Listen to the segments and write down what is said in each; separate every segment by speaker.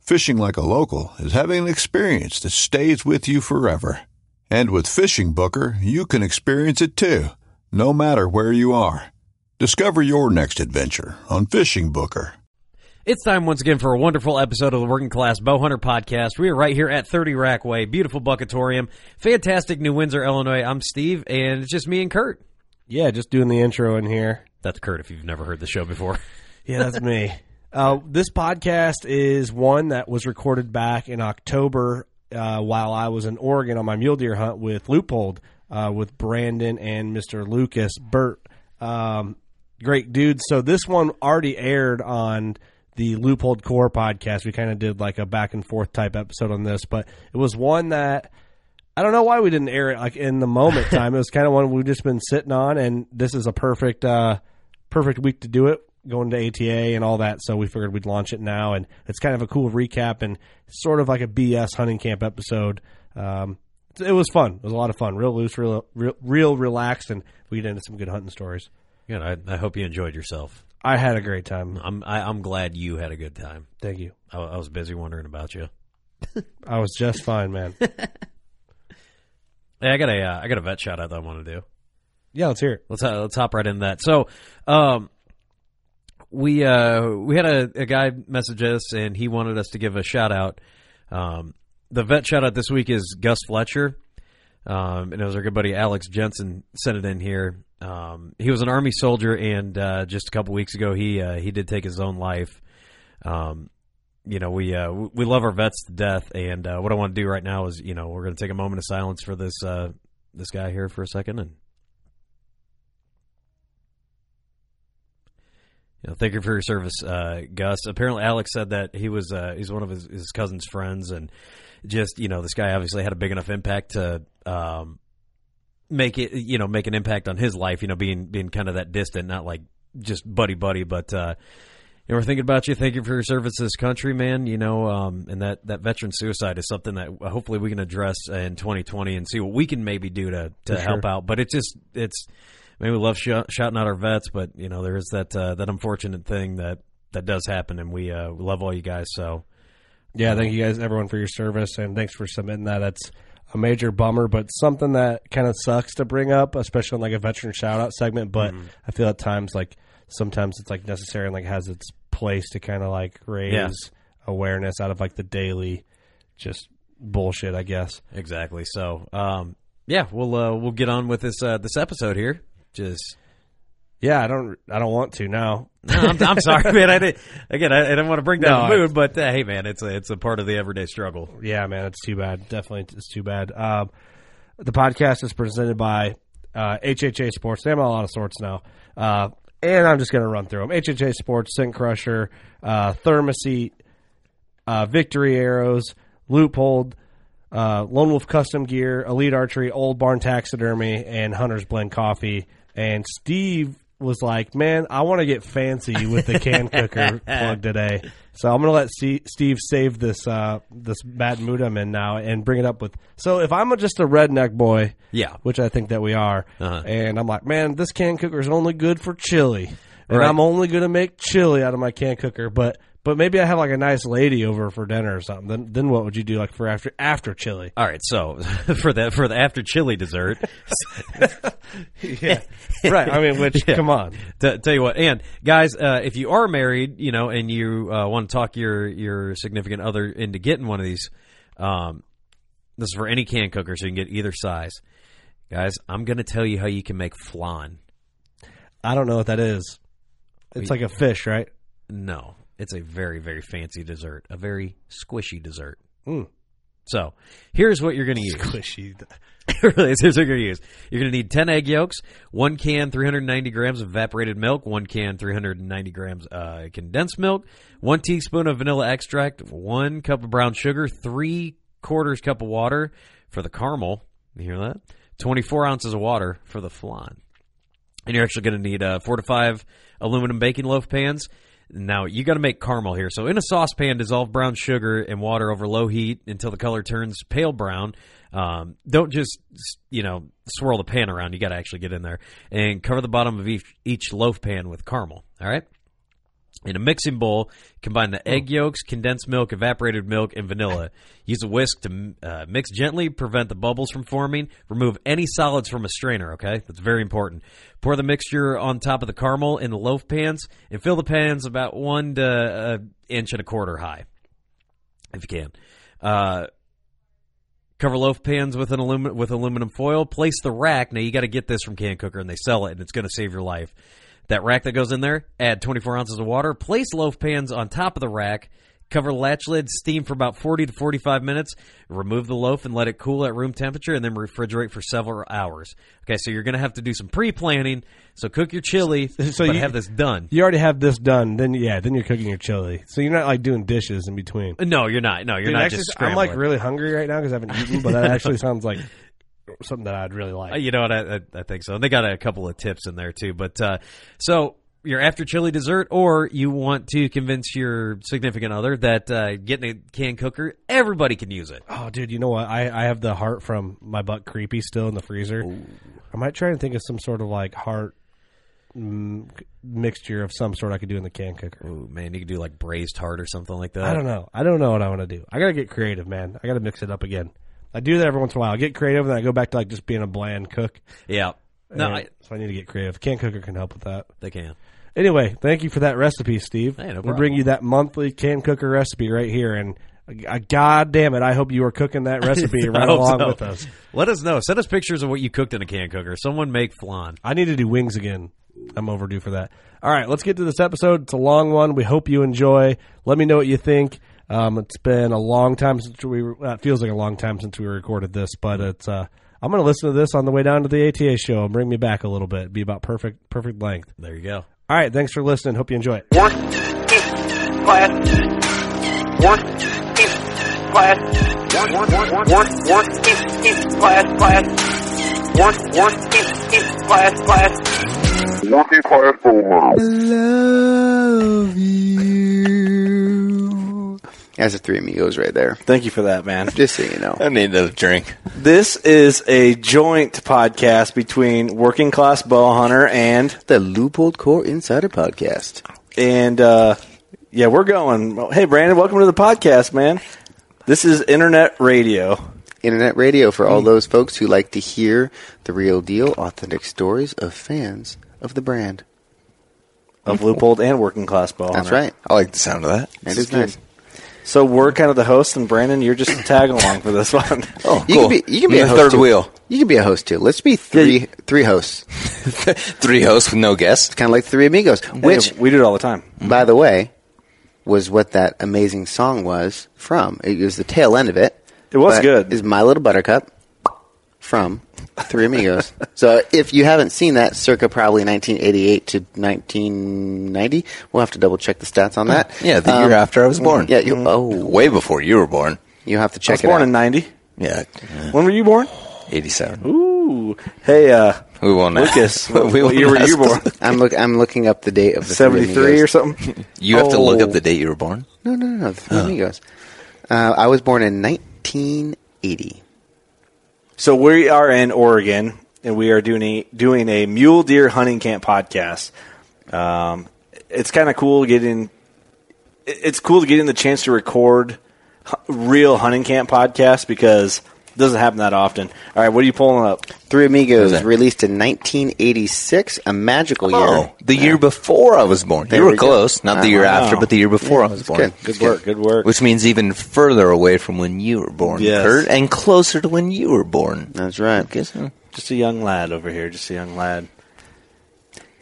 Speaker 1: Fishing like a local is having an experience that stays with you forever. And with Fishing Booker, you can experience it too, no matter where you are. Discover your next adventure on Fishing Booker.
Speaker 2: It's time once again for a wonderful episode of the Working Class Bowhunter Podcast. We are right here at 30 Rack Way, beautiful Buckatorium, fantastic New Windsor, Illinois. I'm Steve, and it's just me and Kurt.
Speaker 3: Yeah, just doing the intro in here.
Speaker 2: That's Kurt if you've never heard the show before.
Speaker 3: Yeah, that's me. Uh, this podcast is one that was recorded back in October uh, while I was in Oregon on my mule deer hunt with Loopold, uh, with Brandon and Mr. Lucas Burt. Um, great dudes. So this one already aired on the Loopold Core podcast. We kind of did like a back and forth type episode on this, but it was one that I don't know why we didn't air it like in the moment time. It was kind of one we've just been sitting on, and this is a perfect, uh, perfect week to do it. Going to ATA and all that, so we figured we'd launch it now, and it's kind of a cool recap and sort of like a BS hunting camp episode. Um, it was fun. It was a lot of fun. Real loose, real, real, real relaxed, and we get into some good hunting stories.
Speaker 2: Good. I, I hope you enjoyed yourself.
Speaker 3: I had a great time.
Speaker 2: I'm I, I'm glad you had a good time.
Speaker 3: Thank you.
Speaker 2: I, I was busy wondering about you.
Speaker 3: I was just fine, man.
Speaker 2: Hey, I got a uh, I got a vet shout out that I want to do.
Speaker 3: Yeah, let's hear it.
Speaker 2: Let's uh, let's hop right into that. So, um, we uh, we had a, a guy message us and he wanted us to give a shout out. Um, the vet shout out this week is Gus Fletcher, um, and it was our good buddy Alex Jensen sent it in here. Um, he was an army soldier, and uh, just a couple weeks ago he uh, he did take his own life. Um, you know we uh, we love our vets to death, and uh, what I want to do right now is you know we're going to take a moment of silence for this uh, this guy here for a second, and you know thank you for your service, uh, Gus. Apparently, Alex said that he was uh, he's one of his, his cousin's friends, and just you know this guy obviously had a big enough impact to um, make it you know make an impact on his life. You know being being kind of that distant, not like just buddy buddy, but. Uh, you know, we're thinking about you. Thank you for your service to this country, man. You know, um, and that, that veteran suicide is something that hopefully we can address in 2020 and see what we can maybe do to, to
Speaker 3: For sure.
Speaker 2: help out. But it's just, it's, I mean, we love sh- shouting out our vets, but, you know, there is that, uh, that unfortunate thing that, that does happen. And we, uh, we love all you guys. So,
Speaker 3: Yeah, thank you guys, everyone, for your service, and thanks for submitting that. That's a major bummer, but something that kind of sucks to bring up, especially on like a veteran shout out segment. But I feel at times like sometimes it's like necessary and like has its place to kind of like raise
Speaker 2: Yeah.
Speaker 3: awareness out of like the daily just bullshit, I guess.
Speaker 2: exactly. So, um, yeah, we'll, uh, we'll get on with this, uh, this episode here. Just,
Speaker 3: Yeah, I don't, I don't want to now.
Speaker 2: No, I'm, I'm sorry, man. I did, again, I, I didn't want to bring down
Speaker 3: No,
Speaker 2: the mood, but uh, hey, man, it's a it's a part of the everyday struggle.
Speaker 3: Yeah, man, it's too bad. Definitely, it's too bad. Um, the podcast is presented by uh, HHA Sports. They have a lot of sorts now, uh, and I'm just going to run through them. HHA Sports, Sink Crusher, uh, Thermoset, uh, Victory Arrows, Loophold, uh, Lone Wolf Custom Gear, Elite Archery, Old Barn Taxidermy, and Hunter's Blend Coffee. And Steve was like, man, I want to get fancy with the can cooker plug today. So I'm going to let C- Steve save this uh, this bad Mudaman now and bring it up with. So if I'm just a redneck boy,
Speaker 2: Yeah.
Speaker 3: which I think that we are,
Speaker 2: Uh-huh.
Speaker 3: and I'm like, man, this can cooker is only good for chili, and
Speaker 2: Right.
Speaker 3: I'm only going to make chili out of my can cooker, but. But maybe I have like a nice lady over for dinner or something. Then, then what would you do like for after after chili?
Speaker 2: All right, so for the for the after chili dessert,
Speaker 3: Yeah, right. I mean, which
Speaker 2: Yeah.
Speaker 3: come on,
Speaker 2: t- tell you what, and guys, uh, if you are married, you know, and you uh, want to talk your your significant other into getting one of these, um, this is for any can cooker, so you can get either size. Guys, I'm gonna tell you how you can make flan.
Speaker 3: I don't know what that is. It's like a fish, right?
Speaker 2: No, it's a very very fancy dessert, a very squishy dessert. So here's what you're gonna use.
Speaker 3: Squishy.
Speaker 2: It really is. Here's what you're gonna use. You're gonna need ten egg yolks, one can 390 grams of evaporated milk, one can 390 grams uh, condensed milk, one teaspoon of vanilla extract, one cup of brown sugar, three quarters cup of water for the caramel. You hear that? 24 ounces of water for the flan. And you're actually going to need uh, four to five aluminum baking loaf pans. Now you got to make caramel here. So in a saucepan, dissolve brown sugar and water over low heat until the color turns pale brown. Um, don't just you know swirl the pan around. You got to actually get in there and cover the bottom of each, each loaf pan with caramel. All right. In a mixing bowl, combine the egg yolks, condensed milk, evaporated milk, and vanilla. Use a whisk to uh, mix gently, prevent the bubbles from forming. Remove any solids from a strainer, okay? That's very important. Pour the mixture on top of the caramel in the loaf pans and fill the pans about one to uh, inch and a quarter high, if you can. Uh, cover loaf pans with an aluminum with aluminum foil. Place the rack. Now you got to get this from Can Cooker, and they sell it, and it's going to save your life. That rack that goes in there. Add 24 ounces of water. Place loaf pans on top of the rack. Cover the latch lid. Steam for about 40 to 45 minutes. Remove the loaf and let it cool at room temperature, and then refrigerate for several hours. Okay, so you're going to have to do some pre-planning. So cook your chili,
Speaker 3: So
Speaker 2: but
Speaker 3: you-
Speaker 2: have this done.
Speaker 3: You already have this done. Then yeah, then you're cooking your chili. So you're not like doing dishes in between.
Speaker 2: no, you're not. No, you're
Speaker 3: Dude,
Speaker 2: not
Speaker 3: actually,
Speaker 2: just
Speaker 3: I'm like
Speaker 2: scrambling.
Speaker 3: really hungry right now because I haven't eaten, but that actually sounds like something that I'd really
Speaker 2: Uh,
Speaker 3: like.
Speaker 2: You know what? I, I, I think so. And they got a couple of tips in there too. But uh, so you're after chili dessert, or you want to convince your significant other that uh, getting a can cooker, everybody can use it.
Speaker 3: Oh, dude, you know what? I, I have the heart from my butt creepy still in the freezer. I might try and think of some sort of like heart mm, c- mixture of some sort I could do in the can cooker.
Speaker 2: Ooh, man, you could do like braised heart or something like that.
Speaker 3: I don't know. I don't know what I want to do. I gotta get creative, man. I gotta mix it up again. I do that every once in a while. I get creative, and then I go back to like just being a bland cook.
Speaker 2: Yeah. No,
Speaker 3: And
Speaker 2: I,
Speaker 3: so I need to get creative. Can cooker can help with that.
Speaker 2: they can.
Speaker 3: Anyway, thank you for that recipe, Steve.
Speaker 2: Hey, no
Speaker 3: we'll
Speaker 2: problem.
Speaker 3: bring you that monthly can cooker recipe right here, and uh, God damn it, I hope you are cooking that recipe
Speaker 2: I
Speaker 3: right
Speaker 2: hope
Speaker 3: along
Speaker 2: so.
Speaker 3: with us.
Speaker 2: Let us know. Send us pictures of what you cooked in a can cooker. Someone make flan.
Speaker 3: I need to do wings again. I'm overdue for that. All right, let's get to this episode. It's a long one. We hope you enjoy. Let me know what you think. Um, it's been a long time since we uh, it feels like a long time since we recorded this, but it's. Uh, I'm going to listen to this on the way down to the ATA show and bring me back a little bit. Be about perfect perfect length.
Speaker 2: There you go.
Speaker 3: All right, thanks for listening. Hope you enjoy it.
Speaker 4: Work is class. Work is class. Work, work, work, work, work is, is class, class. Work, work is, is class, class. Working class over.
Speaker 5: That's the three amigos right there.
Speaker 6: Thank you for that, man.
Speaker 5: Just so you know.
Speaker 7: I need a drink.
Speaker 6: This is a joint podcast between Working Class Bow Hunter and
Speaker 5: The Loophole Core Insider Podcast.
Speaker 6: and uh, yeah, we're going. Well, Hey, Brandon, welcome to the podcast, man. This is internet radio.
Speaker 5: Internet radio for
Speaker 7: Mm.
Speaker 5: all those folks who like to hear the real deal, authentic stories of fans of the brand.
Speaker 6: Of Loopold and Working Class Bow Hunter.
Speaker 5: That's right.
Speaker 7: I like the sound of that.
Speaker 5: That
Speaker 7: This
Speaker 5: is
Speaker 7: good.
Speaker 5: nice.
Speaker 6: So we're kind of the host, and Brandon, you're just a tag along for this one.
Speaker 7: Oh,
Speaker 5: You
Speaker 7: cool.
Speaker 5: can be, you can be a
Speaker 7: I'm the
Speaker 5: host
Speaker 7: third
Speaker 5: too.
Speaker 7: wheel.
Speaker 5: You can be a host too. Let's be three three hosts.
Speaker 7: Three hosts with no guests.
Speaker 5: Kind of like the three amigos. Which,
Speaker 6: we do it all the time.
Speaker 5: by the way, was what that amazing song was from. It was the tail end of it.
Speaker 6: It was
Speaker 5: but
Speaker 6: good.
Speaker 5: Is My Little Buttercup from Three Amigos. so if you haven't seen that, circa probably 1988 to 1990, we'll have to double check the stats on that. Um,
Speaker 7: Yeah, the year after I was born.
Speaker 5: Yeah, you, oh,
Speaker 7: Way before you were born.
Speaker 5: you have to
Speaker 6: I
Speaker 5: check
Speaker 6: was born
Speaker 5: it out.
Speaker 6: in '90.
Speaker 7: Yeah, uh,
Speaker 6: When were you born?
Speaker 7: 87. Ooh.
Speaker 6: Ooh. Hey, uh,
Speaker 7: We won't ask.
Speaker 6: Lucas,
Speaker 7: We
Speaker 6: what, what
Speaker 7: won't
Speaker 6: year were you
Speaker 7: ask.
Speaker 6: born?
Speaker 5: I'm look. I'm looking up the date of the Three
Speaker 6: 73 or
Speaker 5: Amigos.
Speaker 6: something?
Speaker 7: You have to look
Speaker 6: Oh.
Speaker 7: up the date you were born.
Speaker 5: No, no, no. The Three
Speaker 7: Oh.
Speaker 5: Amigos. Uh, I was born in 1980.
Speaker 6: So we are in Oregon, and we are doing a, doing a mule deer hunting camp podcast. Um, it's kind of cool getting. it- It's cool getting the chance to record hu- real hunting camp podcasts because it doesn't happen that often. All right, what are you pulling up?
Speaker 5: Three Amigos
Speaker 7: that?
Speaker 5: released in 1986, a magical year.
Speaker 7: Oh, the year before I was born.
Speaker 5: There
Speaker 7: you were
Speaker 5: we go.
Speaker 7: close. Not the
Speaker 5: Oh,
Speaker 7: year
Speaker 5: wow.
Speaker 7: after, but the year before I was born.
Speaker 5: good.
Speaker 6: Good work, good work.
Speaker 7: Which means even further away from when you were born,
Speaker 6: Yes.
Speaker 7: Kurt, and closer to when you were born.
Speaker 5: That's right.
Speaker 7: Lucas, huh?
Speaker 6: Just a young lad over here, just a young lad.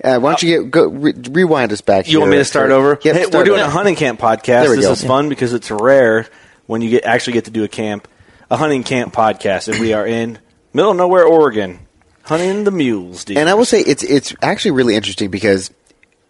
Speaker 5: Uh, why don't you get go re- rewind us back?
Speaker 6: You want me to start over?
Speaker 5: Yep,
Speaker 6: Hey,
Speaker 5: start
Speaker 6: we're doing
Speaker 5: over.
Speaker 6: a hunting camp podcast.
Speaker 5: There we
Speaker 6: This
Speaker 5: go.
Speaker 6: is fun because it's rare when you get actually get to do a camp, a hunting camp podcast, and we are in middle of nowhere, Oregon, hunting the mules, dude.
Speaker 5: And I will say it's it's actually really interesting because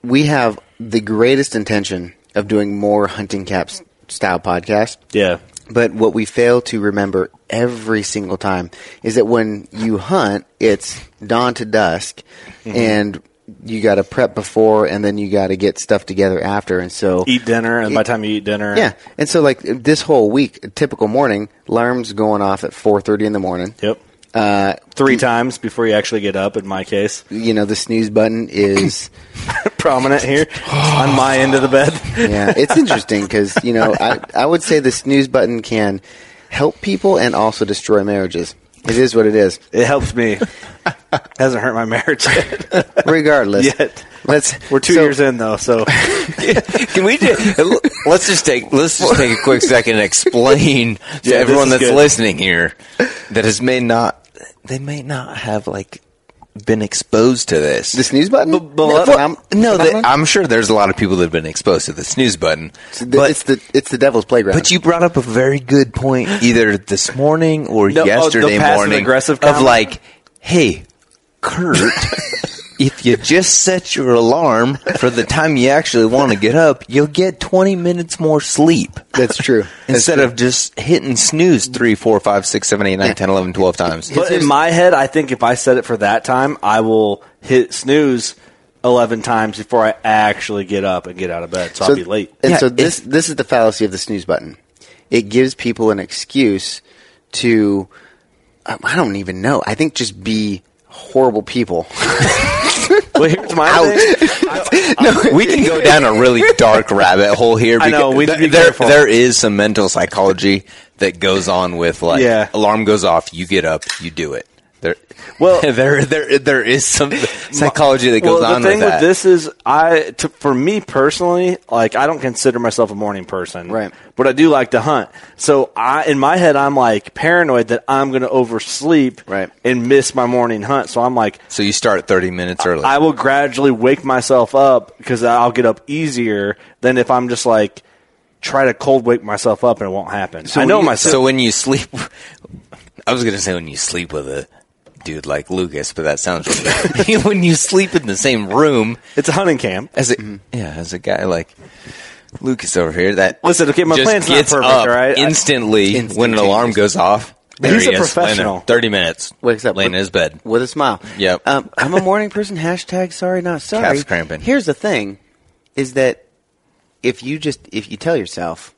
Speaker 5: we have the greatest intention of doing more hunting caps style podcasts.
Speaker 6: yeah,
Speaker 5: But what we fail to remember every single time is that when you hunt, it's dawn to dusk,
Speaker 6: Mm-hmm.
Speaker 5: and you got to prep before, and then you got to get stuff together after. And so,
Speaker 6: eat dinner, and by the time you eat dinner,
Speaker 5: yeah, and so like this whole week, a typical morning, alarms going off at four thirty in the morning.
Speaker 6: yep,
Speaker 5: Uh,
Speaker 6: three times before you actually get up. In my case,
Speaker 5: you know, the snooze button is.
Speaker 6: prominent here on my end of the bed.
Speaker 5: yeah, it's interesting because you know I I would say the snooze button can help people and also destroy marriages. It is what it is.
Speaker 6: It helps me. Hasn't hurt my marriage yet.
Speaker 5: Regardless,
Speaker 6: Yet.
Speaker 5: let's
Speaker 6: We're two
Speaker 5: so-
Speaker 6: years in though, so
Speaker 7: Can we just let's just take let's just take a quick second and explain to
Speaker 6: Yeah, this
Speaker 7: everyone
Speaker 6: is
Speaker 7: that's
Speaker 6: good.
Speaker 7: listening here that has may not they may not have like been exposed to this.
Speaker 5: The snooze button.
Speaker 7: Well,
Speaker 5: Phenom-
Speaker 7: no, the,
Speaker 5: phenomenon?
Speaker 7: I'm sure there's a lot of people that have been exposed to the snooze button,
Speaker 5: It's the-
Speaker 7: but
Speaker 5: it's the it's the devil's playground.
Speaker 7: But you brought up a very good point either this morning or
Speaker 6: No, oh, the
Speaker 7: yesterday
Speaker 6: passive
Speaker 7: morning
Speaker 6: aggressive
Speaker 7: of
Speaker 6: comment?
Speaker 7: like, hey, Kurt, if you just set your alarm for the time you actually want to get up, you'll get 20 minutes more sleep.
Speaker 5: that's true.
Speaker 7: Instead of just hitting snooze three, four, five, six, seven, eight, nine, ten, eleven, twelve times.
Speaker 6: But in my head, I think if I set it for that time, I will hit snooze eleven times before I actually get up and get out of bed, so, I'll be late.
Speaker 5: And
Speaker 7: Yeah,
Speaker 5: so this this is the fallacy of the snooze button. It gives people an excuse to I I don't even know. I think just be horrible people.
Speaker 6: Well, here's my thing.
Speaker 7: we can go down a really dark rabbit hole here.
Speaker 6: I know,
Speaker 7: because
Speaker 6: we need to be
Speaker 7: there,
Speaker 6: careful.
Speaker 7: there is some mental psychology that goes on with like
Speaker 6: Yeah.
Speaker 7: alarm goes off, you get up, you do it. There,
Speaker 6: Well-
Speaker 7: there, there, there is some psychology that goes
Speaker 6: Well, the
Speaker 7: on
Speaker 6: thing
Speaker 7: with
Speaker 6: with,
Speaker 7: that.
Speaker 6: this is, I to, for me personally, like I don't consider myself a morning person,
Speaker 5: Right.
Speaker 6: But I do like to hunt, so I in my head I'm like paranoid that I'm going to oversleep,
Speaker 5: Right.
Speaker 6: and miss my morning hunt. So I'm like,
Speaker 7: so you start thirty minutes early.
Speaker 6: I will gradually wake myself up because I'll get up easier than if I'm just like try to cold wake myself up and it won't happen. I know
Speaker 7: when you-
Speaker 6: myself.
Speaker 7: So when you sleep, I was going to say when you sleep with a dude like Lucas, but that sounds really bad. when you sleep in the same room
Speaker 6: it's a hunting camp.
Speaker 7: as a yeah as a guy like Lucas over here that
Speaker 6: Listen, okay, my
Speaker 7: just
Speaker 6: plan's not
Speaker 7: gets
Speaker 6: perfect,
Speaker 7: up
Speaker 6: all right? I-
Speaker 7: instantly
Speaker 5: Instant
Speaker 7: when an alarm goes off. There
Speaker 6: he's a
Speaker 7: he is, laying there,
Speaker 6: professional.
Speaker 7: Thirty minutes.
Speaker 5: Wakes up
Speaker 7: laying
Speaker 5: with-
Speaker 7: in his bed.
Speaker 5: with a smile.
Speaker 7: Yep.
Speaker 5: Um, I'm a morning person. Hashtag sorry, not sorry.
Speaker 7: Calf's cramping.
Speaker 5: Here's the thing: is that if you just if you tell yourself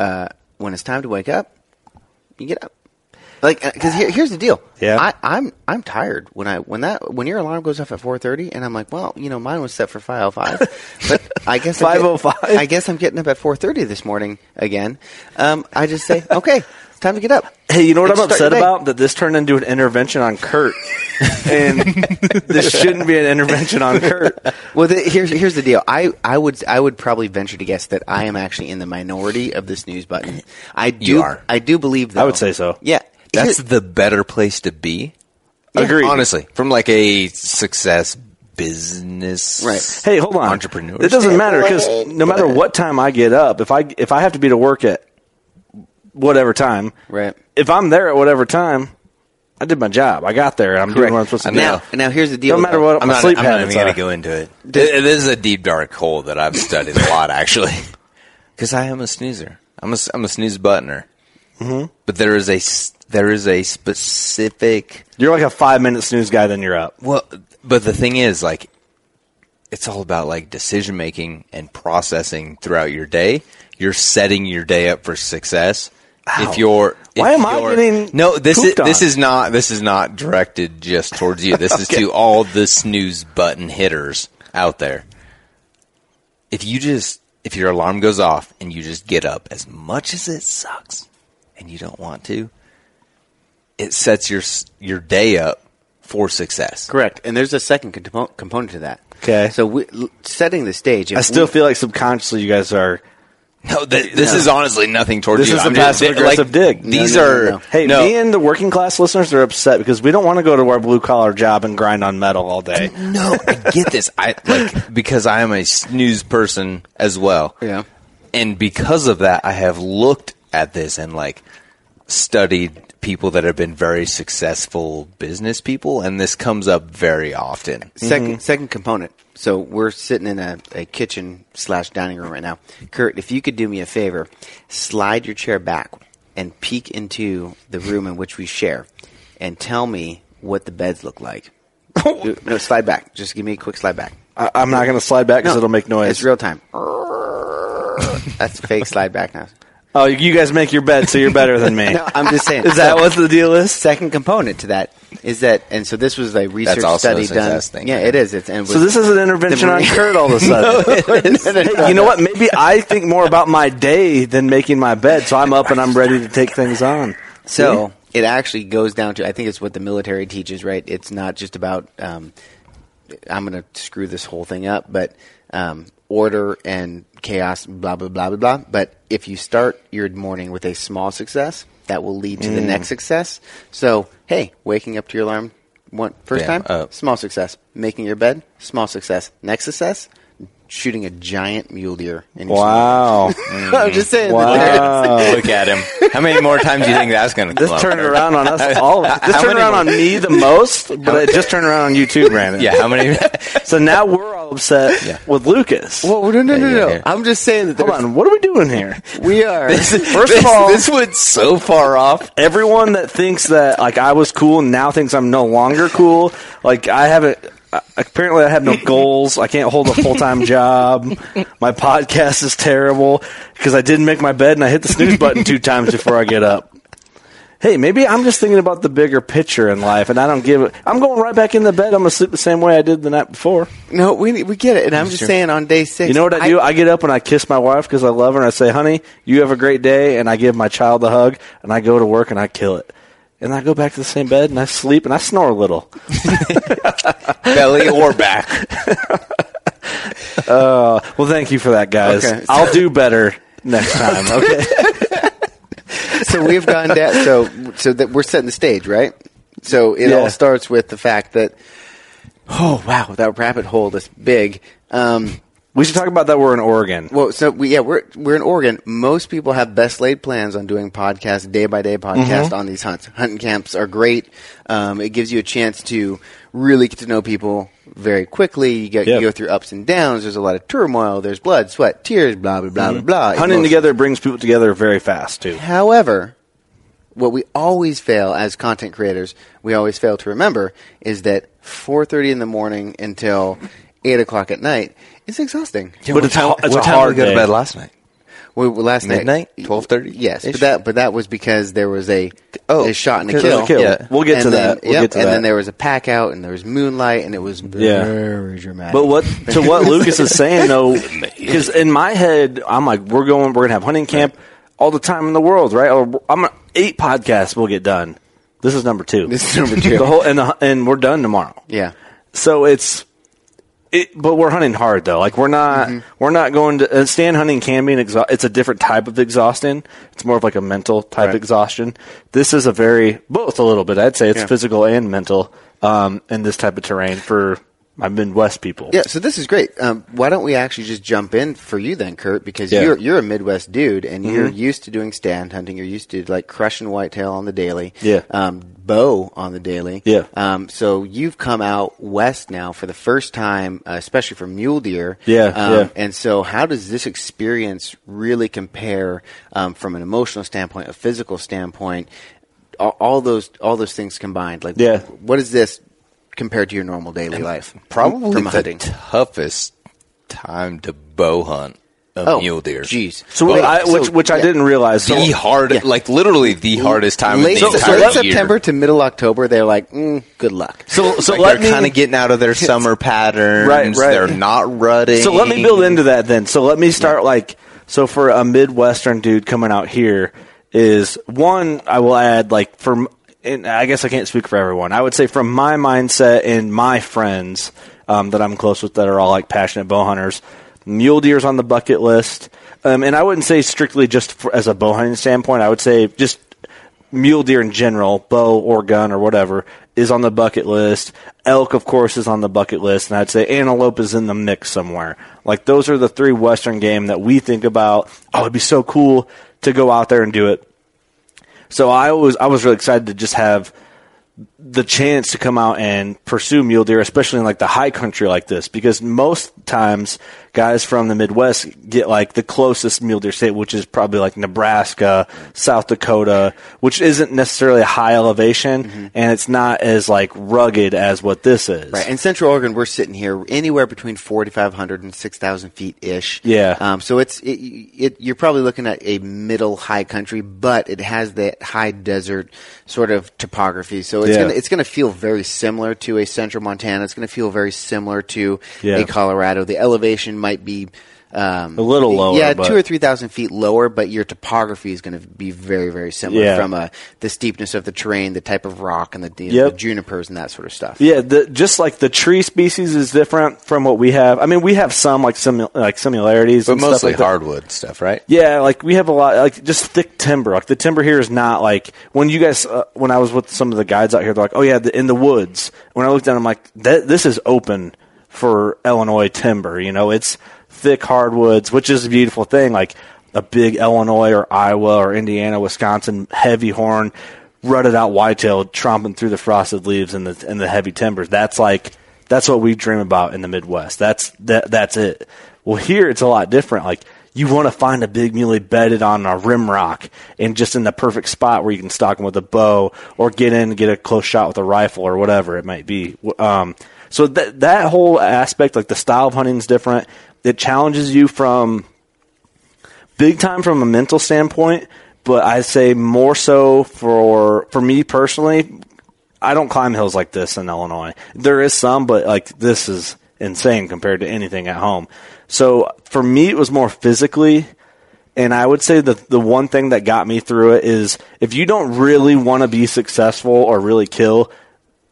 Speaker 5: uh, when it's time to wake up, you get up. Like, because here, here's the deal.
Speaker 6: Yeah.
Speaker 5: I, I'm I'm tired when I when that when your alarm goes off at 4:30, and I'm like, well, you know, mine was set for 5:05, but I guess I'm getting-
Speaker 6: 5:05?
Speaker 5: I guess I'm getting up at 4:30 this morning again. Um, I just say, okay, it's time to get up.
Speaker 6: Hey, you know what
Speaker 5: And
Speaker 6: I'm
Speaker 5: start your
Speaker 6: upset
Speaker 5: day.
Speaker 6: about? That this turned into an intervention on Kurt, and this shouldn't be an intervention on Kurt.
Speaker 5: Well, the, here's here's the deal. I, I would I would probably venture to guess that I am actually in the minority of this news button. I do
Speaker 7: You are.
Speaker 5: I do believe that.
Speaker 6: I would say so.
Speaker 5: Yeah.
Speaker 7: That's
Speaker 5: Here-
Speaker 7: the better place to be.
Speaker 6: Agreed.
Speaker 7: Honestly, from like a success business.
Speaker 5: Right.
Speaker 6: Hey, hold on,
Speaker 7: Entrepreneur.
Speaker 6: It doesn't matter because no matter what time I get up, if I if I have to be to work at whatever time,
Speaker 5: Right.
Speaker 6: If I'm there at whatever time, I did my job. I got there. I'm doing what I'm supposed to
Speaker 7: I
Speaker 6: do.
Speaker 7: know.
Speaker 5: now, now here's the deal.
Speaker 6: No matter what
Speaker 7: I'm
Speaker 6: my
Speaker 7: not,
Speaker 6: sleep
Speaker 7: I'm not
Speaker 6: habits
Speaker 7: even going
Speaker 6: are.
Speaker 7: to go into it. Th- This is a deep dark hole that I've studied a lot, actually, because I am a snoozer. I'm a, s- I'm a snooze buttoner. Mm-hmm. But there is a s- There is a specific
Speaker 6: You're like a five minute snooze guy, then you're up.
Speaker 7: well, but the thing is, like, it's all about like decision making and processing throughout your day. You're setting your day up for success. If you're,
Speaker 6: Why
Speaker 7: if
Speaker 6: am I
Speaker 7: you're-
Speaker 6: getting
Speaker 7: no? This is
Speaker 6: pooped on?
Speaker 7: this is not this is not directed just towards you. This is to all the snooze button hitters out there. If you just if your alarm goes off and you just get up, as much as it sucks, and you don't want to, it sets your s- your day up for success.
Speaker 5: Correct. And there's a second compo- component to that.
Speaker 6: Okay.
Speaker 5: So we, l- setting the stage. if
Speaker 6: I still
Speaker 5: we-
Speaker 6: feel like subconsciously you guys are.
Speaker 7: No, th- this is honestly nothing towards
Speaker 6: This
Speaker 7: you.
Speaker 6: is a
Speaker 7: I'm just-
Speaker 6: passive
Speaker 7: like,
Speaker 6: aggressive dig.
Speaker 7: These
Speaker 5: No, no,
Speaker 7: are
Speaker 5: no, no.
Speaker 6: Hey,
Speaker 7: no,
Speaker 6: me and the working class listeners are upset because we don't want to go to our blue collar job and grind on metal all day.
Speaker 7: no. I get this. I like because I am a snooze person as well.
Speaker 5: Yeah.
Speaker 7: and because of that, I have looked at this and like studied people that have been very successful business people, and this comes up very often.
Speaker 5: 2nd
Speaker 6: Mm-hmm.
Speaker 5: second component. So we're sitting in a, a kitchen slash dining room right now. Kurt, if you could do me a favor, slide your chair back and peek into the room in which we share, and tell me what the beds look like. Do- no, slide back. Just give me a quick slide back.
Speaker 6: I, I'm not going to slide back because
Speaker 5: No,
Speaker 6: it'll make noise.
Speaker 5: It's real time. That's a fake slide back now.
Speaker 6: Oh, you guys make your bed, so you're better than me.
Speaker 5: No, I'm just saying.
Speaker 6: Is that what the deal is?
Speaker 5: Second component to that is that, and so this was a research
Speaker 7: also a
Speaker 5: study done.
Speaker 7: success thing.
Speaker 5: Yeah, it is. It's, and it
Speaker 6: So
Speaker 5: was-
Speaker 6: this is an intervention on
Speaker 5: Marine-
Speaker 6: Kurt all of a sudden. Hey, you know what? Maybe I think more about my day than making my bed, so I'm up and I'm ready to take things on.
Speaker 5: So it actually goes down to I think it's what the military teaches, right? It's not just about um, I'm going to screw this whole thing up, but um, order and chaos, blah blah blah blah blah. But if you start your morning with a small success, that will lead to the
Speaker 7: Mm.
Speaker 5: next success. So hey, waking up to your alarm one first
Speaker 7: Bam,
Speaker 5: time,
Speaker 7: up.
Speaker 5: small success. Making your bed, small success. Next success. Shooting a giant mule deer in your
Speaker 6: Wow.
Speaker 5: sleep. I'm just saying.
Speaker 6: Wow.
Speaker 7: Look at him. How many more times do you think that's going to come
Speaker 6: Oh. This
Speaker 7: up?
Speaker 6: turned around on us all. This
Speaker 7: How
Speaker 6: turned
Speaker 7: many
Speaker 6: around
Speaker 7: more?
Speaker 6: on me the most, but it just turned around on you too, Brandon.
Speaker 7: Yeah, how many?
Speaker 6: So now we're all upset
Speaker 7: Yeah.
Speaker 6: with Lucas.
Speaker 5: Well, Oh, no, no, no,
Speaker 7: Yeah,
Speaker 5: no.
Speaker 7: yeah, yeah.
Speaker 5: I'm just saying that
Speaker 6: Hold
Speaker 5: there's-
Speaker 6: on. What are we doing here?
Speaker 5: we are.
Speaker 6: First of
Speaker 7: This-
Speaker 6: all-
Speaker 7: this went so far off.
Speaker 6: everyone that thinks that like I was cool now thinks I'm no longer cool. Like I haven't. uh, Apparently, I have no goals. I can't hold a full time job. My podcast is terrible because I didn't make my bed and I hit the snooze button two times before I get up. Hey, maybe I'm just thinking about the bigger picture in life, and I don't give. it. I'm going right back in the bed. I'm gonna sleep the same way I did the night before.
Speaker 5: No, we we get it, and I'm just saying on day six.
Speaker 6: You know what I do? I get up and I kiss my wife because I love her, and I say, "Honey, you have a great day," and I give my child a hug, and I go to work and I kill it, and I go back to the same bed and I sleep and I snore a little.
Speaker 7: belly or back.
Speaker 6: Well, thank you for that, guys.
Speaker 5: Okay.
Speaker 6: I'll do better next time. Okay.
Speaker 5: so we've gone down. So so that we're setting the stage, right? So it
Speaker 6: Yeah.
Speaker 5: all starts with the fact that oh wow, that rabbit hole is big. Um,
Speaker 6: we should talk about that. We're in Oregon.
Speaker 5: well, so we yeah we're we're in Oregon. Most people have best laid plans on doing podcasts, day by day podcast
Speaker 6: Mm-hmm.
Speaker 5: on these hunts. Hunting camps are great. Um, it gives you a chance to really get to know people very quickly. You get
Speaker 6: Yeah.
Speaker 5: you go through ups and downs. There's a lot of turmoil. There's blood, sweat, tears, blah blah blah blah blah.
Speaker 6: Hunting
Speaker 5: Emotions.
Speaker 6: together brings people together very fast too.
Speaker 5: However, what we always fail as content creators, we always fail to remember is that 4:30 in the morning until 8 o'clock at night is exhausting.
Speaker 6: But it's, a- it's a
Speaker 7: what time
Speaker 6: hard
Speaker 7: did we go
Speaker 6: day.
Speaker 7: to bed last night?
Speaker 5: We, we- last night-
Speaker 7: Midnight? 12:30?
Speaker 5: Yes, but
Speaker 7: Ish?
Speaker 5: that but that was because there was a
Speaker 7: Oh,
Speaker 5: a shot and a
Speaker 7: because there
Speaker 5: kill.
Speaker 7: was a kill. Yeah.
Speaker 6: We'll get
Speaker 5: And
Speaker 6: to
Speaker 5: then-
Speaker 6: that. We'll
Speaker 5: yep,
Speaker 6: get to
Speaker 5: and
Speaker 6: that.
Speaker 5: then there was a pack out, and there was moonlight, and it was
Speaker 6: Yeah.
Speaker 5: very dramatic.
Speaker 6: But what to what Lucas is saying though, because in my head I'm like, we're going, we're gonna have hunting camp all the time in the world, right? Or I'm eight podcasts will get done. This is number two.
Speaker 5: This is number two.
Speaker 6: the whole and the, and we're done tomorrow.
Speaker 5: yeah,
Speaker 6: So it's, it, but we're hunting hard though. Like we're not
Speaker 5: Mm-hmm.
Speaker 6: we're not going to and stand hunting can be an exhaust. It's a different type of exhaustion. It's more of like a mental type exhaustion. This is a very both a little bit. I'd say it's physical and mental. Um, in this type of terrain for my Midwest people.
Speaker 5: yeah. So this is great. Um, why don't we actually just jump in for you then, Kurt? Because
Speaker 6: Yeah. Mm-hmm.
Speaker 5: you're you're a Midwest dude, and you're used to doing stand hunting. You're used to like crushing whitetail on the daily.
Speaker 6: Yeah.
Speaker 5: Um, bow on the daily.
Speaker 6: Yeah.
Speaker 5: Um, so you've come out west now for the first time, uh, especially for mule deer.
Speaker 6: Yeah,
Speaker 5: Um,
Speaker 6: yeah.
Speaker 5: And so, how does this experience really compare um, from an emotional standpoint, a physical standpoint? all, all those all those things combined. Like,
Speaker 6: Yeah.
Speaker 5: what is this compared to your normal daily life?
Speaker 7: Probably
Speaker 5: from
Speaker 7: the
Speaker 5: hunting.
Speaker 7: toughest time to bow hunt of
Speaker 5: Oh,
Speaker 7: mule deer.
Speaker 5: jeez.
Speaker 6: So,
Speaker 5: Well,
Speaker 6: I, which
Speaker 5: so,
Speaker 6: which I
Speaker 5: yeah.
Speaker 6: didn't realize. So,
Speaker 7: The hard, like literally the hardest time
Speaker 5: Late,
Speaker 7: of the
Speaker 5: so
Speaker 7: entire
Speaker 5: late
Speaker 7: year.
Speaker 5: September to middle October, they're like, mm, good luck.
Speaker 6: so, so
Speaker 7: like
Speaker 6: let
Speaker 7: they're kind
Speaker 6: me
Speaker 7: of getting out of their summer patterns.
Speaker 6: Right, right.
Speaker 7: They're not rutting.
Speaker 6: So let me build into that then. So let me start like so for a midwestern dude coming out here is one I will add like from and I guess I can't speak for everyone. I would say from my mindset and my friends um, that I'm close with that are all like passionate bow hunters, mule deer's on the bucket list. Um, and I wouldn't say strictly just for, as a bow hunting standpoint. I would say just mule deer in general, bow or gun or whatever, is on the bucket list. Elk, of course, is on the bucket list, and I'd say antelope is in the mix somewhere. Like those are the three Western game that we think about. Oh, it'd be so cool to go out there and do it. So I was I was really excited to just have the chance to come out and pursue mule deer, especially in like the high country like this, because most times guys from the Midwest get like the closest mule deer state, which is probably like Nebraska, South Dakota, which isn't necessarily a high elevation and it's not as like rugged as what this is.
Speaker 5: Right. In Central Oregon, we're sitting here anywhere between 4,500 and 6,000 feet ish.
Speaker 6: Yeah.
Speaker 5: Um, so it's, it, it, you're probably looking at a middle high country, but it has that high desert sort of topography. So it's
Speaker 6: Yeah.
Speaker 5: going to, it's going to feel very similar to a central Montana. It's going to feel very similar to
Speaker 6: Yeah.
Speaker 5: a Colorado. The elevation might be, um,
Speaker 6: A little lower,
Speaker 5: Yeah.
Speaker 6: but-
Speaker 5: Two or 3,000 feet lower, but your topography is going to be very, very similar
Speaker 6: Yeah.
Speaker 5: from uh the steepness of the terrain, the type of rock and the, the,
Speaker 6: Yep.
Speaker 5: junipers and that sort of stuff.
Speaker 6: Yeah, the, just like the tree species is different from what we have. I mean, we have some like some like similarities,
Speaker 7: but
Speaker 6: and stuff
Speaker 7: mostly
Speaker 6: like that.
Speaker 7: hardwood stuff, right?
Speaker 6: Yeah, like we have a lot, like just thick timber. Like the timber here is not like when you guys, uh, when I was with some of the guides out here, they're like, oh yeah, the, in the woods. When I looked down, I'm like, that, this is open for Illinois timber. You know, it's thick hardwoods, which is a beautiful thing. Like a big Illinois or Iowa or Indiana, Wisconsin heavy horn, rutted out whitetail, tromping through the frosted leaves and the and the heavy timbers. That's like that's what we dream about in the Midwest. That's that that's it. Well, here it's a lot different. Like you want to find a big muley bedded on a rim rock and just in the perfect spot where you can stalk him with a bow or get in and get a close shot with a rifle or whatever it might be. W- Um, so that that whole aspect, like the style of hunting is different. It challenges you from big time from a mental standpoint, but I say more so for for me personally. I don't climb hills like this in Illinois. There is some, but like this is insane compared to anything at home. So for me, it was more physically. And I would say that the one thing that got me through it is if you don't really want to be successful or really kill,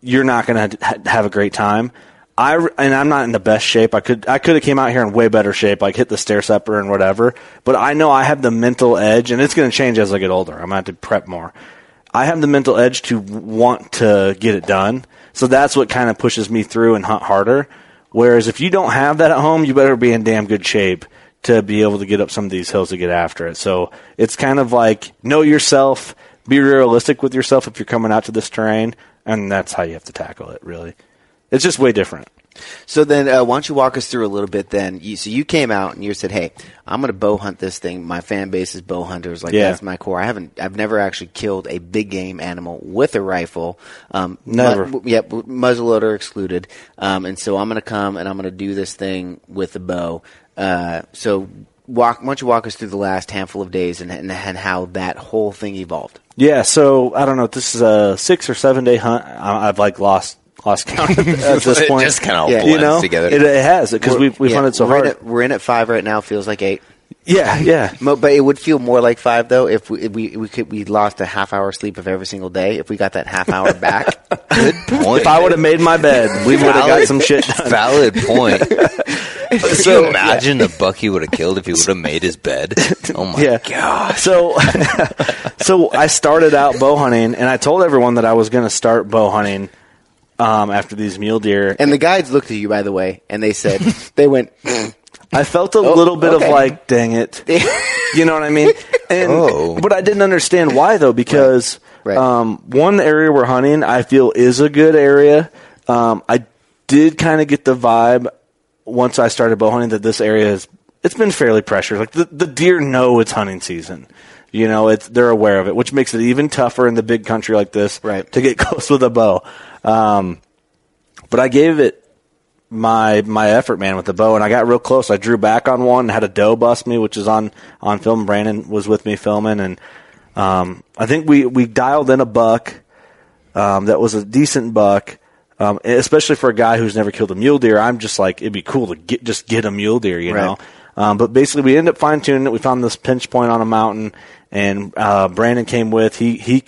Speaker 6: you're not going to ha- have a great time. I r- and I'm not in the best shape. I could I could have came out here in way better shape, like hit the stair stepper and whatever. But I know I have the mental edge, and it's going to change as I get older. I'm going to have to prep more. I have the mental edge to want to get it done. So that's what kind of pushes me through and hunt harder. Whereas if you don't have that at home, you better be in damn good shape to be able to get up some of these hills to get after it. So it's kind of like know yourself, be realistic with yourself if you're coming out to this terrain, and that's how you have to tackle it. Really, it's just way different.
Speaker 5: So then, uh, why don't you walk us through a little bit? Then, you, so you came out and you said, "Hey, I'm going to bow hunt this thing. My fan base is bow hunters. Like
Speaker 6: Yeah.
Speaker 5: that's my core. I haven't, I've never actually killed a big game animal with a rifle. Um,
Speaker 6: Never.
Speaker 5: mu- yep, muzzleloader excluded. Um, and so I'm going to come and I'm going to do this thing with a bow. Uh, so walk. Why don't you walk us through the last handful of days and and, and how that whole thing evolved?
Speaker 6: Yeah, so I don't know. This is a six or seven day hunt. I, I've like lost lost count at this
Speaker 7: It
Speaker 6: point.
Speaker 7: just kinda
Speaker 5: Yeah.
Speaker 7: blends
Speaker 6: you know,
Speaker 7: together.
Speaker 6: It, uh, it has because we've we've
Speaker 5: Yeah,
Speaker 6: hunted so
Speaker 5: we're
Speaker 6: hard.
Speaker 5: In at, we're in at five right now. Feels like eight.
Speaker 6: yeah, yeah.
Speaker 5: Mo- But it would feel more like five though if we if we we, could, we lost a half hour sleep of every single day. If we got that half hour back,
Speaker 7: Good point.
Speaker 6: If I would have made my bed, we would have got
Speaker 7: Valid-
Speaker 6: some shit done.
Speaker 7: Valid point. Can you imagine the buck he would have killed if he would have made his bed? Oh my
Speaker 6: yeah.
Speaker 7: gosh.
Speaker 6: So, so I started out bow hunting, and I told everyone that I was going to start bow hunting um, after these mule deer.
Speaker 5: and the guides looked at you by the way, and they said they went. "Mm."
Speaker 6: I felt a little bit
Speaker 5: okay.
Speaker 6: of like, dang it, you know what I mean? And
Speaker 7: Oh.
Speaker 6: but I didn't understand why though, because
Speaker 5: Right. Right.
Speaker 6: Um, one area we're hunting, I feel is a good area. Um, I did kind of get the vibe once I started bow hunting that this area is it's been fairly pressured. Like the the deer know it's hunting season. You know, it's they're aware of it, which makes it even tougher in the big country like this
Speaker 5: Right.
Speaker 6: to get close with a bow. Um, but I gave it my my effort, man, with the bow, and I got real close. I drew back on one, and had a doe bust me, which is on on film. Brandon was with me filming, and um, I think we we dialed in a buck um, that was a decent buck. Um, especially for a guy who's never killed a mule deer, I'm just like it'd be cool to get just get a mule deer, you
Speaker 5: Right.
Speaker 6: know. Um, but basically, we ended up fine tuning it. We found this pinch point on a mountain, and uh, Brandon came with. He he,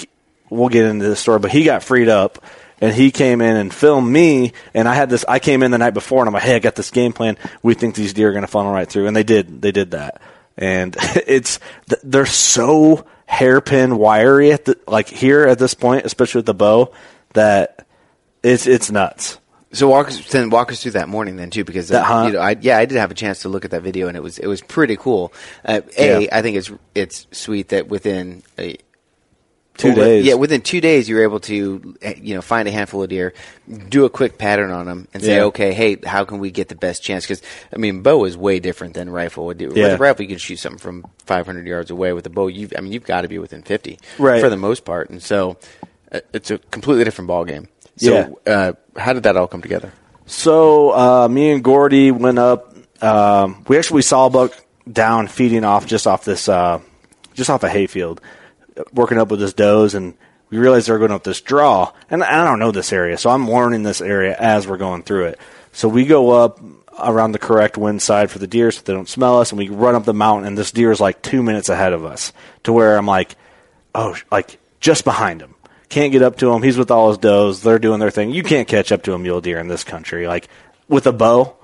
Speaker 6: we'll get into this story, but he got freed up, and he came in and filmed me. And I had this. I came in the night before, and I'm like, hey, I got this game plan. We think these deer are going to funnel right through, and they did. They did that, and it's th- they're so hairpin wiry at the like here at this point, especially with the bow, that it's it's nuts.
Speaker 5: So walk us then walk us through that morning then too because uh,
Speaker 6: That hunt?
Speaker 5: you know I yeah I did have a chance to look at that video and it was it was pretty cool. Uh, a
Speaker 6: Yeah.
Speaker 5: I think it's it's sweet that within a
Speaker 6: Two
Speaker 5: over-
Speaker 6: days.
Speaker 5: yeah within two days you were able to eh, you know find a handful of deer, do a quick pattern on them and say
Speaker 6: Yeah.
Speaker 5: okay hey how can we get the best chance because I mean bow is way different than rifle. With with
Speaker 6: Yeah.
Speaker 5: a rifle you can shoot something from 500 yards away with a bow you I mean you've got to be within 50
Speaker 6: Right.
Speaker 5: for the most part and so uh, it's a completely different ball game. So uh, how did that all come together?
Speaker 6: So uh, me and Gordy went up. Um, we actually saw a buck down feeding off just off this, uh, just off a hayfield, working up with his does, and we realized they were going up this draw. And I don't know this area, so I'm learning this area as we're going through it. So we go up around the correct wind side for the deer, so they don't smell us, and we run up the mountain. And this deer is like two minutes ahead of us, to where I'm like, oh, sh- like just behind him. Can't get up to him. He's with all his does. They're doing their thing. You can't catch up to a mule deer in this country. Like with a bow,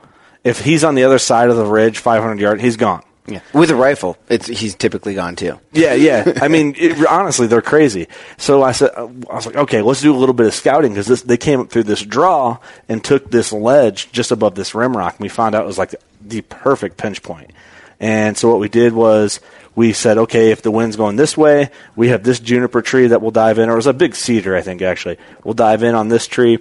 Speaker 6: if he's on the other side of the ridge, 500 yard, he's gone.
Speaker 5: Yeah. With a rifle, it's he's typically gone too.
Speaker 6: Yeah, yeah. I mean, it, honestly, they're crazy. So I said, uh, I was like, okay, let's do a little bit of scouting because they came up through this draw and took this ledge just above this rim rock. And we found out it was like the perfect pinch point. And so what we did was we said, okay, if the wind's going this way, we have this juniper tree that we'll dive in, or it was a big cedar, I think actually. We'll dive in on this tree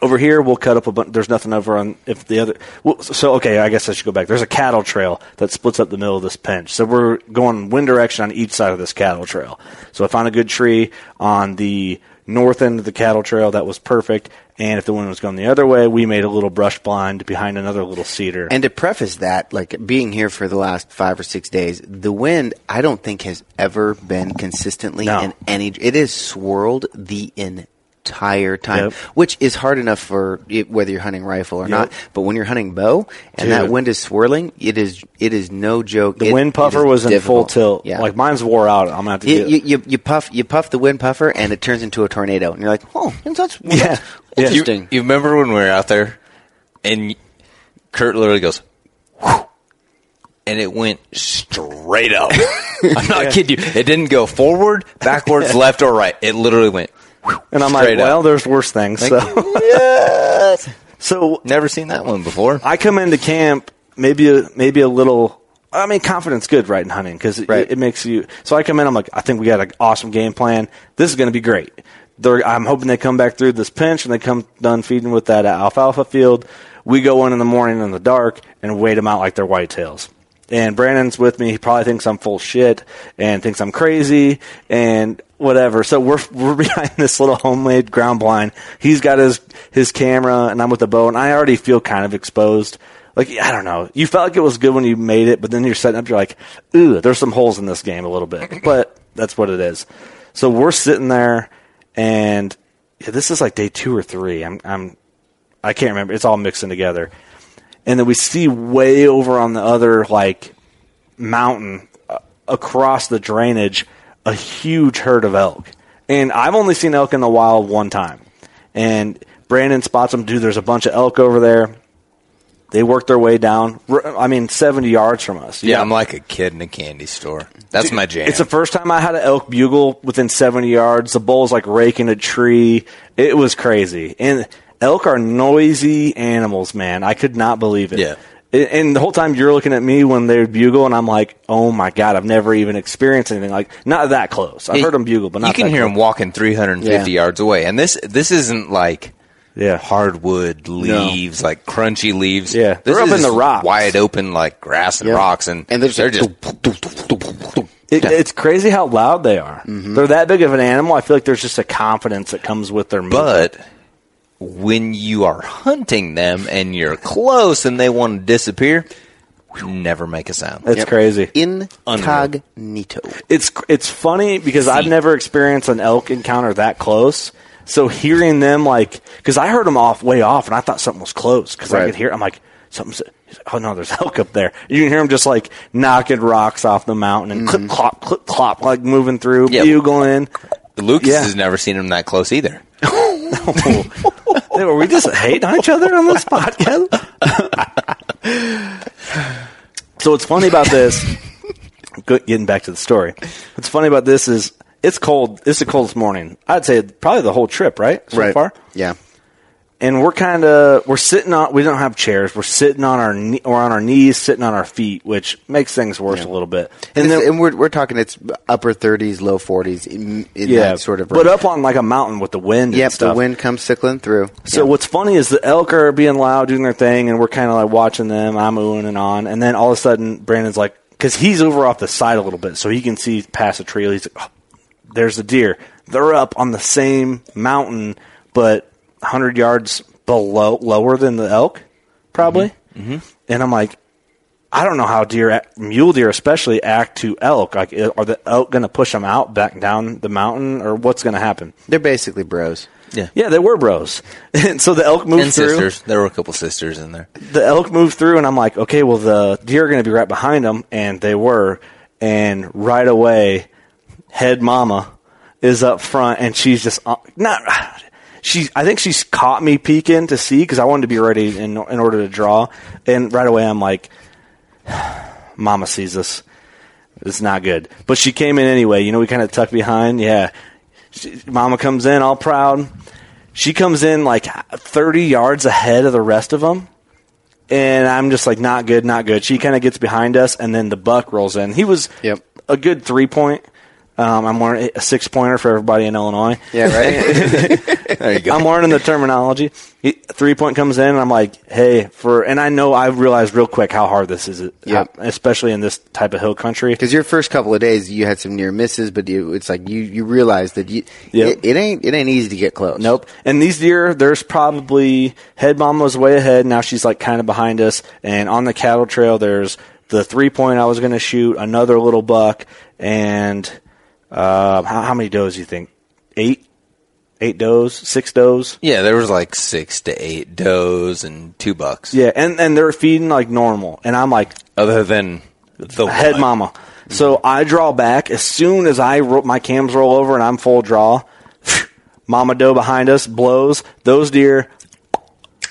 Speaker 6: over here we'll cut up a bunch there's nothing over on if the other well, so okay i guess i should go back there's a cattle trail that splits up the middle of this pinch so we're going wind direction on each side of this cattle trail so i found a good tree on the north end of the cattle trail that was perfect and if the wind was going the other way we made a little brush blind behind another little cedar
Speaker 5: And to preface that, like being here for the last five or six days, the wind I don't think has ever been consistently
Speaker 6: No.
Speaker 5: in any. It has swirled the entire time,
Speaker 6: Yep.
Speaker 5: which is hard enough for it, whether you're hunting rifle or not. But when you're hunting bow and that
Speaker 6: Dude.
Speaker 5: wind is swirling, it is it is no joke.
Speaker 6: the
Speaker 5: It-
Speaker 6: wind
Speaker 5: it
Speaker 6: puffer
Speaker 5: is
Speaker 6: was in full
Speaker 5: difficult.
Speaker 6: tilt
Speaker 5: Yeah.
Speaker 6: like mine's wore out i'm gonna have to
Speaker 5: You,
Speaker 6: get
Speaker 5: you, you, you puff you puff the wind puffer and it turns into a tornado and you're like oh that's, well,
Speaker 6: Yeah.
Speaker 5: that's
Speaker 6: Yeah.
Speaker 7: You,
Speaker 5: interesting
Speaker 7: you remember when we were out there and Kurt literally goes, "Whew," and it went straight up. I'm not kidding you. It didn't go forward, backwards, left, or right. It literally went. whew,
Speaker 6: and i'm like
Speaker 7: straight up.
Speaker 6: well there's worse things so
Speaker 7: yes.
Speaker 6: so
Speaker 7: Never seen that one before.
Speaker 6: I come into camp maybe a, maybe a little. I mean, confidence good right in hunting because it,
Speaker 5: Right.
Speaker 6: it makes you. So I come in, I'm like, I think we got an awesome game plan. This is going to be great. They're, I'm hoping they come back through this pinch and they come done feeding with that alfalfa field. We go in in the morning in the dark and wait them out like they're whitetails. And Brandon's with me. He probably thinks I'm full shit and thinks I'm crazy and whatever. So we're we're behind this little homemade ground blind. He's got his his camera, and I'm with the bow, and I already feel kind of exposed. Like I don't know. You felt like it was good when you made it, but then you're setting up. You're like, ooh, there's some holes in this game a little bit, but that's what it is. So we're sitting there, and yeah, this is like day two or three. I'm I'm I can't remember. It's all mixing together, and then we see way over on the other like mountain uh, across the drainage a huge herd of elk. And I've only seen elk in the wild one time. And Brandon spots them. Dude, there's a bunch of elk over there. They work their way down. r- I mean, 70 yards from us.
Speaker 7: Yeah, I'm like a kid in a candy store. That's my jam.
Speaker 6: It's the first time I had an elk bugle within 70 yards. The bull's like raking a tree. It was crazy. And elk are noisy animals, man. I could not believe it.
Speaker 7: Yeah.
Speaker 6: And- And the whole time you're looking at me when they bugle, and I'm like, oh my God, I've never even experienced anything like not that close. I've
Speaker 7: Hey,
Speaker 6: heard them bugle, but not
Speaker 7: you can
Speaker 6: that
Speaker 7: hear
Speaker 6: close.
Speaker 7: them walking 350
Speaker 5: Yeah.
Speaker 7: yards away. And this this isn't like
Speaker 6: Yeah.
Speaker 7: hardwood leaves, like crunchy leaves.
Speaker 6: Yeah.
Speaker 7: This
Speaker 6: They're up
Speaker 7: is
Speaker 6: in the rocks.
Speaker 7: wide open like grass and
Speaker 5: Yeah.
Speaker 7: rocks, and,
Speaker 5: And they're just-
Speaker 7: they're just
Speaker 6: It, It's crazy how loud they are.
Speaker 7: Mm-hmm.
Speaker 6: They're that big of an animal. I feel like there's just a confidence that comes with their movement.
Speaker 7: But when you are hunting them and you're close and they want to disappear, never make a sound.
Speaker 6: it's crazy.
Speaker 5: Incognito.
Speaker 6: it's it's funny because I've never experienced an elk encounter that close. So hearing them like because I heard them off way off and I thought something was close because I
Speaker 5: Right.
Speaker 6: could hear I'm like something's he's like, oh no there's elk up there you can hear them just like knocking rocks off the mountain and clip clop clip clop like moving through
Speaker 7: Yeah.
Speaker 6: bugling.
Speaker 7: Lucas
Speaker 6: Yeah.
Speaker 7: has never seen him that close either.
Speaker 6: Were we just hating on each other on this podcast? so what's funny about this? go- Getting back to the story, what's funny about this is it's cold. It's the coldest morning. I'd say probably the whole trip, right? So far,
Speaker 5: Yeah.
Speaker 6: and we're kind of we're sitting on. We don't have chairs. We're sitting on our kne- or on our knees, sitting on our feet, which makes things worse a little bit.
Speaker 5: And,
Speaker 6: And then
Speaker 5: we're, we're talking it's upper 30s, low 40s in, in
Speaker 6: yeah,
Speaker 5: that sort of
Speaker 6: but up on like a mountain with the wind.
Speaker 5: Yep,
Speaker 6: and stuff.
Speaker 5: the wind comes sickling through.
Speaker 6: So what's funny is the elk are being loud, doing their thing, and we're kind of like watching them. I'm oohing and on, and then all of a sudden, Brandon's like, because he's over off the side a little bit, so he can see past the tree. He's like, oh, "There's the deer. They're up on the same mountain, but 100 yards below, lower than the elk, probably."
Speaker 7: Mm-hmm.
Speaker 6: And I'm like, I don't know how deer, act- mule deer especially, act to elk. Like, are the elk going to push them out back down the mountain, or what's going to happen?
Speaker 5: They're basically bros.
Speaker 6: Yeah, they were bros. and so the elk moved
Speaker 7: and
Speaker 6: through
Speaker 7: sisters. There were a couple sisters in there.
Speaker 6: the elk moved through, and I'm like, okay, well, the deer are going to be right behind them, and they were. And right away, head mama is up front, and she's just uh, not. She, I think she's caught me peeking to see because I wanted to be ready in in order to draw. And right away, I'm like, Mama sees us. It's not good. But she came in anyway. You know, we kind of tucked behind. Yeah. She, Mama comes in all proud. She comes in like 30 yards ahead of the rest of them. And I'm just like, not good, not good. She kind of gets behind us, and then the buck rolls in. He was
Speaker 5: Yep.
Speaker 6: a good three point. Um, I'm learning a six pointer for everybody in Illinois.
Speaker 5: Yeah, right?
Speaker 7: There you go.
Speaker 6: I'm learning the terminology. He- Three point comes in, and I'm like, hey, for. And I know I've realized real quick how hard this is,
Speaker 5: Yep.
Speaker 6: especially in this type of hill country.
Speaker 5: Because your first couple of days, you had some near misses, but you, it's like you, you realize that you,
Speaker 6: Yep.
Speaker 5: it, it ain't it ain't easy to get close.
Speaker 6: Nope. And these deer, there's probably head mom was way ahead. Now she's like kind of behind us. And on the cattle trail, there's the three point I was going to shoot, another little buck, and uh, how, how many does you think? Eight, eight does, six does.
Speaker 7: Yeah, there was like six to eight does and two bucks.
Speaker 6: Yeah, and and they're feeding like normal. And I'm like,
Speaker 7: Other than the
Speaker 6: head
Speaker 7: one.
Speaker 6: mama. So I draw back as soon as I ro- my cams roll over and I'm full draw. mama doe behind us blows those deer.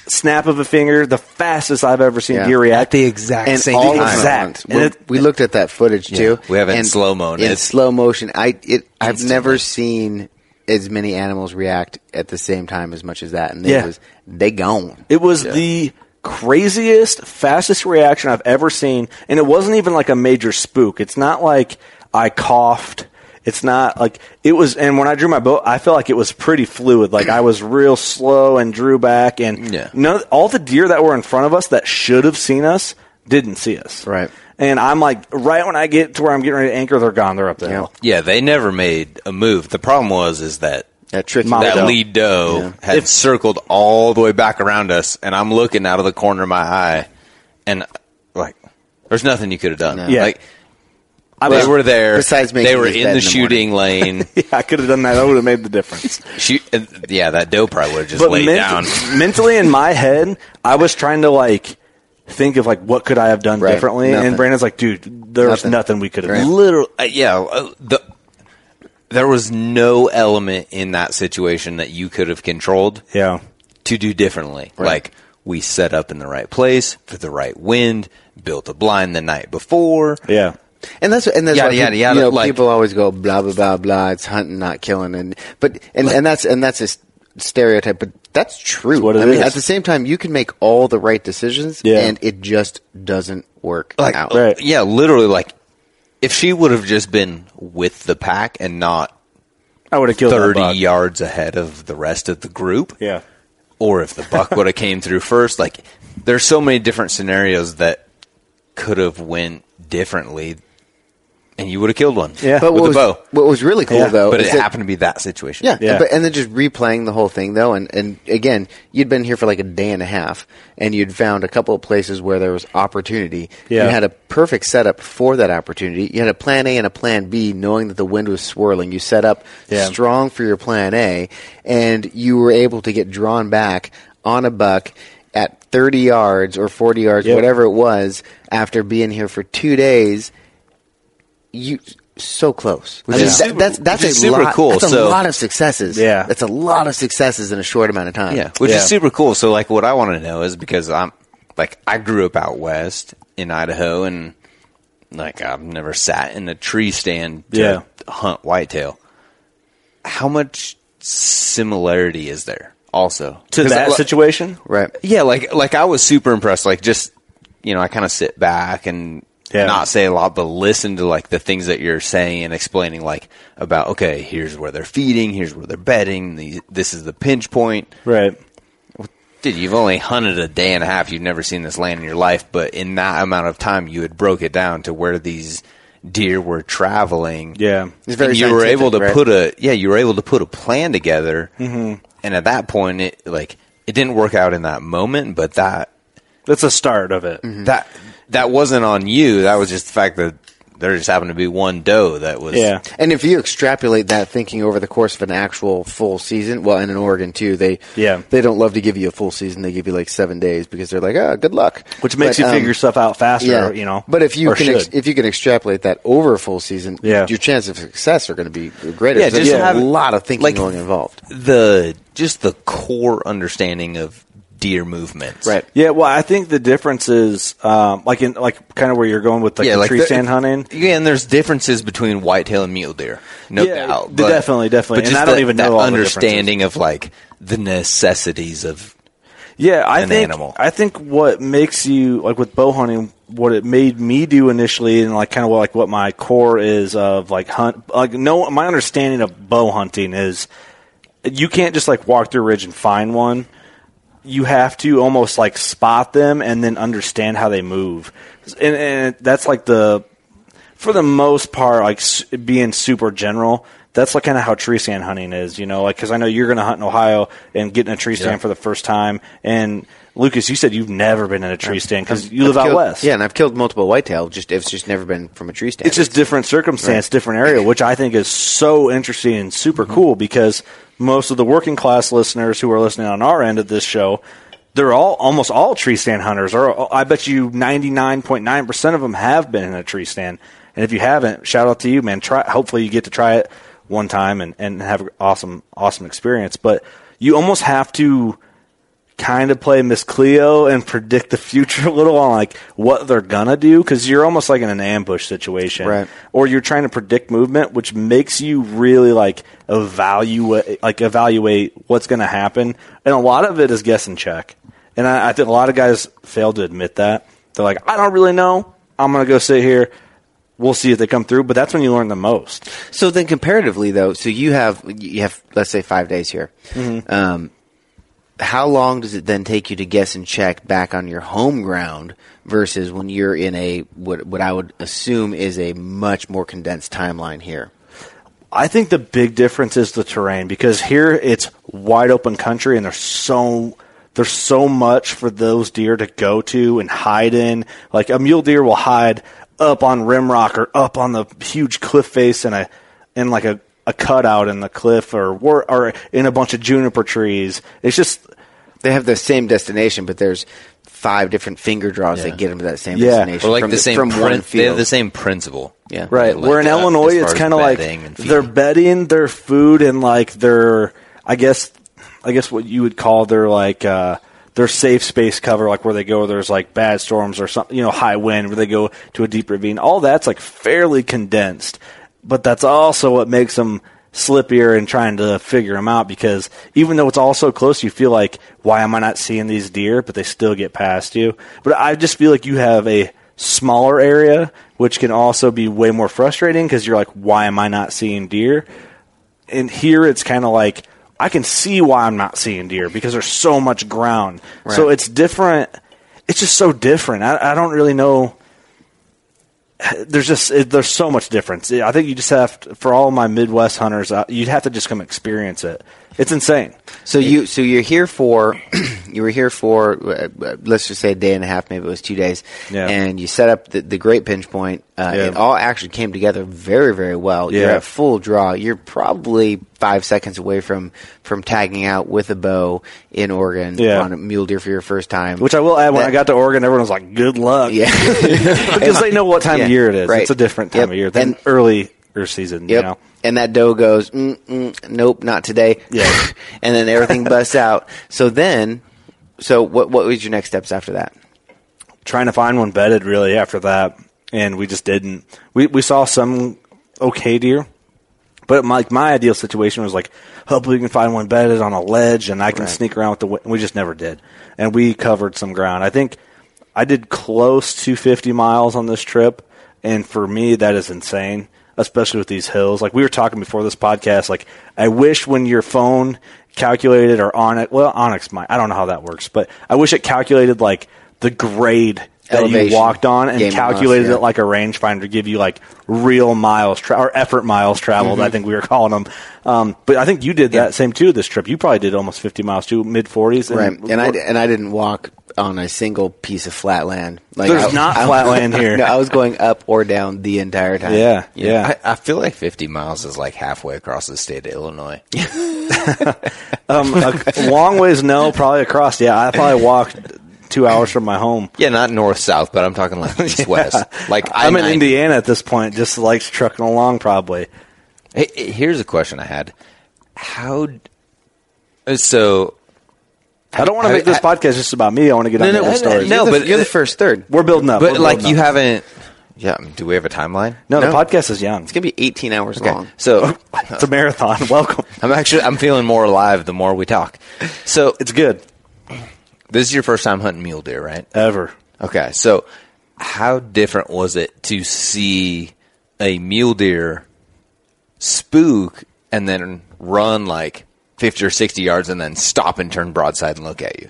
Speaker 6: Snap of a finger, the fastest I've ever seen
Speaker 5: Yeah.
Speaker 6: deer react.
Speaker 7: at the exact
Speaker 5: and
Speaker 7: same
Speaker 5: all
Speaker 7: time.
Speaker 5: of
Speaker 6: Exact.
Speaker 5: that.
Speaker 6: And
Speaker 5: We-
Speaker 6: it-
Speaker 5: we looked at that footage too.
Speaker 7: we have it in
Speaker 5: And
Speaker 7: slow-mo, and
Speaker 5: In
Speaker 7: it's
Speaker 5: slow motion, I it I've
Speaker 7: instantly.
Speaker 5: never seen as many animals react at the same time as much as that, and
Speaker 6: Yeah.
Speaker 5: it was they gone.
Speaker 6: It was the craziest, fastest reaction I've ever seen, and it wasn't even like a major spook. It's not like I coughed. It's not like it was. And when I drew my bow, I felt like it was pretty fluid. Like I was real slow and drew back, and
Speaker 7: Yeah.
Speaker 6: none, all the deer that were in front of us that should have seen us didn't see us.
Speaker 5: Right.
Speaker 6: And I'm like, right when I get to where I'm getting ready to anchor, they're gone. They're up there.
Speaker 5: Yeah.
Speaker 7: Yeah, they never made a move. The problem was is that
Speaker 5: That tricky
Speaker 6: Mama
Speaker 7: that
Speaker 6: doe.
Speaker 7: lead doe had
Speaker 6: If-
Speaker 7: circled all the way back around us, and I'm looking out of the corner of my eye, and like, there's nothing you could have done.
Speaker 6: Yeah.
Speaker 7: Like,
Speaker 6: I
Speaker 7: they
Speaker 6: was-
Speaker 7: were there.
Speaker 5: besides making
Speaker 7: they were
Speaker 5: his
Speaker 7: in
Speaker 5: bed
Speaker 7: the,
Speaker 5: in the
Speaker 7: shooting lane.
Speaker 6: Yeah, I could have done that. That would have made the difference.
Speaker 7: Shoot, and- yeah, that doe probably would have just laid
Speaker 6: ment-
Speaker 7: down.
Speaker 6: mentally in my head, I was trying to like think of like what could I have done
Speaker 5: Right.
Speaker 6: differently,
Speaker 5: Nothing.
Speaker 6: and Brandon's like, dude, there's nothing,
Speaker 5: Nothing.
Speaker 6: we could have
Speaker 5: Right.
Speaker 6: done.
Speaker 7: Literally, uh, yeah. uh, The, there was no element in that situation that you could have controlled.
Speaker 6: Yeah,
Speaker 7: to do differently. Like we set up in the right place for the right wind, built a blind the night before.
Speaker 6: yeah.
Speaker 5: And that's and that's
Speaker 7: Yada,
Speaker 5: why
Speaker 7: yada,
Speaker 5: peop-
Speaker 7: yada,
Speaker 5: you know,
Speaker 7: like-
Speaker 5: people always go blah blah blah blah. It's hunting, not killing, and but and, and that's and that's a s- stereotype, but that's true.
Speaker 6: what it
Speaker 5: I mean,
Speaker 6: is.
Speaker 5: at the same time, you can make all the right decisions,
Speaker 6: Yeah.
Speaker 5: and it just doesn't work
Speaker 7: Like
Speaker 5: out.
Speaker 6: Right.
Speaker 7: yeah, literally like if she would have just been with the pack and not
Speaker 6: I would have killed that
Speaker 7: 30
Speaker 6: buck.
Speaker 7: yards ahead of the rest of the group
Speaker 6: Yeah,
Speaker 7: or if the buck would have came through first, like there's so many different scenarios that could have went differently and you would have killed one.
Speaker 6: Yeah.
Speaker 7: with
Speaker 5: what was,
Speaker 7: a bow.
Speaker 5: what was really cool
Speaker 6: Yeah.
Speaker 5: though,
Speaker 7: But
Speaker 5: is
Speaker 7: it
Speaker 5: that-
Speaker 7: happened to be that situation.
Speaker 5: Yeah,
Speaker 6: Yeah.
Speaker 5: But, and then just replaying the whole thing though, and and again, you'd been here for like a day and a half, and you'd found a couple of places where there was opportunity.
Speaker 6: Yeah.
Speaker 5: you had a perfect setup for that opportunity. You had a plan A and a plan B, knowing that the wind was swirling. You set up
Speaker 6: Yeah.
Speaker 5: strong for your plan A, and you were able to get drawn back on a buck at 30 yards or 40 yards,
Speaker 6: Yep.
Speaker 5: whatever it was, after being here for two days. You so close. I
Speaker 7: is
Speaker 5: mean,
Speaker 7: super-
Speaker 5: that, that's that's
Speaker 7: which is
Speaker 5: a
Speaker 7: super
Speaker 5: lot.
Speaker 7: cool.
Speaker 5: That's a
Speaker 7: So-
Speaker 5: lot of successes.
Speaker 6: Yeah.
Speaker 5: That's a lot of successes in a short amount of time.
Speaker 7: Yeah, which
Speaker 6: Yeah.
Speaker 7: is super cool. So, like, what I want to know is because I'm like, I grew up out west in Idaho, and like, I've never sat in a tree stand to hunt whitetail. How much similarity is there also
Speaker 6: to
Speaker 7: 'Cause
Speaker 6: that
Speaker 7: I-
Speaker 6: situation.
Speaker 5: Right.
Speaker 7: Yeah, like like I was super impressed. Like just you know, I kind of sit back and
Speaker 6: Yeah.
Speaker 7: not say a lot, but listen to like the things that you're saying and explaining, like about okay, here's where they're feeding, here's where they're bedding, these, this is the pinch point.
Speaker 6: Right.
Speaker 7: Dude, you've only hunted a day and a half. You've never seen this land in your life, but in that amount of time, you had broke it down to where these deer were traveling.
Speaker 6: Yeah.
Speaker 5: It's very
Speaker 7: And you were
Speaker 5: scientific,
Speaker 7: able to
Speaker 5: right?
Speaker 7: put a yeah, you were able to put a plan together.
Speaker 6: Mm-hmm.
Speaker 7: And at that point, it like it didn't work out in that moment, but that
Speaker 6: That's the start of it.
Speaker 5: Mm-hmm.
Speaker 7: that that wasn't on you. That was just the fact that there just happened to be one doe that was
Speaker 6: Yeah.
Speaker 5: And if you extrapolate that thinking over the course of an actual full season, well, and in Oregon too, they
Speaker 6: Yeah.
Speaker 5: they don't love to give you a full season. They give you like seven days because they're like, oh, good luck,
Speaker 6: Which makes
Speaker 5: But,
Speaker 6: you
Speaker 5: um,
Speaker 6: figure stuff out faster, you know.
Speaker 5: But if you
Speaker 6: or
Speaker 5: can ex-
Speaker 6: should.
Speaker 5: if you can extrapolate that over a full season,
Speaker 6: Yeah.
Speaker 5: your chance of success are going to be greater.
Speaker 7: Yeah,
Speaker 5: 'Cause there's
Speaker 7: just
Speaker 5: a
Speaker 7: have-
Speaker 5: lot of thinking
Speaker 7: like-
Speaker 5: going involved.
Speaker 7: the just the core understanding of deer movements.
Speaker 5: Right.
Speaker 6: yeah, well, I think the difference is um, like in like kind of where you're going with like, the tree
Speaker 7: the-
Speaker 6: stand hunting.
Speaker 7: Yeah, and there's differences between whitetail and mule deer, no
Speaker 6: Yeah,
Speaker 7: doubt.
Speaker 6: d- definitely, definitely.
Speaker 7: But
Speaker 6: And
Speaker 7: just
Speaker 6: I don't
Speaker 7: that-
Speaker 6: even know
Speaker 7: that
Speaker 6: all the
Speaker 7: understanding of like the necessities of
Speaker 6: Yeah, I
Speaker 7: an
Speaker 6: think
Speaker 7: animal.
Speaker 6: I think what makes you like with bow hunting, what it made me do initially, and like kind of like what my core is of like hunt, like no, my understanding of bow hunting is you can't just like walk through a ridge and find one. You have to almost like spot them and then understand how they move, and, and that's like the for the most part, like s- being super general, that's like kind of how tree stand hunting is, you know, like because I know you're going to hunt in Ohio and get in a tree stand for the first time. And Lucas, you said you've never been in a tree stand because you live
Speaker 5: I've
Speaker 6: out
Speaker 5: killed-
Speaker 6: west.
Speaker 5: Yeah, and I've killed multiple whitetail. Just it's just never been from a tree stand.
Speaker 6: It's just different circumstance, different area, which I think is so interesting and super cool because most of the working class listeners who are listening on our end of this show, they're all almost all tree stand hunters, or I bet you ninety nine point nine percent of them have been in a tree stand. And if you haven't, shout out to you, man. Try. Hopefully, you get to try it one time and and have an awesome awesome experience. But you almost have to kind of play Miss Cleo and predict the future a little on like what they're gonna do because you're almost like in an ambush situation,
Speaker 5: Right.
Speaker 6: Or you're trying to predict movement, which makes you really like evaluate like evaluate what's gonna happen, and a lot of it is guess and check. And I, I think a lot of guys fail to admit that they're like, I don't really know. I'm gonna go sit here. We'll see if they come through, but that's when you learn the most.
Speaker 5: So then, comparatively, though, so you have you have let's say five days here.
Speaker 6: Mm-hmm.
Speaker 5: Um, how long does it then take you to guess and check back on your home ground versus when you're in a what what I would assume is a much more condensed timeline here?
Speaker 6: I think the big difference is the terrain because here it's wide open country and there's so there's so much for those deer to go to and hide in. Like a mule deer will hide up on rim rock or up on the huge cliff face in a in like a, a cutout in the cliff or wor- or in a bunch of juniper trees. It's just
Speaker 5: They have the same destination, but there's five different finger draws that get them to that same
Speaker 6: Yeah.
Speaker 5: destination.
Speaker 7: or like
Speaker 5: from
Speaker 7: the same
Speaker 5: from one
Speaker 7: prin- they have
Speaker 5: field.
Speaker 7: the same principle.
Speaker 5: Yeah.
Speaker 6: Right.
Speaker 7: Like,
Speaker 6: Where in
Speaker 7: uh,
Speaker 6: Illinois,
Speaker 7: as far
Speaker 6: it's
Speaker 7: as
Speaker 6: kind of like
Speaker 7: bedding and
Speaker 6: their
Speaker 7: feeding.
Speaker 6: bedding, their food, and like their, I guess, I guess what you would call their like uh, their safe space cover, like where they go. There's like bad storms or something, you know, high wind where they go to a deep ravine. All that's like fairly condensed, but that's also what makes them slippier and trying to figure them out because even though it's all so close, you feel like why am I not seeing these deer? But they still get past you. But I just feel like you have a smaller area, which can also be way more frustrating because you're like, why am I not seeing deer? And here it's kind of like, I can see why I'm not seeing deer because there's so much ground. So it's different. It's just so different. I, I don't really know there's just it, there's so much difference. I think you just have to, for all my Midwest hunters, uh, you'd have to just come experience it. It's insane.
Speaker 5: So you so you're here for you were here for uh, uh, let's just say a day and a half, maybe it was two days,
Speaker 6: Yeah.
Speaker 5: and you set up the, the great pinch point. Uh,
Speaker 6: Yeah.
Speaker 5: It all actually came together very very well. You're
Speaker 6: Yeah.
Speaker 5: at full draw. You're probably five seconds away from from tagging out with a bow in Oregon
Speaker 6: Yeah.
Speaker 5: on a mule deer for your first time.
Speaker 6: Which I will add, when
Speaker 5: That-
Speaker 6: I got to Oregon, everyone was like, "Good luck,"
Speaker 5: yeah,
Speaker 6: because they know what time
Speaker 5: Yeah,
Speaker 6: of year it is.
Speaker 5: right.
Speaker 6: It's a different time
Speaker 5: Yep.
Speaker 6: of year than
Speaker 5: And-
Speaker 6: early earlier season. You
Speaker 5: Yep.
Speaker 6: know?
Speaker 5: And that doe goes, mm, mm, nope, not today.
Speaker 6: Yeah.
Speaker 5: and then everything busts out. So then, so what? What was your next steps after that?
Speaker 6: trying to find one bedded really after that, and we just didn't. We we saw some okay deer, but my my ideal situation was like hopefully we can find one bedded on a ledge and I can sneak around with the. wi- We just never did, and we covered some ground. I think I did close to 50 miles on this trip, and for me that is insane. Especially with these hills, like we were talking before this podcast, like I wish when your phone calculated or Onyx, well Onyx might, I don't know how that works, but I wish it calculated like the grade that you
Speaker 5: Elevation.
Speaker 6: walked on and
Speaker 5: Game and
Speaker 6: calculated
Speaker 5: mouse,
Speaker 6: it
Speaker 5: yeah.
Speaker 6: like a rangefinder, give you like real miles tra- or effort miles traveled.
Speaker 7: Mm-hmm.
Speaker 6: I think we were calling them. Um, but I think you did that same too this trip. You probably did almost 50 miles too, mid 40s.
Speaker 5: Right. And I and I didn't walk on a single piece of flat land. Like
Speaker 6: There's
Speaker 5: I-
Speaker 6: not
Speaker 5: I-
Speaker 6: flat land here.
Speaker 5: No, I was going up or down the entire time.
Speaker 6: yeah, yeah.
Speaker 7: I, I feel like 50 miles is like halfway across the state of Illinois.
Speaker 6: Um, a long ways, no, probably across. Yeah, I probably walked two hours from my home.
Speaker 7: Yeah, not north south, but I'm talking like east west. Like
Speaker 6: I'm in
Speaker 7: I-90.
Speaker 6: Indiana at this point, just like trucking along probably.
Speaker 7: Hey, hey, here's a question I had. How d- uh, so
Speaker 6: I don't want to
Speaker 7: I-
Speaker 6: make this
Speaker 7: I-
Speaker 6: podcast just about me. I want to get
Speaker 7: No,
Speaker 6: on
Speaker 7: no,
Speaker 6: the
Speaker 7: no,
Speaker 6: whole story.
Speaker 7: no,
Speaker 5: You're the-
Speaker 7: but-
Speaker 5: you're the first third.
Speaker 6: We're building up.
Speaker 7: but
Speaker 6: We're
Speaker 7: like
Speaker 6: building
Speaker 7: you
Speaker 6: up.
Speaker 7: haven't yeah, do we have a timeline?
Speaker 6: No, the
Speaker 5: No.
Speaker 6: podcast is young.
Speaker 5: It's gonna be 18 hours long.
Speaker 7: So
Speaker 6: It's a marathon. Welcome.
Speaker 7: I'm actually I'm feeling more alive the more we talk. So
Speaker 6: It's good.
Speaker 7: this is your first time hunting mule deer, right?
Speaker 6: Ever.
Speaker 7: Okay, so how different was it to see a mule deer spook and then run like 50 or 60 yards and then stop and turn broadside and look at you?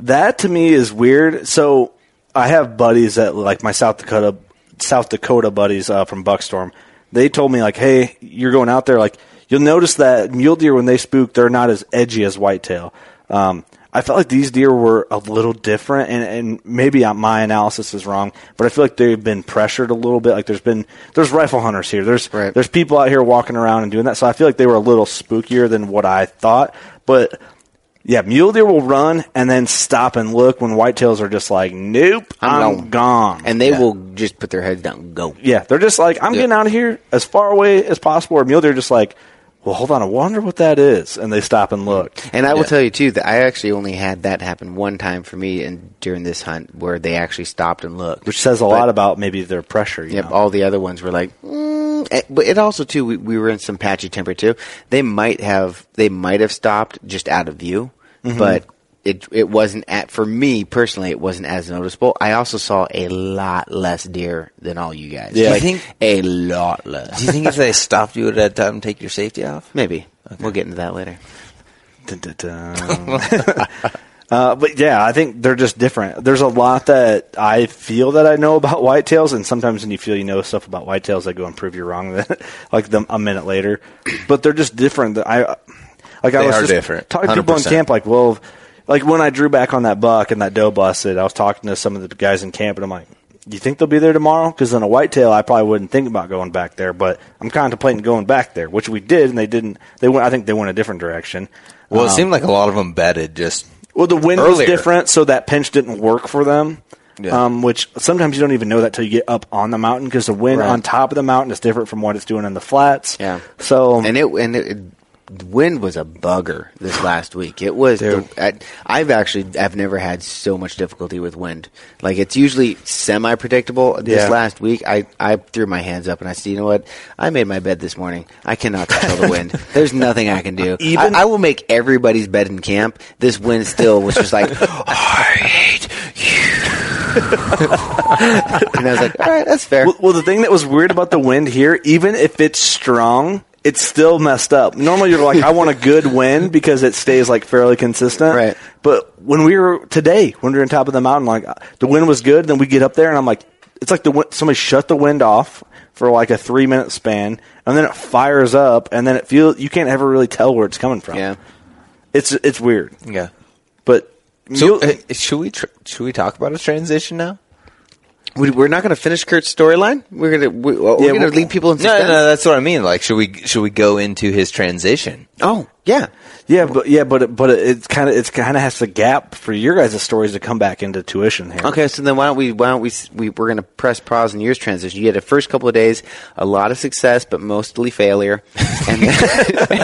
Speaker 6: That to me is weird. So I have buddies that like my South Dakota South Dakota buddies uh, from Buckstorm. They told me like, "Hey, you're going out there. Like, you'll notice that mule deer when they spook, they're not as edgy as whitetail." Um, I felt like these deer were a little different, and, and maybe uh, my analysis is wrong, but I feel like they've been pressured a little bit. Like there's been there's rifle hunters here, there's
Speaker 5: Right.
Speaker 6: there's people out here walking around and doing that, so I feel like they were a little spookier than what I thought. But yeah, mule deer will run and then stop and look when whitetails are just like, nope, I'm,
Speaker 5: I'm
Speaker 6: gone.
Speaker 5: gone.
Speaker 6: And
Speaker 5: And they will just put their heads down, go.
Speaker 6: yeah, they're just like, I'm
Speaker 7: Yeah.
Speaker 6: getting out of here as far away as possible. Or mule deer just like, well, hold on, I wonder what that is, and they stop and look.
Speaker 5: And I will
Speaker 7: Yeah.
Speaker 5: tell you too that I actually only had that happen one time for me, and during this hunt where they actually stopped and looked,
Speaker 6: Which says a lot about maybe their pressure. You
Speaker 5: Yep.
Speaker 6: know?
Speaker 5: All the other ones were like, mm, eh, but it also too. We, we were in some patchy temper too. They might have they might have stopped just out of view, but it it wasn't at for me personally. It wasn't as noticeable. I also saw a lot less deer than all you guys.
Speaker 6: Yeah.
Speaker 5: Like,
Speaker 7: Do you think-
Speaker 5: a lot less.
Speaker 7: Do you think if they stopped you at that time, take your safety off?
Speaker 5: Maybe we'll get into that later.
Speaker 6: Dun, dun, dun. Uh, but yeah, I think they're just different. There's a lot that I feel that I know about whitetails, and sometimes when you feel you know stuff about whitetails, I go and prove you wrong that, like them a minute later. But they're just different. I like I
Speaker 7: They
Speaker 6: was
Speaker 7: are
Speaker 6: just
Speaker 7: different.
Speaker 6: talking to people in
Speaker 7: 100%.
Speaker 6: camp, like, well, like when I drew back on that buck and that doe busted, I was talking to some of the guys in camp, and I'm like, you think they'll be there tomorrow? Because on a whitetail, I probably wouldn't think about going back there, but I'm contemplating going back there, which we did, and they didn't. They went. I think they went a different direction.
Speaker 7: Well, it
Speaker 6: um,
Speaker 7: seemed like a lot of them bedded just.
Speaker 6: Well, the wind was
Speaker 7: Earlier.
Speaker 6: different, so that pinch didn't work for them.
Speaker 7: Yeah.
Speaker 6: Um, which sometimes you don't even know that till you get up on the mountain because the wind on top of the mountain is different from what it's doing in the flats.
Speaker 5: Yeah.
Speaker 6: So
Speaker 5: and it and it, the wind was a bugger this last week. It was. The, I, I've actually I've never had so much difficulty with wind. Like it's usually semi predictable. This
Speaker 6: Yeah.
Speaker 5: last week, I I threw my hands up and I said, you know what? I made my bed this morning. I cannot control the wind. There's nothing I can do.
Speaker 6: Even-
Speaker 5: I, I will make everybody's bed in camp. This wind still was just like. and I was like, all right, that's fair.
Speaker 6: well, well, the thing that was weird about the wind here, even if it's strong, it's still messed up. Normally, you're like, I want a good wind because it stays like fairly consistent.
Speaker 5: Right.
Speaker 6: But when we were today, when we were on top of the mountain, like the wind was good. Then we get up there, and I'm like, it's like the wi- somebody shut the wind off for like a three minute span, and then it fires up, and then it feels you can't ever really tell where it's coming from.
Speaker 5: Yeah.
Speaker 6: it's it's weird,
Speaker 7: Yeah.
Speaker 6: but
Speaker 7: So
Speaker 6: mule-
Speaker 7: uh, should we tr- should we talk about a transition now?
Speaker 5: We, we're not going to finish Kurt's storyline. We're going to we, we're
Speaker 6: Yeah,
Speaker 5: going to
Speaker 6: we'll-
Speaker 5: leave people in
Speaker 7: No,
Speaker 5: suspense.
Speaker 7: no, that's what I mean. Like, should we should we go into his transition?
Speaker 5: Oh, yeah.
Speaker 6: yeah, but yeah, but it, but it, it's kind of it's kind of has the gap for your guys' stories to come back into tuition here.
Speaker 5: Okay, so then why don't we? Why don't we? s- we we're going to press pause in yours transition. You had the first couple of days, a lot of success, but mostly failure, and then-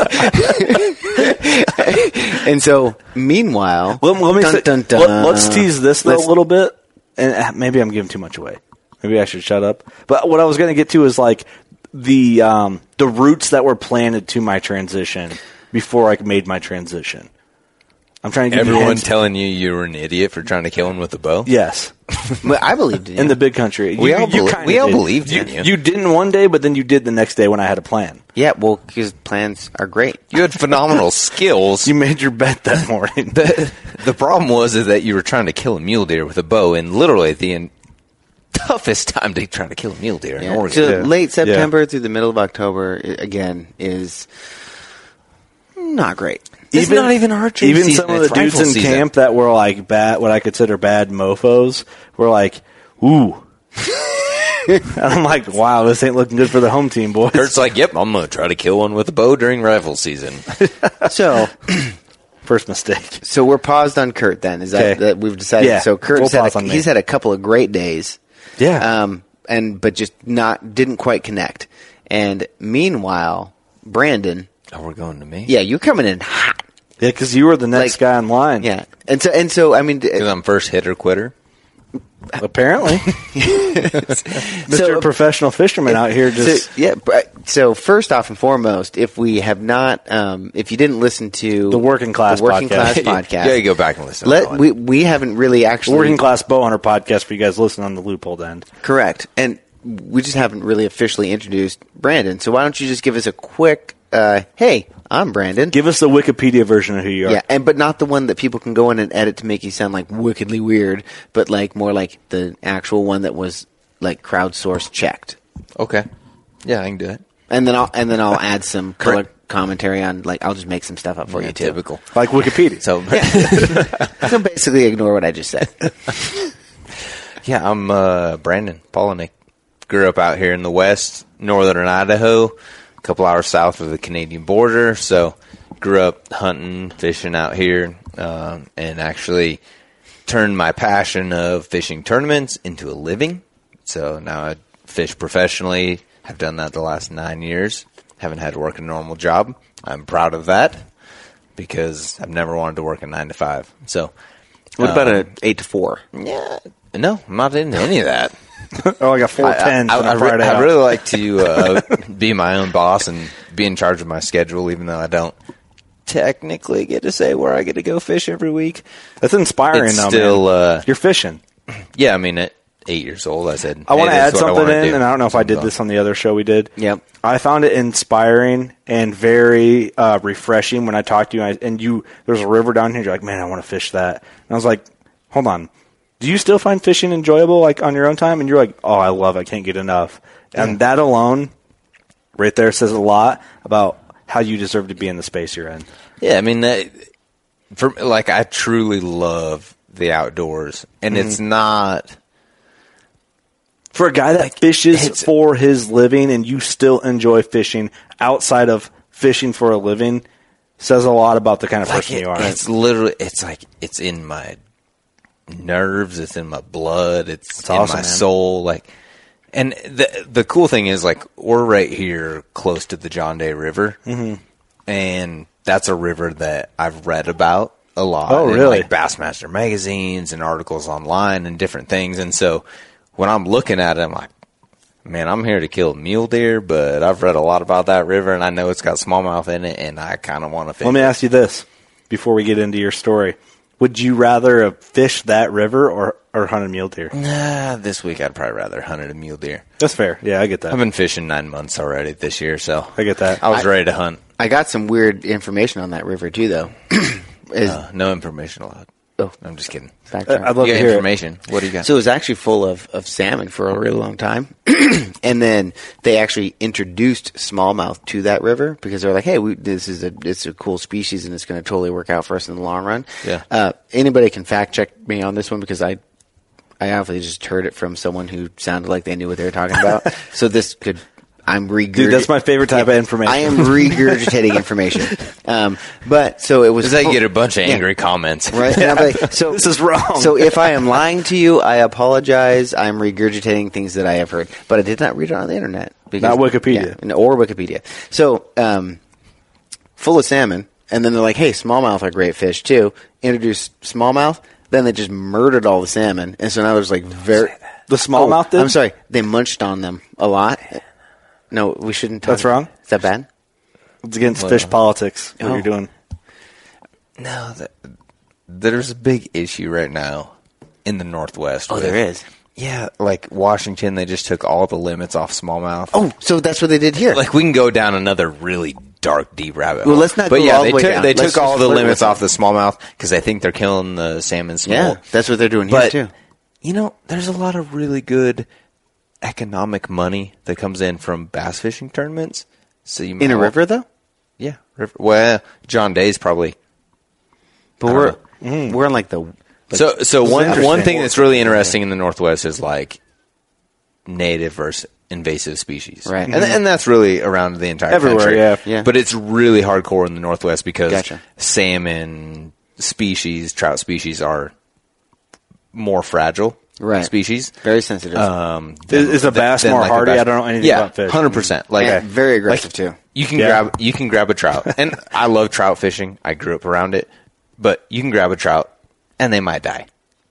Speaker 5: and so meanwhile,
Speaker 6: Let, let me
Speaker 5: dun,
Speaker 6: say-
Speaker 5: dun, dun.
Speaker 6: let, us tease this though,
Speaker 5: Let's-
Speaker 6: a little bit, and uh, maybe I'm giving too much away. Maybe I should shut up. But what I was going to get to is like the um, the roots that were planted to my transition before I made my transition. I'm trying to give you
Speaker 7: Everyone
Speaker 6: hints.
Speaker 7: telling you you were an idiot for trying to kill him with a bow.
Speaker 6: yes,
Speaker 5: Well, I believed in you.
Speaker 6: in the big country,
Speaker 7: We
Speaker 6: You-
Speaker 7: all
Speaker 6: you
Speaker 7: belie-
Speaker 6: kinda
Speaker 7: we all
Speaker 6: did.
Speaker 7: believed
Speaker 6: you,
Speaker 7: in you.
Speaker 6: You didn't one day, but then you did the next day when I had a plan.
Speaker 5: yeah, well, because plans are great.
Speaker 7: You had phenomenal skills.
Speaker 6: You made your bet that morning.
Speaker 7: the, the problem was is that you were trying to kill a mule deer with a bow, and literally at the en- toughest time to try to kill a mule deer in
Speaker 5: Yeah.
Speaker 7: Oregon.
Speaker 5: So
Speaker 6: Yeah.
Speaker 5: late September through the middle of October i- again is not great.
Speaker 7: It's not even archery
Speaker 6: Even
Speaker 7: season,
Speaker 6: some of the
Speaker 7: it's
Speaker 6: dudes
Speaker 7: rifle
Speaker 6: in
Speaker 7: season.
Speaker 6: camp that were like bad, what I consider bad mofo's, were like, "Ooh," and I'm like, "Wow, this ain't looking good for the home team, boys."
Speaker 7: Kurt's like, "Yep, I'm gonna try to kill one with a bow during rifle season."
Speaker 5: So
Speaker 6: First mistake.
Speaker 5: so we're paused on Kurt. Then is that,
Speaker 6: Okay.
Speaker 5: that we've decided?
Speaker 6: Yeah,
Speaker 5: So Kurt's
Speaker 6: we'll
Speaker 5: had
Speaker 6: pause
Speaker 5: a,
Speaker 6: on me.
Speaker 5: he's had a couple of great days.
Speaker 6: Yeah.
Speaker 5: um, and but just not didn't quite connect. And meanwhile, Brandon,
Speaker 7: Oh, we're going to me.
Speaker 5: yeah, you're coming in hot,
Speaker 6: yeah, because you were the next
Speaker 5: like-
Speaker 6: guy in line.
Speaker 5: yeah. And so and so, I mean, d-
Speaker 7: 'Cause I'm first hitter quitter.
Speaker 6: apparently, Mr.
Speaker 5: So-
Speaker 6: professional fisherman out here just
Speaker 5: so, yeah. br- So first off and foremost, if we have not, um, if you didn't listen to
Speaker 6: The Working Class
Speaker 5: the working
Speaker 6: Podcast.
Speaker 5: class podcast,
Speaker 7: Yeah, you go back and listen. to that
Speaker 5: Let,
Speaker 7: one.
Speaker 5: we we haven't really actually
Speaker 6: working class bow hunter podcast for you guys listening on the loophole end.
Speaker 5: correct, and we just haven't really officially introduced Brandon. So why don't you just give us a quick, uh, hey, I'm Brandon.
Speaker 6: Give us the Wikipedia version of who you are.
Speaker 5: Yeah, and but not the one that people can go in and edit to make you sound like wickedly weird, but like more like the actual one that was like crowdsourced checked.
Speaker 7: okay. Yeah, I can do it.
Speaker 5: And then I'll and then I'll add some color
Speaker 7: Right.
Speaker 5: commentary on like I'll just make some stuff up for
Speaker 7: Yeah,
Speaker 5: you too.
Speaker 7: typical.
Speaker 6: like Wikipedia.
Speaker 7: So
Speaker 5: So basically ignore what I just said.
Speaker 7: Yeah, I'm uh, Brandon Polinick. Grew up out here in the West, northern Idaho, a couple hours south of the Canadian border. So, grew up hunting, fishing out here, um, and actually turned my passion of fishing tournaments into a living. So now I fish professionally. Have done that the last nine years. Haven't had to work a normal job. I'm proud of that because I've never wanted to work a nine to five. So,
Speaker 5: What
Speaker 7: about
Speaker 5: a eight to four?
Speaker 7: yeah, no, I'm not into any of that.
Speaker 6: oh, I got four tens
Speaker 7: I,
Speaker 6: on
Speaker 7: I,
Speaker 6: a
Speaker 7: re-
Speaker 6: Friday.
Speaker 7: I
Speaker 6: out.
Speaker 7: really like to uh, be my own boss and be in charge of my schedule, even though I don't technically get to say where I get to go fish every week.
Speaker 6: That's inspiring.
Speaker 7: It's
Speaker 6: though, man.
Speaker 7: still, uh,
Speaker 6: you're fishing.
Speaker 7: Yeah, I mean, at eight years old, I said,
Speaker 6: I want to
Speaker 7: "Hey, this
Speaker 6: add
Speaker 7: is what
Speaker 6: something
Speaker 7: wanna
Speaker 6: in,
Speaker 7: do."
Speaker 6: and I don't know if I did
Speaker 7: So,
Speaker 6: this on the other show we did.
Speaker 5: Yep.
Speaker 6: I found it inspiring and very uh, refreshing when I talked to you, and, I, and you. There's a river down here. You're like, man, I want to fish that, and I was like, hold on, do you still find fishing enjoyable, like on your own time? And you're like, oh, I love, it. I can't get enough, and that alone, right there, says a lot about how you deserve to be in the space you're in.
Speaker 7: Yeah, I mean, that, for like, I truly love the outdoors, and it's
Speaker 6: Mm-hmm.
Speaker 7: not.
Speaker 6: For a guy that
Speaker 7: it's-
Speaker 6: fishes for his living and you still enjoy fishing outside of fishing for a living says a lot about the kind of
Speaker 7: like
Speaker 6: person
Speaker 7: it-
Speaker 6: you are.
Speaker 7: It's literally, it's like it's in my nerves, it's in my blood, it's, in
Speaker 6: awesome,
Speaker 7: my
Speaker 6: man.
Speaker 7: soul. Like, and the the cool thing is, like, we're right here close to the John Day River,
Speaker 6: Mm-hmm.
Speaker 7: and that's a river that I've read about a lot.
Speaker 6: Oh,
Speaker 7: in,
Speaker 6: really?
Speaker 7: Like Bassmaster magazines and articles online and different things. And so when I'm looking at it, I'm like. Man, I'm here to kill mule deer, but I've read a lot about that river, and I know it's got smallmouth in it, and I kind of want to fish.
Speaker 6: Let me
Speaker 7: it.
Speaker 6: ask you this before we get into your story. Would you rather have fished that river or, or hunted mule deer?
Speaker 7: Mm. Nah, this week I'd probably rather hunted a mule deer.
Speaker 6: That's fair. Yeah, I get that.
Speaker 7: I've been fishing nine months already this year, so
Speaker 6: I get that.
Speaker 7: I was ready to hunt.
Speaker 5: I got some weird information on that river too, though. Is-
Speaker 7: Uh, no Uh, information allowed.
Speaker 5: Oh,
Speaker 7: I'm just kidding.
Speaker 5: back
Speaker 6: Uh, I'd love
Speaker 7: you
Speaker 6: to
Speaker 7: got
Speaker 6: hear it.
Speaker 7: information. What do you got?
Speaker 5: So it was actually full of, of salmon for a really long time. and then they actually introduced smallmouth to that river because they're like, hey, we, this is a it's a cool species and it's going to totally work out for us in the long run.
Speaker 7: Yeah.
Speaker 5: Uh, anybody can fact check me on this one because I I obviously just heard it from someone who sounded like they knew what they were talking about. so this could I'm regurgitating.
Speaker 6: Dude, that's my favorite type of information.
Speaker 5: I am regurgitating information. Um, but so it was.
Speaker 7: Does that
Speaker 5: full-
Speaker 7: get a bunch of
Speaker 5: Yeah.
Speaker 7: angry comments?
Speaker 5: Right? And I'll be like, so
Speaker 6: This is wrong.
Speaker 5: So if I am lying to you, I apologize. I'm regurgitating things that I have heard, but I did not read it on the internet.
Speaker 6: Not Wikipedia.
Speaker 5: yeah, or Wikipedia. So um, full of salmon, and then they're like, "Hey, smallmouth are great fish too." Introduce smallmouth. Then they just murdered all the salmon, and so now there's like very
Speaker 6: The smallmouth
Speaker 5: Oh,
Speaker 6: did?
Speaker 5: I'm sorry, they munched on them a lot. No, we shouldn't. Talk.
Speaker 6: That's wrong?
Speaker 5: Is that bad?
Speaker 6: It's against fish politics. What
Speaker 5: Oh.
Speaker 6: you're doing?
Speaker 7: No, that, there's a big issue right now in the Northwest.
Speaker 5: Oh, there
Speaker 7: with-
Speaker 5: is.
Speaker 7: Yeah, like Washington, they just took all the limits off smallmouth.
Speaker 5: Oh, so that's what they did here.
Speaker 7: like we can go down another really dark deep rabbit hole.
Speaker 5: Well, let's not
Speaker 7: But
Speaker 5: go
Speaker 7: yeah,
Speaker 5: all
Speaker 7: they
Speaker 5: the way
Speaker 7: took
Speaker 5: down.
Speaker 7: they
Speaker 5: Let's
Speaker 7: took
Speaker 5: just
Speaker 7: all the
Speaker 5: flirt with
Speaker 7: limits
Speaker 5: it.
Speaker 7: off the smallmouth because I think they're killing the salmon small.
Speaker 5: yeah, that's what they're doing
Speaker 7: but
Speaker 5: here too.
Speaker 7: you know, there's a lot of really good economic money that comes in from bass fishing tournaments. So you
Speaker 5: In a
Speaker 7: might-
Speaker 5: river though.
Speaker 7: yeah, river. Well, John Day's probably
Speaker 5: But
Speaker 7: I
Speaker 5: we're
Speaker 7: don't Mm.
Speaker 5: we're on like the like,
Speaker 7: so so one
Speaker 5: interesting.
Speaker 7: one thing that's really interesting in the Northwest is like native versus invasive species,
Speaker 5: Right. Mm-hmm.
Speaker 7: And and that's really around the entire
Speaker 6: Everywhere,
Speaker 7: country.
Speaker 6: yeah.
Speaker 5: Yeah.
Speaker 7: But it's really hardcore in the Northwest because
Speaker 5: Gotcha.
Speaker 7: salmon species, trout species are more fragile
Speaker 5: Right.
Speaker 7: species.
Speaker 5: very sensitive.
Speaker 7: Um,
Speaker 6: Is- is a bass more hardy? I don't know anything about fish.
Speaker 7: Hundred percent. Like
Speaker 5: And very aggressive, too.
Speaker 7: You can
Speaker 6: Yeah.
Speaker 7: grab you can grab a trout, and I love trout fishing. I grew up around it, but you can grab a trout, and they might die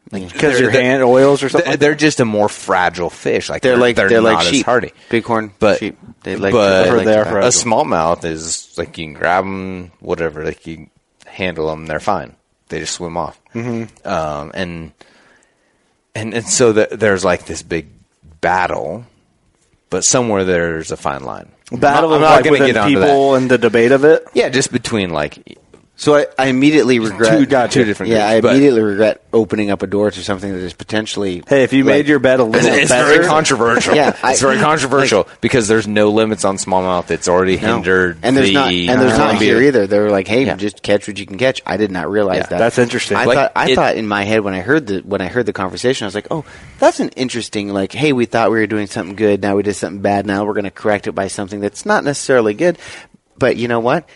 Speaker 6: Because
Speaker 7: They're-
Speaker 6: your
Speaker 7: they're-
Speaker 6: hand oils or something.
Speaker 7: They're, they're just a more fragile fish. Like
Speaker 5: they're, like they're, like
Speaker 7: not as
Speaker 5: sheep,
Speaker 7: hardy.
Speaker 5: bighorn,
Speaker 7: But
Speaker 5: sheep. They like
Speaker 7: but
Speaker 5: they like
Speaker 6: They are
Speaker 5: to-
Speaker 6: fragile.
Speaker 7: a smallmouth is like you can grab them, whatever. Like you can handle them, they're fine. They just swim off. Mm-hmm. Um, and and and so the, there's like this big battle, but somewhere there's a fine line.
Speaker 6: Battle
Speaker 7: I'm
Speaker 6: of
Speaker 7: not
Speaker 6: like
Speaker 7: gonna
Speaker 6: within
Speaker 7: get onto
Speaker 6: people and the debate of it.
Speaker 7: Yeah, just between like
Speaker 5: So I, I immediately regret
Speaker 7: two, two different.
Speaker 5: Yeah, I
Speaker 7: groups, but-
Speaker 5: immediately regret opening up a door to something that is potentially.
Speaker 6: Hey, if you
Speaker 5: like-
Speaker 6: made your bet a
Speaker 7: It's,
Speaker 6: little
Speaker 7: it's
Speaker 6: better,
Speaker 7: very controversial.
Speaker 5: Yeah, I-
Speaker 7: it's very controversial because there's no limits on smallmouth. It's already
Speaker 5: No.
Speaker 7: hindered.
Speaker 5: and there's
Speaker 7: the
Speaker 5: not and there's not
Speaker 7: Columbia.
Speaker 5: here either. They were like, "Hey,
Speaker 7: Yeah.
Speaker 5: just catch what you can catch." I did not realize
Speaker 7: Yeah,
Speaker 5: that.
Speaker 6: that's interesting.
Speaker 5: I
Speaker 7: Like,
Speaker 5: thought I
Speaker 7: it-
Speaker 5: thought in my head when I heard the when I heard the conversation, I was like, "Oh, that's an interesting like, hey, we thought we were doing something good, now we did something bad. Now we're going to correct it by something that's not necessarily good." But you know what?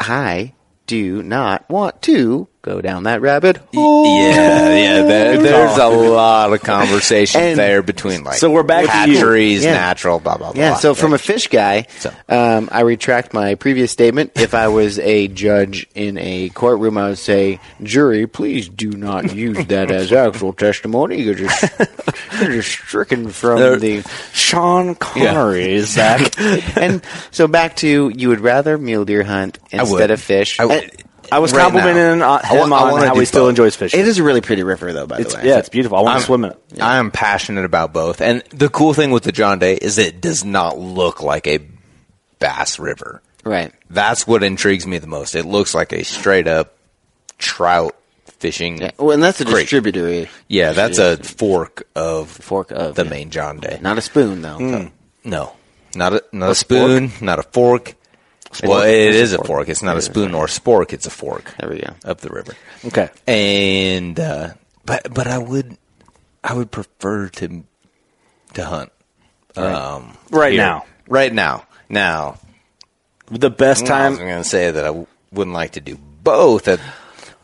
Speaker 5: I do not want to go down that rabbit hole.
Speaker 7: Yeah, yeah. There, there's a lot of conversation
Speaker 5: And-
Speaker 7: there between like
Speaker 6: So we're back to you.
Speaker 7: hatcheries,
Speaker 5: Yeah.
Speaker 7: natural, blah blah blah.
Speaker 5: Yeah, so from a fish guy,
Speaker 7: So-
Speaker 5: um, I retract my previous statement. If I was a judge in a courtroom, I would say, jury, please do not use that as actual testimony. You're just, you're just stricken from
Speaker 7: There-
Speaker 5: the.
Speaker 6: Sean Connery is back.
Speaker 5: And so back to you would rather mule deer hunt instead
Speaker 7: would.
Speaker 5: of fish.
Speaker 7: I would.
Speaker 5: And
Speaker 6: I was
Speaker 7: Right now.
Speaker 6: complimenting on
Speaker 7: I wa-
Speaker 6: him
Speaker 7: I
Speaker 6: on
Speaker 7: wanna
Speaker 6: how
Speaker 7: do
Speaker 6: he still
Speaker 7: both.
Speaker 6: enjoys fishing.
Speaker 5: it is a really pretty river, though, by
Speaker 6: It's,
Speaker 5: the way.
Speaker 6: yeah, it's beautiful. I want to swim in it.
Speaker 7: I am passionate about both, and the cool thing with the John Day is it does not look like a bass river.
Speaker 5: Right.
Speaker 7: That's what intrigues me the most. It looks like a straight up trout fishing.
Speaker 5: Yeah. Well, and that's a
Speaker 7: Creek.
Speaker 5: distributor,
Speaker 7: Yeah, that's a fork of
Speaker 5: Fork of,
Speaker 7: the
Speaker 5: yeah.
Speaker 7: main John Day.
Speaker 5: not a spoon, though.
Speaker 7: Mm,
Speaker 5: So-
Speaker 7: no, not a not a, spoon, not a fork. Well, it is a fork. It's not a spoon or a spork. It's a fork.
Speaker 5: There we go.
Speaker 7: Up the river,
Speaker 6: Okay.
Speaker 7: and uh, but but I would I would prefer to to hunt um,
Speaker 6: Right
Speaker 7: here.
Speaker 6: now.
Speaker 7: Right now, now
Speaker 6: The best
Speaker 7: time. I'm
Speaker 6: time.
Speaker 7: going to say that Mm, I w- wouldn't like to do both, uh,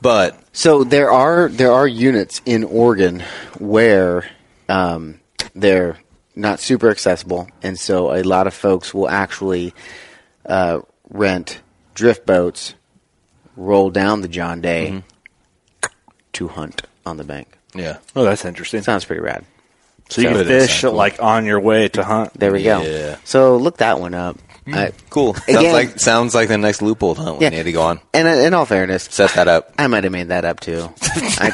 Speaker 7: but
Speaker 5: So there are there are units in Oregon where um, they're not super accessible, and so a lot of folks will actually uh, rent drift boats, roll down the John Day
Speaker 7: Mm-hmm.
Speaker 5: to hunt on the bank.
Speaker 7: yeah,
Speaker 6: Oh, that's interesting. So
Speaker 5: Sounds pretty rad.
Speaker 6: you
Speaker 7: so-
Speaker 6: can fish like on your way to hunt.
Speaker 5: There we
Speaker 7: Yeah. Mm.
Speaker 5: go. So look that one up. I,
Speaker 7: cool. sounds
Speaker 5: Again-
Speaker 7: like sounds like the next loophole hunt we
Speaker 5: Yeah.
Speaker 7: need to go on.
Speaker 5: and uh, in all fairness,
Speaker 7: Set that up.
Speaker 5: I might have made that up too. I,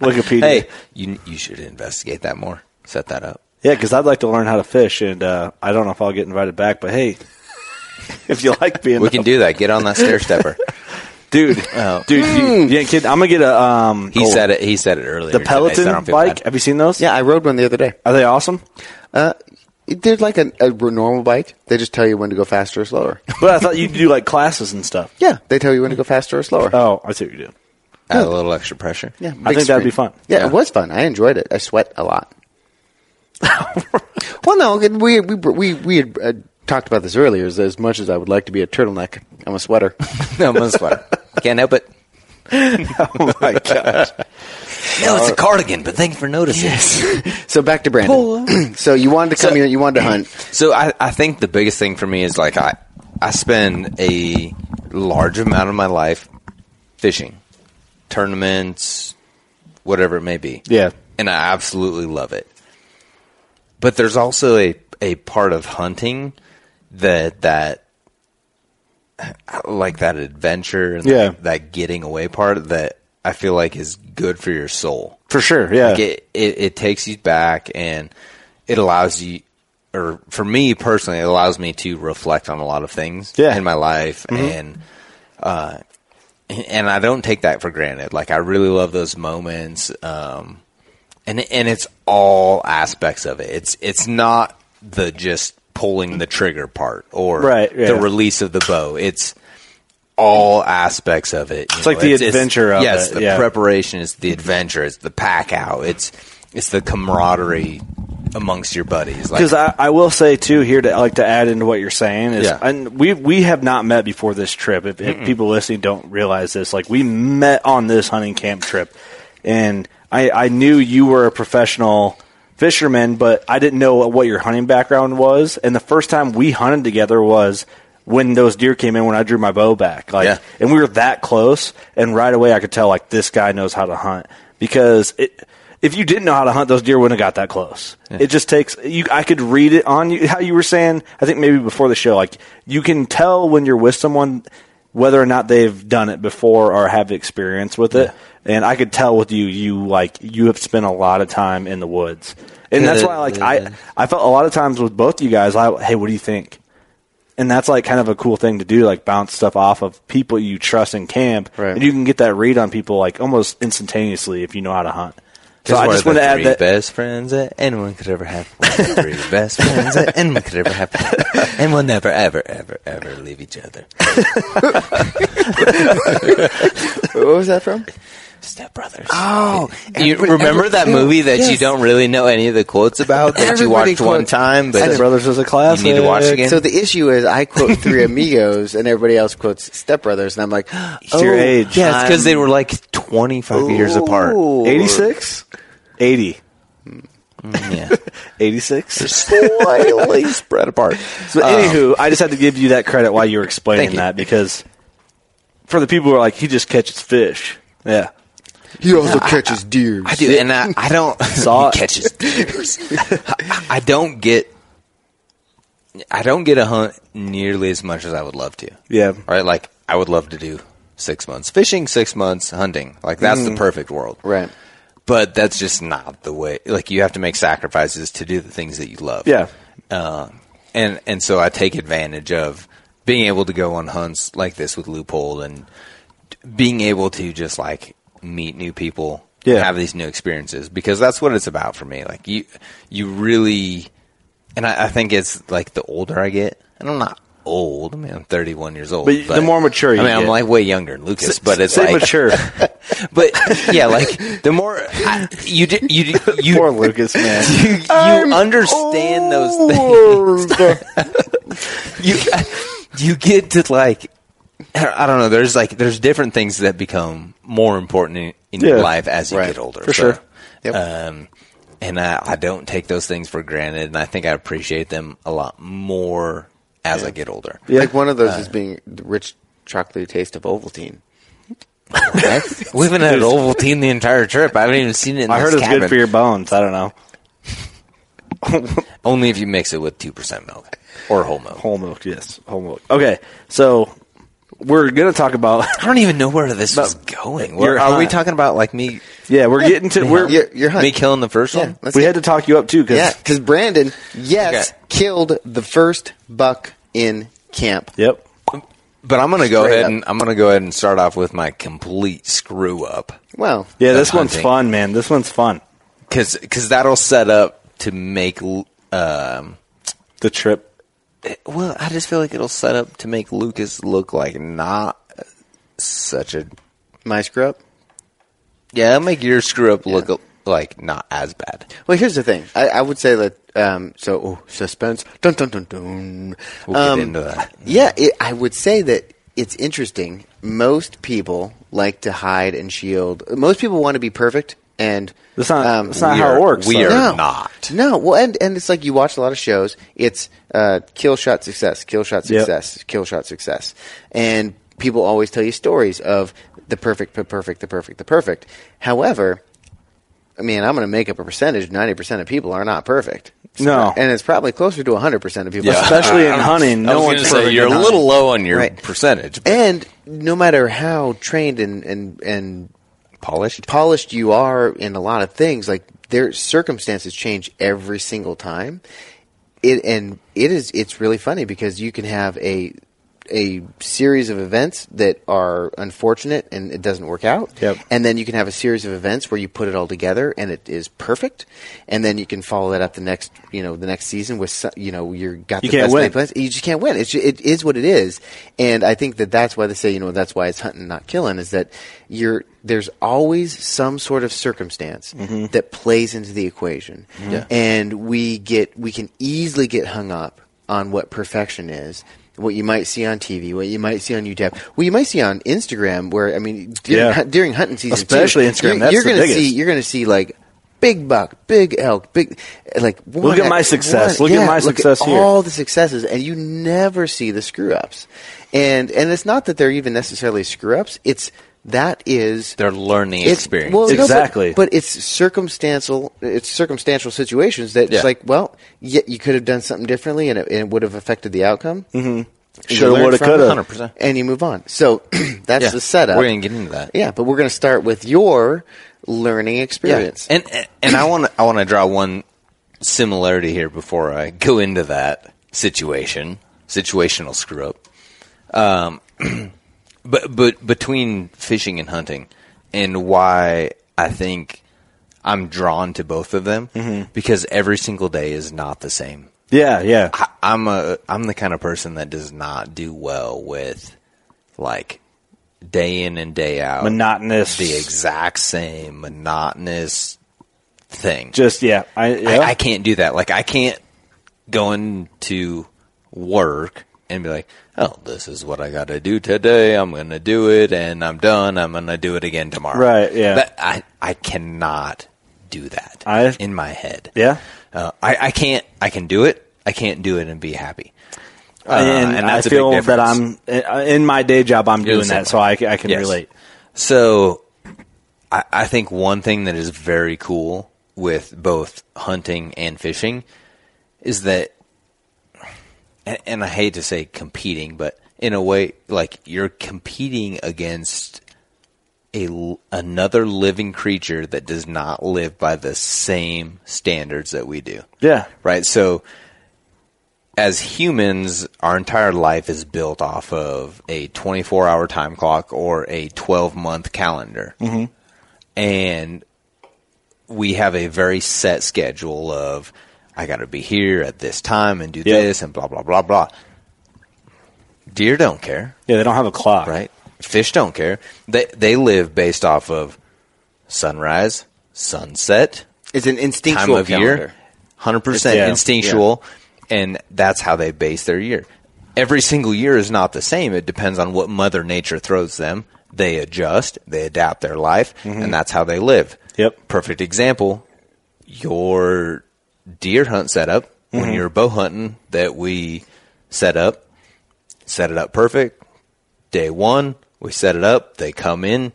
Speaker 6: Wikipedia.
Speaker 7: Hey, you you should investigate that more. Set that up.
Speaker 6: Yeah, because I'd like to learn how to fish, and uh, I don't know if I'll get invited back. But hey, if you like being,
Speaker 7: We can do that. Get on that stair stepper.
Speaker 6: dude. Dude, you, you ain't kidding. I'm gonna get a um.
Speaker 7: Oh. He
Speaker 6: oh,
Speaker 7: said it. He said it earlier.
Speaker 6: the
Speaker 7: today, so I
Speaker 6: Peloton
Speaker 7: don't feel
Speaker 6: bike.
Speaker 7: bad.
Speaker 6: Have you seen those?
Speaker 5: Yeah, I rode one the other day.
Speaker 6: Are they awesome?
Speaker 5: Uh, they're like a, a normal bike. They just tell you when to go faster or slower.
Speaker 6: But I thought you do like classes and stuff.
Speaker 5: yeah, they tell you when to go faster or slower.
Speaker 6: Oh, I see what you do.
Speaker 7: Add a little extra pressure.
Speaker 5: yeah,
Speaker 6: I
Speaker 5: big
Speaker 6: think that'd be
Speaker 5: screen.
Speaker 6: fun.
Speaker 5: Yeah,
Speaker 7: Yeah.
Speaker 5: it was fun. I enjoyed it. I sweat a lot. well, no, we we we we had uh, talked about this earlier. Is as much as I would like to be a turtleneck, I'm a sweater.
Speaker 7: no, I'm a sweater. Can't help it.
Speaker 6: Oh my gosh.
Speaker 7: No, it's a cardigan. But thank you for noticing.
Speaker 5: so back to Brandon. so you wanted to come here. You wanted to hunt.
Speaker 7: So I, I think the biggest thing for me is like I I spend a large amount of my life fishing, tournaments, whatever it may be.
Speaker 6: Yeah.
Speaker 7: And I absolutely love it. But there's also a a part of hunting that that I like that adventure and
Speaker 6: Yeah.
Speaker 7: that, that getting away part that I feel like is good for your soul.
Speaker 6: For sure. Yeah.
Speaker 7: Like it, it, it takes you back and it allows you, or for me personally, it allows me to reflect on a lot of things
Speaker 6: Yeah. Mm-hmm.
Speaker 7: in my life. And, uh, and I don't take that for granted. Like I really love those moments. Um, and, and it's all aspects of it. It's, it's not the just pulling the trigger part or
Speaker 6: Right, yeah.
Speaker 7: the release of the bow. It's, all aspects of it. It's
Speaker 6: like the adventure of
Speaker 7: yes,
Speaker 6: it,
Speaker 7: the
Speaker 6: yeah.
Speaker 7: preparation. It's the adventure. It's the pack out. It's it's the camaraderie amongst your buddies. Like,
Speaker 6: Because I, I will say too here to like to add into what you're saying is
Speaker 7: Yeah.
Speaker 6: and we we have not met before this trip. If, if people listening don't realize this, like we met on this hunting camp trip, and I I knew you were a professional fisherman, but I didn't know what your hunting background was. And the first time we hunted together was when those deer came in when I drew my bow back. Like
Speaker 7: Yeah.
Speaker 6: and we were that close and right away I could tell like this guy knows how to hunt because it if you didn't know how to hunt those deer wouldn't have got that close it just takes you i could read it on you how you were saying i think maybe before the show like you can tell when you're with someone whether or not they've done it before or have experience with it and i could tell with you you like you have spent a lot of time in the woods and that's why like i i felt a lot of times with both you guys i hey what do you think and that's like kind of a cool thing to do, like bounce stuff off of people you trust in camp,
Speaker 5: Right.
Speaker 6: and you can get that read on people like almost instantaneously if you know how to hunt. So
Speaker 7: Just
Speaker 6: I
Speaker 7: one
Speaker 6: just
Speaker 7: of
Speaker 6: want
Speaker 7: the
Speaker 6: to add
Speaker 7: three
Speaker 6: that.
Speaker 7: best friends that anyone could ever have. One of the three best friends that anyone could ever have, and we'll never, ever, ever, ever leave each other.
Speaker 5: What was that from?
Speaker 7: Step brothers. Oh, you remember that movie that you don't really know any of the quotes about that you
Speaker 5: Everybody
Speaker 7: watched one
Speaker 5: quotes-
Speaker 7: time, but
Speaker 6: Step Brothers was a classic.
Speaker 7: You need to watch again.
Speaker 5: Uh, So the issue is, I quote Three Amigos, and everybody else quotes Step Brothers, and I'm like, oh,
Speaker 6: your age.
Speaker 7: Yeah, it's because they were like 25 years apart.
Speaker 5: Ooh.
Speaker 6: 86? 80.
Speaker 7: Yeah.
Speaker 6: 86?
Speaker 7: slightly spread apart.
Speaker 6: So, anywho, I just had to give you that credit while Oh. you were explaining
Speaker 7: you.
Speaker 6: that because for the people who are like, he just catches fish. Yeah.
Speaker 5: He also catches deer.
Speaker 7: I do, and I, I don't
Speaker 6: Saw it.
Speaker 7: catches. I, I don't get. I don't get a hunt nearly as much as I would love to.
Speaker 6: Yeah.
Speaker 7: Right. Like I would love to do six months fishing, six months hunting. Like that's the perfect world.
Speaker 5: Right.
Speaker 7: But that's just not the way. Like you have to make sacrifices to do the things that you love.
Speaker 6: Yeah.
Speaker 7: Uh, and and so I take advantage of being able to go on hunts like this with Loophole and being able to just like meet new people,
Speaker 6: Yeah.
Speaker 7: have these new experiences because that's what it's about for me. Like you, you really, and I, I think it's like the older I get, and I'm not old. I mean, I'm 31 years old.
Speaker 6: But the more mature you
Speaker 7: I mean, I'm
Speaker 6: get.
Speaker 7: like way younger than Lucas, but it's
Speaker 6: Say
Speaker 7: like
Speaker 6: mature.
Speaker 7: But yeah, like the more I, you d- you d- you
Speaker 6: Poor Lucas, man.
Speaker 7: you, you understand those things. you you get to like I don't know. There's like there's different things that become more important in, in your
Speaker 6: Yeah.
Speaker 7: life as you
Speaker 5: Right.
Speaker 7: get older.
Speaker 6: For
Speaker 7: So,
Speaker 6: sure.
Speaker 5: Yep.
Speaker 7: Um, and I, I don't take those things for granted, and I think I appreciate them a lot more as I get older.
Speaker 5: Like one of those is being the rich chocolatey taste of Ovaltine.
Speaker 7: We haven't had Ovaltine the entire trip. I haven't even seen it. In
Speaker 6: I
Speaker 7: this
Speaker 6: heard it's
Speaker 7: cabin.
Speaker 6: good for your bones. I don't know.
Speaker 7: Only if you mix it with two percent milk or whole milk.
Speaker 6: Whole milk, yes. Whole milk. Okay. So we're going to talk about.
Speaker 7: I don't even know where this is going.
Speaker 6: Your
Speaker 7: Where, are we
Speaker 6: hunt.
Speaker 7: talking about like me?
Speaker 6: Yeah, we're getting to we're
Speaker 5: Your, your hunt.
Speaker 7: Me killing the first
Speaker 5: Yeah,
Speaker 7: one?
Speaker 5: let's
Speaker 6: we
Speaker 5: get-
Speaker 6: had to talk you up too because
Speaker 5: Yeah, because Brandon, yes,
Speaker 7: Okay.
Speaker 5: killed the first buck in camp.
Speaker 6: yep.
Speaker 7: But I'm going to go
Speaker 5: Straight
Speaker 7: ahead
Speaker 5: up.
Speaker 7: and I'm going to go ahead and start off with my complete screw up
Speaker 5: Well,
Speaker 6: Yeah,
Speaker 7: Of
Speaker 6: this one's
Speaker 7: hunting.
Speaker 6: fun, man. This one's fun.
Speaker 7: because that'll set up to make. l- Um,
Speaker 6: The trip.
Speaker 7: well, I just feel like it'll set up to make Lucas look like not such a
Speaker 5: my screw up.
Speaker 7: yeah. It'll make your screw up look like not as bad.
Speaker 5: Well, here's the thing. I, I would say that. Um, so oh, suspense. Dun dun dun dun. Um,
Speaker 7: We'll get into that.
Speaker 5: Yeah, it, I would say that it's interesting. Most people like to hide and shield. Most people want to be perfect, and
Speaker 6: That's not.
Speaker 5: um,
Speaker 6: that's not
Speaker 7: we
Speaker 6: how
Speaker 7: are-
Speaker 6: it works.
Speaker 7: we
Speaker 6: though.
Speaker 7: are-
Speaker 5: no,
Speaker 7: not.
Speaker 5: No, well, and and it's like you watch a lot of shows. It's uh, kill shot success, kill shot
Speaker 6: Yep.
Speaker 5: success, kill shot success, and people always tell you stories of the perfect, the perfect, the perfect, the perfect. However, I mean, I'm going to make up a percentage. Ninety percent of people are not perfect.
Speaker 6: No.
Speaker 5: and it's probably closer to hundred percent of people.
Speaker 6: Especially
Speaker 7: Uh,
Speaker 6: in hunting, no one's perfect
Speaker 7: you're
Speaker 6: in
Speaker 7: a
Speaker 6: hunting.
Speaker 7: little low on your
Speaker 5: Right.
Speaker 7: percentage.
Speaker 5: And no matter how trained and and and
Speaker 7: Polished.
Speaker 5: polished you are in a lot of things, like their circumstances change every single time. It and it is it's really funny because you can have a a series of events that are unfortunate and it doesn't work out.
Speaker 6: Yep.
Speaker 5: And then you can have a series of events where you put it all together and it is perfect. And then you can follow that up the next, you know, the next season with, so- you know, you're got
Speaker 6: You
Speaker 5: the
Speaker 6: can't
Speaker 5: best
Speaker 6: win.
Speaker 5: laid plans that's- you just can't win. It's ju- it is what it is, and I think that that's why they say you know that's why it's hunting not killing is that you're there's always some sort of circumstance
Speaker 6: Mm-hmm.
Speaker 5: that plays into the equation, and we get we can easily get hung up on what perfection is. What you might see on TV, what you might see on YouTube, what you might see on Instagram, where I mean, during,
Speaker 6: Yeah.
Speaker 5: hu- during hunting season, too,
Speaker 6: Especially Instagram,
Speaker 5: you-
Speaker 6: that's
Speaker 5: you're
Speaker 6: the
Speaker 5: gonna
Speaker 6: biggest.
Speaker 5: see you're gonna see like big buck, big elk, big like
Speaker 6: Look at
Speaker 5: one-
Speaker 6: my success. Look at my
Speaker 5: look
Speaker 6: success here.
Speaker 5: All the successes, and you never see the screw ups. And and it's not that they're even necessarily screw ups. It's that is
Speaker 7: They're learning
Speaker 5: it's-
Speaker 7: experience.
Speaker 5: well, no, but-
Speaker 6: Exactly.
Speaker 5: but, it's circumstantial. It's circumstantial situations that
Speaker 7: Yeah.
Speaker 5: it's like, well, yeah, you could have done something differently, and it, and it would have affected the outcome. Mm-hmm.
Speaker 6: Shoulda, woulda, coulda.
Speaker 7: 100%.
Speaker 5: and you move on. So that's
Speaker 7: Yeah.
Speaker 5: the setup.
Speaker 7: We're gonna get into that.
Speaker 5: Yeah, but we're going to start with your learning experience.
Speaker 7: And and- and I want to I want to draw one similarity here before I go into that situation situational screw up. Um, but but between fishing and hunting, and why I think I'm drawn to both of them
Speaker 5: Mm-hmm.
Speaker 7: because every single day is not the same.
Speaker 6: Yeah, yeah.
Speaker 7: I, I'm a I'm the kind of person that does not do well with like day in and day out
Speaker 6: Monotonous.
Speaker 7: the exact same monotonous thing.
Speaker 6: Just yeah. I, yeah.
Speaker 7: I, I can't do that. Like I can't go into work and be like, "Oh, this is what I got to do today. I'm going to do it, and I'm done. I'm going to do it again tomorrow."
Speaker 6: Right, yeah.
Speaker 7: That, I I cannot do that
Speaker 6: I-
Speaker 7: in my head.
Speaker 6: Yeah.
Speaker 7: Uh, I I can't. I can do it. I can't do it and be happy. Uh,
Speaker 6: and, I
Speaker 7: that's a big
Speaker 6: feel that
Speaker 7: difference.
Speaker 6: I'm uh, in my day job. I'm
Speaker 7: You're the
Speaker 6: doing that,
Speaker 7: same
Speaker 6: so I,
Speaker 7: way.
Speaker 6: c- I can
Speaker 7: Yes.
Speaker 6: relate.
Speaker 7: So, I, I think one thing that is very cool with both hunting and fishing is that, and, and I hate to say competing, but in a way, like you're competing against a l- another living creature that does not live by the same standards that we do
Speaker 6: Yeah.
Speaker 7: right? So, as humans, our entire life is built off of a 24 hour time clock or a 12 month calendar. Mm-hmm. And we have a very set schedule of, I got to be here at this time and do
Speaker 6: Yeah.
Speaker 7: this and blah, blah, blah, blah. Deer don't care
Speaker 6: Yeah. They don't have a clock.
Speaker 7: right? Fish don't care. They they live based off of sunrise, sunset.
Speaker 5: It's an instinctual
Speaker 7: time of year,
Speaker 5: calendar.
Speaker 7: hundred percent
Speaker 6: It's- yeah,
Speaker 7: instinctual, and that's how they base their year. Every single year is not the same. It depends on what Mother Nature throws them. They adjust, they adapt their life, and that's how they live.
Speaker 6: Mm-hmm. Yep.
Speaker 7: Perfect example: your deer hunt setup
Speaker 6: Mm-hmm.
Speaker 7: when you're bow hunting that we set up, set it up perfect day one. We set it up. They come in.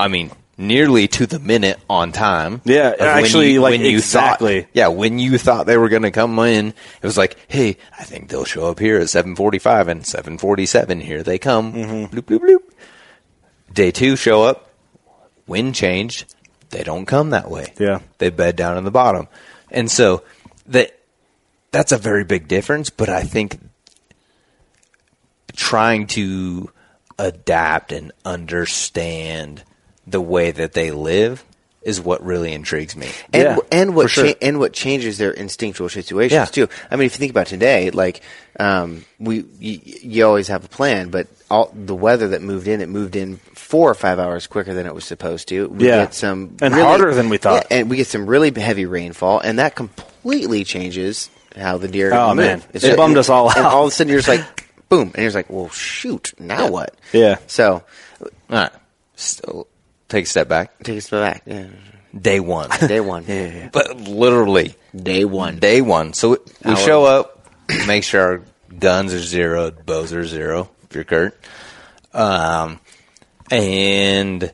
Speaker 7: I mean, nearly to the minute on time.
Speaker 6: Yeah,
Speaker 7: of
Speaker 6: actually, like,
Speaker 7: Thought,
Speaker 6: exactly.
Speaker 7: yeah, when you thought they were going to come in, it was like, hey, I think they'll show up here at seven forty-five and seven forty-seven. Here they come.
Speaker 6: Mm-hmm.
Speaker 7: Bloop bloop bloop. Day two, show up. Wind changed. They don't come that way.
Speaker 6: Yeah.
Speaker 7: they bed down in the bottom, and so that that's a very big difference. But I think trying to adapt and understand the way that they live is what really intrigues me.
Speaker 5: and
Speaker 6: Yeah,
Speaker 5: and what
Speaker 6: for sure.
Speaker 5: cha- and what changes their instinctual situations
Speaker 7: Yeah.
Speaker 5: too. I mean, if you think about today, like um, we you, you always have a plan, but all the weather that moved in, it moved in four or five hours quicker than it was supposed to. We
Speaker 6: Yeah.
Speaker 5: get some
Speaker 6: And harder than we thought.
Speaker 5: Yeah, and we get some really heavy rainfall, and that completely changes how the deer.
Speaker 6: Oh,
Speaker 5: move.
Speaker 6: man. It bummed us all
Speaker 5: And
Speaker 6: out.
Speaker 5: all of a sudden, you're just like, boom, and you're just like, well, shoot, now what?
Speaker 6: Yeah.
Speaker 5: So
Speaker 7: All right. So take a step back.
Speaker 5: take us back. Yeah.
Speaker 7: Day one.
Speaker 5: Day one.
Speaker 7: but literally
Speaker 5: Day one.
Speaker 7: Day one. So we, we
Speaker 5: Hour.
Speaker 7: show up, make sure our guns are zeroed, bows are zero, if you're Kurt. Um, and,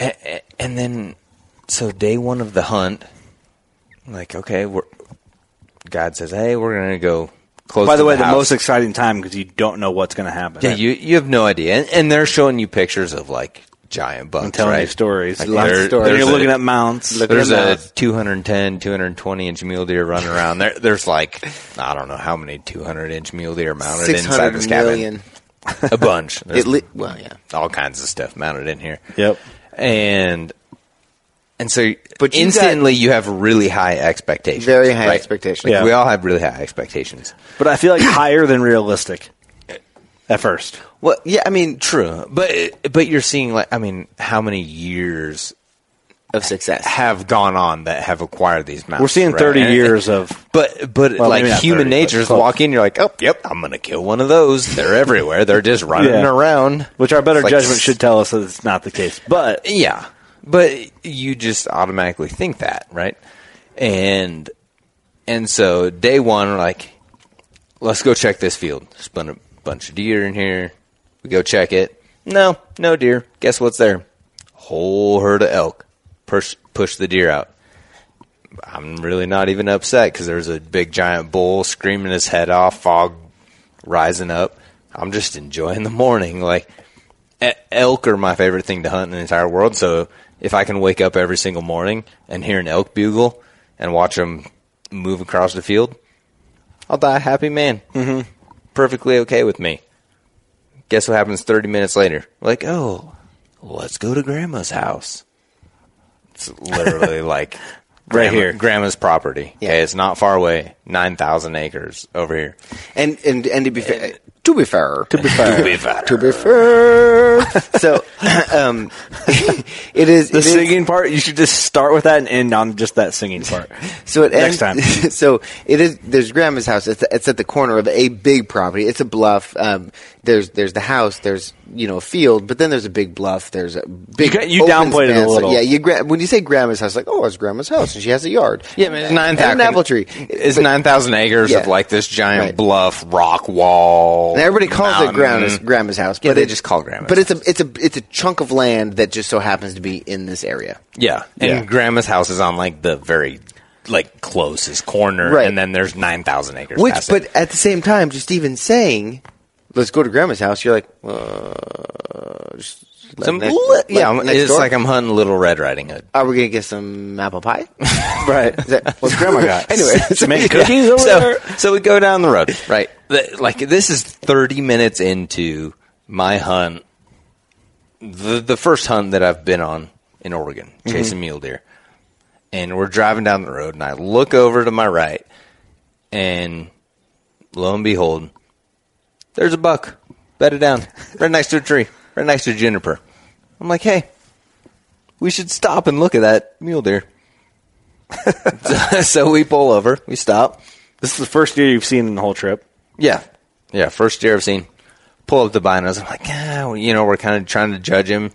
Speaker 7: a- a- and then, so day one of the hunt, like, okay, we're, God says, hey, we're going to go close
Speaker 6: By
Speaker 7: to
Speaker 6: the way, the,
Speaker 7: house.
Speaker 6: most exciting time because you don't know what's going to happen.
Speaker 7: Yeah, you you have no idea, and, and they're showing you pictures of like giant bucks.
Speaker 6: I'm telling
Speaker 7: right?
Speaker 6: you stories.
Speaker 7: Like,
Speaker 6: Lots of
Speaker 7: there-
Speaker 6: stories. And
Speaker 7: there's
Speaker 6: you're
Speaker 7: a-
Speaker 6: looking at mounts.
Speaker 7: there's
Speaker 6: at
Speaker 7: a
Speaker 6: mounts.
Speaker 7: 210, 220 inch mule deer running around. There, there's like I don't know how many 200 inch mule deer mounted
Speaker 5: Six
Speaker 7: inside
Speaker 5: hundred
Speaker 7: this cabin.
Speaker 5: million.
Speaker 7: A bunch. There's
Speaker 5: At le- well, yeah.
Speaker 7: all kinds of stuff mounted in here.
Speaker 6: Yep.
Speaker 7: And and so,
Speaker 5: But
Speaker 7: but
Speaker 5: you
Speaker 7: instantly you have really high expectations.
Speaker 5: Very high
Speaker 7: right?
Speaker 5: expectations.
Speaker 7: Like,
Speaker 6: Yeah.
Speaker 7: We all have really high expectations.
Speaker 6: But I feel like higher than realistic at first.
Speaker 7: Well, yeah, I mean, true, but but you're seeing like I mean, how many years
Speaker 5: of success.
Speaker 7: have gone on that have acquired these mounts?
Speaker 6: We're seeing
Speaker 7: right?
Speaker 6: 30
Speaker 7: And-
Speaker 6: years of.
Speaker 7: But but
Speaker 6: Well,
Speaker 7: like
Speaker 6: maybe not
Speaker 7: human
Speaker 6: 30, but
Speaker 7: nature is
Speaker 6: close.
Speaker 7: walk in, you're like, oh, yep, I'm gonna kill one of those. They're everywhere. They're just running
Speaker 6: Yeah.
Speaker 7: around.
Speaker 6: Which our better
Speaker 7: It's like-
Speaker 6: judgment should tell us that it's not the case. But
Speaker 7: Yeah, but you just automatically think that, right? And and so day one, we're like, let's go check this field. There's been a bunch of deer in here. We go check it. No, no deer. Guess what's there? Whole herd of elk. Push push the deer out. I'm really not even upset because there's a big giant bull screaming his head off, fog rising up. I'm just enjoying the morning. Like e- elk are my favorite thing to hunt in the entire world. So if I can wake up every single morning and hear an elk bugle and watch them move across the field, I'll die a happy man. Mm-hmm. Perfectly okay with me. Guess what happens 30 minutes later? Like, oh, let's go to grandma's house. It's literally like
Speaker 6: Right
Speaker 7: grandma-
Speaker 6: here.
Speaker 7: grandma's property.
Speaker 5: Yeah.
Speaker 7: Okay, it's not far away. 9,000 acres over here.
Speaker 5: And and and to be fair, to be fair, to be fair,
Speaker 7: To be fair.
Speaker 5: to be fair. so, um, it is
Speaker 6: the
Speaker 5: it is-
Speaker 6: singing part, you should just start with that and end on just that singing part.
Speaker 5: So it
Speaker 6: Next
Speaker 5: ends-
Speaker 6: time.
Speaker 5: so it is. There's grandma's house. It's, it's at the corner of a big property. It's a bluff. Um, there's there's the house. There's you know a field, but then there's a big bluff. There's a big.
Speaker 6: You got- you
Speaker 5: open
Speaker 6: downplayed it a
Speaker 5: span. So,
Speaker 6: little.
Speaker 5: yeah, you gra- when you say grandma's house, like oh, it's grandma's house, and she has a yard.
Speaker 7: Yeah, I mean, it's
Speaker 5: And
Speaker 7: 9,000.
Speaker 5: an apple tree.
Speaker 7: It's
Speaker 5: But-
Speaker 7: 9,000 acres
Speaker 5: Yeah.
Speaker 7: of like this giant
Speaker 5: Right.
Speaker 7: bluff rock wall.
Speaker 5: And everybody calls it
Speaker 7: mountain.
Speaker 5: grandma's grandma's house,
Speaker 7: Yeah,
Speaker 5: but
Speaker 7: they
Speaker 5: it-
Speaker 7: just call it grandma's
Speaker 5: But it's a it's a it's a chunk of land that just so happens to be in this area.
Speaker 7: Yeah. And grandma's house is on like the very like closest corner.
Speaker 5: Right.
Speaker 7: And then there's 9,000 acres.
Speaker 5: Which,
Speaker 7: past
Speaker 5: but
Speaker 7: it.
Speaker 5: at the same time, just even saying, "Let's go to grandma's house," you're like, uh, just let-
Speaker 7: Some
Speaker 5: next-
Speaker 7: li-
Speaker 5: let-
Speaker 7: yeah, I'm-
Speaker 5: next
Speaker 7: it's
Speaker 5: door.
Speaker 7: like I'm hunting Little Red Riding Hood.
Speaker 5: Are we gonna get some apple pie?
Speaker 6: right.
Speaker 5: Is that,
Speaker 6: What's grandma got?
Speaker 5: anyway,
Speaker 6: Jamaican cookies over
Speaker 7: so,
Speaker 6: there?
Speaker 7: so we go down the road, right? The- like this is 30 minutes into my hunt, the the first hunt that I've been on in Oregon,
Speaker 6: Mm-hmm.
Speaker 7: chasing mule deer, and we're driving down the road, and I look over to my right, and lo and behold, there's a buck bedded down right next to a tree, right next to a juniper. I'm like, hey, we should stop and look at that mule deer. so we pull over, we stop.
Speaker 6: This is the first year you've seen in the whole trip.
Speaker 7: Yeah. Yeah. First deer I've seen. Pull up the binos. I'm like, ah, well, you know, we're kind of trying to judge him.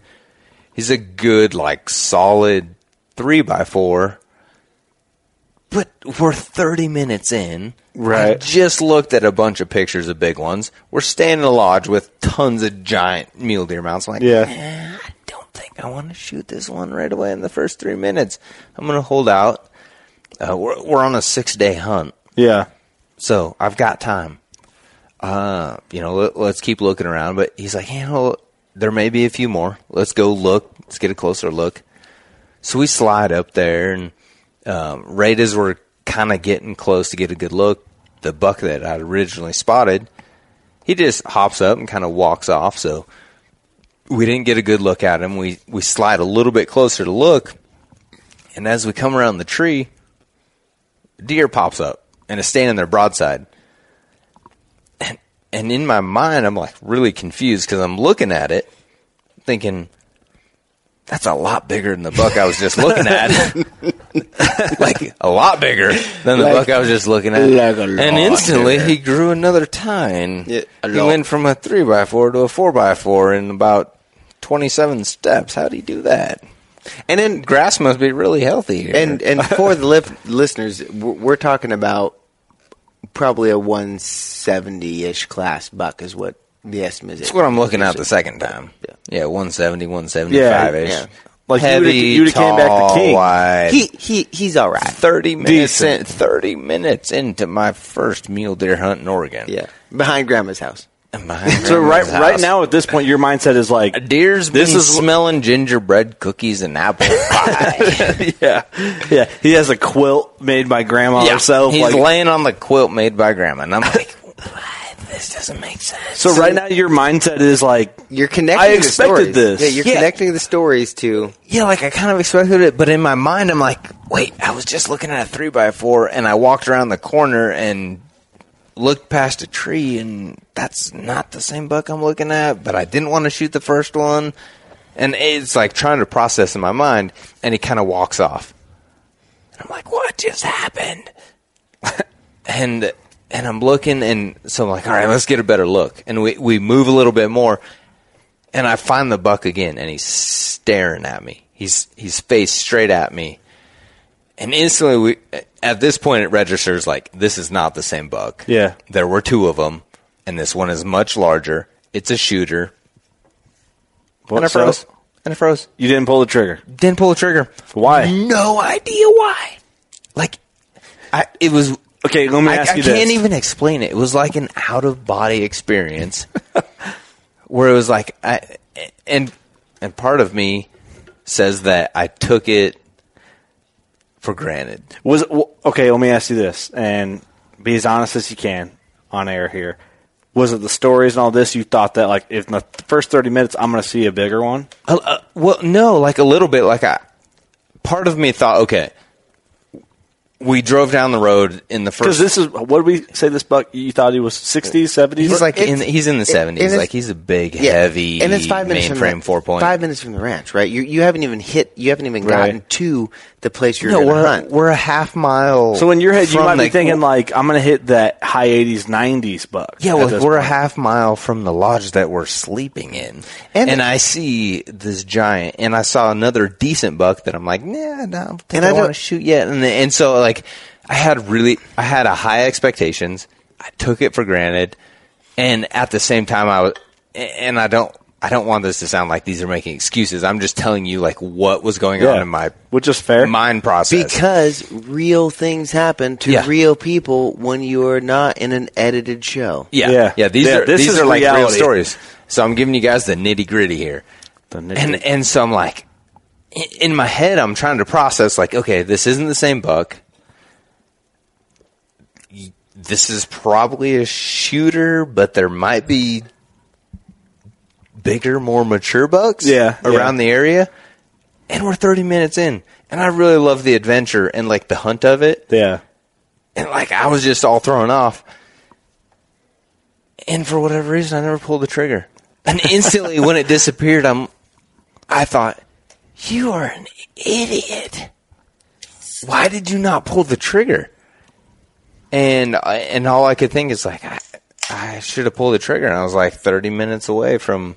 Speaker 7: He's a good, like, solid three by four. But we're 30 minutes in. I
Speaker 6: Right.
Speaker 7: just looked at a bunch of pictures of big ones. We're staying in a lodge with tons of giant mule deer mounts. I'm like,
Speaker 6: Yeah.
Speaker 7: "Eh, I don't think I want to shoot this one right away in the first three minutes. I'm going to hold out. Uh, we're, we're on a six day hunt
Speaker 6: Yeah.
Speaker 7: so I've got time. Uh, you know, let, let's keep looking around. But he's like, you know, there may be a few more. Let's go look. Let's get a closer look. So we slide up there, and um, right as we're kind of getting close to get a good look, the buck that I originally spotted, He just hops up and kind of walks off. So we didn't get a good look at him. We we slide a little bit closer to look, and as we come around the tree, deer pops up and is standing there broadside. And, and in my mind, I'm like really confused because I'm looking at it, thinking. That's a lot bigger than the buck I was just looking at. like a lot bigger than the
Speaker 5: Like-
Speaker 7: buck I was just looking at.
Speaker 5: like a
Speaker 7: and
Speaker 5: lot
Speaker 7: instantly,
Speaker 5: bigger.
Speaker 7: he grew another tine.
Speaker 5: Yeah, a
Speaker 7: he
Speaker 5: lot.
Speaker 7: went from a three by four to a four by four in about twenty-seven steps. How do you do that?
Speaker 5: And then
Speaker 7: Grass must be really healthy. here.
Speaker 5: And and for the lif- listeners, we're, we're talking about probably a 170 ish class buck is what the estimate is.
Speaker 7: that's what I'm looking at the second time. Yeah, 170, 175 ish.
Speaker 5: Yeah.
Speaker 7: Like
Speaker 6: Like, you
Speaker 7: heavy,
Speaker 6: would've- you would've came back to
Speaker 7: tall,
Speaker 6: king.
Speaker 7: wide.
Speaker 5: He he he's all right.
Speaker 7: thirty minutes. In,
Speaker 5: Decent.
Speaker 7: thirty minutes into my first mule deer hunt in Oregon.
Speaker 5: Yeah, behind grandma's house.
Speaker 6: So right right now at this point, your mindset is like
Speaker 7: A deer's
Speaker 6: This
Speaker 7: this been
Speaker 6: is-
Speaker 7: smelling gingerbread cookies and apple pie.
Speaker 6: yeah, yeah. He has a quilt made by grandma herself.
Speaker 7: He's
Speaker 6: like,
Speaker 7: laying on the quilt made by grandma, and I'm like, "What? this doesn't make sense.
Speaker 6: so right now, your mindset is like
Speaker 5: You're connecting.
Speaker 6: I
Speaker 5: the
Speaker 6: expected
Speaker 5: stories.
Speaker 6: this.
Speaker 5: Yeah, you're
Speaker 7: Yeah.
Speaker 5: connecting the stories to.
Speaker 7: yeah, like I kind of expected it, but in my mind, I'm like, wait, I was just looking at a three by four, and I walked around the corner and looked past a tree, and that's not the same buck I'm looking at. But I didn't want to shoot the first one, and it's like trying to process in my mind, and he kind of walks off, and I'm like, what just happened? and and I'm looking, and so I'm like, all right, let's get a better look, and we we move a little bit more, and I find the buck again, and he's staring at me. He's he's face straight at me, and instantly we at this point it registers like this is not the same buck.
Speaker 6: Yeah.
Speaker 7: there were two of them, and this one is much larger. It's a shooter.
Speaker 6: what,
Speaker 7: and I
Speaker 6: so?
Speaker 7: froze. And I froze.
Speaker 6: You didn't pull the trigger.
Speaker 7: Didn't pull the trigger.
Speaker 6: Why?
Speaker 7: No idea why. Like, I it was
Speaker 6: Okay, let me ask
Speaker 7: I,
Speaker 6: you
Speaker 7: I
Speaker 6: this.
Speaker 7: can't even explain it. It was like an out of body experience where it was like I and and part of me says that I took it for granted.
Speaker 6: Was w- okay. Let me ask you this, and be as honest as you can on air here. Was it the stories and all this? You thought that like if in the first thirty minutes I'm going to see a bigger one?
Speaker 7: Uh, uh, well, no, like a little bit. Like I, part of me thought, okay, we drove down the road in the
Speaker 6: Because
Speaker 7: first.
Speaker 6: this is what did we say this buck? You thought he was 60s, 70s?
Speaker 7: he's like in
Speaker 5: it's-
Speaker 7: the, he's in the
Speaker 5: it- and
Speaker 7: seventies.
Speaker 5: it's-
Speaker 7: Like he's a big,
Speaker 5: Yeah,
Speaker 7: heavy,
Speaker 5: and it's five minutes from
Speaker 7: mainframe
Speaker 5: the,
Speaker 7: four point.
Speaker 5: Five minutes from the ranch, right? You you haven't even hit. You haven't even
Speaker 6: Right.
Speaker 5: gotten to the place you're
Speaker 7: No,
Speaker 5: going to
Speaker 7: we're
Speaker 5: hunt.
Speaker 7: we're a half mile.
Speaker 6: so in your head you
Speaker 7: from
Speaker 6: might be
Speaker 7: the-
Speaker 6: thinking like I'm going to hit that high 80s, 90s buck.
Speaker 7: Yeah,
Speaker 6: at
Speaker 7: well,
Speaker 6: this
Speaker 7: we're a
Speaker 6: point.
Speaker 7: half mile from the lodge that we're sleeping in,
Speaker 5: And-
Speaker 7: and, I see this giant, and I saw another decent buck that I'm like, nah, nah I don't think
Speaker 5: And I
Speaker 7: I,
Speaker 5: don't-
Speaker 7: want to shoot yet, and and so like I had really, I had a high expectations, I took it for granted, and at the same time I was, and I don't, I don't want this to sound like these are making excuses. I'm just telling you like what was going on
Speaker 6: Yeah.
Speaker 7: in my
Speaker 6: which is fair.
Speaker 7: mind process.
Speaker 5: because real things happen to
Speaker 7: Yeah.
Speaker 5: real people when you're not in an edited show.
Speaker 7: yeah,
Speaker 6: Yeah.
Speaker 7: yeah, These
Speaker 6: Yeah,
Speaker 7: are
Speaker 6: this
Speaker 7: these
Speaker 6: is
Speaker 7: are like real
Speaker 6: reality.
Speaker 7: stories. So I'm giving you guys the nitty gritty here.
Speaker 6: The nitty-
Speaker 7: and and so I'm like, i- in my head, I'm trying to process like, okay, this isn't the same buck. Y- This is probably a shooter, but there might be bigger, more mature bucks
Speaker 6: Yeah,
Speaker 7: around
Speaker 6: yeah.
Speaker 7: the area. And we're 30 minutes in, and I really love the adventure and like the hunt of it
Speaker 6: yeah,
Speaker 7: and like I was just all thrown off. And for whatever reason, I never pulled the trigger. And instantly, when it disappeared, I'm, I thought, you are an idiot. Why did you not pull the trigger? And I- and all I could think is like, I, I should have pulled the trigger. And I was like 30 minutes away from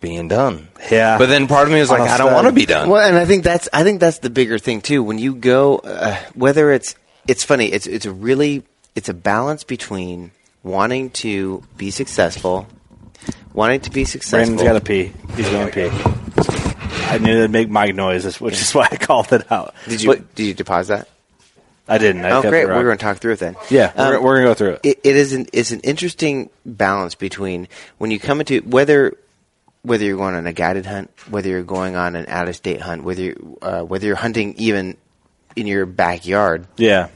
Speaker 7: being done.
Speaker 6: Yeah.
Speaker 7: But then part of me was like,
Speaker 6: On a
Speaker 7: I don't want to
Speaker 6: sudden.
Speaker 7: be done.
Speaker 5: Well, and I think that's I think that's the bigger thing too. When you go, uh, whether it's it's funny, it's it's a really it's a balance between wanting to be successful, wanting to be successful.
Speaker 6: Brandon's got to pee. He's going to pee. I knew they'd make mic noises, which is why I called it out.
Speaker 5: did you
Speaker 6: But
Speaker 5: did you deposit that?
Speaker 6: I didn't. I
Speaker 5: Oh,
Speaker 6: kept
Speaker 5: great!
Speaker 6: it
Speaker 5: We're
Speaker 6: rock.
Speaker 5: going to talk through it then.
Speaker 6: Yeah, we're,
Speaker 5: Um,
Speaker 6: we're gonna go through it.
Speaker 5: it, it is an it's an interesting balance between when you come into whether whether you're going on a guided hunt, whether you're going on an out of state hunt, whether you, uh, whether you're hunting even in your backyard,
Speaker 6: Yeah,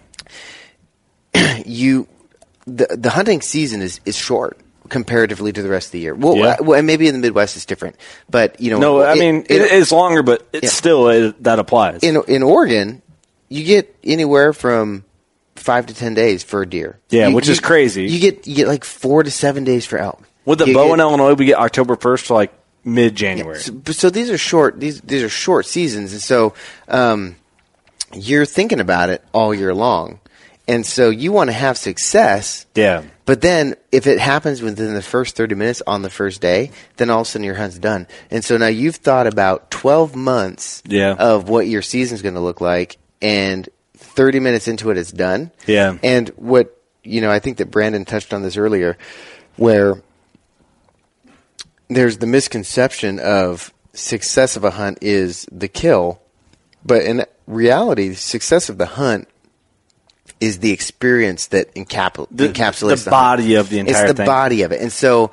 Speaker 5: you the the hunting season is is short. comparatively to the rest of the year. Well,
Speaker 6: Yeah.
Speaker 5: uh, well, and maybe in the Midwest it's different, but you know,
Speaker 6: No, I
Speaker 5: it-
Speaker 6: mean
Speaker 5: it-
Speaker 6: it is longer, but it's
Speaker 5: Yeah.
Speaker 6: still it, that applies.
Speaker 5: in in Oregon, you get anywhere from five to ten days for a deer.
Speaker 6: Yeah,
Speaker 5: You-
Speaker 6: which
Speaker 5: you-
Speaker 6: is crazy.
Speaker 5: You get you get like four to seven days for elk.
Speaker 6: With the
Speaker 5: You
Speaker 6: bow
Speaker 5: get-
Speaker 6: in Illinois, we get October first to like mid January.
Speaker 5: So, but- so these are short. These these are short seasons, and so um, you're thinking about it all year long, and so you want to have success.
Speaker 6: Yeah.
Speaker 5: But then, if it happens within the first thirty minutes on the first day, then all of a sudden your hunt's done, and so now you've thought about twelve months
Speaker 6: Yeah.
Speaker 5: of what your season's going to look like, and thirty minutes into it, it's done.
Speaker 6: Yeah.
Speaker 5: And what you know, I think that Brandon touched on this earlier, where there's the misconception of success of a hunt is the kill, but in reality, the success of the hunt is the experience that encapul-
Speaker 6: The-
Speaker 5: encapsulates hunt.
Speaker 6: the body of the entire
Speaker 5: It's the
Speaker 6: thing.
Speaker 5: body of it, and so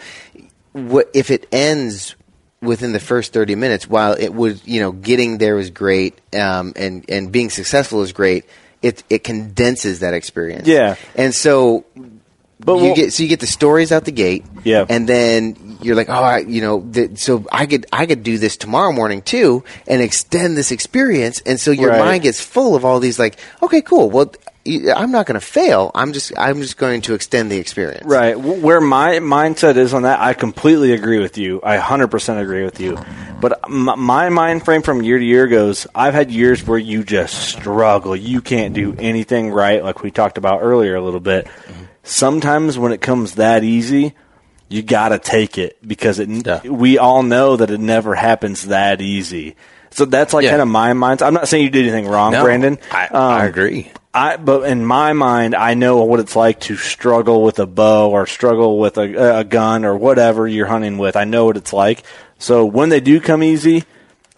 Speaker 5: what if it ends within the first 30 minutes while it was you know getting there was great um, and and being successful is great it it condenses that experience
Speaker 6: Yeah.
Speaker 5: and so
Speaker 6: But
Speaker 5: you
Speaker 6: we'll-
Speaker 5: get so you get the stories out the gate,
Speaker 6: Yeah.
Speaker 5: and then you're like, oh, I, you know, th- so I could I could do this tomorrow morning too, and extend this experience, and so your
Speaker 6: Right.
Speaker 5: mind gets full of all these like, okay, cool, well, y- I'm not going to fail, I'm just I'm just going to extend the experience,
Speaker 6: Right. W- Where my mindset is on that, I completely agree with you. I 100% agree with you. But m- my mind frame from year to year goes, I've had years where you just struggle. You can't do anything right, like we talked about earlier a little bit. Sometimes when it comes that easy, you got to take it because it, n
Speaker 7: Yeah.
Speaker 6: we all know that it never happens that easy. So that's like
Speaker 7: Yeah.
Speaker 6: kind of my mindset. I'm not saying you did anything wrong,
Speaker 7: No,
Speaker 6: Brandon.
Speaker 7: I,
Speaker 6: Um,
Speaker 7: I agree.
Speaker 6: I but in my mind, I know what it's like to struggle with a bow or struggle with a, a gun or whatever you're hunting with. I know what it's like. So when they do come easy,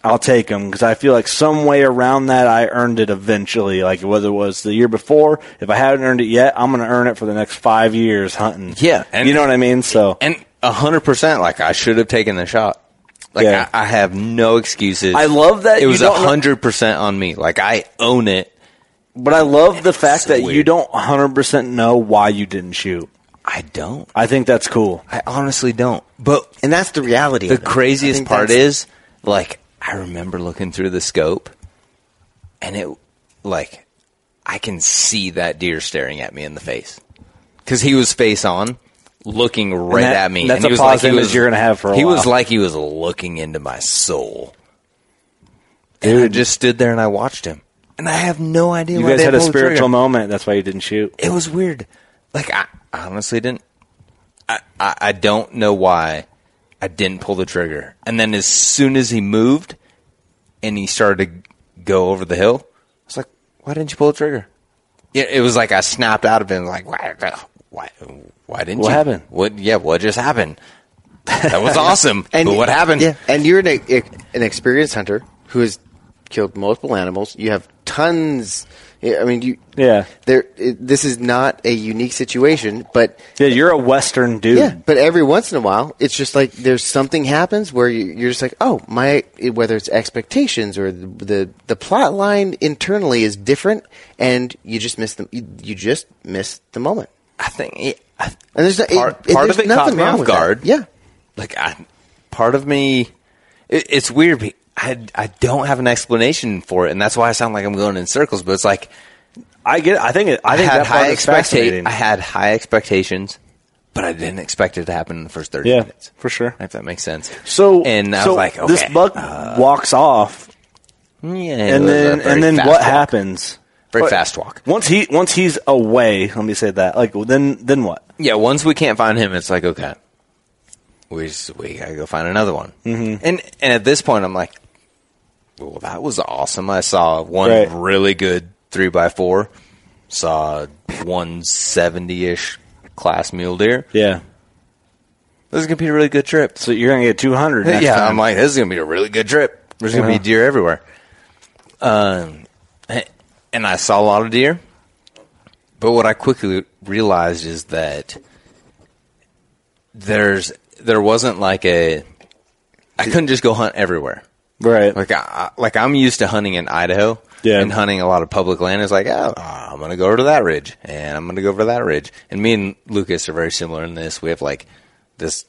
Speaker 6: I'll take them because I feel like some way around that I earned it eventually. Like whether it was the year before, if I haven't earned it yet, I'm going to earn it for the next five years hunting.
Speaker 7: Yeah, and-
Speaker 6: you know what I mean. So
Speaker 7: And hundred percent, like I should have taken the shot. Like
Speaker 6: Yeah.
Speaker 7: I, I have no excuses.
Speaker 6: I love that
Speaker 7: it
Speaker 6: you
Speaker 7: was
Speaker 6: don't know-
Speaker 7: hundred percent on me. Like I own it.
Speaker 6: but I love the fact
Speaker 7: so
Speaker 6: that you
Speaker 7: weird.
Speaker 6: don't 100 percent know why you didn't shoot.
Speaker 7: I don't.
Speaker 6: I think that's cool.
Speaker 7: I honestly don't. But
Speaker 5: And that's the reality.
Speaker 7: the
Speaker 5: of it. I
Speaker 7: craziest
Speaker 5: think
Speaker 7: part
Speaker 5: that's-
Speaker 7: is, like, I remember looking through the scope, and it, like, I can see that deer staring at me in the face because he was face on, looking right
Speaker 6: that-
Speaker 7: at me.
Speaker 6: that's
Speaker 7: and he
Speaker 6: a
Speaker 7: was
Speaker 6: pause
Speaker 7: like he
Speaker 6: image
Speaker 7: was,
Speaker 6: you're gonna have for a
Speaker 7: He was
Speaker 6: while.
Speaker 7: like he was looking into my soul. And I just stood there and I watched him, and I have no idea.
Speaker 6: You
Speaker 7: why
Speaker 6: guys
Speaker 7: they
Speaker 6: had a
Speaker 7: pulled the
Speaker 6: spiritual
Speaker 7: trigger
Speaker 6: moment. That's why you didn't shoot.
Speaker 7: it was weird. Like I, I honestly didn't. I, I I don't know why I didn't pull the trigger. And then as soon as he moved, and he started to go over the hill, I was like, "Why didn't you pull the trigger?" Yeah, it was like I snapped out of it. And like why, why, why didn't
Speaker 6: What
Speaker 7: you?
Speaker 6: happened?
Speaker 7: What? Yeah, what just happened? That was awesome. but what happened?
Speaker 5: Yeah, and you're an, e- an experienced hunter who has killed multiple animals. You have tons. I mean, you.
Speaker 6: Yeah.
Speaker 5: There. It, this is not a unique situation, but
Speaker 6: Yeah, you're a Western dude.
Speaker 5: Yeah, but every once in a while, it's just like there's something happens where you- you're just like, oh, my whether it's expectations or the the, the plot line internally is different, and you just miss the you, you just miss the moment.
Speaker 7: I think. It, I,
Speaker 5: And there's no- it-
Speaker 7: part,
Speaker 5: it-
Speaker 7: part
Speaker 5: there's
Speaker 7: of it caught
Speaker 5: nothing
Speaker 7: me
Speaker 5: wrong
Speaker 7: off
Speaker 5: with that.
Speaker 7: guard.
Speaker 5: Yeah.
Speaker 7: like I, part of me, it, it's weird. be- I I don't have an explanation for it, and that's why I sound like I'm going in circles. But it's like
Speaker 6: I get. I think. It, I
Speaker 7: I,
Speaker 6: think
Speaker 7: had
Speaker 6: that part
Speaker 7: high
Speaker 6: is fascinating.
Speaker 7: expectations. I had high expectations, but I didn't expect it to happen in the first thirty
Speaker 6: Yeah,
Speaker 7: minutes.
Speaker 6: for sure.
Speaker 7: if that makes sense.
Speaker 6: so
Speaker 7: and I
Speaker 6: so
Speaker 7: was like, okay, uh,
Speaker 6: this buck walks off,
Speaker 7: yeah,
Speaker 6: and then and then what happens?
Speaker 7: Very
Speaker 6: But
Speaker 7: fast walk.
Speaker 6: Once he once he's away, let me say that. Like then then what?
Speaker 7: Yeah, once we can't find him, it's like okay, we just, we gotta go find another one. Mm-hmm. And and at this point, I'm like, well, that was awesome. I saw one
Speaker 6: Right.
Speaker 7: really good three by four, saw one seventy ish class mule deer.
Speaker 6: Yeah.
Speaker 7: This is gonna be a really good trip.
Speaker 6: So you're gonna get 200. Next
Speaker 7: yeah, Um,
Speaker 6: time.
Speaker 7: I'm like, this is gonna be a really good trip. There's gonna
Speaker 6: Yeah.
Speaker 7: be deer everywhere. Um, and I saw a lot of deer, but what I quickly realized is that there's there wasn't like a I couldn't just go hunt everywhere.
Speaker 6: right.
Speaker 7: Like I I- like I'm used to hunting in Idaho.
Speaker 6: Yeah.
Speaker 7: And hunting a lot of public land is like, oh, I'm gonna go over to that ridge, and I'm gonna go over to that ridge. And me and Lucas are very similar in this. We have like this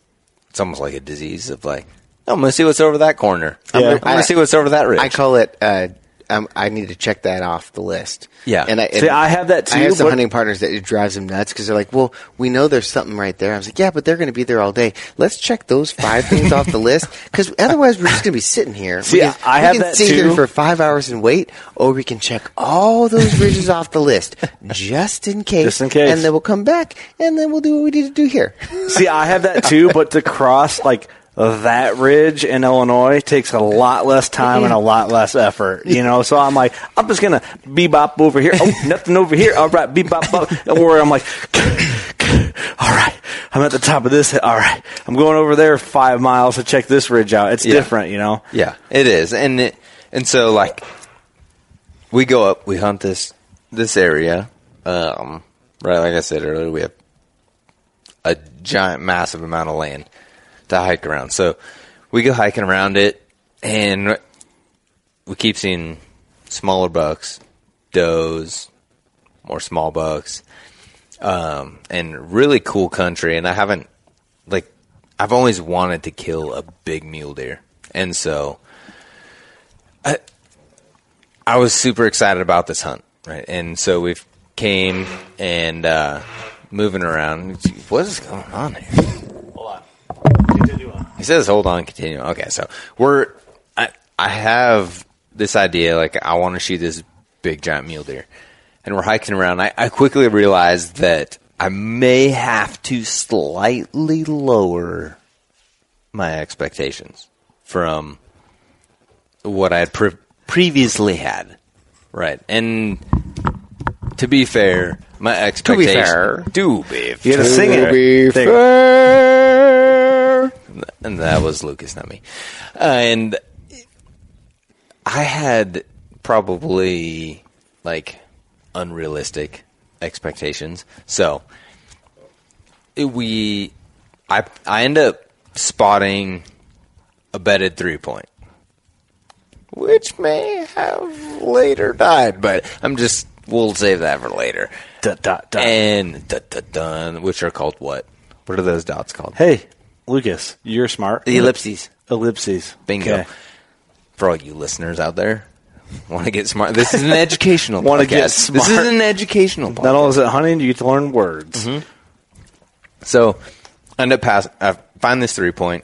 Speaker 7: it's almost like a disease of like I'm going to see what's over that corner.
Speaker 5: Yeah.
Speaker 7: I'm going
Speaker 5: I-
Speaker 7: to see what's over that ridge.
Speaker 5: I call it. Uh, um, I need to check that off the list.
Speaker 7: Yeah.
Speaker 5: and I,
Speaker 6: See,
Speaker 5: and
Speaker 6: I have that
Speaker 5: I
Speaker 6: too,
Speaker 5: have some
Speaker 6: but-
Speaker 5: hunting partners that it drives them nuts because they're like, "Well, we know there's something right there." I was like, "Yeah, but they're going to be there all day. Let's check those five things off the list because otherwise we're just going to be sitting here.
Speaker 6: See,
Speaker 5: we can,
Speaker 6: I
Speaker 5: we
Speaker 6: have
Speaker 5: can
Speaker 6: that
Speaker 5: sit here
Speaker 6: too.
Speaker 5: for five hours and wait, or we can check all those ridges off the list just in case.
Speaker 6: Just in case.
Speaker 5: and then we'll come back and then we'll do what we need to do here.
Speaker 6: See, I have that too, but to cross like that ridge in Illinois takes a lot less time and a lot less effort, you know. So I'm like, I'm just gonna bebop over here. Oh, nothing over here. All right, bebop. bop. Or I'm like, all right, I'm at the top of this. All right, I'm going over there five miles to check this ridge out. It's
Speaker 7: Yeah.
Speaker 6: different, you know.
Speaker 7: Yeah, it is, and it, and so like we go up, we hunt this this area. Um, right, like I said earlier, we have a giant, massive amount of land to hike around. So we go hiking around it, and we keep seeing smaller bucks, does, more small bucks, um, and really cool country. And I haven't like I've always wanted to kill a big mule deer, and so I I was super excited about this hunt, right? And so we've came and uh, moving around. What is going on here? Hold on. He says, "Hold on, continue." Okay, so we're I I have this idea like I want to shoot this big giant mule deer, and we're hiking around. I, I quickly realized that I may have to slightly lower my expectations from what I had pre- previously had. Right. And to be fair, my expectations.
Speaker 5: fair.
Speaker 7: To be
Speaker 6: You gotta sing it. Sing it.
Speaker 7: and that was Lucas, not me. Uh, and I had probably like unrealistic expectations. So it- we, I, I end up spotting a bedded three point, which may have later died, but I'm just we'll save that for later.
Speaker 6: Dun, dun, dun.
Speaker 7: And dun, dun, dun, which are called what? What are those dots called?
Speaker 6: Hey, Lucas, you're smart.
Speaker 7: The ellipses.
Speaker 6: Ellipses.
Speaker 7: Bingo. For all you listeners out there, want to get smart. This is an educational
Speaker 6: Want
Speaker 7: podcast.
Speaker 6: to get
Speaker 7: This is
Speaker 6: smart.
Speaker 7: an educational podcast.
Speaker 6: Not only is it hunting, you get to learn words.
Speaker 7: Mm-hmm. So, end up pass. I find this three point.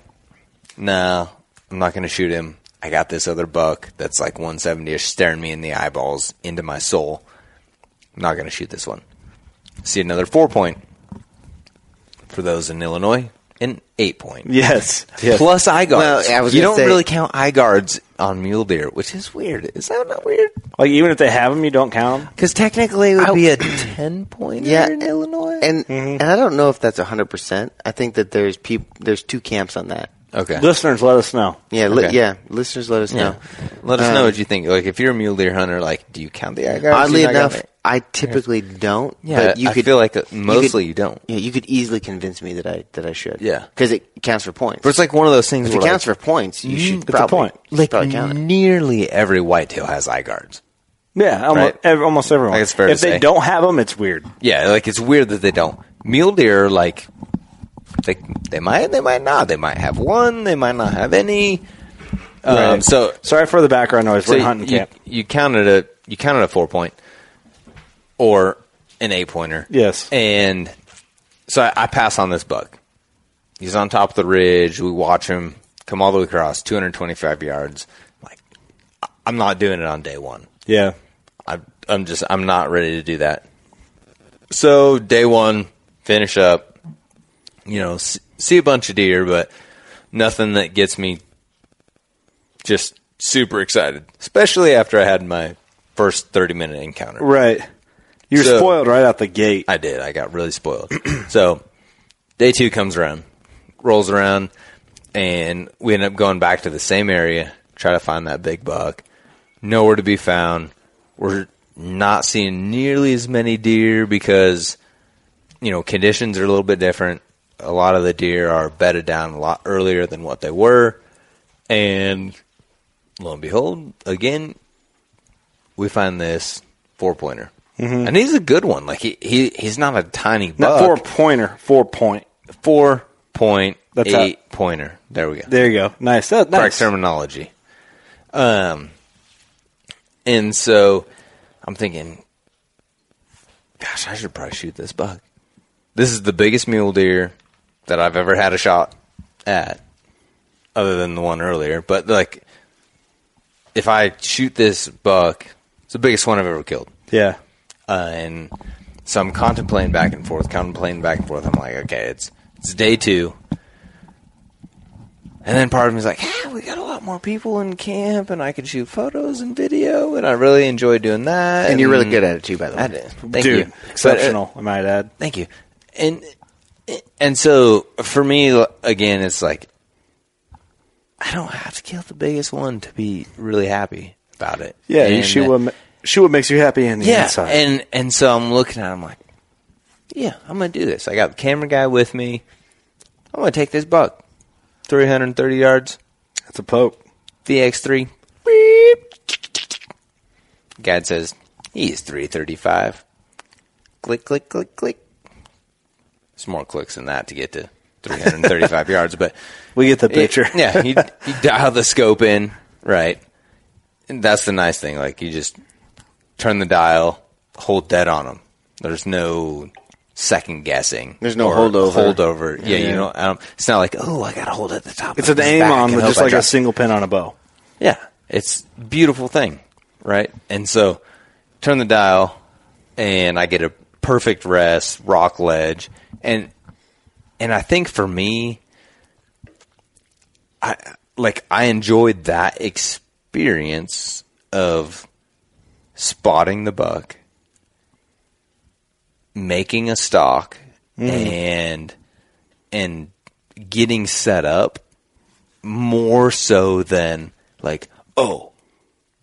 Speaker 7: No, I'm not going to shoot him. I got this other buck that's like 170ish staring me in the eyeballs into my soul. I'm not going to shoot this one. See another four point. For those in Illinois, an eight point.
Speaker 6: Yes. yes.
Speaker 7: Plus eye guards.
Speaker 5: Well, I was
Speaker 7: you
Speaker 5: gonna
Speaker 7: don't
Speaker 5: say-
Speaker 7: really count eye guards on mule deer, which is weird. Is that not weird?
Speaker 6: like even if they have them, you don't count 'em?
Speaker 7: Because technically, it would be a ten point
Speaker 5: Yeah,
Speaker 7: in Illinois.
Speaker 5: and
Speaker 7: Mm-hmm.
Speaker 5: and I don't know if that's hundred percent. I think that there's peop- there's two camps on that.
Speaker 7: okay,
Speaker 6: Listeners, let us know.
Speaker 5: Yeah, li-
Speaker 7: Okay.
Speaker 5: yeah. Listeners, let us
Speaker 7: yeah.
Speaker 5: know.
Speaker 7: Let us
Speaker 5: Um,
Speaker 7: know what you think. Like, if you're a mule deer hunter, like, do you count the eye guards?
Speaker 5: Oddly
Speaker 7: You not
Speaker 5: enough,
Speaker 7: count it?
Speaker 5: I typically don't.
Speaker 7: yeah,
Speaker 5: but you
Speaker 7: I
Speaker 5: could
Speaker 7: feel like uh,
Speaker 5: you
Speaker 7: mostly
Speaker 5: could-
Speaker 7: you don't.
Speaker 5: Yeah, you could easily convince me that I that I should.
Speaker 7: Yeah.
Speaker 5: because it counts for points.
Speaker 7: But it's like Mm, one of those things.
Speaker 5: if it
Speaker 7: where,
Speaker 5: counts
Speaker 7: like,
Speaker 5: for points, you should
Speaker 6: it's a
Speaker 5: probably
Speaker 6: point.
Speaker 5: you should
Speaker 7: like mm.
Speaker 5: probably count it.
Speaker 7: nearly every whitetail has eye guards.
Speaker 6: Yeah, almost,
Speaker 7: Right.
Speaker 6: ev- almost everyone.
Speaker 7: I think it's fair
Speaker 6: if
Speaker 7: to
Speaker 6: they
Speaker 7: say.
Speaker 6: don't have them, it's weird.
Speaker 7: Yeah, like it's weird that they don't. Mule deer, like they they might, they might not. They might have one. They might not have any. Um,
Speaker 6: Right.
Speaker 7: So
Speaker 6: Sorry for the background noise. We're in
Speaker 7: you-
Speaker 6: hunting
Speaker 7: you,
Speaker 6: camp.
Speaker 7: You counted a you counted a four point or an eight pointer.
Speaker 6: Yes.
Speaker 7: And so I, I pass on this buck. He's on top of the ridge. We watch him come all the way across, 225 yards. Like I- I'm not doing it on day one.
Speaker 6: Yeah,
Speaker 7: I, I'm just I'm not ready to do that. So day one, finish up. You know, s- see a bunch of deer, but nothing that gets me just super excited. Especially after I had my first 30 minute encounter.
Speaker 6: right. You're
Speaker 7: So-
Speaker 6: spoiled right out the gate.
Speaker 7: I did. I got really spoiled. so day two comes around, rolls around, and we end up going back to the same area, try to find that big buck. Nowhere to be found. We're not seeing nearly as many deer because you know conditions are a little bit different. A lot of the deer are bedded down a lot earlier than what they were, and lo and behold, again, we find this four pointer, and he's a good one. Like he, he he's not a tiny
Speaker 6: Not
Speaker 7: buck.
Speaker 6: four pointer, four point.
Speaker 7: Four point
Speaker 6: That's
Speaker 7: eight pointer. There we go.
Speaker 6: There you go. Nice. That,
Speaker 7: Correct
Speaker 6: nice.
Speaker 7: terminology. Um, and so I'm thinking, gosh, I should probably shoot this buck. This is the biggest mule deer that I've ever had a shot at, other than the one earlier. But like, if I shoot this buck, it's the biggest one I've ever killed.
Speaker 6: Yeah.
Speaker 7: Uh, and so I'm contemplating back and forth, contemplating back and forth. I'm like, okay, it's it's day two, and then part of me is like, ah, we got a lot more people in camp, and I can shoot photos and video, and I really enjoy doing that.
Speaker 5: And you're really good at it too, by the way.
Speaker 7: I did. Thank
Speaker 6: Dude,
Speaker 7: you. uh,
Speaker 6: exceptional, I might add.
Speaker 7: But, uh, thank you. And and so for me, again, it's like I don't have to kill the biggest one to be really happy about it.
Speaker 6: Yeah, you
Speaker 7: And,
Speaker 6: shoot
Speaker 7: uh,
Speaker 6: what, ma- shoot what makes you happy in the
Speaker 7: yeah,
Speaker 6: inside.
Speaker 7: and and so I'm looking at. It, I'm like, yeah, I'm gonna do this. I got the camera guy with me. I'm gonna take this buck, 330 yards,
Speaker 6: That's a pope.
Speaker 7: VX3. Guide says he's 335. Click, click, click, click. It's more clicks than that to get to 335 yards, but
Speaker 6: We get the
Speaker 7: it-
Speaker 6: picture.
Speaker 7: yeah, you, you dial the scope in, right? And that's the nice thing. Like you just turn the dial, hold dead on them. There's no second guessing.
Speaker 5: There's no
Speaker 7: or
Speaker 5: holdover.
Speaker 7: Holdover. Yeah,
Speaker 5: Yeah.
Speaker 7: you know, um, it's not like oh, I got to hold at the top.
Speaker 6: It's
Speaker 7: of
Speaker 6: an
Speaker 7: his
Speaker 6: aim
Speaker 7: back
Speaker 6: on,
Speaker 7: and
Speaker 6: but
Speaker 7: hope
Speaker 6: just
Speaker 7: I
Speaker 6: like a
Speaker 7: drop-
Speaker 6: single pin on a bow.
Speaker 7: yeah, it's a beautiful thing, right? And so, turn the dial, and I get a perfect rest, rock ledge, and and I think for me, I like I enjoyed that experience of spotting the buck, making a stock,
Speaker 6: Mm-hmm.
Speaker 7: and and getting set up more so than like, oh,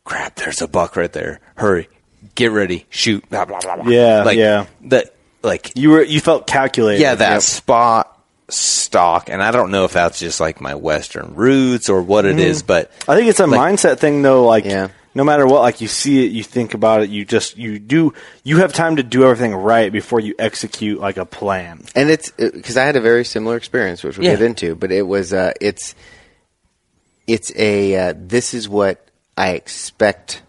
Speaker 7: crap, there's a buck right there. Hurry, get ready, shoot. Blah, blah, blah, blah.
Speaker 6: Yeah,
Speaker 7: like,
Speaker 6: yeah.
Speaker 7: That like
Speaker 6: You were you felt calculated.
Speaker 7: yeah, that
Speaker 6: Yep.
Speaker 7: spot stock, and I don't know if that's just like my Western roots or what it is, but
Speaker 6: Mm-hmm. I think it's a
Speaker 7: Like-
Speaker 6: mindset thing though. Like
Speaker 5: Yeah.
Speaker 6: no matter what, like you see it, you think about it, you just you do you have time to do everything right before you execute like a plan.
Speaker 5: and it's because I had a very similar experience, which we'll
Speaker 7: Yeah.
Speaker 5: get into. But it was uh, it's it's a uh, this is what I expect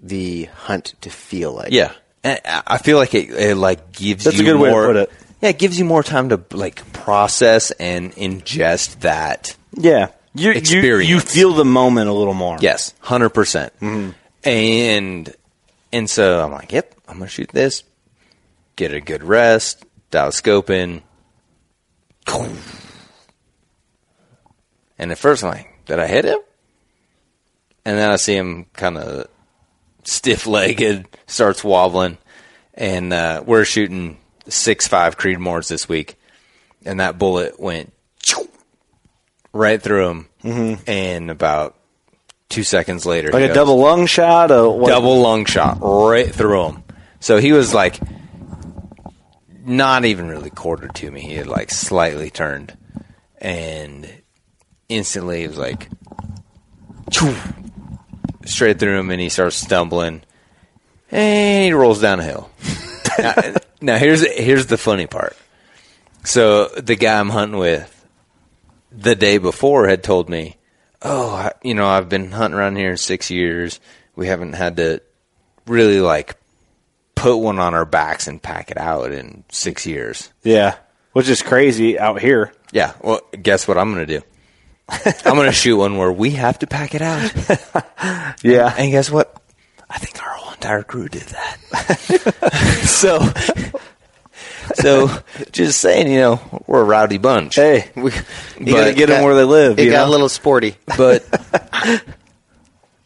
Speaker 5: the hunt to feel like.
Speaker 7: yeah, And I I feel like it, it like gives
Speaker 6: That's a
Speaker 7: you
Speaker 6: good way to
Speaker 7: more,
Speaker 6: put it.
Speaker 7: Yeah, it gives you more time to like process and ingest that.
Speaker 6: Yeah. You, you
Speaker 7: Experience.
Speaker 6: you feel the moment a little more.
Speaker 7: Yes, 100 percent. And and so I'm like, yep, I'm gonna shoot this, get a good rest, dial scope in. And at first I'm like, did I hit him? And then I see him kind of stiff legged, starts wobbling, and uh, we're shooting six five Creedmoors this week, and that bullet went right through him, and about two seconds later, he
Speaker 6: Mm-hmm. Like a
Speaker 7: goes,
Speaker 6: double lung shot, a what,
Speaker 7: double lung shot right through him. So he was like, not even really quartered to me. He had like slightly turned, and instantly it was like, choo, straight through him, and he starts stumbling, and he rolls down a hill. now, now here's here's the funny part. So the guy I'm hunting with, the day before, had told me, "Oh, I, you know, I've been hunting around here six years. We haven't had to really like put one on our backs and pack it out in six years."
Speaker 6: Yeah. Which is crazy out here.
Speaker 7: Yeah. Well, guess what I'm going to do? I'm going to shoot one where we have to pack it out.
Speaker 6: Yeah.
Speaker 7: And guess what? I think our whole entire crew did that. so, so just saying, you know, we're a rowdy bunch.
Speaker 6: Hey.
Speaker 5: We,
Speaker 7: You gotta
Speaker 5: it
Speaker 7: get
Speaker 6: 'em where they live,
Speaker 5: It
Speaker 6: you
Speaker 5: got
Speaker 6: know?
Speaker 5: a little sporty.
Speaker 7: but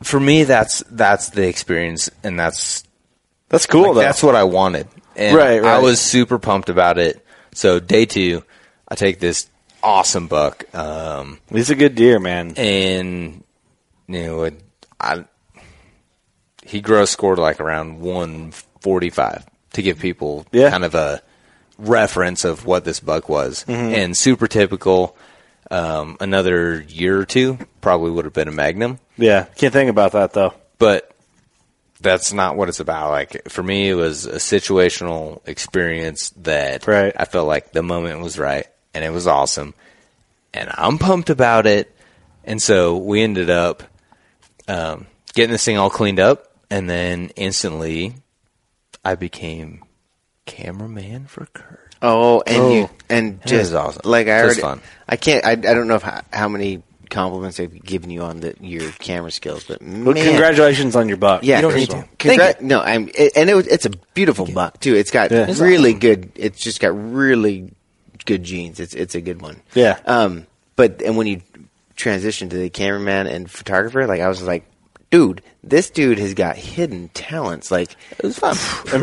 Speaker 7: for me, that's that's the experience, and that's
Speaker 6: That's cool
Speaker 7: like,
Speaker 6: though.
Speaker 7: that's what I wanted. And
Speaker 6: Right, right.
Speaker 7: I was super pumped about it. So day two, I take this awesome buck, um,
Speaker 6: He's a good deer, man.
Speaker 7: and you know, it- I he gross scored like around one forty five to give people
Speaker 6: Yeah.
Speaker 7: kind of a reference of what this buck was,
Speaker 6: Mm-hmm.
Speaker 7: and super typical. Um, another year or two probably would have been a magnum
Speaker 6: Yeah. Can't think about that though.
Speaker 7: but that's not what it's about. Like for me, it was a situational experience that
Speaker 6: Right.
Speaker 7: I felt like the moment was right, and it was awesome. And I'm pumped about it. And so we ended up um, getting this thing all cleaned up, and then instantly I became cameraman for Kurt.
Speaker 5: Oh, and you
Speaker 7: Oh.
Speaker 5: and
Speaker 7: That
Speaker 5: just
Speaker 7: is awesome.
Speaker 5: like I already,
Speaker 7: Just fun.
Speaker 5: I can't. I, I don't know if, how, how many compliments I've given you on the, your camera skills, but
Speaker 6: Well,
Speaker 5: man,
Speaker 6: congratulations on your buck.
Speaker 5: Yeah,
Speaker 6: You don't
Speaker 5: first
Speaker 6: need
Speaker 5: of all.
Speaker 6: to.
Speaker 7: Thank
Speaker 5: Congrat- no, I'm, it, and it was, it's a beautiful buck too. It's got
Speaker 6: Yeah. It's
Speaker 5: really good. It's just got really good genes. It's it's a good one.
Speaker 6: Yeah.
Speaker 5: Um. But and when you transition to the cameraman and photographer, like I was like, dude, this dude has got hidden talents. Like it was fun,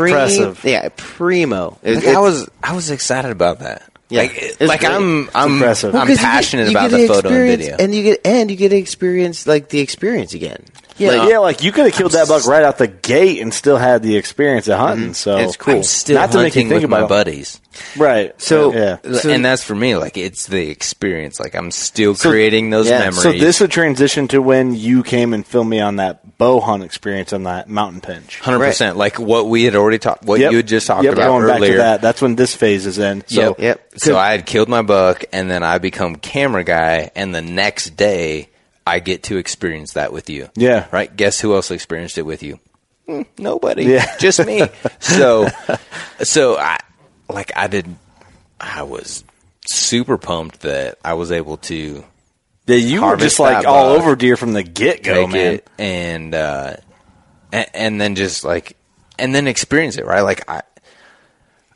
Speaker 6: Impressive.
Speaker 5: Yeah, primo. It-
Speaker 7: Like,
Speaker 5: it's-
Speaker 7: I was I was excited about that.
Speaker 5: Yeah.
Speaker 7: Like,
Speaker 5: It's
Speaker 7: like
Speaker 5: great.
Speaker 7: I'm
Speaker 5: It's
Speaker 7: I'm
Speaker 6: impressive. Well,
Speaker 7: I'm
Speaker 5: 'cause you get-
Speaker 7: passionate
Speaker 5: you
Speaker 7: about
Speaker 5: get
Speaker 7: the
Speaker 5: to
Speaker 7: photo and
Speaker 5: experience-
Speaker 7: video.
Speaker 5: and you get and you get to experience like the experience again.
Speaker 6: Yeah,
Speaker 5: Like,
Speaker 6: like, yeah, like you could have killed that buck right out the gate and still had the experience of hunting. So
Speaker 5: It's cool.
Speaker 7: I'm still
Speaker 6: Not to
Speaker 7: hunting
Speaker 6: make you think
Speaker 7: with
Speaker 6: about
Speaker 7: my
Speaker 6: it.
Speaker 7: buddies.
Speaker 6: right.
Speaker 5: So-
Speaker 6: yeah.
Speaker 5: So-
Speaker 7: and that's for me. Like it's the experience. Like I'm still creating those
Speaker 5: yeah,
Speaker 7: memories.
Speaker 6: So this would transition to when you came and filmed me on that bow hunt experience on that mountain pinch.
Speaker 7: hundred percent, like what we had already talked, what
Speaker 6: Yep.
Speaker 7: you had just talked
Speaker 6: Yep,
Speaker 7: about
Speaker 6: going
Speaker 7: earlier.
Speaker 6: back to that. That's when this phase is in. So
Speaker 7: yep.
Speaker 5: Yep.
Speaker 7: So I had killed my buck, and then I become camera guy, and the next day I get to experience that with you.
Speaker 6: Yeah.
Speaker 7: Right. Guess who else experienced it with you? Hmm, nobody.
Speaker 6: Yeah.
Speaker 7: Just me. so, so I like I did. I was super pumped that I was able to
Speaker 6: yeah, you were
Speaker 7: Harvest
Speaker 6: just like
Speaker 7: that
Speaker 6: all
Speaker 7: bug.
Speaker 6: over deer from the get go,
Speaker 7: take
Speaker 6: man.
Speaker 7: it and uh and, and then just like and then experience it right like i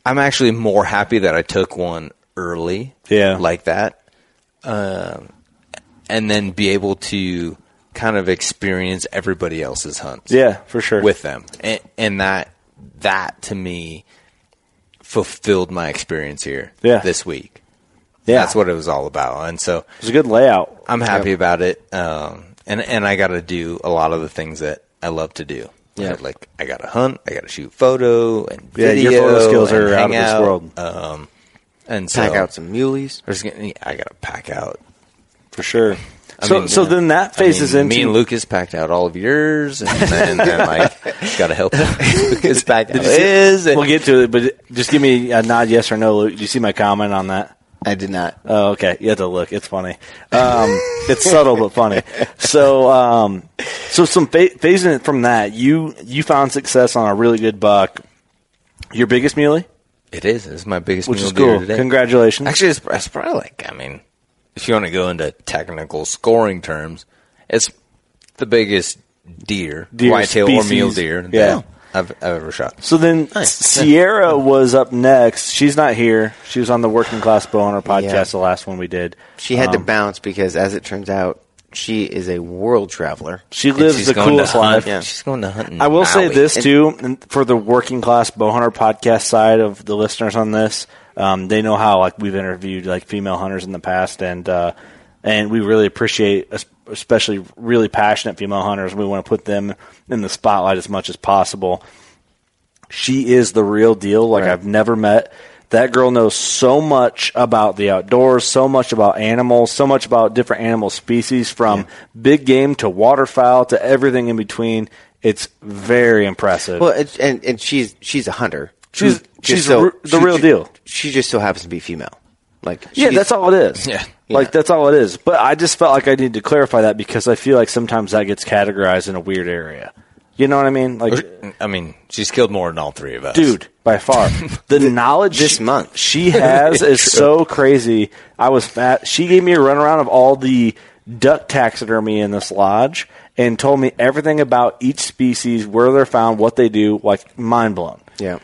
Speaker 7: i'm actually more happy that i took one early
Speaker 6: Yeah.
Speaker 7: like that um and then be able to kind of experience everybody else's hunts
Speaker 6: Yeah, for sure.
Speaker 7: with them and, and that that to me fulfilled my experience here
Speaker 6: Yeah.
Speaker 7: this week
Speaker 6: yeah,
Speaker 7: that's what it was all about and so
Speaker 6: it was a good layout.
Speaker 7: I'm happy about it, um, and and I got to do a lot of the things that I love to do.
Speaker 5: Yeah.
Speaker 7: Right? like I got to hunt, I got to shoot photo and
Speaker 6: Yeah,
Speaker 7: video.
Speaker 6: your photo skills
Speaker 7: and
Speaker 6: are out of
Speaker 7: hang
Speaker 6: this world.
Speaker 7: Um, and so
Speaker 5: Pack out some muleys.
Speaker 7: there's gonna- I got to pack out.
Speaker 6: For sure.
Speaker 7: I
Speaker 6: so
Speaker 7: mean,
Speaker 6: so
Speaker 7: yeah.
Speaker 6: then that
Speaker 7: I mean,
Speaker 6: phase is into
Speaker 7: me and Lucas packed out all of yours, and then, then like got to help Lucas pack out
Speaker 6: you see-
Speaker 7: his. and-
Speaker 6: We'll get to it, but just give me a nod, yes or no. Luke. Did you see my comment on that?
Speaker 5: I did not.
Speaker 6: Oh, okay. You have to look. It's funny. Um, it's subtle but funny. So, um, so some fa- phasing it from that, you you found success on a really good buck. Your biggest muley,
Speaker 7: it is. It's my biggest
Speaker 6: which
Speaker 7: mule
Speaker 6: is
Speaker 7: deer
Speaker 6: cool.
Speaker 7: today.
Speaker 6: Congratulations.
Speaker 7: Actually, it's, it's probably like I mean, if you want to go into technical scoring terms, it's the biggest deer,
Speaker 6: Deer
Speaker 7: whitetail or mule
Speaker 6: species.
Speaker 7: deer that
Speaker 6: Yeah.
Speaker 7: I've, I've ever shot.
Speaker 6: so then
Speaker 5: Nice.
Speaker 6: Sierra was up next. She's not here. She was on the Working Class Bow on our podcast,
Speaker 5: Yeah.
Speaker 6: the last one we did.
Speaker 5: She had to
Speaker 6: Um,
Speaker 5: bounce because, as it turns out, she is a world traveler.
Speaker 6: She
Speaker 7: And
Speaker 6: lives the coolest
Speaker 7: to hunt-
Speaker 6: life.
Speaker 5: Yeah.
Speaker 7: She's going to hunt. in
Speaker 6: I will say
Speaker 7: Maui.
Speaker 6: this too, and for the working class bow hunter podcast side of the listeners on this, um, they know how like we've interviewed like female hunters in the past, and uh, and we really appreciate es- especially really passionate female hunters. We want to put them in the spotlight as much as possible. She is the real deal. Like I've never met. That girl knows so much about the outdoors, so much about animals, so much about different animal species from big game to waterfowl to everything in between. It's very impressive.
Speaker 5: Well, it, and and she's she's a hunter.
Speaker 6: She's-
Speaker 5: Just
Speaker 6: she's a r- the real
Speaker 5: ju-
Speaker 6: deal.
Speaker 5: She just so happens to be female. Like
Speaker 6: yeah,
Speaker 5: she's-
Speaker 6: that's all it is.
Speaker 7: Yeah.
Speaker 6: Like that's all it is. But I just felt like I needed to clarify that because I feel like sometimes that gets categorized in a weird area. You know what I mean? Like
Speaker 7: I mean, she's killed more than all three of us,
Speaker 6: dude by far the knowledge
Speaker 5: this
Speaker 6: she-
Speaker 5: month.
Speaker 6: she has is so crazy i was fat she gave me a runaround of all the duck taxidermy in this lodge and told me everything about each species where they're found what they do like mind blown
Speaker 5: Yeah.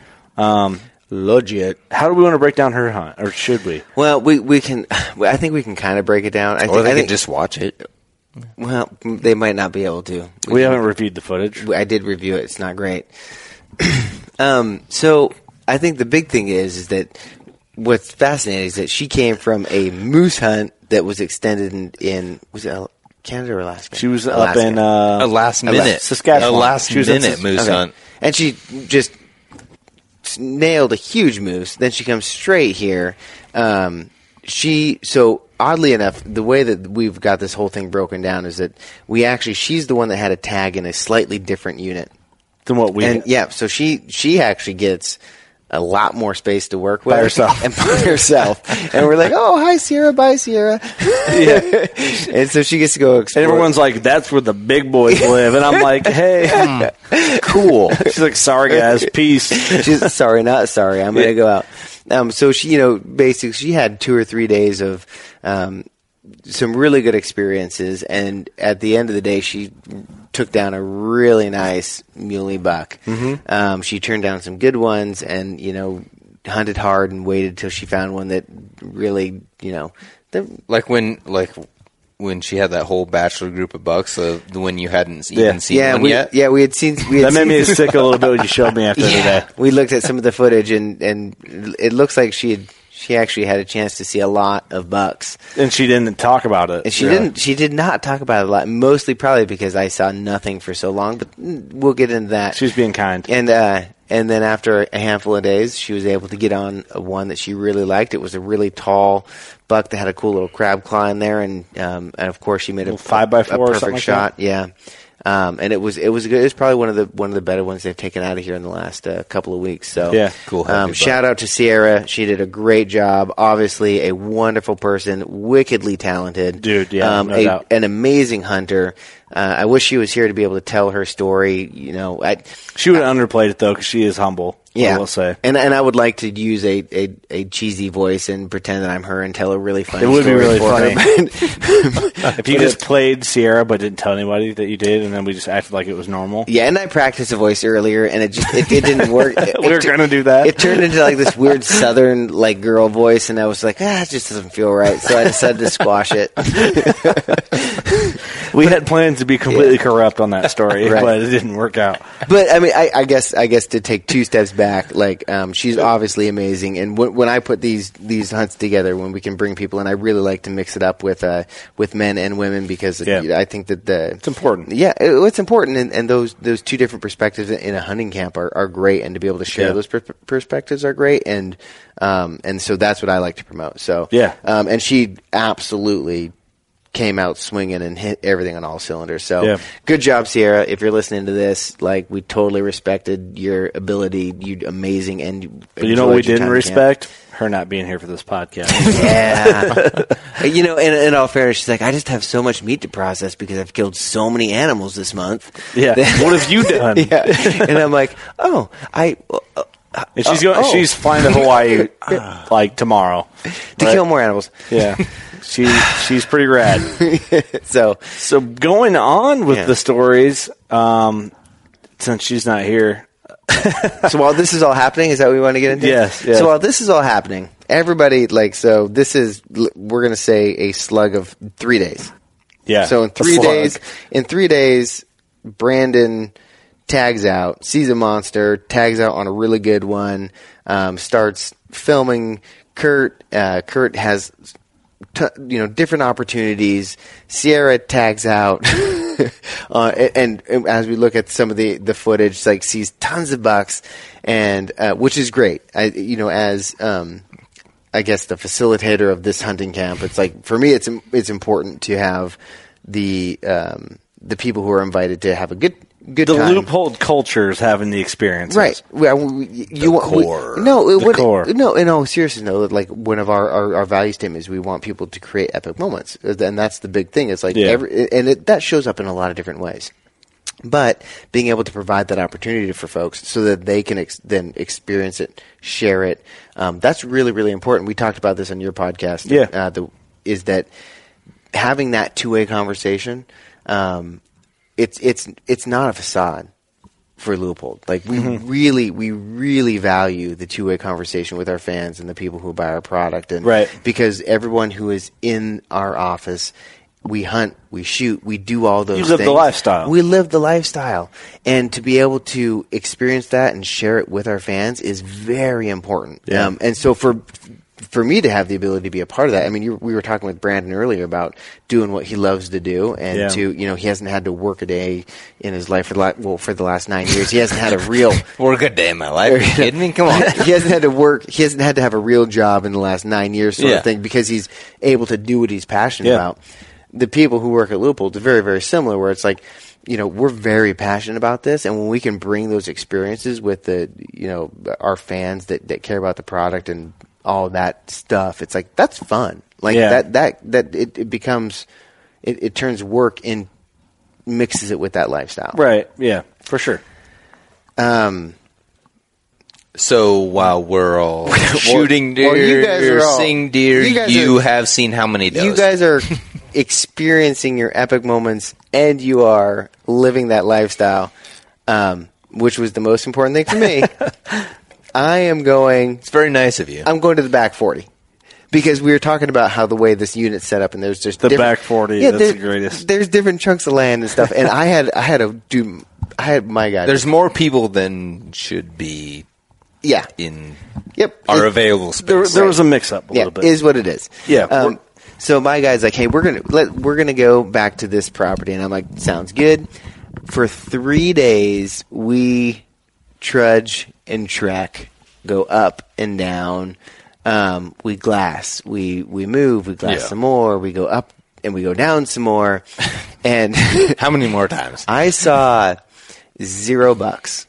Speaker 5: Legit.
Speaker 6: how do we want to break down her hunt or should we
Speaker 5: Well, we we can. well, I think we can kind of break it down. I think,
Speaker 7: Or they
Speaker 5: I
Speaker 7: can
Speaker 5: think
Speaker 7: just watch it.
Speaker 5: well, they might not be able to.
Speaker 6: we haven't reviewed the footage
Speaker 5: I did review it. It's not great. um, so I think the big thing is is that what's fascinating is that she came from a moose hunt that was extended in, in was it Al- Canada or Alaska?
Speaker 6: she was
Speaker 5: Alaska.
Speaker 6: up in uh,
Speaker 7: a last minute,
Speaker 6: Saskatchewan.
Speaker 7: a last
Speaker 6: She was in
Speaker 7: minute
Speaker 6: Sas-
Speaker 7: moose
Speaker 5: Okay.
Speaker 7: hunt.
Speaker 5: and she just nailed a huge moose. Then she comes straight here. Um, she so oddly enough, the way that we've got this whole thing broken down is that we actually she's the one that had a tag in a slightly different unit.
Speaker 6: than what we
Speaker 5: and yeah, so she she actually gets a lot more space to work with
Speaker 6: herself.
Speaker 5: and by herself. and we're like, oh, hi Sierra, bye Sierra.
Speaker 6: Yeah.
Speaker 5: and so she gets to go explore.
Speaker 6: And everyone's like, that's where the big boys live. And I'm like, hey,
Speaker 7: Hmm.
Speaker 6: cool. She's like, sorry, guys, peace.
Speaker 5: She's sorry, not sorry. I'm
Speaker 6: Yeah.
Speaker 5: gonna go out. Um, so she, you know, basically she had two or three days of um, some really good experiences, and at the end of the day, she took down a really nice muley buck.
Speaker 6: Mm-hmm.
Speaker 5: Um, she turned down some good ones, and you know, hunted hard and waited till she found one that really, you know, the,
Speaker 7: Like when like when she had that whole bachelor group of bucks of the when you hadn't even
Speaker 6: Yeah.
Speaker 7: seen
Speaker 5: yeah,
Speaker 7: one
Speaker 5: we,
Speaker 7: yet.
Speaker 5: yeah, we had seen we had
Speaker 6: That made
Speaker 5: seen
Speaker 6: me sick a little bit when you showed me after
Speaker 5: Yeah.
Speaker 6: today.
Speaker 5: We looked at some of the footage, and and it looks like she had she actually had a chance to see a lot of bucks,
Speaker 6: And she didn't talk about it.
Speaker 5: and she
Speaker 6: really.
Speaker 5: didn't. She did not talk about it a lot. Mostly probably because I saw nothing for so long. But mm, we'll get into that.
Speaker 6: She was being kind.
Speaker 5: and uh, and then after a handful of days, she was able to get on one that she really liked. It was a really tall buck that had a cool little crab claw in there, and um, and of course she made a
Speaker 6: Little five by
Speaker 5: a
Speaker 6: four or
Speaker 5: perfect
Speaker 6: something like
Speaker 5: shot. Yeah. Um, and it was it was good. It was probably one of the one of the better ones they've taken out of here in the last uh, couple of weeks. So
Speaker 6: Yeah.
Speaker 7: Cool, happy
Speaker 5: Um,
Speaker 7: buck.
Speaker 5: shout out to Sierra. She did a great job. Obviously, a wonderful person, wickedly talented Um,
Speaker 6: Dude, yeah, no
Speaker 5: a-
Speaker 6: doubt.
Speaker 5: an amazing hunter. Uh, I wish she was here to be able to tell her story. You know, I,
Speaker 6: She would have underplayed it, though, because she is humble.
Speaker 5: yeah,
Speaker 6: I will say.
Speaker 5: And and I would like to use a, a, a cheesy voice and pretend that I'm her and tell a really funny.
Speaker 6: It would be
Speaker 5: story
Speaker 6: really
Speaker 5: for her,
Speaker 6: funny.
Speaker 5: but-
Speaker 6: If you just played Sierra but didn't tell anybody that you did, and then we just acted like it was normal.
Speaker 5: yeah, and I practiced a voice earlier, and it just it, it didn't work. It-
Speaker 6: We
Speaker 5: it
Speaker 6: were
Speaker 5: tu-
Speaker 6: gonna do that.
Speaker 5: It turned into like this weird southern like girl voice, and I was like, ah, it just doesn't feel right. So I decided to squash it.
Speaker 6: We had plans to be completely corrupt on that story,
Speaker 5: Right.
Speaker 6: but it didn't work out.
Speaker 5: But I mean, I, I guess I guess to take two steps back, like um, she's obviously amazing. And when, when I put these these hunts together, when we can bring people in, I really like to mix it up with uh, with men and women because
Speaker 6: Yeah.
Speaker 5: you know, I think that the it's
Speaker 6: important.
Speaker 5: Yeah, it, it's important, and, and those those two different perspectives in a hunting camp are, are great, and to be able to share
Speaker 6: Yeah.
Speaker 5: those per- perspectives are great, and um, and so that's what I like to promote. So
Speaker 6: Yeah.
Speaker 5: um, and she absolutely. Came out swinging and hit everything on all cylinders. So
Speaker 6: Yeah.
Speaker 5: good job, Sierra. If you're listening to this, like we totally respected your ability. You amazing, and
Speaker 6: But you know what we didn't respect? Her not being here for this podcast.
Speaker 5: Yeah, you know. In, in all fairness, she's like, I just have so much meat to process because I've killed so many animals this month.
Speaker 6: yeah. what have you done?
Speaker 5: yeah, and I'm like, oh, I uh,
Speaker 6: And she's going.
Speaker 5: Oh.
Speaker 6: She's flying to Hawaii like tomorrow
Speaker 5: to
Speaker 6: right?
Speaker 5: kill more animals.
Speaker 6: Yeah, she she's pretty rad.
Speaker 5: So
Speaker 6: So going on with
Speaker 5: Yeah.
Speaker 6: the stories, um, since she's not here,
Speaker 5: so while this is all happening, is that what we want to get into?
Speaker 6: Yes, yes.
Speaker 5: So while this is all happening, everybody like so this is we're gonna say a slug of three days.
Speaker 6: yeah.
Speaker 5: So in
Speaker 6: a
Speaker 5: three
Speaker 6: slug.
Speaker 5: days, in three days, Brandon tags out, sees a monster, tags out on a really good one, um, starts filming. Kurt, uh, Kurt has, t- you know, different opportunities. Sierra tags out, uh, and, and as we look at some of the the footage, like sees tons of bucks, and uh, which is great. I, you know, as um, I guess the facilitator of this hunting camp. It's like for me, it's it's important to have the um, the people who are invited to have a good good
Speaker 6: the
Speaker 5: time.
Speaker 6: loophole culture is having the experience,
Speaker 5: Right. We, I- we- you want we-
Speaker 7: core.
Speaker 5: no, it
Speaker 6: The
Speaker 5: would,
Speaker 6: core.
Speaker 5: no, in all seriousness, no. Like one of our, our our value statement is we want people to create epic moments, Uh, and that's the big thing. It's like
Speaker 6: Yeah.
Speaker 5: every and it, that shows up in a lot of different ways. But being able to provide that opportunity for folks so that they can ex- then experience it, share it, um, that's really really important. We talked about this on your podcast.
Speaker 6: Yeah.
Speaker 5: uh, the, is that having that two way conversation? Um, it's it's it's not a facade for Leopold. Like we
Speaker 6: Mm-hmm.
Speaker 5: really, we really value the two way conversation with our fans and the people who buy our product, and
Speaker 6: Right.
Speaker 5: because everyone who is in our office. We hunt, we shoot, we do all those.
Speaker 6: You live the
Speaker 5: things.
Speaker 6: lifestyle.
Speaker 5: We live the lifestyle, and to be able to experience that and share it with our fans is very important.
Speaker 6: Yeah.
Speaker 5: Um, and so for for me to have the ability to be a part of that, I mean, you, we were talking with Brandon earlier about doing what he loves to do, and
Speaker 6: Yeah.
Speaker 5: to you know, he hasn't had to work a day in his life for the la- well for the last nine years. He hasn't had a real
Speaker 7: Or a good day in my life. Are you kidding me? Come on.
Speaker 5: he hasn't had to work. He hasn't had to have a real job in the last nine years, sort
Speaker 7: Yeah.
Speaker 5: of thing, because he's able to do what he's passionate
Speaker 6: Yeah.
Speaker 5: about. The people who work at Leupold are very, very similar. Where it's like you know we're very passionate about this, and when we can bring those experiences with the you know our fans that that care about the product and all that stuff, it's like that's fun. Like
Speaker 6: Yeah.
Speaker 5: that that that it, it becomes it, it turns work in mixes it with that lifestyle.
Speaker 6: Right. Yeah. For sure.
Speaker 5: Um,
Speaker 7: So while we're all shooting deer,
Speaker 5: well, you guys are all-
Speaker 7: seeing deer,
Speaker 5: you
Speaker 7: you,
Speaker 5: guys are-
Speaker 7: have seen how many does?
Speaker 5: you guys are experiencing your epic moments and you are living that lifestyle um, which was the most important thing for me i am going
Speaker 7: It's very nice of you.
Speaker 5: i'm going to the back 40 because we were talking about how the way this unit's set up and there's just
Speaker 6: The
Speaker 5: different-
Speaker 6: back 40, that's
Speaker 5: there-
Speaker 6: the greatest.
Speaker 5: there's different chunks of land and stuff and i had i had a do i had my guy
Speaker 7: There's more people than should be
Speaker 5: yeah
Speaker 7: in
Speaker 5: yep
Speaker 7: our
Speaker 5: It-
Speaker 7: available space.
Speaker 6: There, there was a mix up a
Speaker 5: yeah,
Speaker 6: little bit.
Speaker 5: is what it is.
Speaker 6: Yeah,
Speaker 5: Um,
Speaker 6: we're-
Speaker 5: so my guy's like, hey, we're gonna let, we're gonna go back to this property, and I'm like, sounds good. For three days, we trudge and trek, go up and down. Um, we glass, we we move, we glass
Speaker 7: Yeah.
Speaker 5: some more, we go up and we go down some more, and
Speaker 7: how many more times?
Speaker 5: I saw zero bucks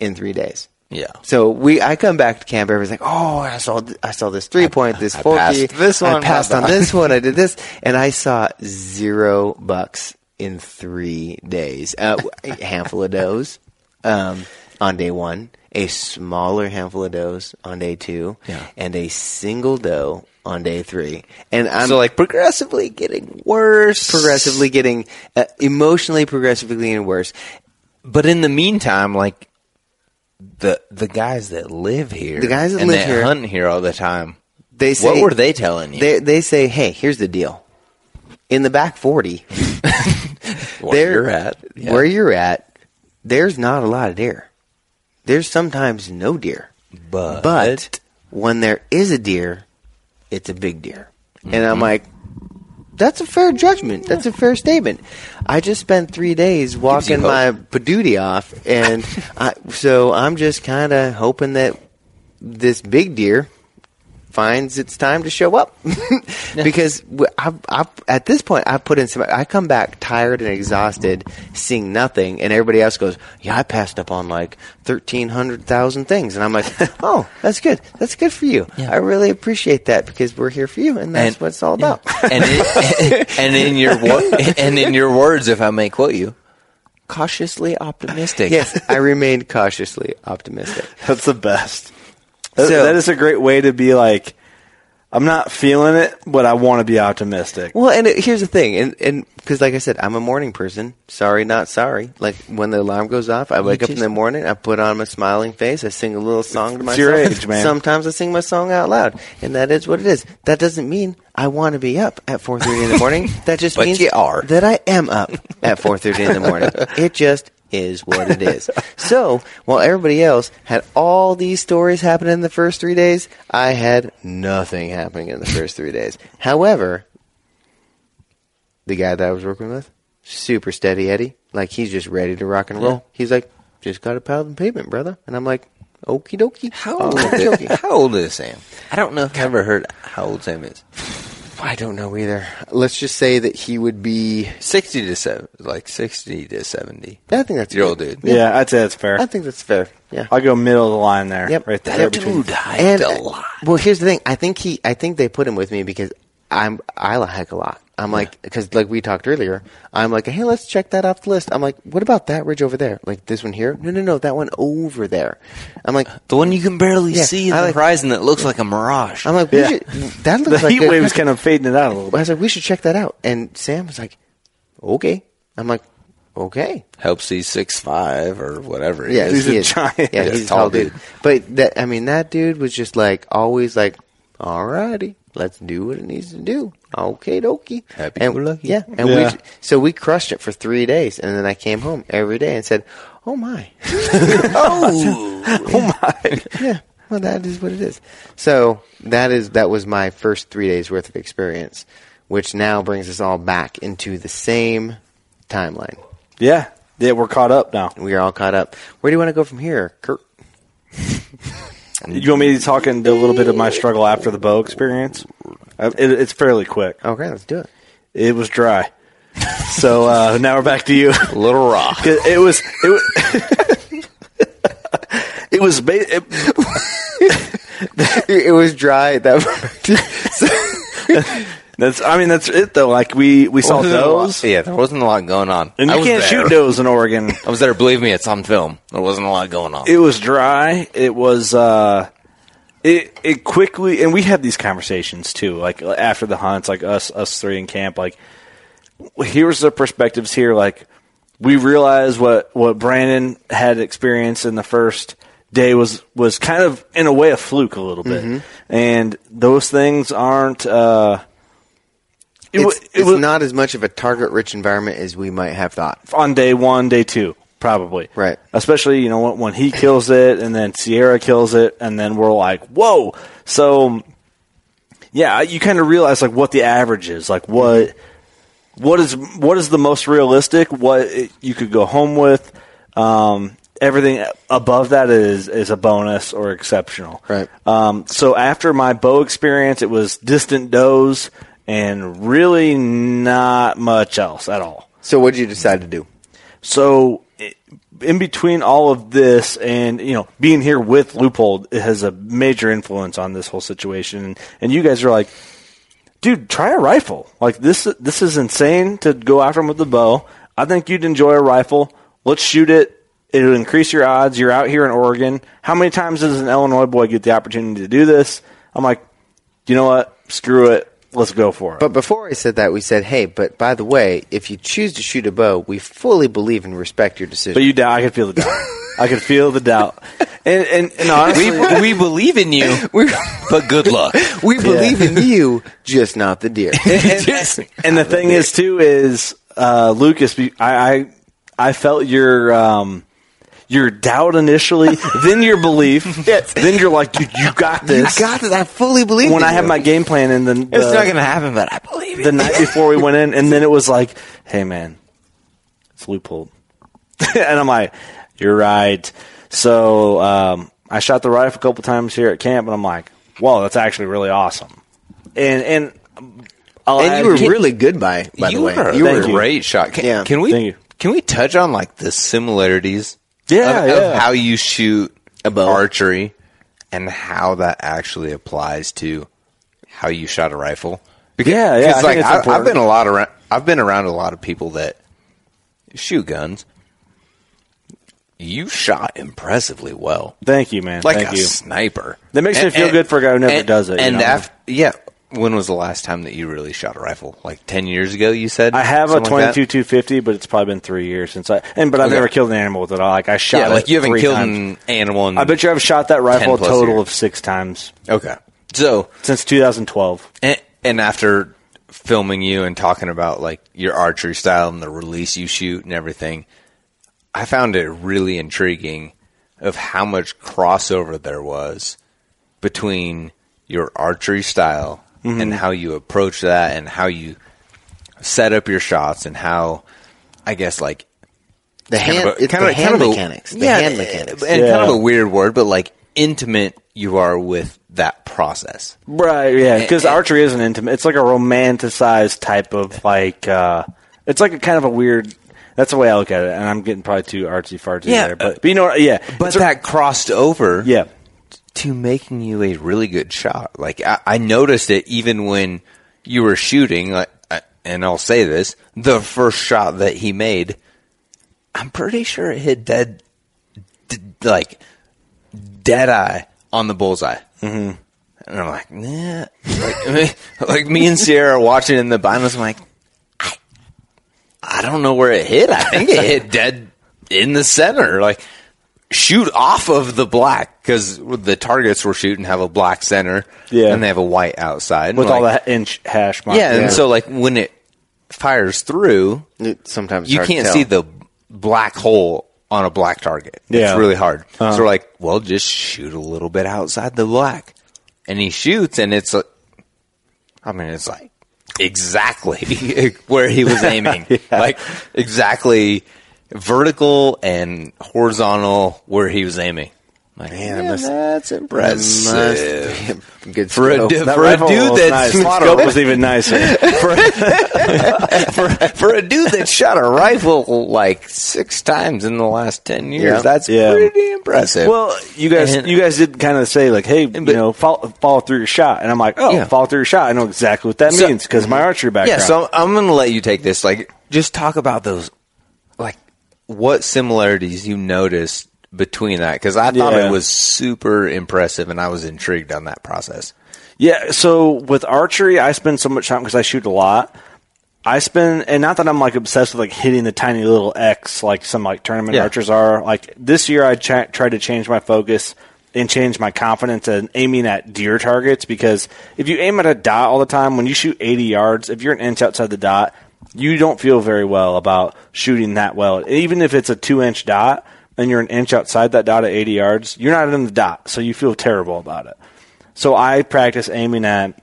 Speaker 5: in three days.
Speaker 7: yeah.
Speaker 5: So we, I come back to camp. Everybody's like, "Oh, I saw, th- I saw this three point, this
Speaker 7: I
Speaker 5: forky,
Speaker 7: passed this
Speaker 5: I
Speaker 7: one,
Speaker 5: passed on
Speaker 7: blah, blah."
Speaker 5: this one, I did this, and I saw zero bucks in three days. Uh, a handful of does um, on day one, a smaller handful of does on day two,
Speaker 7: Yeah.
Speaker 5: and a single doe on day three. And I'm
Speaker 7: so like progressively getting worse.
Speaker 5: progressively getting uh, emotionally, progressively getting worse.
Speaker 7: But in the meantime, like the the guys that live here,
Speaker 5: The guys that
Speaker 7: and
Speaker 5: live here-
Speaker 7: hunt here all the time.
Speaker 5: They say,
Speaker 7: what were they telling you?
Speaker 5: They they say, "Hey, here's the deal. In the back 40,
Speaker 7: where
Speaker 5: there-
Speaker 7: you're at? Yeah.
Speaker 5: where you're at, there's not a lot of deer. There's sometimes no deer.
Speaker 7: but,
Speaker 5: But when there is a deer, it's a big deer." And
Speaker 7: Mm-hmm.
Speaker 5: I'm like, "That's a fair judgment. That's a fair statement." I just spent 3 days walking
Speaker 7: hope.
Speaker 5: my paduti off and I, so I'm just kind of hoping that this big deer finds it's time to show up because w- I, I, at this point I put in some. I come back tired and exhausted, seeing nothing, and everybody else goes, "Yeah, I passed up on like thirteen hundred thousand things," and I'm like, "Oh, that's good. That's good for you. I really appreciate that because we're here for you, and that's
Speaker 7: And-
Speaker 5: what it's all about."
Speaker 7: and in, and in your wo- and in your words, if I may quote you, cautiously optimistic.
Speaker 5: yes, I remained cautiously optimistic.
Speaker 6: That's the best. That-
Speaker 5: So-
Speaker 6: that is a great way to be like, I'm not feeling it, but I want to be optimistic.
Speaker 5: Well, and it, here's the thing, and and because like I said, I'm a morning person. Sorry, not sorry. Like when the alarm goes off, I wake up in the morning. I put on my smiling face. I sing a little song to
Speaker 6: It's
Speaker 5: myself.
Speaker 6: your age, man.
Speaker 5: Sometimes I sing my song out loud, and that is what it is. That doesn't mean I want to be up at 4:30 in the morning. That just
Speaker 7: But
Speaker 5: means
Speaker 7: you are.
Speaker 5: that I am up at 4:30 in the morning. It just is what it is. So while everybody else had all these stories happening in the first three days, I had nothing happening in the first three days. However, the guy that I was working with, super steady Eddie. Like he's just ready to rock and roll. He's like, just got to pile the pavement, brother. And I'm like, okie dokie.
Speaker 7: How old, is, how old is Sam? I don't know if I ever heard how old Sam is.
Speaker 5: I don't know either. Let's just say that he would be.
Speaker 7: Sixty to seven, like sixty to seventy.
Speaker 5: I think that's
Speaker 7: Your old
Speaker 5: good.
Speaker 7: dude.
Speaker 6: yeah, I'd say that's fair.
Speaker 5: I think that's fair. Yeah.
Speaker 6: I'll go middle of the line there.
Speaker 5: Yep.
Speaker 6: Right there.
Speaker 5: Yep.
Speaker 6: between-
Speaker 7: hiked
Speaker 5: And uh,
Speaker 7: a lot.
Speaker 5: well, here's the thing. I think he. I think they put him with me because I'm. I la- hike a lot. I'm like because like we talked earlier. I'm like, hey, let's check that off the list. I'm like, what about that ridge over there? Like this one here? No, no, no, that one over there. I'm like,
Speaker 7: The one you can barely
Speaker 5: Yeah,
Speaker 7: see in
Speaker 5: I
Speaker 7: the
Speaker 5: like-
Speaker 7: horizon that looks like a mirage.
Speaker 5: I'm like, we
Speaker 6: Yeah.
Speaker 5: should, that
Speaker 6: The
Speaker 5: looks like
Speaker 6: heat
Speaker 5: a-
Speaker 6: wave is kind of fading it out a little
Speaker 5: I
Speaker 6: bit.
Speaker 5: was like, we should check that out. And Sam was like, okay. I'm like, okay.
Speaker 7: Helps he's six five or whatever. he
Speaker 5: Yeah,
Speaker 6: He's
Speaker 7: is.
Speaker 5: he
Speaker 6: a
Speaker 5: is.
Speaker 6: giant.
Speaker 5: Yeah, he's a tall dude. But that, I mean, that dude was just like always like, alrighty, let's do what it needs to do. Okay, dokie.
Speaker 7: Happy
Speaker 5: and,
Speaker 7: go lucky.
Speaker 5: Yeah, and
Speaker 6: Yeah.
Speaker 5: we so we crushed it for three days, and then I came home every day and said, oh my,
Speaker 6: Oh my.
Speaker 5: yeah. Well, that is what it is. So that is that was my first three days worth of experience, which now brings us all back into the same timeline.
Speaker 6: Yeah. Yeah, we're caught up now.
Speaker 5: We are all caught up. Where do you want to go from here, Kurt?
Speaker 6: You want me to talk into a little bit of my struggle after the bow experience? Uh, It, it's fairly quick.
Speaker 5: Okay, let's do it.
Speaker 6: It was dry. So uh, now we're back to you.
Speaker 7: Little Rock.
Speaker 6: 'Cause it was it was it was ba- it,
Speaker 5: it was dry at that point.
Speaker 6: that's I mean that's it though. Like we we saw
Speaker 7: Wasn't a lot-
Speaker 6: those,
Speaker 7: Yeah, there wasn't a lot going on.
Speaker 6: and
Speaker 7: I
Speaker 6: you
Speaker 7: was
Speaker 6: can't
Speaker 7: there.
Speaker 6: shoot those in Oregon.
Speaker 7: I was there. Believe me, it's on film. There wasn't a lot going on.
Speaker 6: It was dry. It was uh, it it quickly, and we had these conversations too. Like after the hunts, like us us three in camp, like here's the perspectives here. Like we realized what what Brandon had experienced in the first day was was kind of in a way a fluke a little
Speaker 5: Mm-hmm.
Speaker 6: bit, and those things aren't. uh it, wa-
Speaker 5: It's,
Speaker 6: it
Speaker 5: it's
Speaker 6: was
Speaker 5: not as much of a target-rich environment as we might have thought.
Speaker 6: on day one, day two, probably.
Speaker 5: Right.
Speaker 6: Especially, you know, when, when he kills it and then Sierra kills it, and then we're like, whoa. So, yeah, you kind of realize like what the average is, like what what is what is the most realistic, what it, you could go home with. Um, everything above that is is a bonus or exceptional.
Speaker 5: Right.
Speaker 6: Um, so after my bow experience, it was distant does and really not much else at all.
Speaker 5: So what did you decide to do?
Speaker 6: So, i- in between all of this and you know being here with Loophole it has a major influence on this whole situation. And, and you guys are like, dude, try a rifle. Like this, this is insane to go after him with the bow. I think you'd enjoy a rifle. Let's shoot it. It'll increase your odds. You're out here in Oregon. How many times does an Illinois boy get the opportunity to do this? I'm like, you know what? Screw it. Let's go for it.
Speaker 5: But before I said that, we said, "Hey, but by the way, if you choose to shoot a bow, we fully believe and respect your decision."
Speaker 6: But you doubt. I could feel the doubt. I could feel the doubt. And and, and honestly,
Speaker 7: we, we believe in you, but good luck.
Speaker 5: we believe in you, just not the deer.
Speaker 6: and, and the thing is too is uh, Lucas. be- I, I I felt your um, your doubt initially, then your belief.
Speaker 5: Yes.
Speaker 6: Then you're like, dude, you got
Speaker 5: you
Speaker 6: this.
Speaker 5: got that. I fully believe.
Speaker 6: when
Speaker 5: in
Speaker 6: I
Speaker 5: you.
Speaker 6: had my game plan, and then
Speaker 7: It's not going to happen, but I believe it.
Speaker 6: the night before we went in, and then it was like, "Hey, man, it's loophole," and I'm like, "You're right." So um, I shot the rifle a couple times here at camp, and I'm like, "Whoa, that's actually really awesome," and and. I'll
Speaker 5: and
Speaker 6: add-
Speaker 5: you were really good by. By
Speaker 7: you
Speaker 5: the way,
Speaker 7: were,
Speaker 5: you
Speaker 7: a
Speaker 5: were
Speaker 6: Thank you.
Speaker 7: great shot. Can,
Speaker 5: Yeah.
Speaker 7: can we
Speaker 6: Thank you.
Speaker 7: can we touch on like the similarities?
Speaker 6: Yeah,
Speaker 7: of,
Speaker 6: yeah.
Speaker 7: of how you shoot
Speaker 5: A bow.
Speaker 7: archery and how that actually applies to how you shot a rifle. Because,
Speaker 6: Yeah, yeah, I think
Speaker 7: like
Speaker 6: it's
Speaker 7: I, I've
Speaker 6: important.
Speaker 7: been a lot around. I've been around a lot of people that shoot guns. You shot impressively well,
Speaker 6: Thank you, man.
Speaker 7: like
Speaker 6: Thank
Speaker 7: a
Speaker 6: you.
Speaker 7: sniper.
Speaker 6: That makes me feel good for a guy who never
Speaker 7: and-
Speaker 6: does it, you
Speaker 7: And
Speaker 6: know?
Speaker 7: af- yeah, when was the last time that you really shot a rifle? Like ten years ago, you said.
Speaker 6: I have a
Speaker 7: Something like that?
Speaker 6: 22 250, but it's probably been three years since I and but I've
Speaker 7: Okay.
Speaker 6: never killed an animal with it. Like I shot
Speaker 7: Yeah, like
Speaker 6: it
Speaker 7: you haven't
Speaker 6: three
Speaker 7: killed
Speaker 6: times.
Speaker 7: an animal. In,
Speaker 6: I bet you I've shot that rifle a
Speaker 7: 10 plus
Speaker 6: total
Speaker 7: years.
Speaker 6: of six times
Speaker 7: Okay, so
Speaker 6: since 2012.
Speaker 7: And, and after filming you and talking about like your archery style and the release you shoot and everything, I found it really intriguing of how much crossover there was between your archery style
Speaker 6: Mm-hmm.
Speaker 7: and how you approach that and how you set up your shots and how I guess like
Speaker 5: the hand.
Speaker 7: kind of a-
Speaker 5: it's
Speaker 7: kind
Speaker 5: the
Speaker 7: of- kind
Speaker 5: hand
Speaker 7: of a-
Speaker 5: mechanics. The
Speaker 7: yeah,
Speaker 5: hand mechanics.
Speaker 7: and
Speaker 6: Yeah.
Speaker 7: kind of a weird word, but like intimate you are with that process.
Speaker 6: Right, yeah, because
Speaker 7: Eh, eh.
Speaker 6: archery is an intimate. It's like a romanticized type of like. uh It's like a kind of a weird. That's the way I look at it, and I'm getting probably too artsy fartsy
Speaker 7: Yeah,
Speaker 6: there.
Speaker 7: uh,
Speaker 6: But, but you know, what, yeah,
Speaker 7: But
Speaker 6: It's a-
Speaker 7: that crossed over
Speaker 6: yeah,
Speaker 7: to making you a really good shot. Like I, I noticed it even when you were shooting. Like, I, and I'll say this: the first shot that he made, I'm pretty sure it hit dead, d- like dead eye on the bullseye. Mm-hmm. And I'm like, nah. Like, I mean, like, me and Sierra are watching in the binos. I'm like, I, I don't know where it hit. I think it hit dead in the center. Like shoot off of the black because the targets we're shooting have a black center,
Speaker 6: Yeah.
Speaker 7: and they have a white outside
Speaker 6: with
Speaker 7: like,
Speaker 6: all that inch hash mark.
Speaker 7: yeah, and so like when it fires through,
Speaker 5: It- sometimes it's
Speaker 7: you
Speaker 5: hard to
Speaker 7: can't
Speaker 5: tell.
Speaker 7: see the black hole on a black target.
Speaker 6: Yeah.
Speaker 7: It's really hard. So we're like, well, just shoot a little bit outside the black, and he shoots, and it's like, I mean, it's like exactly where he was aiming, like exactly vertical and horizontal where he was aiming. Like,
Speaker 5: Man,
Speaker 7: yeah,
Speaker 5: that must-
Speaker 7: that's impressive.
Speaker 5: That must be a good
Speaker 7: For a
Speaker 5: scope.
Speaker 7: di-
Speaker 6: That
Speaker 7: For a
Speaker 6: rifle
Speaker 7: dude
Speaker 6: was
Speaker 7: that's-
Speaker 6: nice.
Speaker 7: that's
Speaker 6: Slaughter
Speaker 7: going-
Speaker 6: was even nicer.
Speaker 7: for, for, for a dude that shot a rifle like six times in the last 10 years,
Speaker 5: Yeah.
Speaker 7: that's
Speaker 6: Yeah.
Speaker 7: pretty impressive.
Speaker 6: Well, you guys,
Speaker 7: And-
Speaker 6: you guys did kind of say like, "Hey,
Speaker 7: But-
Speaker 6: you know, follow, follow through your shot," and I'm like, "Oh,
Speaker 7: Yeah.
Speaker 6: follow through your shot." I know exactly what that
Speaker 7: So-
Speaker 6: means because my archery
Speaker 7: yeah,
Speaker 6: background.
Speaker 7: so I'm, I'm going to let you take this. Like, just talk about those, like, what similarities you noticed between that. Because I thought
Speaker 6: Yeah.
Speaker 7: it was super impressive and I was intrigued on that process.
Speaker 6: Yeah, so with archery, I spend so much time because I shoot a lot. I spend, and not that I'm like obsessed with like hitting the tiny little X like some like tournament
Speaker 7: Yeah.
Speaker 6: archers are. Like this year, I cha- tried to change my focus and change my confidence in aiming at deer targets because if you aim at a dot all the time, when you shoot 80 yards, if you're an inch outside the dot, you don't feel very well about shooting that well. Even if it's a two inch dot and you're an inch outside that dot at 80 yards, you're not in the dot, so you feel terrible about it. So I practice aiming at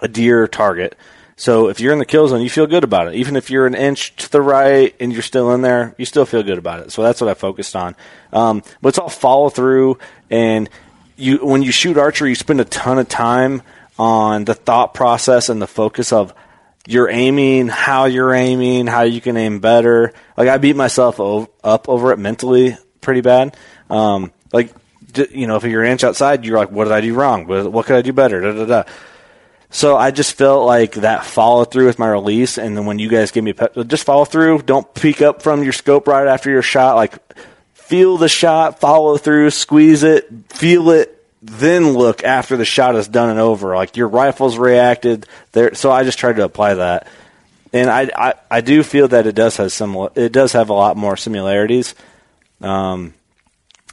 Speaker 6: a deer target. So if you're in the kill zone, you feel good about it. Even if you're an inch to the right and you're still in there, you still feel good about it. So that's what I focused on. Um, but it's all follow through, and you when you shoot archery, you spend a ton of time on the thought process and the focus of your aiming, how you're aiming, how you can aim better. Like I beat myself o- up over it mentally pretty bad. Um, like d- you know, if you're an inch outside, you're like, what did I do wrong? What what could I do better? Da da da. So I just felt like that follow through with my release, and then when you guys gave me pe- just follow through, don't peek up from your scope right after your shot. Like feel the shot, follow through, squeeze it, feel it, then look after the shot is done and over. Like your rifle's reacted there, so I just tried to apply that, and I I, I do feel that it does have similar, it does have a lot more similarities. Um,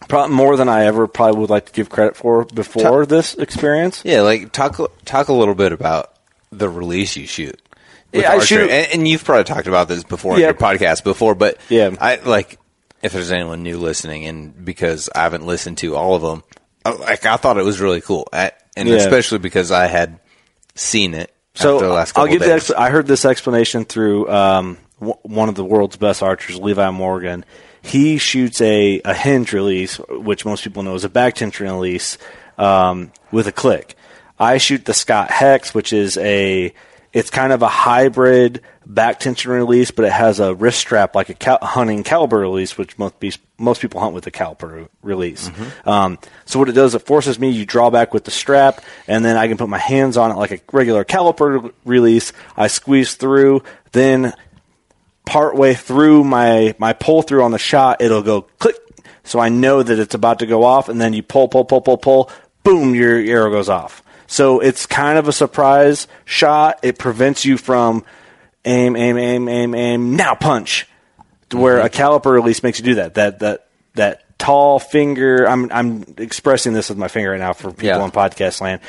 Speaker 6: probably more than I ever probably would like to give credit for before this experience.
Speaker 7: Yeah, like, talk, talk a little bit about the release you shoot. with
Speaker 6: Yeah, I
Speaker 7: archery.
Speaker 6: shoot-
Speaker 7: and, and you've probably talked about this before
Speaker 6: Yeah.
Speaker 7: in your podcast before, but
Speaker 6: Yeah.
Speaker 7: I like if there's anyone new listening, and because I haven't listened to all of them, I, like I thought it was really cool, I, and
Speaker 6: Yeah.
Speaker 7: especially because I had seen it.
Speaker 6: So
Speaker 7: after the last
Speaker 6: I'll
Speaker 7: couple
Speaker 6: give the
Speaker 7: days.
Speaker 6: ex- I heard this explanation through um, w- one of the world's best archers, Levi Morgan. He shoots a, a hinge release, which most people know is a back tension release um, with a click. I shoot the Scott Hex, which is a it's kind of a hybrid back tension release, but it has a wrist strap like a cal- hunting caliber release, which most be- most people hunt with a caliber release. Um, so what it does, it forces me you draw back with the strap, and then I can put my hands on it like a regular caliper release. I squeeze through, then partway through my my pull through on the shot, it'll go click, so I know that it's about to go off, and then you pull, pull, pull, pull, pull, boom, your arrow goes off. So it's kind of a surprise shot. It prevents you from aim, aim, aim, aim, aim. Now punch, to where a caliper release makes you do that. That that that tall finger. I'm I'm expressing this with my finger right now for people
Speaker 7: Yeah.
Speaker 6: on podcast land.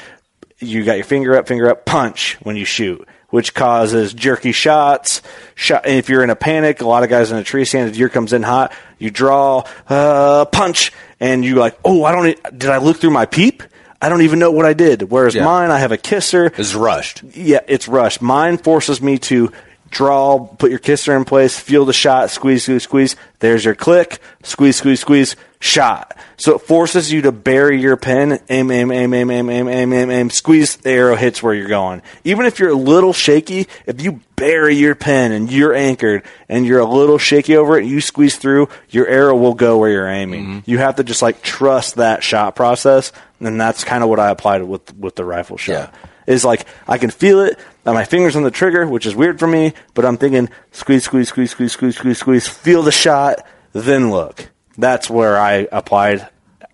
Speaker 6: You got your finger up, finger up, punch when you shoot, which causes jerky shots. Shot, if you're in a panic, a lot of guys in a tree stand, a deer comes in hot, you draw, uh, punch, and you like, oh, I don't, e- did I look through my peep? I don't even know what I did. Whereas
Speaker 7: Yeah.
Speaker 6: mine, I have a kisser
Speaker 7: it was rushed.
Speaker 6: yeah, it's rushed. Mine forces me to draw, put your kisser in place, feel the shot, squeeze, squeeze, squeeze. There's your click, squeeze, squeeze, squeeze, shot. So it forces you to bury your pin, aim, aim, aim, aim, aim, aim, aim, aim, aim, squeeze. The arrow hits where you're going. Even if you're a little shaky, if you bury your pin and you're anchored and you're a little shaky over it, you squeeze through, your arrow will go where you're aiming. You have to just like trust that shot process. And that's kind of what I applied with with the rifle shot
Speaker 7: Yeah.
Speaker 6: is like I can feel it. uh, My fingers on the trigger, which is weird for me, but I'm thinking squeeze, squeeze, squeeze, squeeze, squeeze, squeeze, squeeze. Feel the shot, then look. That's where I applied.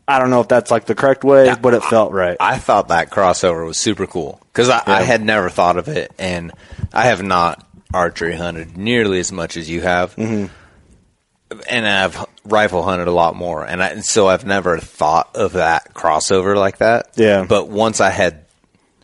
Speaker 6: I don't know if that's like the correct way, but it felt right.
Speaker 7: I thought that crossover was super cool because I, I
Speaker 6: Yeah.
Speaker 7: had never thought of it, and I have not archery hunted nearly as much as you have,
Speaker 6: Mm-hmm.
Speaker 7: and I've rifle hunted a lot more, and, I, and so I've never thought of that crossover like that.
Speaker 6: Yeah.
Speaker 7: But once I had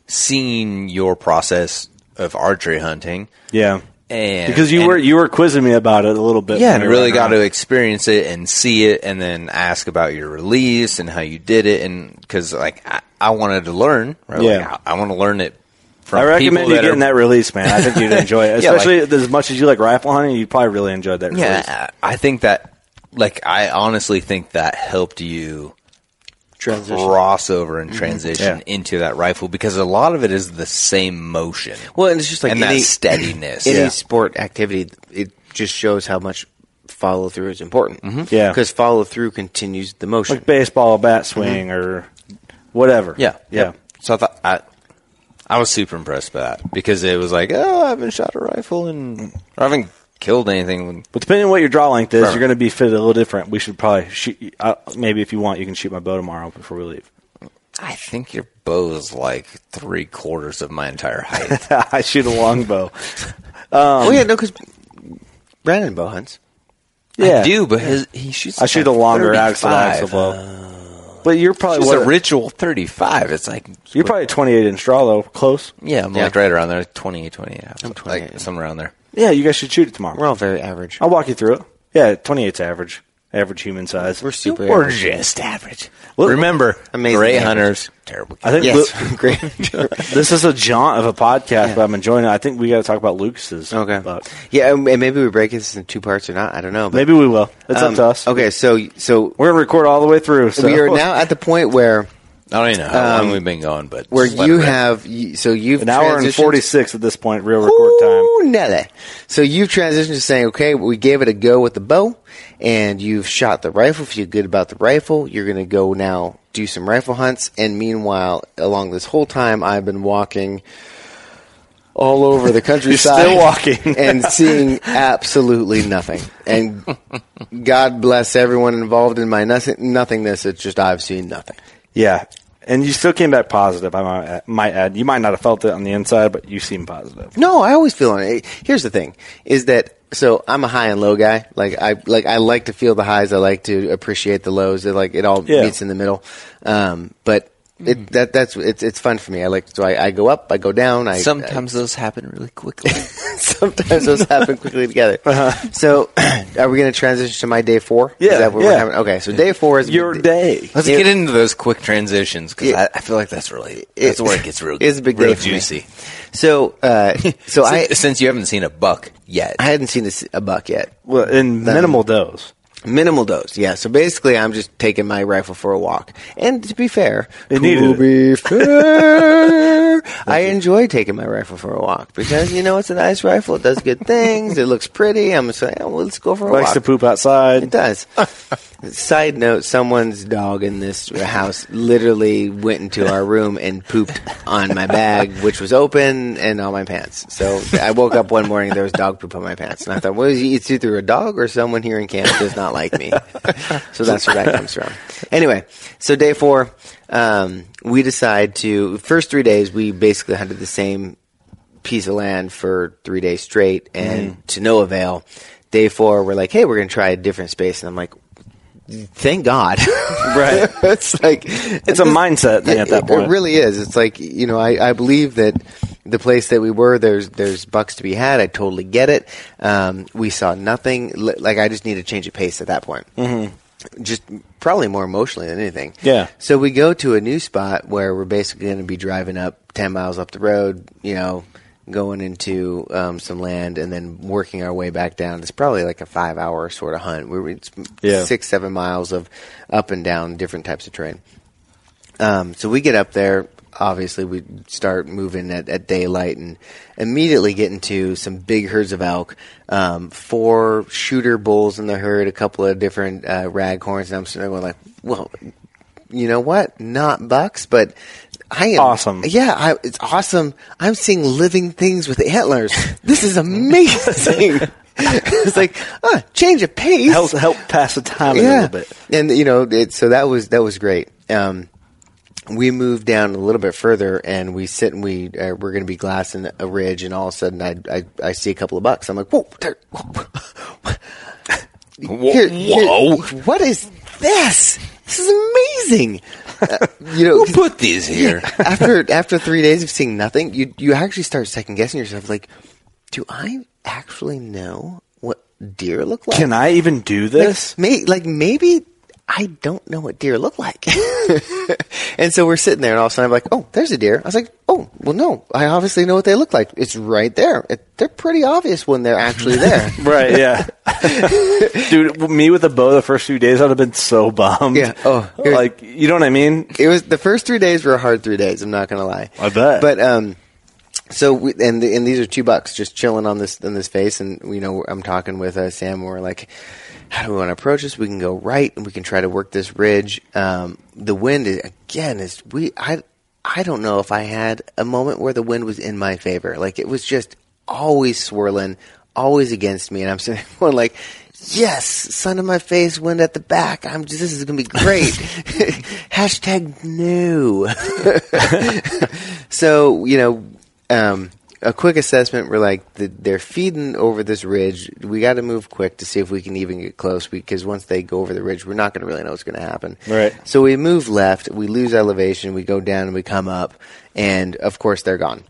Speaker 7: seen your process of archery hunting,
Speaker 6: yeah,
Speaker 7: and
Speaker 6: because you
Speaker 7: and-
Speaker 6: were you were quizzing me about it a little bit.
Speaker 7: yeah,
Speaker 6: when
Speaker 7: and
Speaker 6: we were
Speaker 7: really
Speaker 6: running
Speaker 7: got
Speaker 6: around.
Speaker 7: to experience it and see it, and then ask about your release and how you did it, and because like I, I wanted to learn, right? Like,
Speaker 6: Yeah.
Speaker 7: I, I want to learn it from.
Speaker 6: I recommend
Speaker 7: people
Speaker 6: you
Speaker 7: that
Speaker 6: getting
Speaker 7: are,
Speaker 6: that release, man. I think you'd enjoy it,
Speaker 7: Yeah, like-
Speaker 6: especially as much as you like rifle hunting. You probably really enjoyed that. Release.
Speaker 7: Yeah, I I think that like I honestly think that helped you
Speaker 5: Transition.
Speaker 7: crossover
Speaker 6: Mm-hmm.
Speaker 7: and transition into that rifle because a lot of it is the same motion
Speaker 5: Well, and it's just like
Speaker 7: and
Speaker 5: any
Speaker 7: that steadiness.
Speaker 5: any sport activity. It just shows how much follow through is important.
Speaker 6: Yeah.
Speaker 5: because follow through continues the motion.
Speaker 6: like baseball bat swing or whatever.
Speaker 7: Mm-hmm. Yeah,
Speaker 6: yeah.
Speaker 7: Yep. So I thought I, I was super impressed by that because it was like, oh, I haven't shot a rifle and I haven't killed anything. When,
Speaker 6: But depending on what your draw length is,
Speaker 7: Right.
Speaker 6: you're going to be fitted a little different. We should probably shoot. Uh, maybe if you want, you can shoot my bow tomorrow before we leave.
Speaker 7: I think your bow is like three quarters of my entire height.
Speaker 6: I shoot a long bow.
Speaker 5: oh yeah, no, because Brandon bow hunts.
Speaker 6: Yeah,
Speaker 7: I do, but his, he shoots.
Speaker 6: I shoot a
Speaker 7: like
Speaker 6: longer
Speaker 7: 35.
Speaker 6: axle axle bow. but you're probably
Speaker 7: It's
Speaker 6: what,
Speaker 7: a ritual thirty-five. It's like
Speaker 6: You're probably 28 inch draw though, close.
Speaker 7: yeah, I'm like
Speaker 5: Yeah.
Speaker 7: right around there, 28, 28.
Speaker 5: I'm
Speaker 7: like
Speaker 5: 28.
Speaker 7: somewhere around there.
Speaker 6: Yeah, you guys should shoot it tomorrow.
Speaker 5: We're all very average.
Speaker 6: I'll walk you through it. Yeah, 28's average, average human size.
Speaker 5: We're super.
Speaker 7: We're
Speaker 5: average.
Speaker 7: just average.
Speaker 6: Well-
Speaker 7: Remember,
Speaker 5: Amazing
Speaker 7: gray
Speaker 5: average.
Speaker 7: hunters, terrible.
Speaker 6: I think
Speaker 5: Yes, great.
Speaker 6: Lu- this is a jaunt of a podcast,
Speaker 5: Yeah.
Speaker 6: but I'm enjoying it. I think we got to talk about Lucas's.
Speaker 5: Okay.
Speaker 6: but
Speaker 5: yeah, and and maybe we break this into two parts or not. I don't know. But,
Speaker 6: maybe we will. It's
Speaker 5: um,
Speaker 6: up to us.
Speaker 5: Okay, so so
Speaker 6: We're gonna record all the way through. So.
Speaker 5: we are now at the point where
Speaker 7: I don't even know how long
Speaker 5: Um,
Speaker 7: we've been going, but
Speaker 5: where
Speaker 7: just let
Speaker 5: you
Speaker 7: it rip.
Speaker 5: have you, so you've
Speaker 6: an hour and
Speaker 5: transitioned-
Speaker 6: 46 at this point, real record time.
Speaker 5: Ooh, Nelly. So you've transitioned to saying, okay, we gave it a go with the bow, and you've shot the rifle. Feel good about the rifle. You're going to go now do some rifle hunts. And meanwhile, along this whole time, I've been walking all over the countryside.
Speaker 6: still walking.
Speaker 5: and seeing absolutely nothing. And God bless everyone involved in my nothing- nothingness. It's just I've seen nothing.
Speaker 6: Yeah. And you still came back positive, I might add- might add. You might not have felt it on the inside, but you seem positive.
Speaker 5: No, I always feel on it. Here's the thing: is that so I'm a high and low guy. Like I like I like to feel the highs. I like to appreciate the lows. It like it all
Speaker 6: Yeah. Mm-hmm.
Speaker 5: meets in the middle. Um, but it, that that's it's it's fun for me. I like so I, I go up, I go down. I
Speaker 7: Sometimes those happen really quickly.
Speaker 5: I- sometimes those happen quickly together. So are we going to transition to my day four?
Speaker 6: Uh-huh. Yeah,
Speaker 5: is that what
Speaker 6: yeah.
Speaker 5: we're having? Okay, so day four is
Speaker 6: Your day.
Speaker 7: Let's
Speaker 5: It-
Speaker 7: get into those quick transitions because
Speaker 5: Yeah.
Speaker 7: I, I feel like that's really
Speaker 5: It-
Speaker 7: that's where it gets real.
Speaker 5: it's a big day
Speaker 7: real
Speaker 5: for me.
Speaker 7: juicy.
Speaker 5: So uh, so I
Speaker 7: since, since you haven't seen a buck yet,
Speaker 5: I hadn't seen this, a buck yet.
Speaker 6: Well, in minimal dose.
Speaker 5: Minimal dose, yeah. So basically, I'm just taking my rifle for a walk. And to be fair,
Speaker 6: It
Speaker 5: to
Speaker 6: needed it.
Speaker 5: be fair, I enjoy taking my rifle for a walk because you know it's a nice rifle. It does good things. it looks pretty. I'm just like, oh, well, let's go for a
Speaker 6: Likes
Speaker 5: walk.
Speaker 6: to poop
Speaker 5: It
Speaker 6: outside.
Speaker 5: does. Side note: Someone's dog in this house literally went into our room and pooped on my bag, which was open, and on my pants. So I woke up one morning there was dog poop on my pants, and I thought, "Well, it's either a dog or someone here in camp does not like me." so that's where that comes from. Anyway, so day four, um, we decide to first three days we basically hunted the same piece of land for three days straight and
Speaker 6: Mm-hmm.
Speaker 5: to no avail. Day four, we're like, hey, we're going to try a different space. And I'm like, thank God.
Speaker 6: Right.
Speaker 5: it's like, it's
Speaker 6: a mindset thing at that point.
Speaker 5: It really is. It's like, you know, I, I believe that the place that we were, there's, there's bucks to be had. I totally get it. Um, we saw nothing. L- Like, I just need to change of pace at that point. Mm-hmm. Just probably more emotionally than anything.
Speaker 6: Yeah.
Speaker 5: So we go to a new spot where we're basically going to be driving up 10 miles up the road, you know, going into um, some land and then working our way back down. It's probably like a five hour sort of hunt where it's
Speaker 6: Yeah.
Speaker 5: six, seven miles of up and down different types of terrain. Um, so we get up there. Obviously, we start moving at, at daylight and immediately get into some big herds of elk. Um, four shooter bulls in the herd, a couple of different uh, raghorns, and I'm sitting there going like, "Well, you know what? Not bucks, but I am
Speaker 6: Awesome.
Speaker 5: Yeah, I, it's awesome. I'm seeing living things with antlers. This is amazing. it's like, ah, change of pace
Speaker 6: Help, help pass the time a little bit.
Speaker 5: and you know, it, so that was that was great. Um, we moved down a little bit further, and we sit and we uh, we're going to be glassing a ridge, and all of a sudden, I I, I see a couple of bucks. I'm like, whoa, there- whoa, here- here-
Speaker 7: whoa.
Speaker 5: what is this? This is amazing. Uh, you know,
Speaker 7: who put these here?
Speaker 5: after after three days of seeing nothing, you you actually start second guessing yourself. Like, do I actually know what deer look like?
Speaker 6: Can I even do
Speaker 5: Like,
Speaker 6: this?
Speaker 5: may, like maybe I don't know what deer look like. and so we're sitting there, and all of a sudden I'm like, "Oh, there's a deer." I was like, "Oh, Oh, well, no. I obviously know what they look like. It's right there. It, they're pretty obvious when they're actually there.
Speaker 6: Right, yeah. Dude, me with a bow the first few days, I'd have been so bummed.
Speaker 5: Yeah, oh, here-
Speaker 6: like, you know what I mean?
Speaker 5: it was the first three days were a hard three days. I'm not gonna lie.
Speaker 6: I bet.
Speaker 5: But um, so we, and the, and these are two bucks just chilling on this on this face, and you know I'm talking with uh, Sam. and We're like, how do we want to approach this? We can go right, and we can try to work this ridge. Um, the wind is, again is we I I don't know if I had a moment where the wind was in my favor. Like it was just always swirling, always against me, and I'm sitting there going like. Yes, sun in my face, wind at the back. I'm just, this is gonna be great. Hashtag new. so you know, um, a quick assessment. We're like th- they're feeding over this ridge. We got to move quick to see if we can even get close because once they go over the ridge, we're not going to really know what's going to happen.
Speaker 6: Right.
Speaker 5: So we move left. We lose elevation. We go down and we come up, and of course they're gone.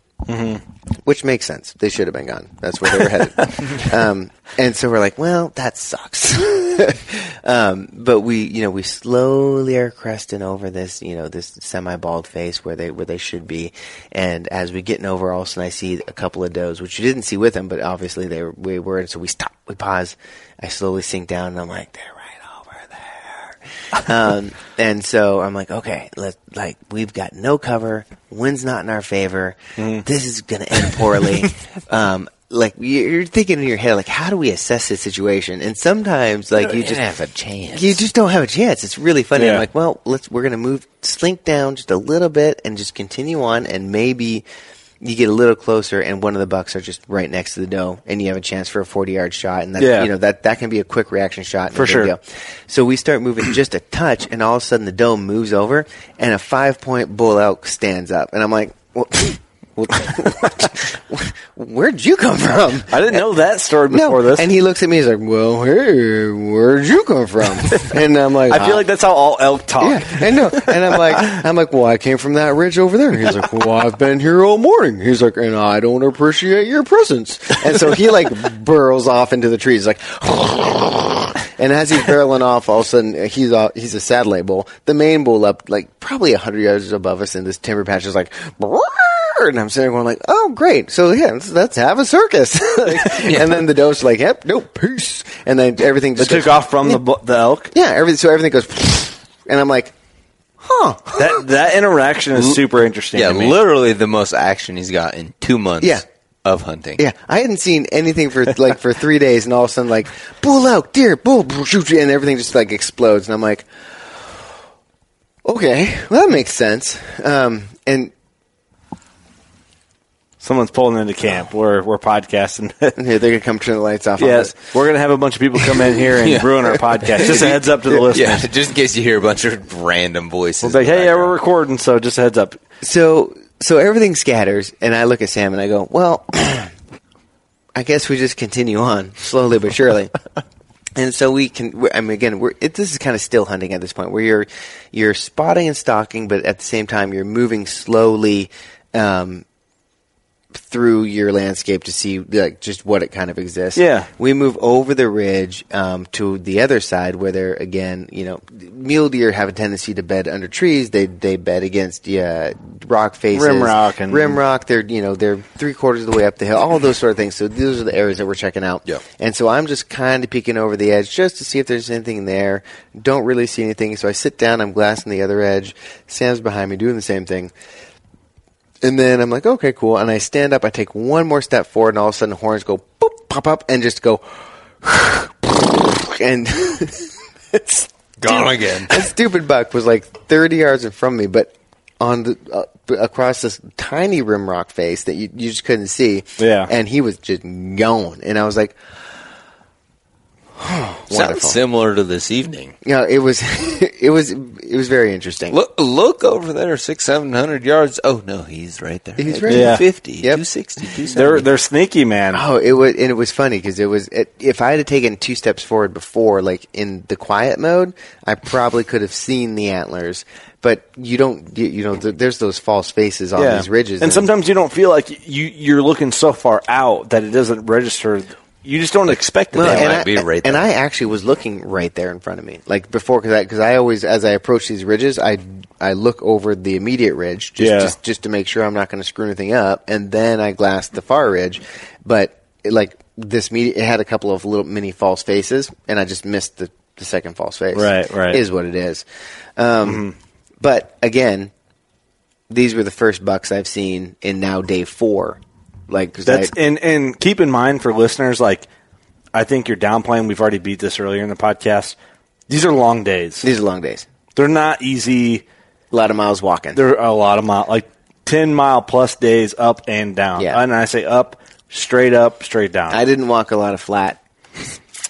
Speaker 5: Which makes sense. They should have been gone. That's where they were headed. um, and so we're like, well, that sucks. um, but we, you know, we slowly are cresting over this, you know, this semi-bald face where they where they should be. And as we getting over, all of a sudden I see a couple of does, which you didn't see with them, but obviously they were, we were. And so we stop, we pause. I slowly sink down, and I'm like, they're right over there. um, and so I'm like, okay, let like we've got no cover. Wind's not in our favor. This is gonna end poorly. um, like you- you're thinking in your head, like how do we assess this situation? And sometimes, like you just
Speaker 7: have a chance.
Speaker 5: you just don't have a chance. It's really funny. I'm
Speaker 6: Yeah.
Speaker 5: like, well, let's we're gonna move slink down just a little bit and just continue on, and maybe you get a little closer, and one of the bucks are just right next to the doe, and you have a chance for a 40 yard shot, and that
Speaker 6: Yeah.
Speaker 5: you know that that can be a quick reaction shot and
Speaker 6: For
Speaker 5: a big
Speaker 6: sure.
Speaker 5: deal. So we start moving just a touch, and all of a sudden the doe moves over, and a five point bull elk stands up, and I'm like, well, where'd you come from?
Speaker 6: I didn't know that story before this.
Speaker 5: And he looks at me. He's like, "Well, hey, where'd you come from?" and I'm like,
Speaker 6: I feel
Speaker 5: "Ah."
Speaker 6: like that's how all elk talk.
Speaker 5: yeah, I know. And I'm like, I'm like, well, I came from that ridge over there. And he's like, well, I've been here all morning. He's like, and I don't appreciate your presence. And so he like burrows off into the trees, like, and as he's barreling off, all of a sudden uh, he's a, he's a satellite bull. The main bull up like probably hundred yards above us in this timber patch is like. "Brrr," And I'm sitting there going like, oh great, so yeah, let's, let's have a circus. Like, And then the doe's like, yep, no peace. And then everything
Speaker 6: It
Speaker 5: just
Speaker 6: took
Speaker 5: goes-
Speaker 6: off from the, bu- the elk.
Speaker 5: Yeah, everything. So everything goes, and I'm like, huh?
Speaker 6: That that interaction is super interesting.
Speaker 7: yeah,
Speaker 6: to me.
Speaker 7: literally the most action he's got in two months
Speaker 5: Yeah.
Speaker 7: of hunting.
Speaker 5: Yeah, I hadn't seen anything for like for three days, and all of a sudden, like bull elk, deer, bull, bull, shoot, and everything just like explodes, and I'm like, okay, well that makes sense. Um, and
Speaker 6: Someone's pulling into camp. We're we're podcasting.
Speaker 5: and here they're gonna come turn the lights off. on
Speaker 6: yes,
Speaker 5: us.
Speaker 6: we're gonna have a bunch of people come in here and
Speaker 7: Yeah.
Speaker 6: ruin our podcast. Just a heads up to the listeners.
Speaker 7: Yeah, just in case you hear a bunch of random voices.
Speaker 6: It's like,
Speaker 7: in the
Speaker 6: hey, yeah, we're
Speaker 7: background.
Speaker 6: recording, so just a heads up.
Speaker 5: so so everything scatters, and I look at Sam and I go, well, I guess we just continue on slowly but surely. And so we can. we- I mean, again, we're, it, this is kind of still hunting at this point, where you're you're spotting and stalking, but at the same time you're moving slowly um, through your landscape to see like just what it kind of exists.
Speaker 6: Yeah.
Speaker 5: we move over the ridge um, to the other side, where they're again, you know, mule deer have a tendency to bed under trees. They they bed against yeah, rock faces,
Speaker 6: Rim rock and-
Speaker 5: rim rock. They're you know they're three quarters of the way up the hill. All those sort of things. So those are the areas that we're checking out.
Speaker 7: Yeah.
Speaker 5: And so I'm just kind of peeking over the edge just to see if there's anything there. Don't really see anything. So I sit down. I'm glassing the other edge. Sam's behind me doing the same thing. And then I'm like, okay, cool. And I stand up. I take one more step forward, and all of a sudden, horns go boop, pop up, and just go, and it's
Speaker 7: gone again.
Speaker 5: that stupid buck was like 30 yards in front of me, but on the uh, b- across this tiny rim rock face that you, you just couldn't see.
Speaker 6: Yeah.
Speaker 5: and he was just gone, and I was like,
Speaker 7: Sounds
Speaker 5: wonderful.
Speaker 7: similar to this evening.
Speaker 5: Yeah, it was, it was, it was very interesting.
Speaker 7: Look, look over there, six, seven hundred yards. Oh no, he's right there.
Speaker 5: He's
Speaker 7: At
Speaker 5: right
Speaker 6: there.
Speaker 7: 250,
Speaker 5: Yeah. Yep.
Speaker 7: 260, 270.
Speaker 6: They're they're sneaky, man.
Speaker 5: Oh, it was, and it was funny because it was. It, if I had taken two steps forward before, like in the quiet mode, I probably could have seen the antlers. But you don't, you, you know, th- there's those false faces on these ridges,
Speaker 6: and sometimes you don't feel like you you're looking so far out that it doesn't register. You just don't expect it.
Speaker 5: Well,
Speaker 6: that
Speaker 7: They
Speaker 5: and
Speaker 6: way.
Speaker 7: might
Speaker 5: I,
Speaker 7: be right
Speaker 5: and
Speaker 7: there.
Speaker 5: I actually was looking right there in front of me, like before, because I because I always as I approach these ridges, I I look over the immediate ridge just
Speaker 6: Yeah.
Speaker 5: just, just to make sure I'm not going to screw anything up, and then I glass the far ridge. But it, like this media, it had a couple of little mini false faces, and I just missed the, the second false face.
Speaker 6: Right, right.
Speaker 5: is what it is. Um,
Speaker 7: Mm-hmm.
Speaker 5: But again, these were the first bucks I've seen in now day four. Like 'cause
Speaker 6: That's
Speaker 5: I-
Speaker 6: and and keep in mind for listeners, like I think you're downplaying. We've already beat this earlier in the podcast. These are long days.
Speaker 5: these are long days.
Speaker 6: They're not easy.
Speaker 5: A lot of miles walking.
Speaker 6: There are a lot of mile, like ten mile plus days up and down.
Speaker 5: Yeah.
Speaker 6: and I say up, straight up, straight down.
Speaker 5: I didn't walk a lot of flat.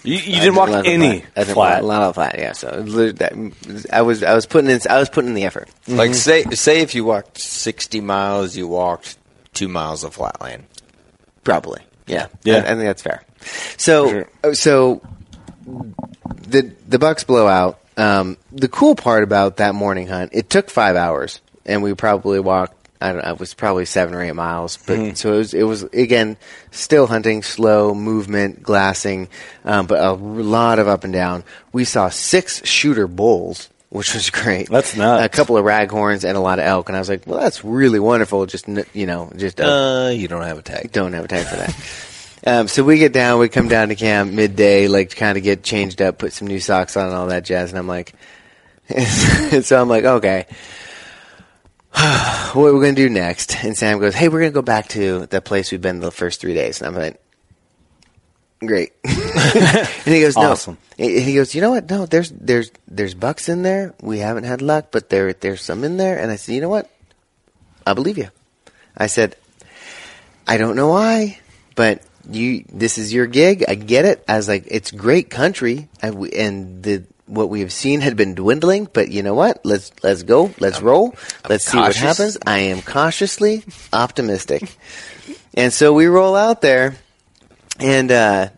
Speaker 6: you you
Speaker 5: I
Speaker 6: didn't walk
Speaker 5: a lot of
Speaker 6: any
Speaker 5: flat. I didn't walk
Speaker 6: flat.
Speaker 5: a lot of flat. Yeah, so it was- that- I was I was putting in I was putting in the effort.
Speaker 7: Like say say if you walked sixty miles, you walked two miles of flatland.
Speaker 5: Probably. Yeah.
Speaker 6: Yeah.
Speaker 5: I, I think that's fair. So
Speaker 6: sure.
Speaker 5: uh, so the the Bucks blow out. Um, the cool part about that morning hunt, it took five hours, and we probably walked. I don't know. It was probably seven or eight miles, but
Speaker 7: Hmm.
Speaker 5: so it was. It was again still hunting, slow movement, glassing, um, but a lot of up and down. We saw six shooter bulls, which was great.
Speaker 6: That's nuts.
Speaker 5: A couple of raghorns and a lot of elk, and I was like, "Well, that's really wonderful." Just n- you know, just a
Speaker 7: Uh, you don't have a tag.
Speaker 5: don't have time for that. Um, so we get down, we come down to camp midday, like to kind of get changed up, put some new socks on, and all that jazz. And I'm like, and so I'm like, okay, what are we gonna do next? And Sam goes, hey, we're gonna go back to the place we've been the first three days. And I'm like, great. and he goes, no.
Speaker 6: Awesome.
Speaker 5: And he goes, you know what? No, there's there's there's bucks in there. We haven't had luck, but there there's some in there. And I said, you know what? I believe you. I said, I don't know why, but you this is your gig. I get it. I was like, it's great country, I, w- and the what we have seen had been dwindling. But you know what? Let's let's go. Let's roll. let's see what
Speaker 7: cautious.
Speaker 5: happens. I am cautiously optimistic, and so we roll out there, and uh,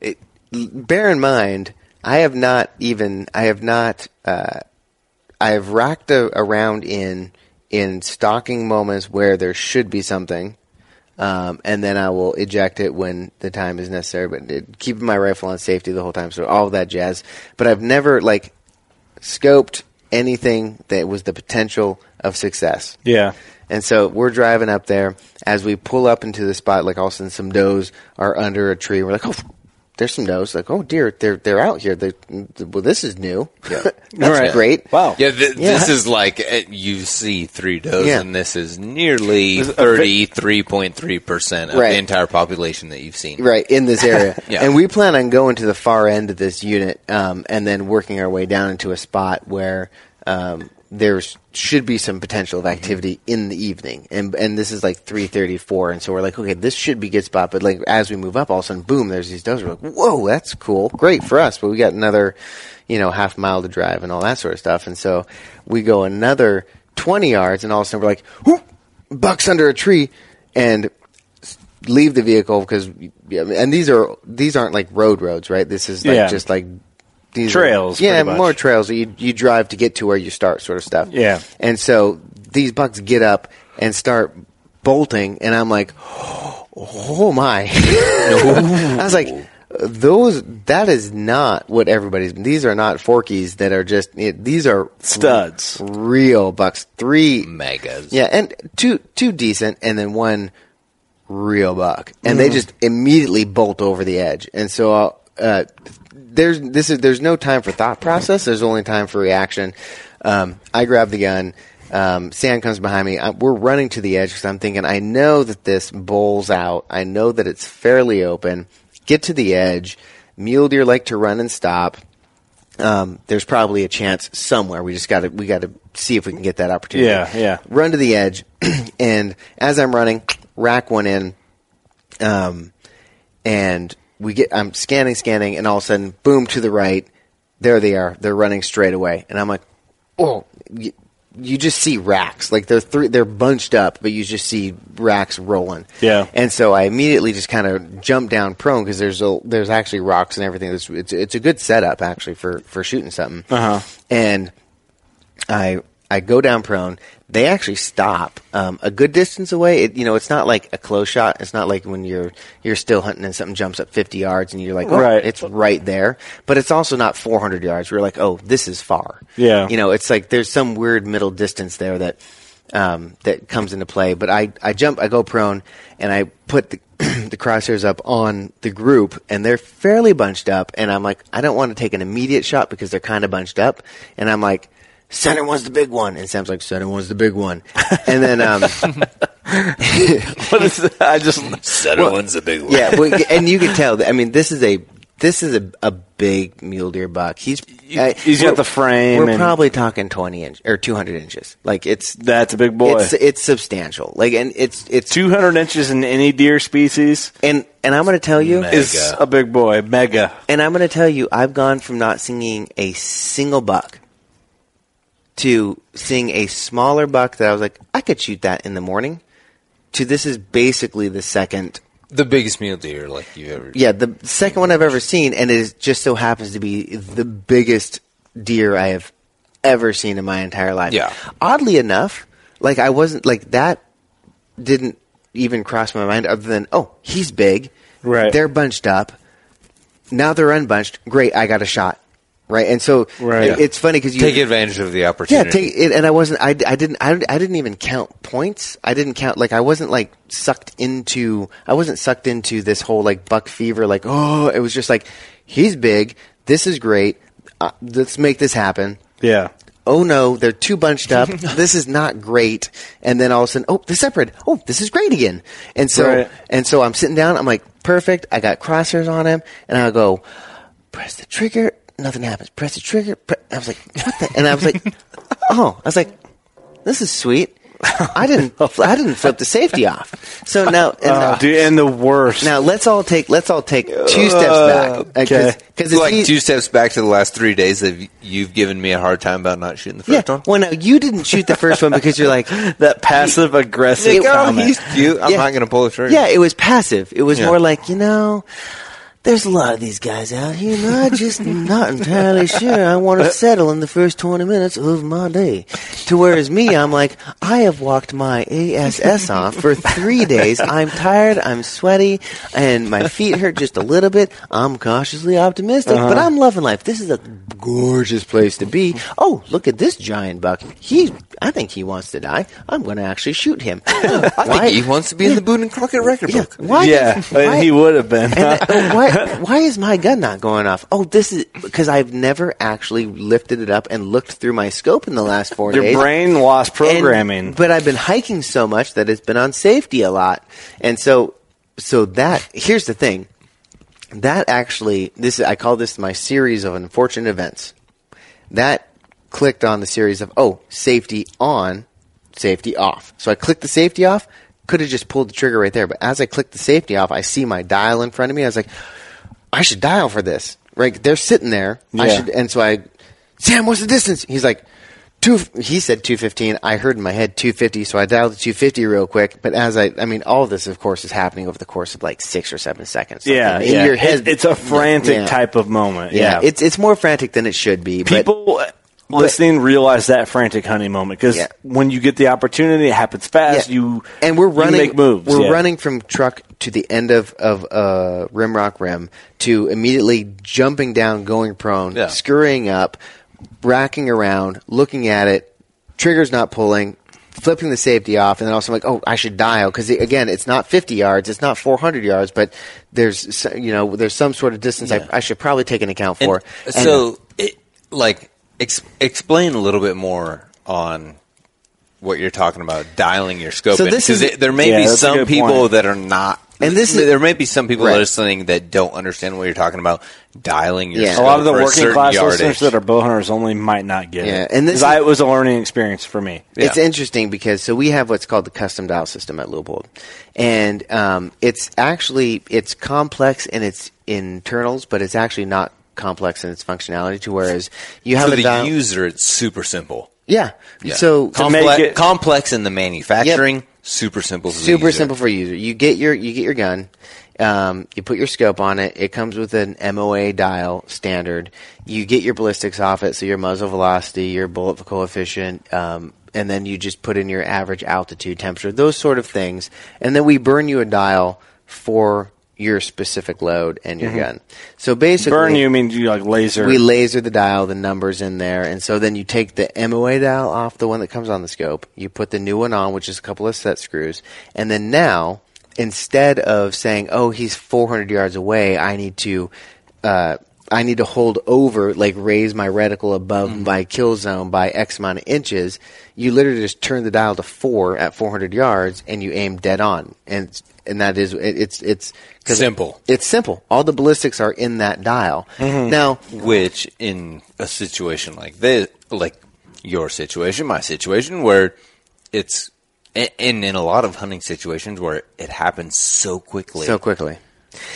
Speaker 5: it, bear in mind, I have not even I have not. Uh, I have racked a, around in in stalking moments where there should be something, um, and then I will eject it when the time is necessary. But it, keeping my rifle on safety the whole time, so all that jazz. But I've never like scoped anything that was the potential of success.
Speaker 6: Yeah.
Speaker 5: And so we're driving up there. As we pull up into the spot, like all of a sudden some does are under a tree. We're like, oh, there's some does. Like, oh dear, they're they're out here. They're, well, this is new. That's
Speaker 6: Right.
Speaker 5: great.
Speaker 6: Wow.
Speaker 7: Yeah, th-
Speaker 5: Yeah.
Speaker 7: this is like uh, you see three does,
Speaker 5: Yeah.
Speaker 7: and this is nearly
Speaker 6: is a ve-
Speaker 7: thirty three point three percent of
Speaker 5: Right.
Speaker 7: the entire population that you've seen.
Speaker 5: Right in this area,
Speaker 7: Yeah.
Speaker 5: and we plan on going to the far end of this unit, um, and then working our way down into a spot where um, there should be some potential of activity in the evening. And and this is like three thirty four, and so we're like, okay, this should be a good spot. But like as we move up, all of a sudden, boom, there's these does. We're like, whoa, that's cool, great for us. But we got another, you know, half mile to drive and all that sort of stuff. And so we go another twenty yards, and all of a sudden we're like, whoop, bucks under a tree, and leave the vehicle because yeah, and these are these aren't like road roads, right? This is like
Speaker 6: Yeah.
Speaker 5: just like these are-
Speaker 6: Trails,
Speaker 5: yeah,
Speaker 6: pretty much.
Speaker 5: more trails that you you drive to get to where you start, sort of stuff.
Speaker 6: Yeah.
Speaker 5: and so these bucks get up and start bolting, and I'm like, oh my! I was like. Those that is not what everybody's. These are not forkies that are just. These are
Speaker 6: Studs.
Speaker 5: real bucks. Three
Speaker 7: Megas.
Speaker 5: yeah, and two two decent, and then one real buck, and they just immediately bolt over the edge. And so uh, uh, there's this is there's no time for thought process. There's only time for reaction. Um, I grab the gun. Um, Sam comes behind me. I, we're running to the edge because I'm thinking I know that this bowls out. I know that it's fairly open. Get to the edge. Mule deer like to run and stop. Um, there's probably a chance somewhere. We just got to we got to see if we can get that opportunity
Speaker 6: Yeah, yeah.
Speaker 5: run to the edge, and as I'm running, rack one in, um, and we get. I'm scanning, scanning, and all of a sudden, boom to the right. There they are. They're running straight away, and I'm like, oh. You, you just see racks like they're three, they're bunched up, but you just see racks rolling.
Speaker 6: Yeah.
Speaker 5: and so I immediately just kind of jumped down prone because there's a, there's actually rocks and everything. It's, it's it's a good setup actually for for shooting something. Uh huh. And I I go down prone. They actually stop um, a good distance away. It, you know, it's not like a close shot. It's not like when you're you're still hunting and something jumps up 50 yards and you're like, oh,
Speaker 6: Right.
Speaker 5: it's right there. But it's also not 400 yards. We're like, oh, this is far.
Speaker 6: Yeah.
Speaker 5: You know, it's like there's some weird middle distance there that um, that comes into play. But I, I jump, I go prone, and I put the, the crosshairs up on the group, and they're fairly bunched up. And I'm like, I don't want to take an immediate shot because they're kind of bunched up. And I'm like, center one's the big one. And Sam's like, center one's the big one. And then, um,
Speaker 6: What is that? I just
Speaker 7: Center one's a big one.
Speaker 5: yeah, well, and you can tell. that- I mean, this is a this is a, a big mule deer buck. He's I-
Speaker 6: he's got
Speaker 5: we're-
Speaker 6: the frame
Speaker 5: We're
Speaker 6: and-
Speaker 5: probably talking twenty inch or two hundred inches. Like it's
Speaker 6: that's a big boy.
Speaker 5: It's it's substantial. Like and it's it's
Speaker 6: 200 inches in any deer species
Speaker 5: and and I'm going to tell you
Speaker 7: Mega.
Speaker 6: is a big boy. Mega.
Speaker 5: and I'm going to tell you I've gone from not singing a single buck to seeing a smaller buck that I was like I could shoot that in the morning to this is basically the second
Speaker 7: The biggest mule deer like you've ever.
Speaker 5: yeah the second one I've ever seen and it is, just so happens to be the biggest deer I have ever seen in my entire life.
Speaker 7: Yeah.
Speaker 5: Oddly enough, like I wasn't like that didn't even cross my mind other than oh he's big
Speaker 6: Right.
Speaker 5: they're bunched up now they're unbunched great i got a shot right and so
Speaker 6: Right.
Speaker 5: it- it's funny because you
Speaker 7: Take advantage of the
Speaker 5: yeah
Speaker 7: opportunity.
Speaker 5: take it and i wasn't i, I didn't I, I didn't even count points i didn't count like i wasn't like sucked into i wasn't sucked into this whole like buck fever like oh it was just like he's big this is great uh, let's make this happen
Speaker 6: Yeah.
Speaker 5: oh no, they're too bunched up. this is not great. And then all of a sudden, oh, they're separate. Oh, this is great again. And so,
Speaker 6: Right.
Speaker 5: and so I'm sitting down. I'm like, perfect. I got crosshairs on him, and I go, press the trigger. Nothing happens. Press the trigger. Pre- I was like, what the? And I was like, oh, I was like, this is sweet. I didn't. I didn't flip the safety off. So now, and,
Speaker 6: Oh. Uh, dude, and the worst.
Speaker 5: Ah. now let's all take let's all take two steps back.
Speaker 6: okay.
Speaker 5: because
Speaker 7: It's like two steps back to the last three days that you've given me a hard time about not shooting the first
Speaker 5: yeah.
Speaker 7: one.
Speaker 5: Well, no, you didn't shoot the first one because you're like
Speaker 6: that passive aggressive
Speaker 5: It-
Speaker 7: Oh,
Speaker 6: comment.
Speaker 7: he's cute. I'm
Speaker 5: Yeah.
Speaker 7: not going to pull the trigger.
Speaker 5: Yeah, it was passive. It was
Speaker 7: Yeah.
Speaker 5: more like, you know, there's a lot of these guys out here, and I'm just not entirely sure I want
Speaker 7: Uh,
Speaker 5: to settle in the first 20 minutes of my day. To whereas me, I'm like, I have walked my ASS off for three days. I'm tired, I'm sweaty, and my feet hurt just a little bit. I'm cautiously optimistic, but
Speaker 7: Uh-huh.
Speaker 5: I'm loving life. This is a gorgeous place to be. Oh, look at this giant buck. He, I think he wants to die. I'm going to actually shoot him. I
Speaker 7: I think he wants to be in the Boone and Crockett record
Speaker 5: yeah.
Speaker 7: book.
Speaker 5: Why?
Speaker 6: yeah,
Speaker 5: why-
Speaker 6: and he would have been.
Speaker 5: and then, why? Why is my gun not going off? Oh, this is because I've never actually lifted it up and looked through my scope in the last four
Speaker 6: Your
Speaker 5: days.
Speaker 6: brain lost
Speaker 5: And-
Speaker 6: programming.
Speaker 5: but I've been hiking so much that it's been on safety a lot, and so so that here's the thing. That actually, this I call this my series of unfortunate events. That clicked on the series of oh safety on, safety off. So I clicked the safety off. Could have just pulled the trigger right there, but as I clicked the safety off, I see my dial in front of me. I was like, I should dial for this. Right? They're sitting there. I
Speaker 6: Yeah.
Speaker 5: should, and so I, Sam, what's the distance? He's like, two. He said two fifteen. I heard in my head two fifty, so I dialed to two fifty real quick. But as I, I mean, all of this, of course, is happening over the course of like six or seven seconds.
Speaker 6: yeah,
Speaker 5: in
Speaker 6: yeah.
Speaker 5: your head,
Speaker 6: It- it's a frantic
Speaker 5: Yeah.
Speaker 6: type of moment.
Speaker 5: Yeah.
Speaker 6: Yeah,
Speaker 5: it's it's more frantic than it should be. but,
Speaker 6: people listening realize that frantic hunting moment because
Speaker 5: Yeah.
Speaker 6: when you get the opportunity, it happens fast.
Speaker 5: Yeah.
Speaker 6: You
Speaker 5: and we're
Speaker 6: you
Speaker 5: running
Speaker 6: make moves.
Speaker 5: We're
Speaker 6: yeah.
Speaker 5: running from truck to the end of of uh, rim rock rim to immediately jumping down, going prone,
Speaker 7: Yeah.
Speaker 5: scurrying up, racking around, looking at it, triggers not pulling. Flipping the safety off, and then also I'm like, oh, I should dial because again, it's not 50 yards, it's not 400 yards, but there's s- you know there's some sort of distance
Speaker 7: Yeah.
Speaker 5: I, I should probably take an account
Speaker 7: And
Speaker 5: for. And-
Speaker 7: so, it, like, ex- explain a little bit more on what you're talking about dialing your scope
Speaker 5: So
Speaker 7: in.
Speaker 5: this is-
Speaker 7: 'Cause it- there may
Speaker 6: Yeah,
Speaker 7: be
Speaker 6: that's a
Speaker 7: some
Speaker 6: good
Speaker 7: people
Speaker 6: point.
Speaker 7: that are not.
Speaker 5: And this is-
Speaker 7: there may be some people
Speaker 5: Right.
Speaker 7: listening that don't understand what you're talking about dialing your
Speaker 5: Yeah. A
Speaker 7: scope
Speaker 6: a lot of the
Speaker 7: for a
Speaker 6: working
Speaker 7: certain
Speaker 6: class
Speaker 7: yardage.
Speaker 6: listeners that are bow hunters only might not get
Speaker 5: Yeah,
Speaker 6: it.
Speaker 5: and this
Speaker 6: 'Cause I,
Speaker 5: is-
Speaker 6: it was a learning experience for me.
Speaker 5: It's interesting because so we have what's called the custom dial system at Leupold, and um, it's actually it's complex in its internals, but it's actually not complex in its functionality. To whereas you have
Speaker 7: for
Speaker 5: a
Speaker 7: the
Speaker 5: dial,
Speaker 7: user, it's super simple.
Speaker 5: yeah.
Speaker 7: Yeah.
Speaker 5: So
Speaker 6: To make
Speaker 7: Comple-
Speaker 6: it-
Speaker 7: complex in the manufacturing, super simple. For the
Speaker 5: super
Speaker 7: user.
Speaker 5: simple for user. You get your you get your gun, Um, you put your scope on it. It comes with an MOA dial standard. You get your ballistics off it, so your muzzle velocity, your bullet coefficient, um, and then you just put in your average altitude, temperature, those sort of things. And then we burn you a dial for your specific load and
Speaker 7: Mm-hmm.
Speaker 5: your gun. So basically,
Speaker 6: Burn you mean you like laser.
Speaker 5: we laser the dial, the numbers in there, and so then you take the MOA dial off the one that comes on the scope. You put the new one on, which is a couple of set screws, and then now instead of saying, "Oh, he's 400 yards away," I need to, uh, I need to hold over, like raise my reticle above my kill zone by X amount of inches. You literally just turn the dial to four at 400 yards, and you aim dead on, and and that is it, it's it's 'cause
Speaker 7: Simple.
Speaker 5: it's simple. All the ballistics are in that dial. Now,
Speaker 7: Which, in a situation like this, like your situation, my situation, where it's, a- and in a lot of hunting situations where it happens so quickly,
Speaker 5: so quickly,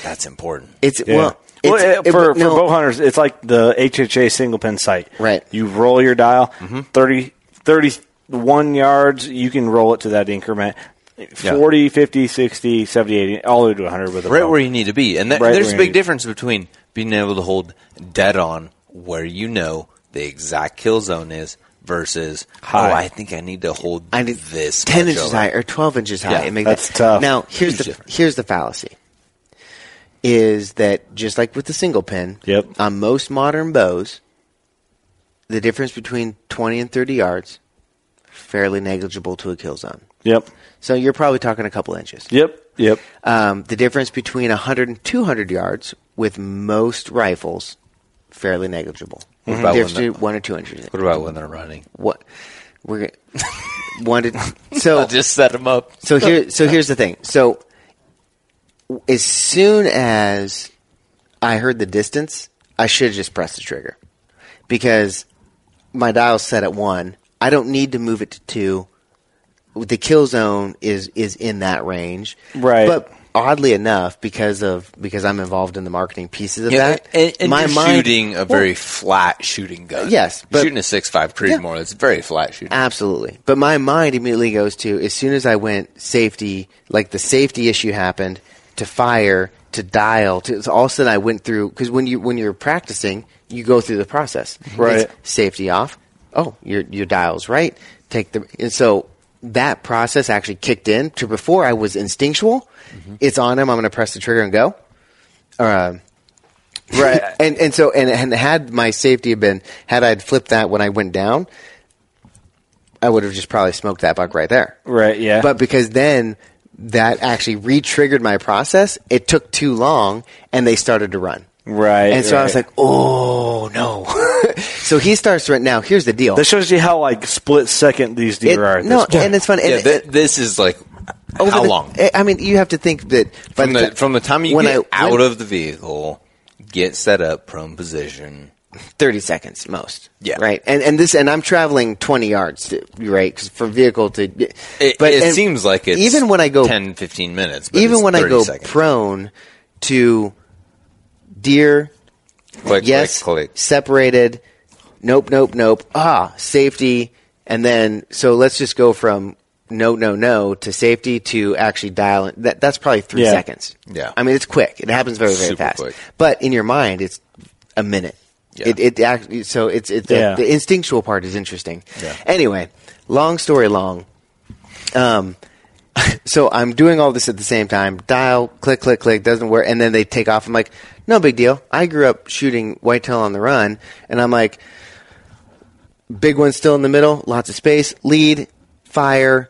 Speaker 7: that's important.
Speaker 5: it's
Speaker 6: Yeah.
Speaker 5: well,
Speaker 6: Well,
Speaker 5: it's,
Speaker 6: eh,
Speaker 5: it-
Speaker 6: for,
Speaker 5: no,
Speaker 6: for bow hunters, it's like the HHA single pin sight.
Speaker 5: Right.
Speaker 6: You roll your dial,
Speaker 7: Mm-hmm.
Speaker 6: thirty thirty one 30, 31 yards, you can roll it to that increment. 40, 50, 60, 70, 80, all the way to 100 with a
Speaker 7: right
Speaker 6: bow.
Speaker 7: where you need to be. And that,
Speaker 6: Right
Speaker 7: there's
Speaker 6: where
Speaker 7: a
Speaker 6: you
Speaker 7: big
Speaker 6: need-
Speaker 7: difference between being able to hold dead on where you know the exact kill zone is versus
Speaker 6: High.
Speaker 7: oh, I think I need to hold
Speaker 5: I did
Speaker 7: this
Speaker 5: ten
Speaker 7: much
Speaker 5: inches
Speaker 7: over.
Speaker 5: high or twelve inches high.
Speaker 7: Yeah,
Speaker 5: and make
Speaker 6: that's
Speaker 5: that-
Speaker 6: tough.
Speaker 5: Now here's
Speaker 7: Huge
Speaker 5: the
Speaker 7: difference.
Speaker 5: here's the fallacy is that just like with the single pin,
Speaker 6: Yep.
Speaker 5: on most modern bows, the difference between twenty and thirty yards fairly negligible to a kill zone.
Speaker 6: Yep.
Speaker 5: So you're probably talking a couple inches.
Speaker 6: Yep. Yep.
Speaker 5: Um, the difference between 100 and 200 yards with most rifles, fairly negligible.
Speaker 7: about when
Speaker 5: Difference
Speaker 7: the-
Speaker 5: between one or two inches.
Speaker 7: What about when they're running?
Speaker 5: What we're gonna- one to, so
Speaker 7: I'll just set them up.
Speaker 5: so here so here's the thing. So w- as soon as I heard the distance, I should have just pressed the trigger because my dial's set at one. I don't need to move it to two. The kill zone is is in that range,
Speaker 6: Right.
Speaker 5: But oddly enough, because of because I'm involved in the marketing pieces of
Speaker 7: Yeah,
Speaker 5: that,
Speaker 7: and, and
Speaker 5: my
Speaker 7: you're
Speaker 5: mind-
Speaker 7: shooting a
Speaker 5: Well,
Speaker 7: very flat shooting gun.
Speaker 5: Yes, but-
Speaker 7: shooting a six five Creedmoor. It's very flat shooting.
Speaker 5: Absolutely. But my mind immediately goes to as soon as I went safety, like the safety issue happened to fire to dial to so all of a sudden I went through because when you when you're practicing you go through the process
Speaker 6: Right.
Speaker 5: It's safety off oh your your dials right take the and so that process actually kicked in to before I was instinctual
Speaker 6: Mm-hmm.
Speaker 5: it's on him I'm going to press the trigger and go um, right and and so and, and had my safety been had I'd flipped that when I went down I would have just probably smoked that buck right there.
Speaker 6: Right. Yeah.
Speaker 5: But because then that actually re-triggered my process, it took too long and they started to run.
Speaker 6: right.
Speaker 5: And so I was
Speaker 6: right.
Speaker 5: like, "Oh no!" so he starts to run. Now here's the deal.
Speaker 6: that shows you how like split second these deer
Speaker 5: It-
Speaker 6: are. At
Speaker 5: no,
Speaker 6: this point.
Speaker 5: and it's funny.
Speaker 7: yeah,
Speaker 5: and,
Speaker 7: th- this is like
Speaker 5: over
Speaker 7: how
Speaker 5: the- eh,
Speaker 7: long?
Speaker 5: I mean, you have to think that by
Speaker 7: from the from the time you
Speaker 5: when
Speaker 7: get
Speaker 5: I,
Speaker 7: out
Speaker 5: when-
Speaker 7: of the vehicle, get set up, prone position.
Speaker 5: 30 seconds most.
Speaker 7: Yeah.
Speaker 5: Right. And and this and I'm traveling 20 yards to, right 'cause from vehicle to
Speaker 7: It, it
Speaker 5: and
Speaker 7: seems like it's
Speaker 5: even when I go
Speaker 7: 10, 15 minutes. But
Speaker 5: even
Speaker 7: it's
Speaker 5: when I
Speaker 7: 30
Speaker 5: go
Speaker 7: seconds.
Speaker 5: prone to deer
Speaker 7: click,
Speaker 5: yes,
Speaker 7: click, click.
Speaker 5: separated. Nope, nope, nope. Ah, safety, and then so let's just go from no, no, no to safety to actually dial. In. That that's probably three
Speaker 6: Yeah.
Speaker 5: seconds.
Speaker 7: Yeah.
Speaker 5: I mean it's quick. It happens very, very
Speaker 7: Super
Speaker 5: fast.
Speaker 7: quick.
Speaker 5: But in your mind, it's a minute.
Speaker 7: Yeah.
Speaker 5: It it actually so it's it's
Speaker 6: Yeah.
Speaker 5: the, the instinctual part is interesting.
Speaker 7: Yeah.
Speaker 5: Anyway, long story long. Um, so I'm doing all this at the same time. Dial, click, click, click, doesn't work. And then they take off. I'm like, no big deal. I grew up shooting whitetail on the run, and I'm like, big one still in the middle, lots of space, lead, fire,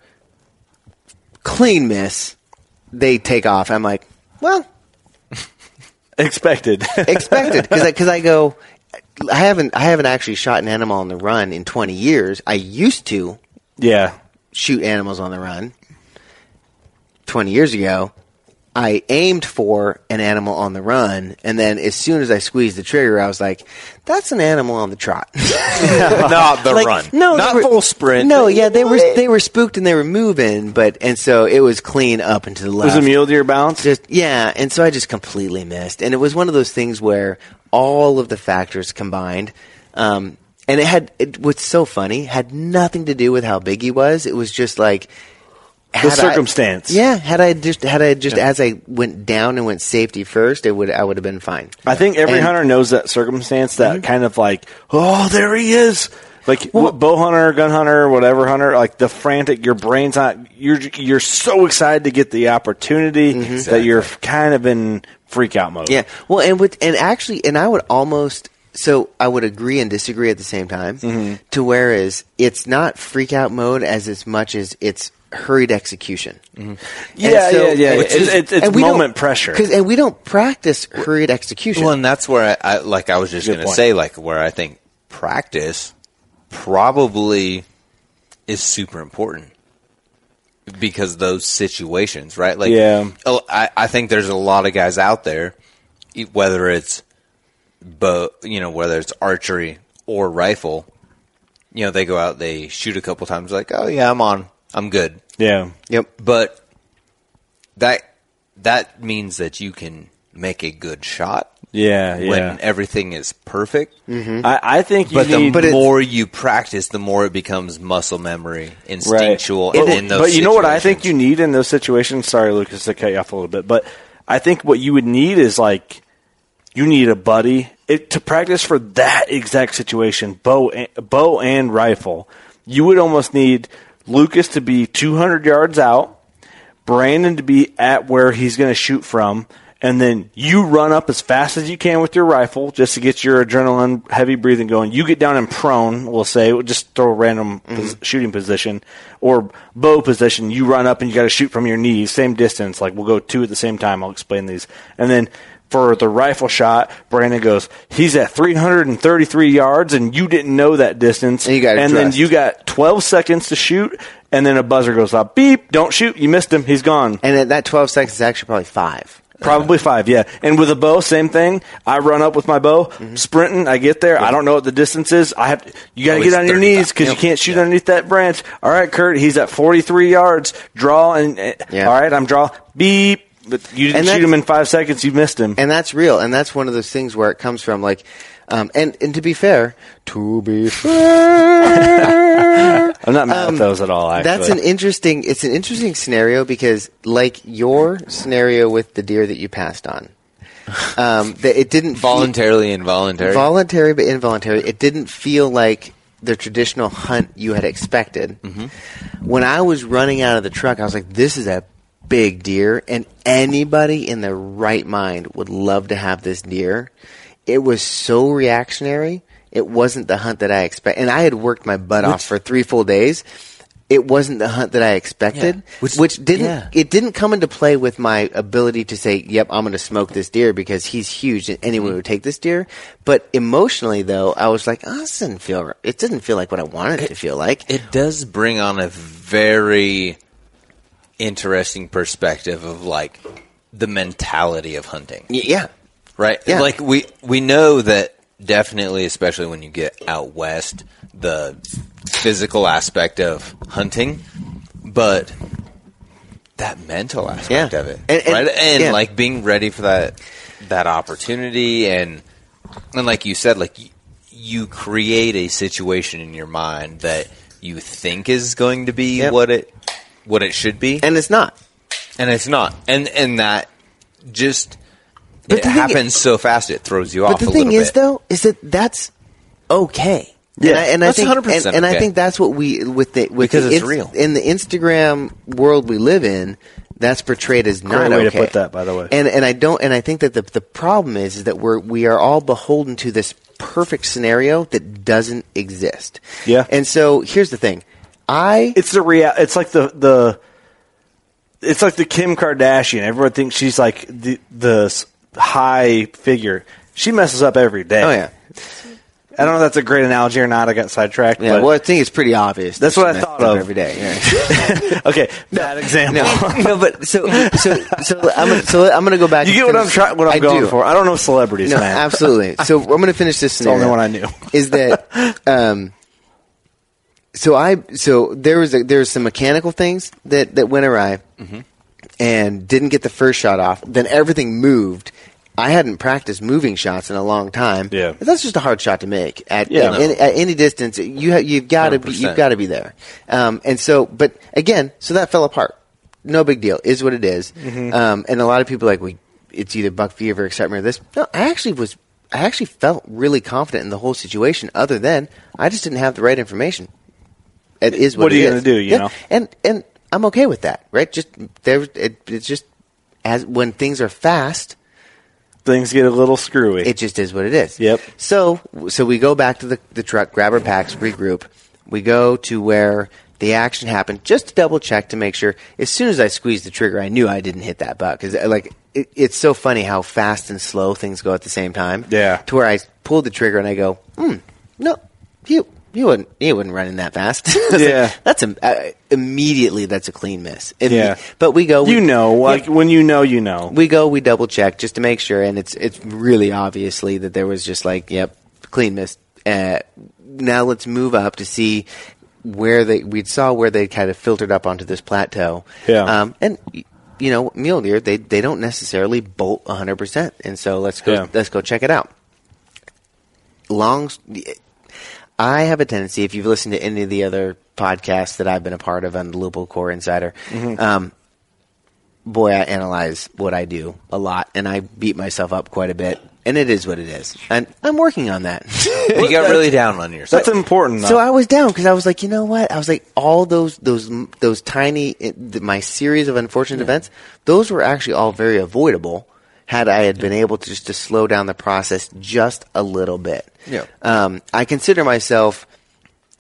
Speaker 5: clean miss. They take off. I'm like, well,
Speaker 6: expected.
Speaker 5: expected because because I, go, I haven't I haven't actually shot an animal on the run in 20 years. I used to
Speaker 6: yeah.
Speaker 5: shoot animals on the run 20 years ago i aimed for an animal on the run and then as soon as i squeezed the trigger i was like that's an animal on the trot
Speaker 7: Not the
Speaker 5: Like,
Speaker 7: run.
Speaker 5: no they
Speaker 7: not
Speaker 5: were-
Speaker 7: full sprint.
Speaker 5: no yeah they were they were spooked and they were moving but and so it was clean up and to the
Speaker 6: It was
Speaker 5: left
Speaker 6: a mule deer bounce.
Speaker 5: just yeah and so i just completely missed and it was one of those things where all of the factors combined um, and it had it, what's so funny had nothing to do with how big he was it was just like had I-
Speaker 6: circumstance.
Speaker 5: yeah, had I just had I just as I went down and went safety first, it would I would have been fine.
Speaker 6: I think every
Speaker 5: And- Mm-hmm.
Speaker 6: hunter knows that circumstance. That kind of like, oh, there he is. Like what bow hunter, gun hunter, whatever hunter. Like the frantic, your brain's not. You're you're so excited to get the opportunity that you're kind of in freak out mode.
Speaker 5: Mm-hmm. Yeah. Well, and with and actually, and I would almost so I would agree and disagree at the same time.
Speaker 6: Mm-hmm.
Speaker 5: To whereas it's not freak out mode as as much as it's hurried execution.
Speaker 6: Mm-hmm. yeah, yeah, yeah. It's, it's, it's
Speaker 5: and we don't-
Speaker 6: moment pressure.
Speaker 5: 'cause- and we don't practice hurried execution.
Speaker 7: Well, and that's where I, I like I was just
Speaker 6: Good
Speaker 7: going to
Speaker 6: point.
Speaker 7: say like where I think practice probably is super important because those situations, right? Like,
Speaker 6: Yeah.
Speaker 7: oh, I, I think there's a lot of guys out there, e- whether it's bow, you know, whether it's archery or rifle, you know, they go out, they shoot a couple times, like, oh yeah, I'm on, I'm good,
Speaker 6: Yeah,
Speaker 5: yep.
Speaker 7: but that that means that you can make a good shot
Speaker 6: yeah, yeah.
Speaker 7: when everything is perfect.
Speaker 5: Mm-hmm.
Speaker 6: I, I think Mm-hmm. you
Speaker 7: But the
Speaker 6: need
Speaker 5: But it's-
Speaker 7: more you practice, the more it becomes muscle memory, instinctual,
Speaker 6: But,
Speaker 7: and in those
Speaker 6: but you know what I think you
Speaker 7: situations.
Speaker 6: need in those situations? Sorry, Lucas, to cut you off a little bit, but I think what you would need is like you need a buddy it, to practice for that exact situation, bow and, bow and rifle. You would almost need Lucas to be 200 yards out, Brandon to be at where he's going to shoot from, and then you run up as fast as you can with your rifle just to get your adrenaline, heavy breathing going. You get down and prone, we'll say, we'll just throw a random
Speaker 5: Mm-hmm.
Speaker 6: pos- shooting position or bow position. You run up and you got to shoot from your knees, same distance. Like we'll go two at the same time. I'll explain these. And then for the rifle shot, Brandon goes, he's at 333 yards and you didn't know that distance.
Speaker 5: And you gotta
Speaker 6: then
Speaker 5: trust.
Speaker 6: you got 12 seconds to shoot. And then a buzzer goes off. Beep! Don't shoot. You missed him. He's gone.
Speaker 5: And at that twelve seconds is actually probably five.
Speaker 6: Probably five, yeah. And with a bow, same thing. I run up with my bow,
Speaker 5: Mm-hmm.
Speaker 6: sprinting. I get there. I don't know what the distance is. I have. To, you got to
Speaker 7: Oh,
Speaker 6: get
Speaker 7: it's
Speaker 6: on your
Speaker 7: 35.
Speaker 6: knees because
Speaker 7: Yep.
Speaker 6: you can't shoot underneath that branch. All right, Kurt. He's at forty-three yards. Draw and eh,
Speaker 5: Yeah.
Speaker 6: all right. I'm draw. Beep. But you didn't
Speaker 5: And
Speaker 6: shoot
Speaker 5: that's-
Speaker 6: him in five seconds. You missed him.
Speaker 5: and that's real and that's one of those things where it comes from like um, and and to be fair to be fair
Speaker 6: I'm not mad
Speaker 5: um,
Speaker 6: at those at all. Actually,
Speaker 5: that's an interesting it's an interesting scenario because like your scenario with the deer that you passed on um, that it didn't fe-
Speaker 7: voluntarily, involuntary.
Speaker 5: voluntary but involuntary it didn't feel like the traditional hunt you had expected when i was running out of the truck i was like this is a big deer and anybody in their right mind would love to have this deer it was so reactionary it wasn't the hunt that i expect and i had worked my butt off for three full days it wasn't the hunt that i expected
Speaker 7: Which-
Speaker 5: which, didn't
Speaker 7: yeah.
Speaker 5: it didn't come into play with my ability to say, "Yep, I'm going to smoke this deer because he's huge and anyone would take this deer." But emotionally, though, I was like, oh, "This doesn't feel. It doesn't feel like what I wanted it to feel like."
Speaker 7: it does bring on a very interesting perspective of like the mentality of hunting.
Speaker 5: Y- yeah,
Speaker 7: right?
Speaker 5: Yeah.
Speaker 7: Like we we know that definitely, especially when you get out west, the physical aspect of hunting, but that mental aspect
Speaker 5: Yeah.
Speaker 7: of it,
Speaker 5: And- and-
Speaker 7: right? And
Speaker 5: yeah.
Speaker 7: like being ready for that that opportunity, and and like you said, like y- you create a situation in your mind that you think is going to be
Speaker 5: Yep.
Speaker 7: what it what it should be,
Speaker 5: and it's not.
Speaker 7: and it's not, and and that just
Speaker 5: But
Speaker 7: it
Speaker 5: the thing-
Speaker 7: happens so fast it throws you
Speaker 5: But
Speaker 7: off.
Speaker 5: the
Speaker 7: a
Speaker 5: thing
Speaker 7: little
Speaker 5: is,
Speaker 7: bit.
Speaker 5: though, is that that's okay.
Speaker 6: Yeah,
Speaker 5: and I, and I
Speaker 7: that's
Speaker 5: think,
Speaker 7: 100%
Speaker 5: and, and
Speaker 7: okay.
Speaker 5: I think that's what we with the with
Speaker 7: Because
Speaker 5: the
Speaker 7: it's
Speaker 5: ins-
Speaker 7: real.
Speaker 5: in the Instagram world we live in. That's portrayed as not
Speaker 6: way to
Speaker 5: okay.
Speaker 6: put that, by the way.
Speaker 5: And and I don't and I think that the the problem is is that we're we are all beholden to this perfect scenario that doesn't exist.
Speaker 6: Yeah.
Speaker 5: And so here's the thing, I
Speaker 6: it's the real. It's like the the. It's like the Kim Kardashian. Everyone thinks she's like the the s- high figure. She messes up every day.
Speaker 5: oh yeah
Speaker 6: I don't know if that's a great analogy or not. I got sidetracked.
Speaker 5: yeah
Speaker 6: but-
Speaker 5: well I think it's pretty obvious.
Speaker 6: That's
Speaker 5: that
Speaker 6: what
Speaker 5: she
Speaker 6: I
Speaker 5: messed
Speaker 6: thought
Speaker 5: up
Speaker 6: of.
Speaker 5: every day. Yeah.
Speaker 6: okay, bad example.
Speaker 5: No, no, but so so so I'm gonna, so I'm gonna go back.
Speaker 6: You
Speaker 5: and
Speaker 6: get what I'm
Speaker 5: finish-
Speaker 6: trying, what I'm
Speaker 5: I
Speaker 6: going
Speaker 5: do.
Speaker 6: for. I don't know celebrities,
Speaker 5: No,
Speaker 6: man.
Speaker 5: absolutely. So I'm going to finish this
Speaker 6: the only
Speaker 5: scenario.
Speaker 6: one I knew.
Speaker 5: is that um, so I so there was a, there was some mechanical things that that went awry and didn't get the first shot off. Then everything moved. I hadn't practiced moving shots in a long time.
Speaker 6: Yeah.
Speaker 5: But that's just a hard shot to make at,
Speaker 6: Yeah.
Speaker 5: in- at any distance. You ha- you've got to be
Speaker 7: 100%.
Speaker 5: you've got to be there. Um, and so, but again, so that fell apart. no big deal. Is what it is.
Speaker 6: Mm-hmm.
Speaker 5: Um, and a lot of people are like we, it's either buck fever, excitement, or this. No, I actually was. I actually felt really confident in the whole situation. Other than I just didn't have the right information. It is what,
Speaker 6: What are
Speaker 5: it
Speaker 6: you gonna
Speaker 5: is.
Speaker 6: do, you
Speaker 5: Yeah.
Speaker 6: know?
Speaker 5: And and I'm okay with that, right? Just there. It, it's just as when things are fast,
Speaker 6: Things get a little screwy.
Speaker 5: it just is what it is.
Speaker 6: Yep.
Speaker 5: So so we go back to the, the truck, grab our packs, regroup. We go to where the action happened, just to double check to make sure. As soon as I squeezed the trigger, I knew I didn't hit that buck because like it, it's so funny how fast and slow things go at the same time.
Speaker 6: Yeah.
Speaker 5: To where I pulled the trigger and I go, hmm, no, you. You wouldn't. You wouldn't run in that fast. I was like,
Speaker 6: Yeah.
Speaker 5: that's a, uh, immediately. That's a clean miss. Imme-
Speaker 6: Yeah.
Speaker 5: but we go. We,
Speaker 6: you know, uh,
Speaker 5: Yeah
Speaker 6: like when you know, you know.
Speaker 5: we go, we double check just to make sure, and it's it's really obviously that there was just like, yep, clean miss. Uh, now let's move up to see where they we saw where they kind of filtered up onto this plateau.
Speaker 6: Yeah.
Speaker 5: Um, and y- you know, mule deer they they don't necessarily bolt hundred percent, and so let's go
Speaker 6: Yeah.
Speaker 5: let's go check it out. Long, s- I have a tendency, if you've listened to any of the other podcasts that I've been a part of on the Loophole Core Insider, um, boy, I analyze what I do a lot, and I beat myself up quite a bit. And it is what it is. And I'm working on that.
Speaker 7: you got really down on yourself.
Speaker 6: That's important. Though.
Speaker 5: so I was down because I was like, you know what? I was like, all those those those tiny it- my series of unfortunate events, those were actually all very avoidable had I had been able to just to slow down the process just a little bit.
Speaker 7: Yeah.
Speaker 5: Um, I consider myself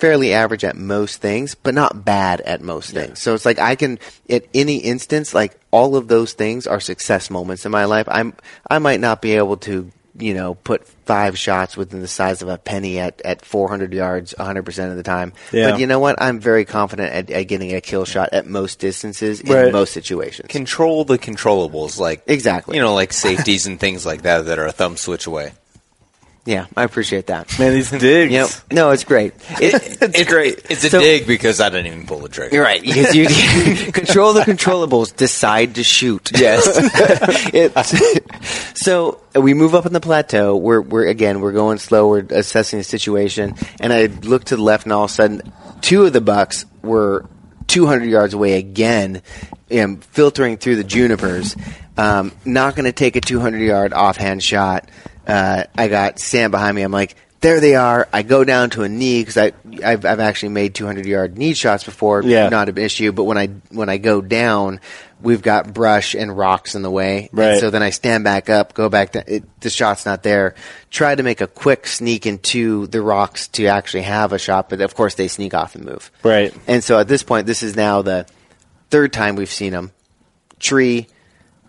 Speaker 5: fairly average at most things, but not bad at most things. So it's like I can at any instance, like all of those things are success moments in my life. I'm I might not be able to, you know, put five shots within the size of a penny at, at 400 yards 100% of the time.
Speaker 6: Yeah.
Speaker 5: But you know what? I'm very confident at, at getting a kill shot at most distances in
Speaker 6: Right.
Speaker 5: most situations.
Speaker 7: Control the controllables, like
Speaker 5: Exactly.
Speaker 7: you know, like safeties and things like that that are a thumb switch away.
Speaker 5: yeah, I appreciate that.
Speaker 6: Man, these digs.
Speaker 5: Yep. No, it's great.
Speaker 7: It, it's great. It's a
Speaker 5: So-
Speaker 7: dig because I didn't even pull the trigger.
Speaker 5: You're right. Because you control the controllables, decide to shoot.
Speaker 7: Yes.
Speaker 5: It's- so we move up on the plateau. We're, we're again, we're going slow. We're assessing the situation, and I look to the left, and all of a sudden, two of the bucks were 200 yards away again, and filtering through the junipers. Um, not going to take a 200 yard offhand shot. Uh, I got Sam behind me. I'm like, there they are. I go down to a knee because I I've, I've actually made 200 yard knee shots before.
Speaker 6: Yeah.
Speaker 5: not an issue. But when I when I go down, we've got brush and rocks in the way. And
Speaker 6: Right.
Speaker 5: so then I stand back up, go back. To, it, the shot's not there. Try to make a quick sneak into the rocks to actually have a shot, but of course they sneak off and move.
Speaker 6: Right.
Speaker 5: And so at this point, this is now the third time we've seen them. Tree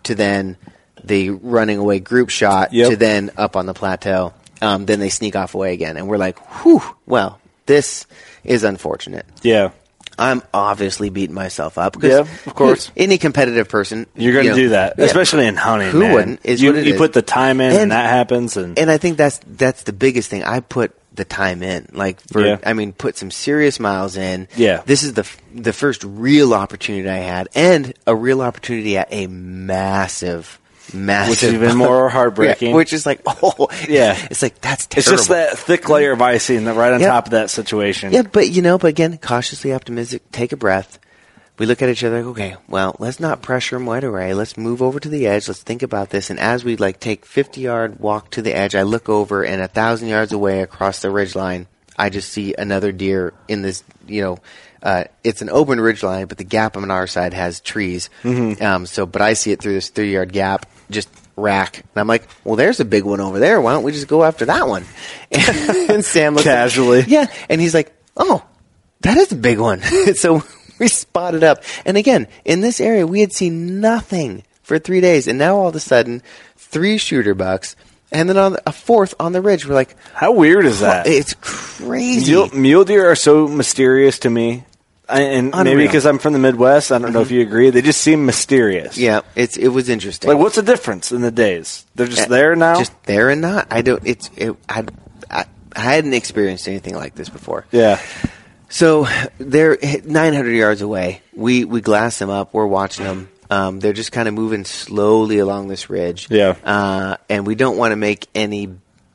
Speaker 5: to then the running away group shot
Speaker 6: Yep.
Speaker 5: to then up on the plateau. Um, then they sneak off away again, and we're like, "Whew! Well, this is unfortunate."
Speaker 6: Yeah.
Speaker 5: I'm obviously beating myself up. 'cause
Speaker 6: Yeah, of course.
Speaker 5: Any competitive person,
Speaker 6: You're going
Speaker 5: you
Speaker 6: to
Speaker 5: know,
Speaker 6: do that,
Speaker 5: yeah.
Speaker 6: especially in hunting.
Speaker 5: Who
Speaker 6: man.
Speaker 5: wouldn't? Is
Speaker 6: you
Speaker 5: what it
Speaker 6: you
Speaker 5: is.
Speaker 6: put the time in, and,
Speaker 5: And-
Speaker 6: that happens, and,
Speaker 5: And I think that's that's the biggest thing. I put the time in, like for
Speaker 6: Yeah.
Speaker 5: I mean, put some serious miles in.
Speaker 6: Yeah.
Speaker 5: this is the f- the first real opportunity I had, and a real opportunity at a massive, massive,
Speaker 6: even more heartbreaking.
Speaker 5: Yeah, which is like, oh,
Speaker 6: Yeah.
Speaker 5: it's like that's
Speaker 6: it's
Speaker 5: terrible.
Speaker 6: just that thick layer of icing that right on
Speaker 5: Yeah.
Speaker 6: top of that situation.
Speaker 5: Yeah, but you know, but again, cautiously optimistic. Take a breath. We look at each other like, okay, well, let's not pressure him right away. Let's move over to the edge. Let's think about this. And as we like take fifty yard walk to the edge, I look over and a thousand yards away across the ridge line, I just see another deer in this. You know, uh, it's an open ridge line, but the gap on our side has trees. Um, so, but I see it through this three yard gap, just rack. And I'm like, well, there's a big one over there. Why don't we just go after that one? and Sam looks at-
Speaker 6: Casually.
Speaker 5: yeah. And he's like, oh, that is a big one. so we spotted up. And again, in this area, we had seen nothing for three days. And now all of a sudden, three shooter bucks. And then on a fourth on the ridge, we're like, oh,
Speaker 6: How weird is that?
Speaker 5: it's crazy.
Speaker 6: Mule, mule deer are so mysterious to me, I, and maybe
Speaker 5: Unreal.
Speaker 6: because I'm from the Midwest, I don't know if you agree. They just seem mysterious.
Speaker 5: yeah, it's it was interesting.
Speaker 6: Like, what's the difference in the days? They're just
Speaker 5: Uh,
Speaker 6: there now.
Speaker 5: Just there and not. I don't. It's it, I, I I hadn't experienced anything like this before.
Speaker 6: yeah.
Speaker 5: So they're 900 yards away. We we glass them up. We're watching them. Um, they're just kind of moving slowly along this ridge.
Speaker 6: Yeah.
Speaker 5: Uh, and we don't want to make any.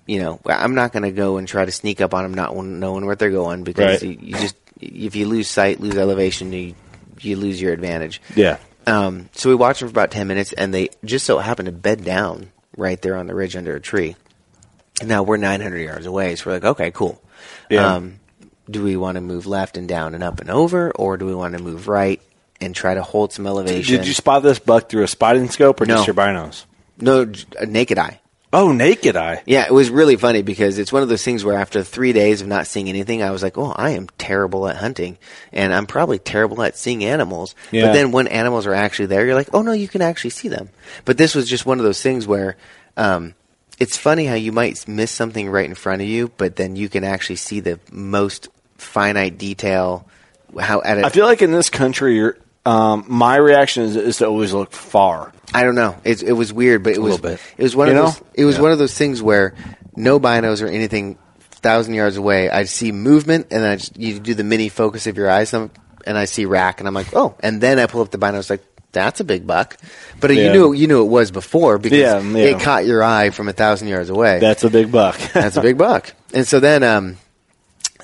Speaker 5: You know, I'm not going to go and try to sneak up on them, not one- knowing where they're going, because
Speaker 6: Right.
Speaker 5: you, you just if you lose sight, lose elevation, you you lose your advantage.
Speaker 6: Yeah.
Speaker 5: Um, so we watched them for about 10 minutes, and they just so happened to bed down right there on the ridge under a tree. Now we're 900 yards away, so we're like, okay, cool.
Speaker 6: Yeah.
Speaker 5: Um, do we want to move left and down and up and over, or do we want to move right and try to hold some elevation?
Speaker 6: Did you spot this buck through a spotting scope or
Speaker 5: No.
Speaker 6: just your binos?
Speaker 5: no, j- a naked eye.
Speaker 6: Oh, naked eye.
Speaker 5: Yeah, it was really funny because it's one of those things where after three days of not seeing anything, I was like, oh, I am terrible at hunting and I'm probably terrible at seeing animals.
Speaker 6: Yeah.
Speaker 5: But then when animals are actually there, you're like, oh, no, you can actually see them. But this was just one of those things where um, it's funny how you might miss something right in front of you, but then you can actually see the most finite detail. How at a,
Speaker 6: I feel like in this country, you're, um, my reaction is, is to always look far.
Speaker 5: I don't know. It, it was weird, but it was
Speaker 7: little bit.
Speaker 5: it was one
Speaker 6: You
Speaker 5: of
Speaker 6: know?
Speaker 5: those it was one of those things where no binos or anything thousand yards away. I see movement, and I just, you do the mini focus of your eyes, and, and I see rack, and I'm like, oh. And then I pull up the binos, like that's a big buck, but
Speaker 6: Yeah.
Speaker 5: you knew you knew it was before because
Speaker 6: Yeah, yeah.
Speaker 5: it caught your eye from a thousand yards away.
Speaker 6: That's a big buck.
Speaker 5: That's a big buck. And so then, um,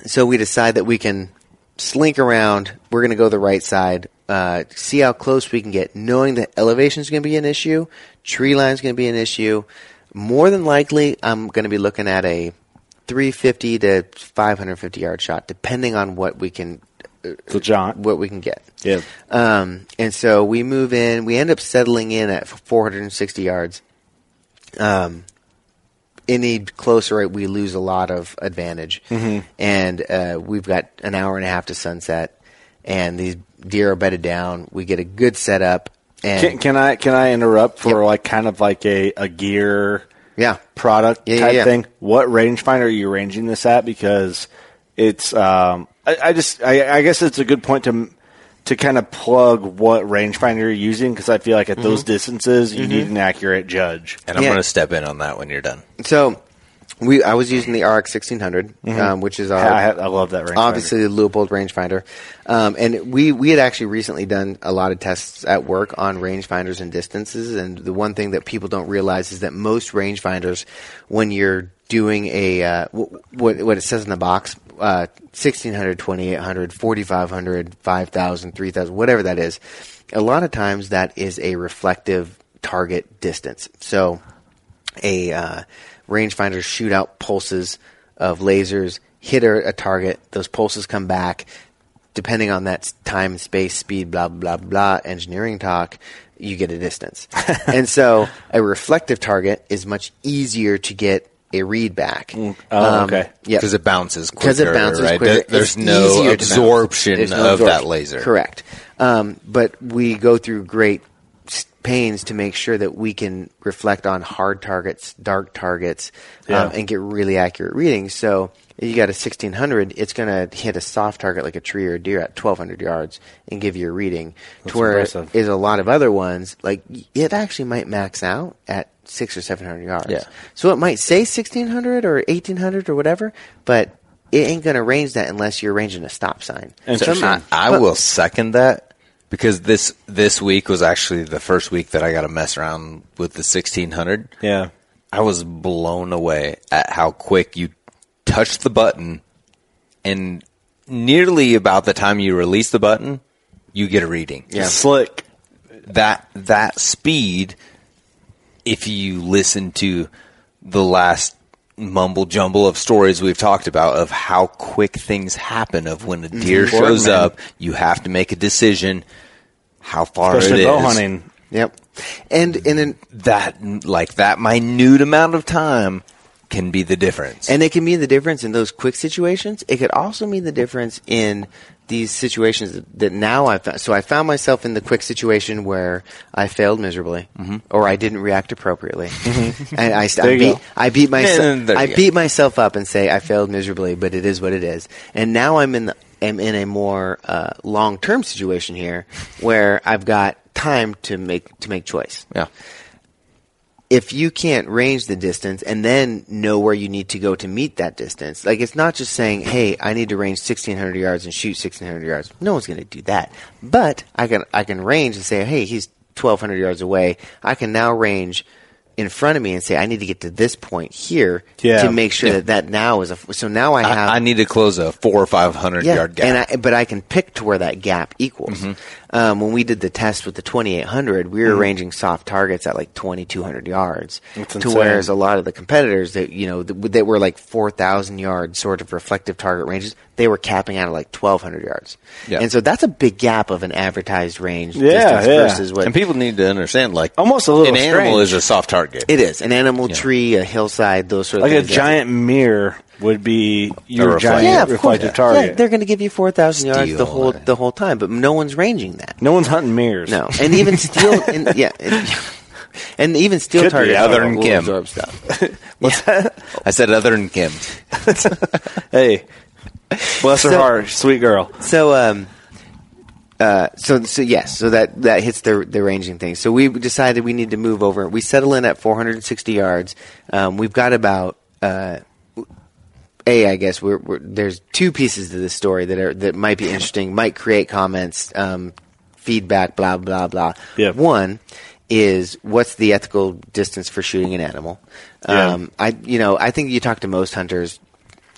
Speaker 5: so we decide that we can slink around. We're going to go the right side, uh, see how close we can get, knowing that elevation is going to be an issue, tree line is going to be an issue. More than likely, I'm going to be looking at a 350 to 550 yard shot, depending on what we can
Speaker 6: it's a jaunt.
Speaker 5: what we can get.
Speaker 6: Yeah.
Speaker 5: Um, and so we move in. We end up settling in at 460 yards. Um, any closer, we lose a lot of advantage.
Speaker 6: Mm-hmm.
Speaker 5: And uh, we've got an hour and a half to sunset, and these deer are bedded down. We get a good setup, and
Speaker 6: Can, can I can I interrupt for
Speaker 5: Yep.
Speaker 6: like kind of like a, a gear
Speaker 5: yeah,
Speaker 6: product
Speaker 5: Yeah, yeah,
Speaker 6: type
Speaker 5: yeah.
Speaker 6: thing? What rangefinder are you ranging this at? Because it's um, I, I just I, I guess it's a good point to to kind of plug what rangefinder you're using because I feel like at
Speaker 5: Mm-hmm.
Speaker 6: those distances you need an accurate judge.
Speaker 7: And I'm
Speaker 5: Yeah.
Speaker 7: going to step in on that when you're done.
Speaker 5: so we I was using the RX 1600, um, which is our
Speaker 6: Mm-hmm. I, have, I love that rangefinder.
Speaker 5: obviously the Leupold rangefinder. Um, and we, we had actually recently done a lot of tests at work on rangefinders and distances. And the one thing that people don't realize is that most rangefinders, when you're doing a, uh, w- what, what it says in the box, uh, 1600, 2800, 4500, 5000, 3000, whatever that is, a lot of times that is a reflective target distance. So a uh, rangefinder shoot out pulses of lasers, hit a, a target. Those pulses come back. Depending on that s- time, space, speed, blah, blah, blah, engineering talk, you get a distance. and so a reflective target is much easier to get a read back. Um,
Speaker 6: oh, okay.
Speaker 5: Yeah.
Speaker 7: Because it bounces quicker.
Speaker 5: Because it bounces
Speaker 7: right?
Speaker 5: quicker.
Speaker 7: There- there's
Speaker 5: It's
Speaker 7: no
Speaker 5: easier to bounce.
Speaker 7: absorption
Speaker 5: There's no
Speaker 7: of that
Speaker 5: absorption.
Speaker 7: laser.
Speaker 5: Correct. Um, but we go through great s- pains to make sure that we can reflect on hard targets, dark targets,
Speaker 6: Yeah.
Speaker 5: um, and get really accurate readings. So you got a 1600, it's going to hit a soft target like a tree or a deer at 1200 yards and give you a reading. to where
Speaker 6: impressive.
Speaker 5: is a lot of other ones, like y- it actually might max out at six or 700 yards.
Speaker 6: Yeah.
Speaker 5: So it might say 1600 or 1800 or whatever, but it ain't going to range that unless you're ranging a stop sign.
Speaker 6: Interesting.
Speaker 7: I, I will second that because this this week was actually the first week that I got to mess around with the 1600.
Speaker 6: Yeah.
Speaker 7: I was blown away at how quick you touched the button, and nearly about the time you release the button, you get a reading.
Speaker 5: Yeah.
Speaker 6: Slick.
Speaker 7: that that speed if you listen to the last mumble jumble of stories we've talked about of how quick things happen of when a deer shows
Speaker 6: Mm-hmm. man.
Speaker 7: up you have to make a decision how far
Speaker 6: Especially
Speaker 7: it
Speaker 6: bow
Speaker 7: is
Speaker 6: hunting.
Speaker 5: Yep. And, and then
Speaker 7: that like that minute amount of time can be the difference
Speaker 5: And it can mean the difference in those quick situations. It could also mean the difference in these situations that, that now I found. So I found myself in the quick situation where I failed miserably,
Speaker 7: Mm-hmm.
Speaker 5: or I didn't react appropriately, and I, st- I
Speaker 6: There you
Speaker 5: beat
Speaker 6: go.
Speaker 5: I beat myself
Speaker 7: And there
Speaker 5: I
Speaker 7: you go.
Speaker 5: beat myself up and say I failed miserably, but it is what it is. And now I'm in the am in a more uh, long term situation here where I've got time to make to make choice
Speaker 7: yeah
Speaker 5: if you can't range the distance and then know where you need to go to meet that distance, like it's not just saying, "Hey, I need to range 1600 yards and shoot 1600 yards." No one's going to do that. But I can I can range and say, "Hey, he's 1200 yards away. I can now range in front of me and say, "I need to get to this point here
Speaker 6: Yeah.
Speaker 5: to make sure that that now is a so now I have
Speaker 7: I, I need to close a four or five hundred yard gap
Speaker 5: and I, but I can pick to where that gap equals.
Speaker 6: Mm-hmm.
Speaker 5: um, when we did the test with the 2800, we were ranging soft targets at like 2200 yards.
Speaker 6: That's
Speaker 5: to
Speaker 6: insane.
Speaker 5: whereas a lot of the competitors that you know that, that were like 4000 yard sort of reflective target ranges, they were capping out at like 1200 yards.
Speaker 7: Yeah.
Speaker 5: And so that's a big gap of an advertised range
Speaker 6: Yeah,
Speaker 5: distance
Speaker 6: yeah.
Speaker 5: versus what
Speaker 7: And people need to understand, like,
Speaker 6: Almost a little
Speaker 7: an animal
Speaker 6: strange.
Speaker 7: is a soft target.
Speaker 5: it is. An animal tree, a hillside, those sort of
Speaker 6: Like a
Speaker 5: things. yeah.
Speaker 6: giant mirror would be your
Speaker 7: reflector.
Speaker 6: giant
Speaker 5: yeah, of course.
Speaker 6: reflective
Speaker 5: Yeah,
Speaker 6: target.
Speaker 5: they're going to give you 4000 yards the
Speaker 7: Steel.
Speaker 5: whole the whole time, but no one's ranging that.
Speaker 6: no one's hunting mirrors.
Speaker 5: No, and even steel, and, yeah, and, and even steel
Speaker 6: Could be
Speaker 5: targets will-
Speaker 6: other
Speaker 7: than
Speaker 5: will
Speaker 7: Kim.
Speaker 5: absorb stuff.
Speaker 7: I said other than Kim.
Speaker 6: Hey, bless her
Speaker 5: So-
Speaker 6: heart, sweet girl.
Speaker 5: So, um, uh, so so yes, so that that hits the the ranging thing. So we decided we need to move over. We settle in at 460 yards. Um, we've got about. Uh, a, I guess we're, we're there's two pieces to this story that are that might be interesting, might create comments, um, feedback, blah blah blah.
Speaker 6: Yeah.
Speaker 5: One is what's the ethical distance for shooting an animal?
Speaker 6: Yeah.
Speaker 5: Um, I you know I think you talk to most hunters,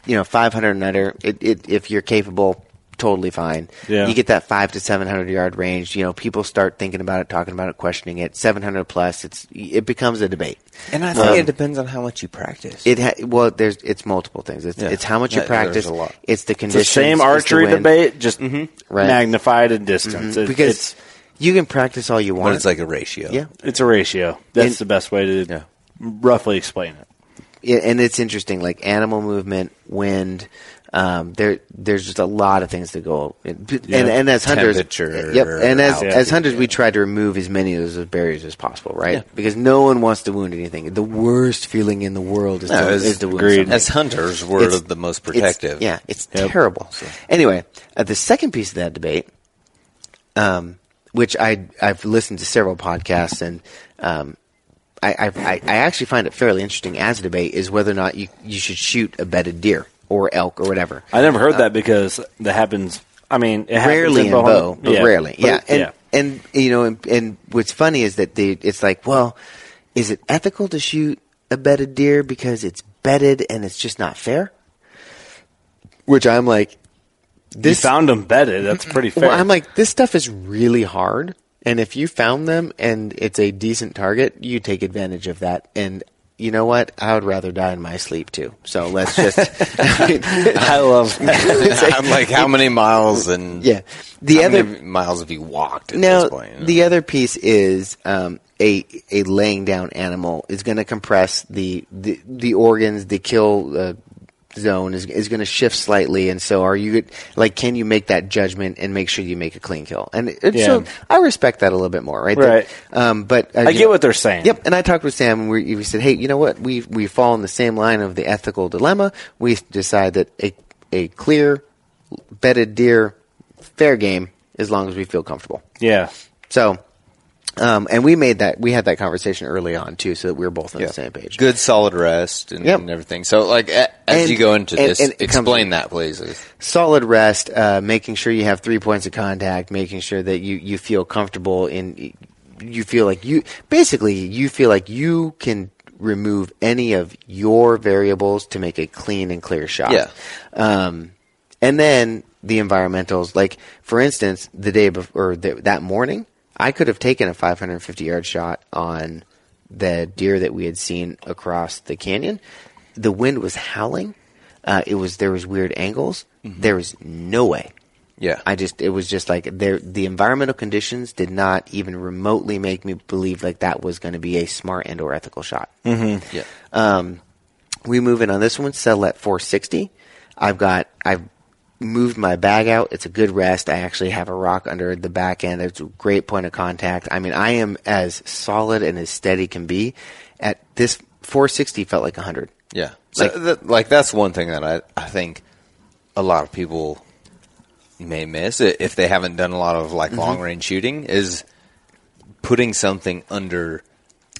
Speaker 5: you know 500 and under. It, it, if you're capable, totally fine.
Speaker 6: Yeah.
Speaker 5: You get that five to 700 yard range. You know people start thinking about it, talking about it, questioning it. 700 plus, it's it becomes a debate.
Speaker 7: And I think it depends on how much you practice.
Speaker 5: Um, It ha- well, there's it's multiple things. It's,
Speaker 7: Yeah.
Speaker 5: it's how much you
Speaker 7: That- there's
Speaker 5: practice.
Speaker 7: a lot.
Speaker 5: It's the
Speaker 6: It's the
Speaker 5: conditions.
Speaker 6: same
Speaker 5: it's the
Speaker 6: archery
Speaker 5: wind.
Speaker 6: debate, just
Speaker 5: Right.
Speaker 6: magnified in distance. It-
Speaker 5: because
Speaker 6: it's
Speaker 5: you can practice all you want.
Speaker 7: but it's like a ratio.
Speaker 5: yeah,
Speaker 6: it's a ratio. That's
Speaker 5: And-
Speaker 6: the best way to
Speaker 7: Yeah.
Speaker 6: roughly explain it.
Speaker 5: Yeah, and it's interesting. Like animal movement, wind. Um, there, there's just a lot of things that go. And and as hunters,
Speaker 7: Temperature,
Speaker 5: yep. And as
Speaker 7: altitude,
Speaker 5: as hunters, we try to remove as many of those barriers as possible, right? Because no one wants to wound anything. The worst feeling in the world is,
Speaker 7: No,
Speaker 5: to,
Speaker 7: it's-
Speaker 5: is to wound
Speaker 6: agreed.
Speaker 5: something.
Speaker 7: As hunters, we're
Speaker 5: It's-
Speaker 7: the most
Speaker 5: it's-
Speaker 7: protective.
Speaker 5: yeah, it's terrible. Anyway, uh, the second piece of that debate, um, which I I've listened to several podcasts and um, I, I I I actually find it fairly interesting as a debate is whether or not you you should shoot a bedded deer or elk or whatever.
Speaker 6: I never heard that because that happens. I mean, it happens
Speaker 5: rarely
Speaker 6: in
Speaker 5: in
Speaker 6: bow
Speaker 5: bow,
Speaker 6: hunting.
Speaker 5: but rarely,
Speaker 6: But-
Speaker 5: yeah. And
Speaker 6: yeah.
Speaker 5: and you know, and, and what's funny is that the it's like, well, is it ethical to shoot a bedded deer because it's bedded and it's just not fair? Which I'm like,
Speaker 6: you found them bedded. That's pretty fair.
Speaker 5: Mm-hmm. Well, I'm like, this stuff is really hard. And if you found them and it's a decent target, you take advantage of that. And you know what? I would rather die in my sleep too. So let's just. I mean,
Speaker 6: I love that.
Speaker 5: it's like-
Speaker 7: I'm like, how many miles and
Speaker 5: yeah. The
Speaker 7: how
Speaker 5: other
Speaker 7: many miles have you walked at
Speaker 5: now,
Speaker 7: this point? you know?
Speaker 5: the other piece is um, a a laying down animal is going to compress the, the the organs. The kill uh, zone is is going to shift slightly, and so are you like can you make that judgment and make sure you make a clean kill? And it,
Speaker 6: Yeah.
Speaker 5: so I respect that a little bit more, right? That-
Speaker 6: Right.
Speaker 5: um, but uh,
Speaker 6: I
Speaker 5: you
Speaker 6: get
Speaker 5: know-
Speaker 6: what they're saying.
Speaker 5: Yep. And I talked with Sam, and we, we said, "Hey, you know what? We we fall in the same line of the ethical dilemma. We decide that a a clear bedded deer, fair game, as long as we feel comfortable."
Speaker 6: Yeah.
Speaker 5: So, um, and we made that we had that conversation early on too, so that we were both on
Speaker 7: Yeah.
Speaker 5: the same page.
Speaker 7: Good solid rest and,
Speaker 5: Yep.
Speaker 7: and everything. So, like, a, as
Speaker 5: And-
Speaker 7: you go into
Speaker 5: and-
Speaker 7: this,
Speaker 5: and it comes-
Speaker 7: explain that, please.
Speaker 5: Solid rest, uh, making sure you have three points of contact, making sure that you you feel comfortable in, you feel like you basically you feel like you can remove any of your variables to make a clean and clear shot.
Speaker 7: Yeah.
Speaker 5: Um, and then the environmentals, like for instance, the day before or th- that morning, I could have taken a 550 yard shot on the deer that we had seen across the canyon. The wind was howling. Uh, it was there was weird angles. There was no way.
Speaker 7: Yeah.
Speaker 5: I just it was just like there the environmental conditions did not even remotely make me believe like that was going to be a smart and or ethical shot.
Speaker 7: yeah.
Speaker 5: Um, we move in on this one. Settle at 460. I've got I've moved my bag out. It's a good rest. I actually have a rock under the back end. It's a great point of contact. I mean, I am as solid and as steady can be. At this 460 felt like 100.
Speaker 7: Yeah. So,
Speaker 5: Like-
Speaker 7: like, th- like that's one thing that I, I think a lot of people may miss i- if they haven't done a lot of
Speaker 5: Mm-hmm.
Speaker 7: like long range shooting is putting something under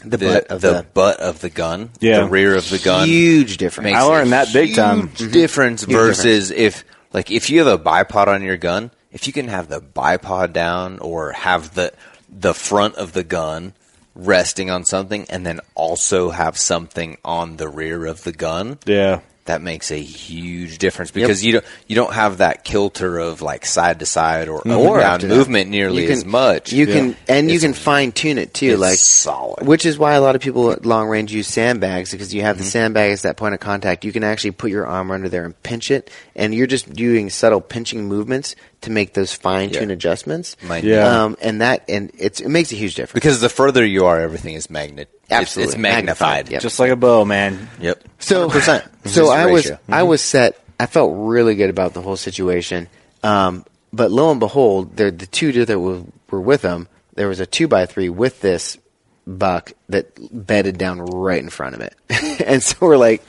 Speaker 5: The butt of the-
Speaker 7: butt of the gun,
Speaker 6: Yeah.
Speaker 7: the rear of the gun.
Speaker 5: Huge difference.
Speaker 7: makes
Speaker 6: I
Speaker 7: a
Speaker 6: learned that big time.
Speaker 7: huge Difference
Speaker 5: Mhm. Huge
Speaker 7: versus if like if you have a bipod on your gun, if you can have the bipod down or have the the front of the gun resting on something and then also have something on the rear of the gun,
Speaker 6: Yeah.
Speaker 7: that makes a huge difference because you don't you don't have that kilter of like side to side or up
Speaker 5: Or
Speaker 7: and
Speaker 5: up
Speaker 7: down
Speaker 5: Mm-hmm. to
Speaker 7: movement
Speaker 5: that.
Speaker 7: nearly
Speaker 5: You can-
Speaker 7: as much.
Speaker 5: You can and you
Speaker 7: It's-
Speaker 5: can fine tune it too,
Speaker 7: it's
Speaker 5: like
Speaker 7: solid.
Speaker 5: Which is why a lot of people at long range use sandbags because you have the sandbag as that point of contact. You can actually put your arm under there and pinch it, and you're just doing subtle pinching movements to make those fine tune
Speaker 7: Yeah.
Speaker 5: adjustments.
Speaker 7: Mind you.
Speaker 6: Yeah.
Speaker 5: um, and that and it's it makes a huge difference.
Speaker 7: because the further you are, everything is magnet. it's-
Speaker 5: Absolutely.
Speaker 7: it's magnified.
Speaker 5: Magnified, yep.
Speaker 6: Just like a bow, man.
Speaker 7: Yep.
Speaker 5: So,
Speaker 7: 100%.
Speaker 5: so
Speaker 7: Just
Speaker 5: I was
Speaker 7: ratio. Mm-hmm.
Speaker 5: I was set. I felt really good about the whole situation. Um, but lo and behold, there the two that were, were with him. There was a two by three with this buck that bedded down right in front of it, and so we're like,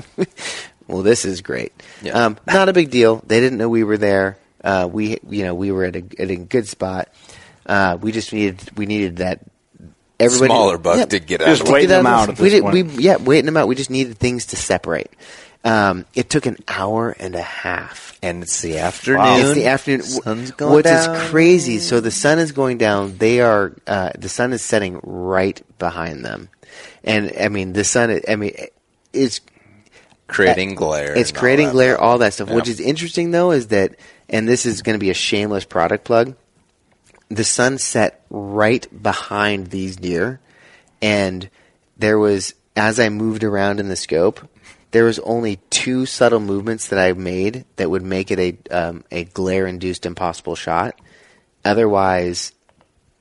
Speaker 5: "Well, this is great."
Speaker 7: Yeah.
Speaker 5: Um, not a big deal. They didn't know we were there. Uh, we you know we were at a at a good spot. Uh, we just needed we needed that. Everybody
Speaker 7: Smaller buck
Speaker 5: Yeah.
Speaker 7: did get out.
Speaker 6: Just
Speaker 7: of it.
Speaker 6: wait. waiting
Speaker 5: Get
Speaker 6: them
Speaker 5: of
Speaker 6: out
Speaker 5: the-
Speaker 6: at
Speaker 5: we
Speaker 6: this
Speaker 5: did,
Speaker 6: point.
Speaker 5: we yeah, waiting them out. We just needed things to separate. Um, it took an hour and a half.
Speaker 7: And it's the afternoon.
Speaker 5: It's the afternoon,
Speaker 7: Sun's
Speaker 5: wh-
Speaker 7: going
Speaker 5: which
Speaker 7: down.
Speaker 5: is crazy. So the sun is going down. They are uh, the sun is setting right behind them, and I mean the sun. I mean it's
Speaker 7: creating glare.
Speaker 5: it's
Speaker 7: and all
Speaker 5: creating
Speaker 7: that.
Speaker 5: glare, all that stuff. Which is interesting though is that, and this is going to be a shameless product plug. The sun set right behind these deer, and there was as I moved around in the scope, there was only two subtle movements that I made that would make it a um, a glare induced impossible shot. Otherwise,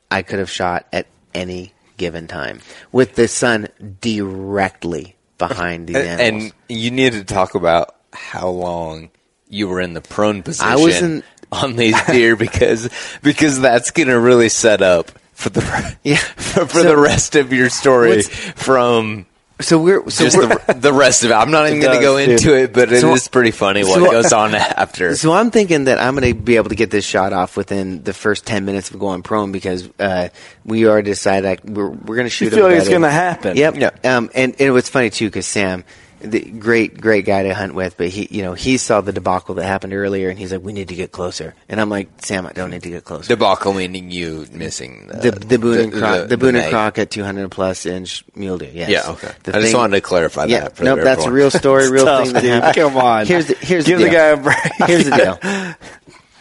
Speaker 5: I could have shot at any given time with the sun directly behind these
Speaker 7: And,
Speaker 5: animals.
Speaker 7: and you need to talk about how long you were in the prone position
Speaker 5: I was in-
Speaker 7: on these deer because because that's going to really set up for the
Speaker 5: Yeah.
Speaker 7: for, for
Speaker 5: So-
Speaker 7: the rest of your story
Speaker 5: What's-
Speaker 7: from
Speaker 5: So we're so
Speaker 7: just
Speaker 5: we're,
Speaker 7: the, the rest of it. I'm not even going to
Speaker 6: does,
Speaker 7: go
Speaker 6: dude.
Speaker 7: into it, but it is
Speaker 5: So-
Speaker 7: pretty funny what
Speaker 5: so-
Speaker 7: goes on after.
Speaker 5: so I'm thinking that I'm going to be able to get this shot off within the first ten minutes of going prone because uh, we already decided like, we're we're going to shoot.
Speaker 6: feel
Speaker 5: him
Speaker 6: like it's
Speaker 5: bedded.
Speaker 6: gonna happen.
Speaker 5: Yep.
Speaker 7: Yeah.
Speaker 5: Um, and, and it was funny too because Sam, the great great guy to hunt with, but he you know he saw the debacle that happened earlier and he's like, we need to get closer, and I'm like, Sam, I don't need to get closer.
Speaker 7: debacle meaning you missing
Speaker 5: the the Boone and Croc, the, Boone and
Speaker 7: mag.
Speaker 5: Croc at 200 plus inch mule deer. Yes.
Speaker 7: Yeah, okay.
Speaker 5: The
Speaker 7: I just wanted to clarify
Speaker 5: yeah,
Speaker 7: that. for
Speaker 5: nope, that's a
Speaker 7: everyone.
Speaker 5: real story, real thing that happened.
Speaker 6: Come on.
Speaker 5: Here's the here's
Speaker 6: Give
Speaker 5: the,
Speaker 6: the
Speaker 5: deal.
Speaker 6: guy a break.
Speaker 5: Here's the deal.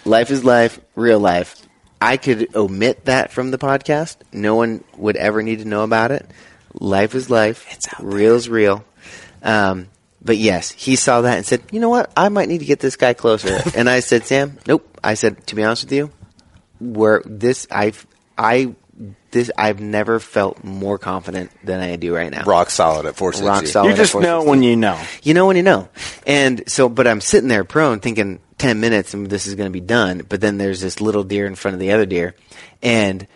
Speaker 5: Life is life, real life. I could omit that from the podcast. No one would ever need to know about it. Life is life. It's
Speaker 7: out
Speaker 5: real is real. Um, but yes, he saw that and said, "You know what? I might need to get this guy closer." and I said, "Sam, nope." I said, "To be honest with you, where this I've I this I've never felt more confident than I do right now.
Speaker 7: rock solid at 460.
Speaker 5: Rock solid.
Speaker 6: You just
Speaker 5: at
Speaker 6: know
Speaker 5: 460.
Speaker 6: when you know.
Speaker 5: You know when you know. And so, but I'm sitting there prone thinking 10 minutes and this is going to be done. But then there's this little deer in front of the other deer. And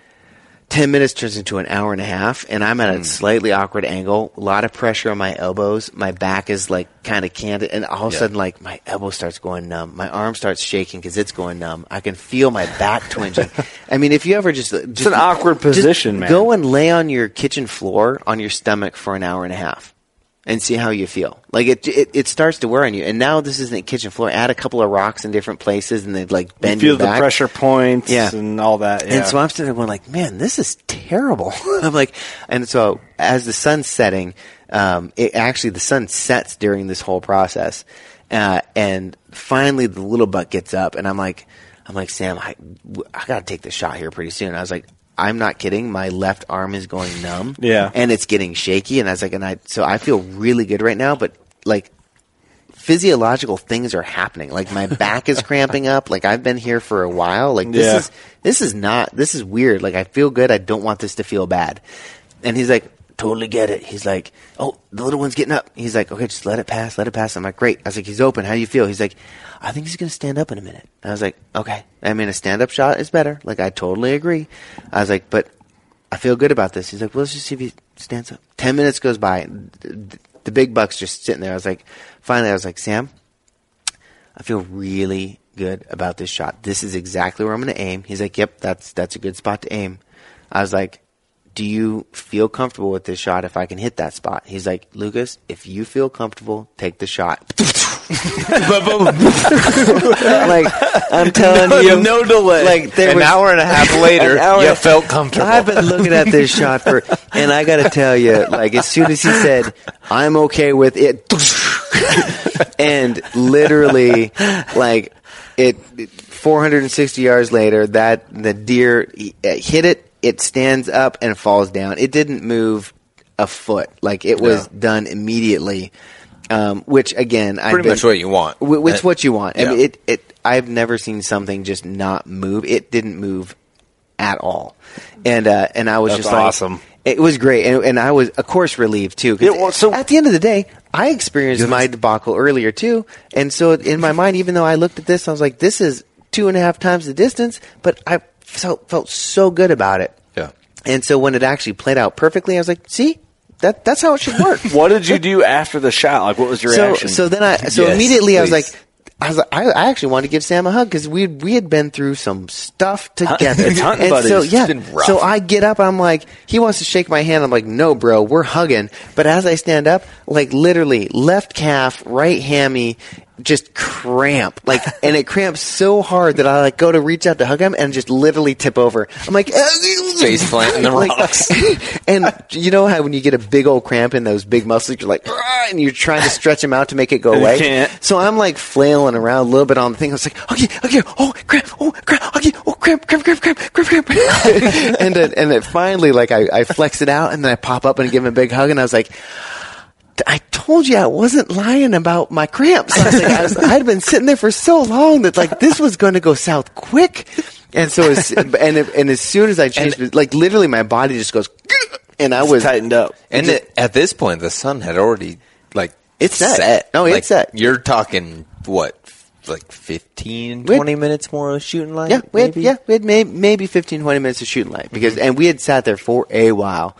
Speaker 5: 10 minutes turns into an hour and a half. And I'm
Speaker 6: Hmm.
Speaker 5: at a slightly awkward angle, a lot of pressure on my elbows. My back is like kind of candid. And all of a sudden, like my elbow starts going numb. My arm starts shaking because it's going numb. I can feel my back twinging. I mean, if you ever just, uh, just
Speaker 6: an awkward
Speaker 5: just
Speaker 6: position, man.
Speaker 5: Go and lay on your kitchen floor on your stomach for an hour and a half and see how you feel. Like it, it, it starts to wear on you. And now this isn't kitchen floor. Add a couple of rocks in different places, and they like
Speaker 6: You
Speaker 5: bend
Speaker 6: feel
Speaker 5: your
Speaker 6: the
Speaker 5: back.
Speaker 6: pressure points
Speaker 5: Yeah.
Speaker 6: and all that. Yeah.
Speaker 5: And so I'm sitting there going like, man, this is terrible. I'm like, and so as the sun's setting, um, it actually the sun sets during this whole process, uh, and finally the little buck gets up, and I'm like, I'm like Sam, I, w- I gotta take this shot here pretty soon. I was like. I'm not kidding. My left arm is going numb.
Speaker 6: Yeah.
Speaker 5: And it's getting shaky. And I was like, and I, so I feel really good right now, but like physiological things are happening. Like my back is cramping up. Like I've been here for a while. Like this
Speaker 6: Yeah.
Speaker 5: is this is not this is weird. Like I feel good. I don't want this to feel bad. And he's like, totally get it. He's like, oh, the little one's getting up. He's like, okay, just let it pass, let it pass. I'm like, great. I was like, he's open. How do you feel? He's like, I think he's gonna stand up in a minute. I was like, okay. I mean, a stand up shot is better. Like I totally agree. I was like, but I feel good about this. He's like, well, let's just see if he stands up. Ten minutes goes by. The big buck's just sitting there. I was like, finally, I was like, Sam, I feel really good about this shot. This is exactly where I'm going to aim. He's like, "Yep, that's that's a good spot to aim." I was like, "Do you feel comfortable with this shot if I can hit that spot?" He's like, "Lucas, if you feel comfortable, take the shot." like I'm telling
Speaker 7: No-
Speaker 5: you,
Speaker 7: no delay.
Speaker 5: Like there
Speaker 7: An
Speaker 5: was-
Speaker 7: hour and a half later,
Speaker 5: An hour-
Speaker 7: you felt comfortable.
Speaker 5: I've been looking at this shot for, and I got to tell you, like as soon as he said, "I'm okay with it," and literally, like it, 460 yards later, that the deer he- uh, hit it. It stands up and falls down. It didn't move a foot. Like it was done immediately. Um, which again, I've
Speaker 7: Pretty
Speaker 5: been-
Speaker 7: much what you want.
Speaker 5: Wh- It's
Speaker 7: Uh,
Speaker 5: what you want. I mean,
Speaker 7: yeah.
Speaker 5: it, it. I've never seen something just not move. It didn't move at all, and uh, and I was
Speaker 6: That's
Speaker 5: just like,
Speaker 6: awesome.
Speaker 5: It was great, and, and I was, of course, relieved too. 'cause
Speaker 6: Yeah, well, so-
Speaker 5: at the end of the day, I experienced my debacle earlier too, and so in my mind, even though I looked at this, I was like, "This is two and a half times the distance," but I felt felt so good about it.
Speaker 7: Yeah.
Speaker 5: And so when it actually played out perfectly, I was like, "See, that that's how it should work."
Speaker 6: What did you do after the shot? Like, what was your
Speaker 5: so,
Speaker 6: reaction?
Speaker 5: So then I, so
Speaker 7: Yes,
Speaker 5: immediately I was like,
Speaker 7: please.
Speaker 5: I was like, I, I actually wanted to give Sam a hug because we we had been through some stuff together.
Speaker 6: it's hunting
Speaker 5: and
Speaker 6: buddies.
Speaker 5: so
Speaker 6: It's
Speaker 5: yeah,
Speaker 7: been rough.
Speaker 5: so I get up. I'm like, he wants to shake my hand. I'm like, no, bro, we're hugging. But as I stand up, like literally left calf, right hammy. Just cramp, like, and it cramps so hard that I like go to reach out to hug him and just literally tip over. I'm like,
Speaker 7: Face plant in the rocks.
Speaker 5: and you know how when you get a big old cramp in those big muscles, you're like, "Ah," and you're trying to stretch them out to make it go
Speaker 6: And you
Speaker 5: away.
Speaker 6: can't.
Speaker 5: So I'm like flailing around a little bit on the thing. I was like, okay, okay, oh cramp, oh cramp, okay, oh cramp, cramp, cramp, cramp, cramp, cramp. and then, and then finally, like I, I flex it out, and then I pop up and give him a big hug, and I was like. I told you I wasn't lying about my cramps. I was like, I was, I'd been sitting there for so long that like this was going to go south quick, and so as, and if- and as soon as I changed, like literally my body just goes, and I was
Speaker 6: tightened up.
Speaker 7: And it- at this point, the sun had already like
Speaker 5: It's set. No, it's
Speaker 7: Like,
Speaker 5: set.
Speaker 7: You're talking what, like 15,
Speaker 5: We had-
Speaker 7: 20 minutes more of shooting light?
Speaker 5: Yeah, we had,
Speaker 7: maybe?
Speaker 5: yeah, we had may, maybe 15, 20 minutes of shooting light because, and we had sat there for a while.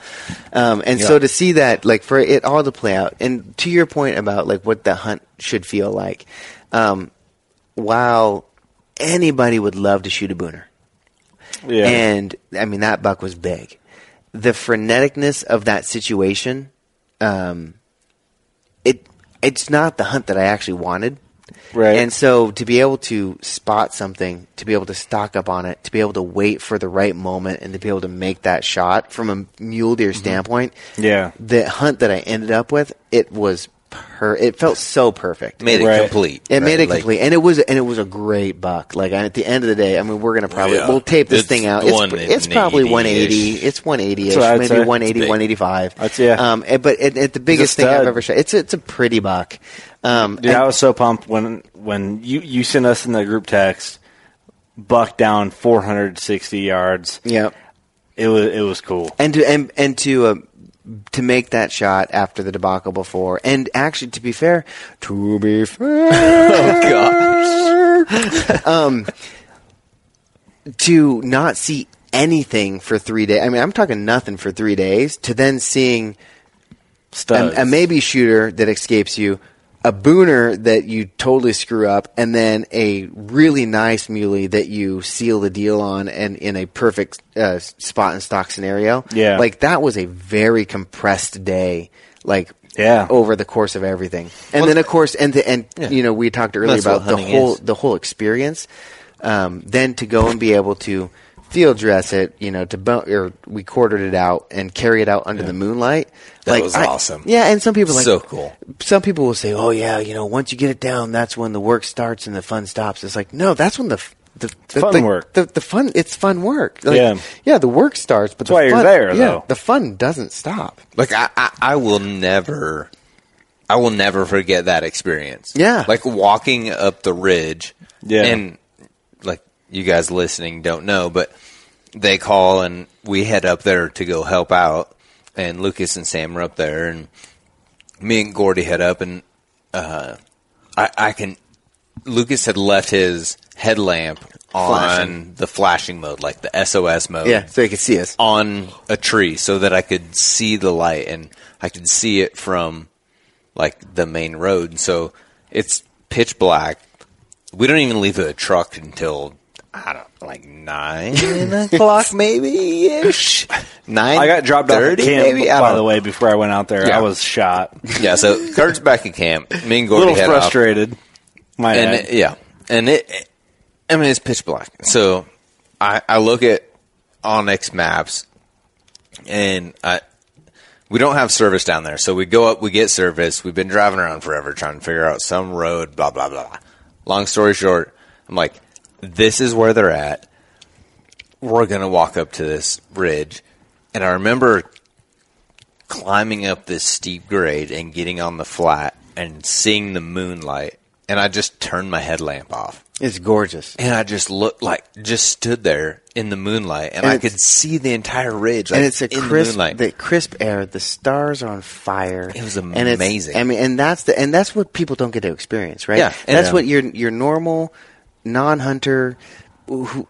Speaker 5: Um, and so
Speaker 7: Yeah.
Speaker 5: to see that, like for it all to play out and to your point about like what the hunt should feel like, um, while anybody would love to shoot a booner.
Speaker 6: yeah.
Speaker 5: And I mean, that buck was big. The freneticness of that situation, um, it it's not the hunt that I actually wanted.
Speaker 6: Right.
Speaker 5: And so to be able to spot something, to be able to stock up on it, to be able to wait for the right moment and to be able to make that shot from a mule deer standpoint.
Speaker 6: Mm-hmm. Yeah.
Speaker 5: The hunt that I ended up with, it was per it felt so perfect.
Speaker 7: made it
Speaker 6: Right.
Speaker 7: complete.
Speaker 5: It made
Speaker 7: right?
Speaker 5: it
Speaker 7: Like,
Speaker 5: complete, and it was and it was a great buck. Like at the end of the day, I mean, we're gonna probably
Speaker 7: Yeah.
Speaker 5: we'll tape this
Speaker 7: It's
Speaker 5: thing out. It's,
Speaker 7: one
Speaker 5: it's
Speaker 7: in
Speaker 5: probably
Speaker 7: 80-ish.
Speaker 5: one eighty. It's one eighty ish,
Speaker 6: That's what I'd
Speaker 5: maybe
Speaker 6: say. It's
Speaker 5: 180,
Speaker 7: big.
Speaker 5: 185.
Speaker 6: That's- yeah.
Speaker 5: Um, and- but it, it, the biggest thing I've
Speaker 6: stud.
Speaker 5: ever shot. It's a, it's a pretty buck. Um,
Speaker 6: Dude,
Speaker 5: and-
Speaker 6: I was so pumped when when you you sent us in the group text, buck down 460 yards.
Speaker 5: yeah.
Speaker 6: It was it was cool.
Speaker 5: and to and, and to uh, to make that shot after the debacle before, and actually, to be fair, to be fair, um, to not see anything for three days. I mean, I'm talking nothing for three days. To then seeing
Speaker 6: Studs.
Speaker 5: a, a maybe shooter that escapes you, a booner that you totally screw up, and then a really nice muley that you seal the deal on and in a perfect uh, s- spot and stock scenario.
Speaker 6: Yeah.
Speaker 5: like that was a very compressed day. Like.
Speaker 6: Yeah.
Speaker 5: over the course of everything, and then of course, and the, and you know, we talked earlier
Speaker 7: That's what
Speaker 5: about the
Speaker 7: hunting
Speaker 5: whole
Speaker 7: is.
Speaker 5: the whole experience. Um, then to go and be able to field dress it, you know, to bo- or we quartered it out and carry it out under the moonlight.
Speaker 7: That was awesome.
Speaker 5: Yeah, and some people like
Speaker 7: So cool.
Speaker 5: Some people will say, "Oh yeah, you know, once you get it down, that's when the work starts and the fun stops." It's like, no, that's when the f- the, the
Speaker 6: Fun
Speaker 5: the-
Speaker 6: work.
Speaker 5: The, the fun, it's fun work. Like,
Speaker 6: Yeah.
Speaker 5: yeah, the work starts, but
Speaker 6: That's
Speaker 5: the
Speaker 6: why you're
Speaker 5: fun-
Speaker 6: there,
Speaker 5: yeah,
Speaker 6: though.
Speaker 5: the fun doesn't stop.
Speaker 7: Like I, I, I will never, I will never forget that experience.
Speaker 5: Yeah.
Speaker 7: like walking up the ridge.
Speaker 6: Yeah.
Speaker 7: and like you guys listening don't know, but they call and we head up there to go help out, and Lucas and Sam are up there, and me and Gordy head up, and uh, I, I can. Lucas had left his headlamp on
Speaker 5: Flashing.
Speaker 7: the flashing mode, like the SOS
Speaker 6: Oh.
Speaker 7: mode
Speaker 5: Yeah, so you can see us.
Speaker 7: on a tree so that I could see the light and I could see it from like the main road. And so it's pitch black. We don't even leave the truck until I don't like nine o'clock maybe ish. Nine.
Speaker 6: I got dropped off at
Speaker 7: 30,
Speaker 6: camp,
Speaker 7: maybe? I
Speaker 6: by
Speaker 7: don't
Speaker 6: the
Speaker 7: know.
Speaker 6: way, before I went out there.
Speaker 7: Yeah.
Speaker 6: I was shot.
Speaker 7: Yeah, so Kurt's back at camp. Me and
Speaker 6: a
Speaker 7: Gordy
Speaker 6: little
Speaker 7: head off.
Speaker 6: frustrated. My
Speaker 7: and
Speaker 6: bad.
Speaker 7: it- yeah, and it, I mean, it's pitch black. So I, I look at Onyx maps, and I We don't have service down there, so we go up, we get service. We've been driving around forever trying to figure out some road, blah blah blah. Long story short, I'm like, this is where they're at. We're gonna walk up to this ridge, and I remember climbing up this steep grade and getting on the flat and seeing the moonlight. And I just turned my headlamp off.
Speaker 5: It's gorgeous.
Speaker 7: And I just looked like just stood there in the moonlight, and,
Speaker 5: And
Speaker 7: I
Speaker 5: it's-
Speaker 7: could see the entire ridge.
Speaker 5: and
Speaker 7: like,
Speaker 5: it's a
Speaker 7: in
Speaker 5: crisp,
Speaker 7: the moonlight.
Speaker 5: the crisp air. The stars are on fire.
Speaker 7: It was
Speaker 5: And it's-
Speaker 7: amazing.
Speaker 5: I mean, and that's the and that's what people don't get to experience, right?
Speaker 7: Yeah, and-
Speaker 5: that's
Speaker 7: Yeah.
Speaker 5: what your your normal non-hunter, who,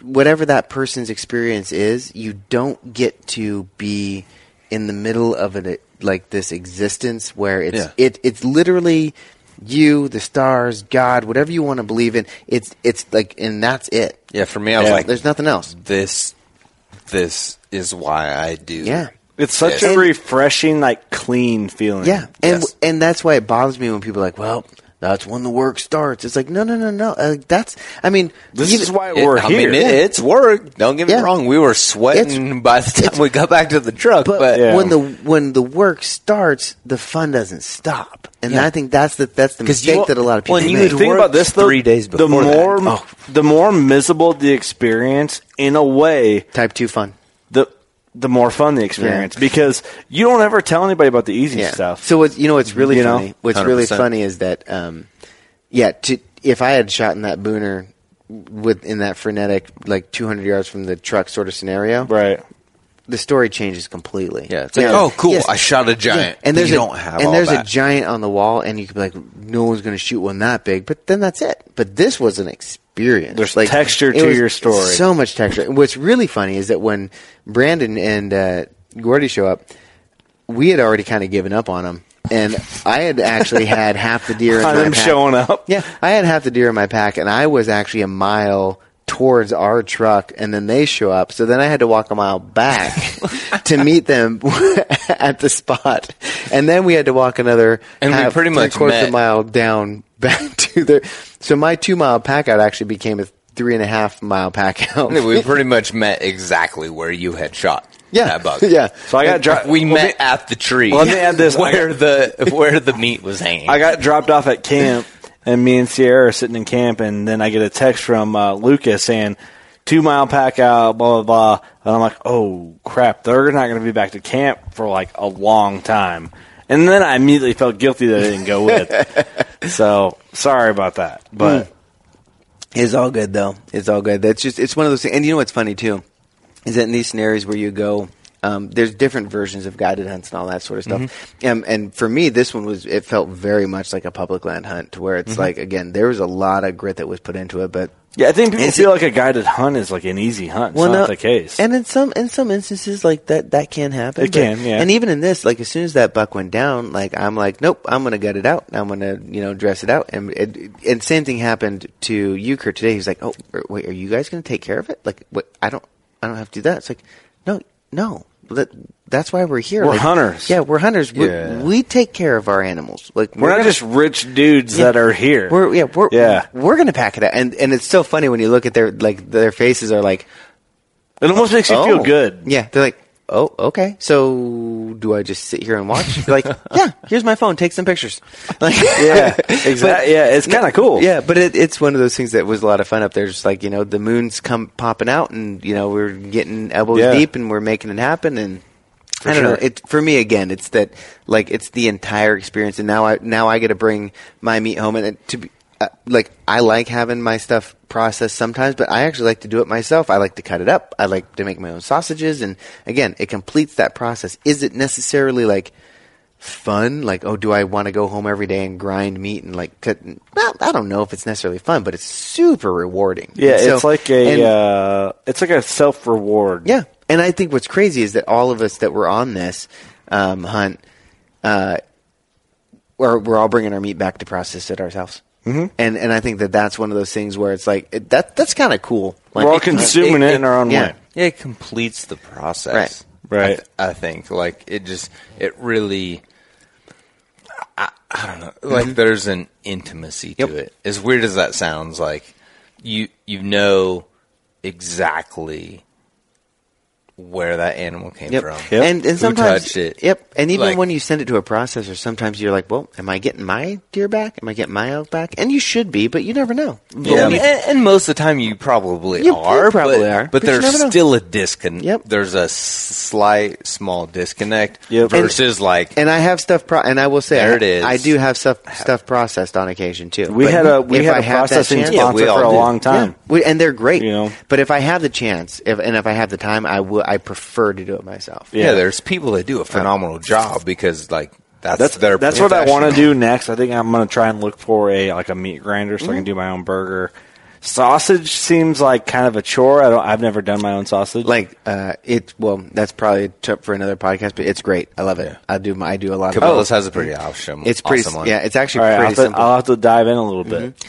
Speaker 5: whatever that person's experience is, you don't get to be in the middle of it like this existence where it's
Speaker 7: Yeah.
Speaker 5: it it's literally you, the stars, God, whatever you want to believe in. It's it's like and that's it.
Speaker 7: yeah, for me, I was
Speaker 6: Yeah.
Speaker 7: like,
Speaker 5: There's nothing else.
Speaker 7: this, this is why I do.
Speaker 5: Yeah.
Speaker 6: It's such
Speaker 7: Yes.
Speaker 6: a refreshing, like clean feeling.
Speaker 5: Yeah, and
Speaker 7: Yes.
Speaker 5: and that's why it bothers me when people are like, well, that's when the work starts. It's like, no, no, no, no. Uh, that's, I mean,
Speaker 6: This
Speaker 5: even-
Speaker 6: is why
Speaker 7: It-
Speaker 6: we're
Speaker 7: I
Speaker 6: here.
Speaker 7: mean, it, it's work. Don't get me
Speaker 5: Yeah.
Speaker 7: wrong. We were sweating by the time we got back to the truck,
Speaker 5: But,
Speaker 7: but,
Speaker 6: Yeah.
Speaker 5: when the when the work starts, the fun doesn't stop, and I think that's the that's the
Speaker 7: 'Cause you
Speaker 5: mistake
Speaker 7: wa-
Speaker 5: that a lot of people
Speaker 7: when you
Speaker 5: make.
Speaker 7: would
Speaker 6: think about
Speaker 7: worked
Speaker 6: this though.
Speaker 7: three days
Speaker 6: the
Speaker 7: before that.
Speaker 6: more
Speaker 7: Oh.
Speaker 6: the more miserable the experience, in a way,
Speaker 5: type two fun.
Speaker 6: the the more fun the experience
Speaker 5: Yeah.
Speaker 6: because you don't ever tell anybody about the easy stuff.
Speaker 5: So what's you know what's really
Speaker 6: You know?
Speaker 5: funny? What's really
Speaker 7: 100%.
Speaker 5: funny is that um, yeah, to, if I had shot in that booner with in that frenetic like 200 yards from the truck sort of scenario,
Speaker 6: right.
Speaker 5: the story changes completely.
Speaker 7: Yeah, it's like, oh, cool, I shot a giant.
Speaker 5: And
Speaker 7: But
Speaker 5: there's
Speaker 7: you
Speaker 5: a,
Speaker 7: don't have
Speaker 5: and
Speaker 7: all
Speaker 5: there's
Speaker 7: that.
Speaker 5: a giant on the wall, and you could be like, no one's going to shoot one that big. But then that's it. But this was an experience.
Speaker 6: There's
Speaker 5: like,
Speaker 6: texture
Speaker 5: it
Speaker 6: to
Speaker 5: was
Speaker 6: your story.
Speaker 5: So much texture. And What's really funny is that when Brandon and uh, Gordy show up, we had already kind of given up on them, and I had actually had half the deer. in
Speaker 6: On
Speaker 5: my
Speaker 6: them
Speaker 5: pack.
Speaker 6: showing up.
Speaker 5: Yeah, I had half the deer in my pack, and I was actually a mile towards our truck, and then they show up. So then I had to walk a mile back to meet them at the spot, and then we had to walk another
Speaker 7: And we
Speaker 5: half,
Speaker 7: pretty much
Speaker 5: quarter of a
Speaker 7: met.
Speaker 5: mile down back to their. So my two mile pack out actually became a three and a half mile pack out.
Speaker 7: we pretty much met exactly where you had shot.
Speaker 5: yeah,
Speaker 7: that bug.
Speaker 5: Yeah,
Speaker 6: So I got dropped.
Speaker 7: we met at the tree.
Speaker 6: let me add this.
Speaker 7: where the where the meat was hanging.
Speaker 6: I got dropped off at camp, and me and Sierra are sitting in camp, and then I get a text from uh, Lucas saying, two mile pack out, blah, blah, blah. And I'm like, oh, crap, they're not going to be back to camp for like a long time. And then I immediately felt guilty that I didn't go with. so sorry about that. But
Speaker 5: Hmm. It's all good though. It's all good. That's just it's one of those things. And you know what's funny too is that in these scenarios where you go, um, there's different versions of guided hunts and all that sort of stuff. Um, and for me, this one was it felt very much like a public land hunt, to where it's like again there was a lot of grit that was put into it, but
Speaker 6: yeah, I think people
Speaker 5: Is
Speaker 6: feel like a guided hunt is like an easy hunt. It's not the case.
Speaker 5: And in some in some instances, like that that can happen.
Speaker 6: It can, yeah.
Speaker 5: And even in this, like as soon as that buck went down, like I'm like, nope, I'm gonna gut it out. I'm gonna you know dress it out. And it, and same thing happened to Euchre today. He's like, oh are- wait, are you guys gonna take care of it? Like what? I don't I don't have to do that. It's like, no, no. That, that's why we're here.
Speaker 6: We're
Speaker 5: Like,
Speaker 6: hunters.
Speaker 5: Yeah, we're hunters. we
Speaker 7: Yeah.
Speaker 5: We take care of our animals. Like
Speaker 6: we're not
Speaker 5: gonna-
Speaker 6: just rich dudes
Speaker 5: yeah.
Speaker 6: that are here.
Speaker 5: We're yeah, we're
Speaker 6: Yeah.
Speaker 5: we're gonna pack it out. And and it's so funny when you look at their like their faces are like,
Speaker 6: it almost makes you
Speaker 5: Oh.
Speaker 6: feel good.
Speaker 5: Yeah, they're like, oh, okay. So do I just sit here and watch? They're like, yeah, here's my phone. Take some pictures. Like,
Speaker 6: Yeah, exactly. Yeah, it's kind of cool.
Speaker 5: Yeah, but it, it's one of those things that was a lot of fun up there. Just like you know, the moon's come popping out, and you know we're getting elbows
Speaker 6: Yeah.
Speaker 5: deep, and we're making it happen. And I don't know.
Speaker 6: sure.
Speaker 5: It for me again. It's that like it's the entire experience, and now I now I get to bring my meat home, and it, to be uh, like I like having my stuff processed sometimes, but I actually like to do it myself. I like to cut it up. I like to make my own sausages, and again, it completes that process. Is it necessarily like? fun? Like, oh, do I want to go home every day and grind meat and like cut? Well, I don't know if it's necessarily fun, but it's super rewarding.
Speaker 6: Yeah,
Speaker 5: And so-
Speaker 6: it's like a
Speaker 5: and-
Speaker 6: uh, it's like a self reward.
Speaker 5: yeah, and I think what's crazy is that all of us that were on this um, hunt, uh, we're, we're all bringing our meat back to process it ourselves. Mm-hmm. And and I think that that's one of those things where it's like it, that that's kind of cool. Like,
Speaker 6: We're all consuming it in our own
Speaker 5: yeah.
Speaker 6: way.
Speaker 7: Yeah, it completes the process.
Speaker 6: Right. Right.
Speaker 7: I, th- I think like it just it really. I, I don't know. Like
Speaker 6: Mm-hmm.
Speaker 7: there's an intimacy to it. As weird as that sounds, like you you know exactly where that animal came
Speaker 5: Yep.
Speaker 7: from.
Speaker 6: Yep.
Speaker 5: And
Speaker 7: Who
Speaker 5: and sometimes
Speaker 7: touched it?
Speaker 5: Yep. And even
Speaker 7: Like-
Speaker 5: when you send it to a processor, sometimes you're like, "Well, am I getting my deer back? Am I getting my elk back?" And you should be, but you never know.
Speaker 7: Yeah, and, and most of the time you probably
Speaker 5: You
Speaker 7: are,
Speaker 5: probably
Speaker 7: but,
Speaker 5: are,
Speaker 7: but,
Speaker 5: but you
Speaker 7: there's
Speaker 5: never know.
Speaker 7: still a disconnect.
Speaker 5: Yep.
Speaker 7: There's a s- slight, small disconnect
Speaker 6: Yep.
Speaker 7: versus like
Speaker 5: And I have stuff, pro- and I will say,
Speaker 7: There
Speaker 5: I,
Speaker 7: it is.
Speaker 5: I do have stuff stuff processed on occasion too.
Speaker 6: We
Speaker 5: But
Speaker 6: had a we
Speaker 5: if
Speaker 6: had
Speaker 5: I
Speaker 6: a
Speaker 5: have that
Speaker 6: processing
Speaker 5: chance-
Speaker 7: Yeah, we
Speaker 6: sponsor
Speaker 7: all
Speaker 6: for a
Speaker 7: did.
Speaker 6: long time.
Speaker 5: Yeah. We- and they're great.
Speaker 6: You know?
Speaker 5: But if I have the chance, if and if I have the time, I will. I prefer to do it myself.
Speaker 7: yeah.
Speaker 6: Yeah.
Speaker 7: there's people that do a phenomenal job because like that's,
Speaker 6: That's
Speaker 7: their
Speaker 6: that's what I want to
Speaker 7: profession.
Speaker 6: do next. I think I'm going to try and look for a like a meat grinder so I
Speaker 5: Mm-hmm.
Speaker 6: can do my own burger. Sausage seems like kind of a chore. I don't. I've never done my own sausage.
Speaker 5: Like uh, it. Well, that's probably a tip for another podcast, but it's great. I love it. I do. My, I do a lot. of
Speaker 7: Cabela's has a pretty option.
Speaker 5: Oh. It's pretty.
Speaker 7: awesome one.
Speaker 5: yeah, it's actually
Speaker 6: All right, I'll
Speaker 5: pretty
Speaker 6: have, to,
Speaker 5: simple. Mm-hmm.
Speaker 6: I'll have to dive in a little bit.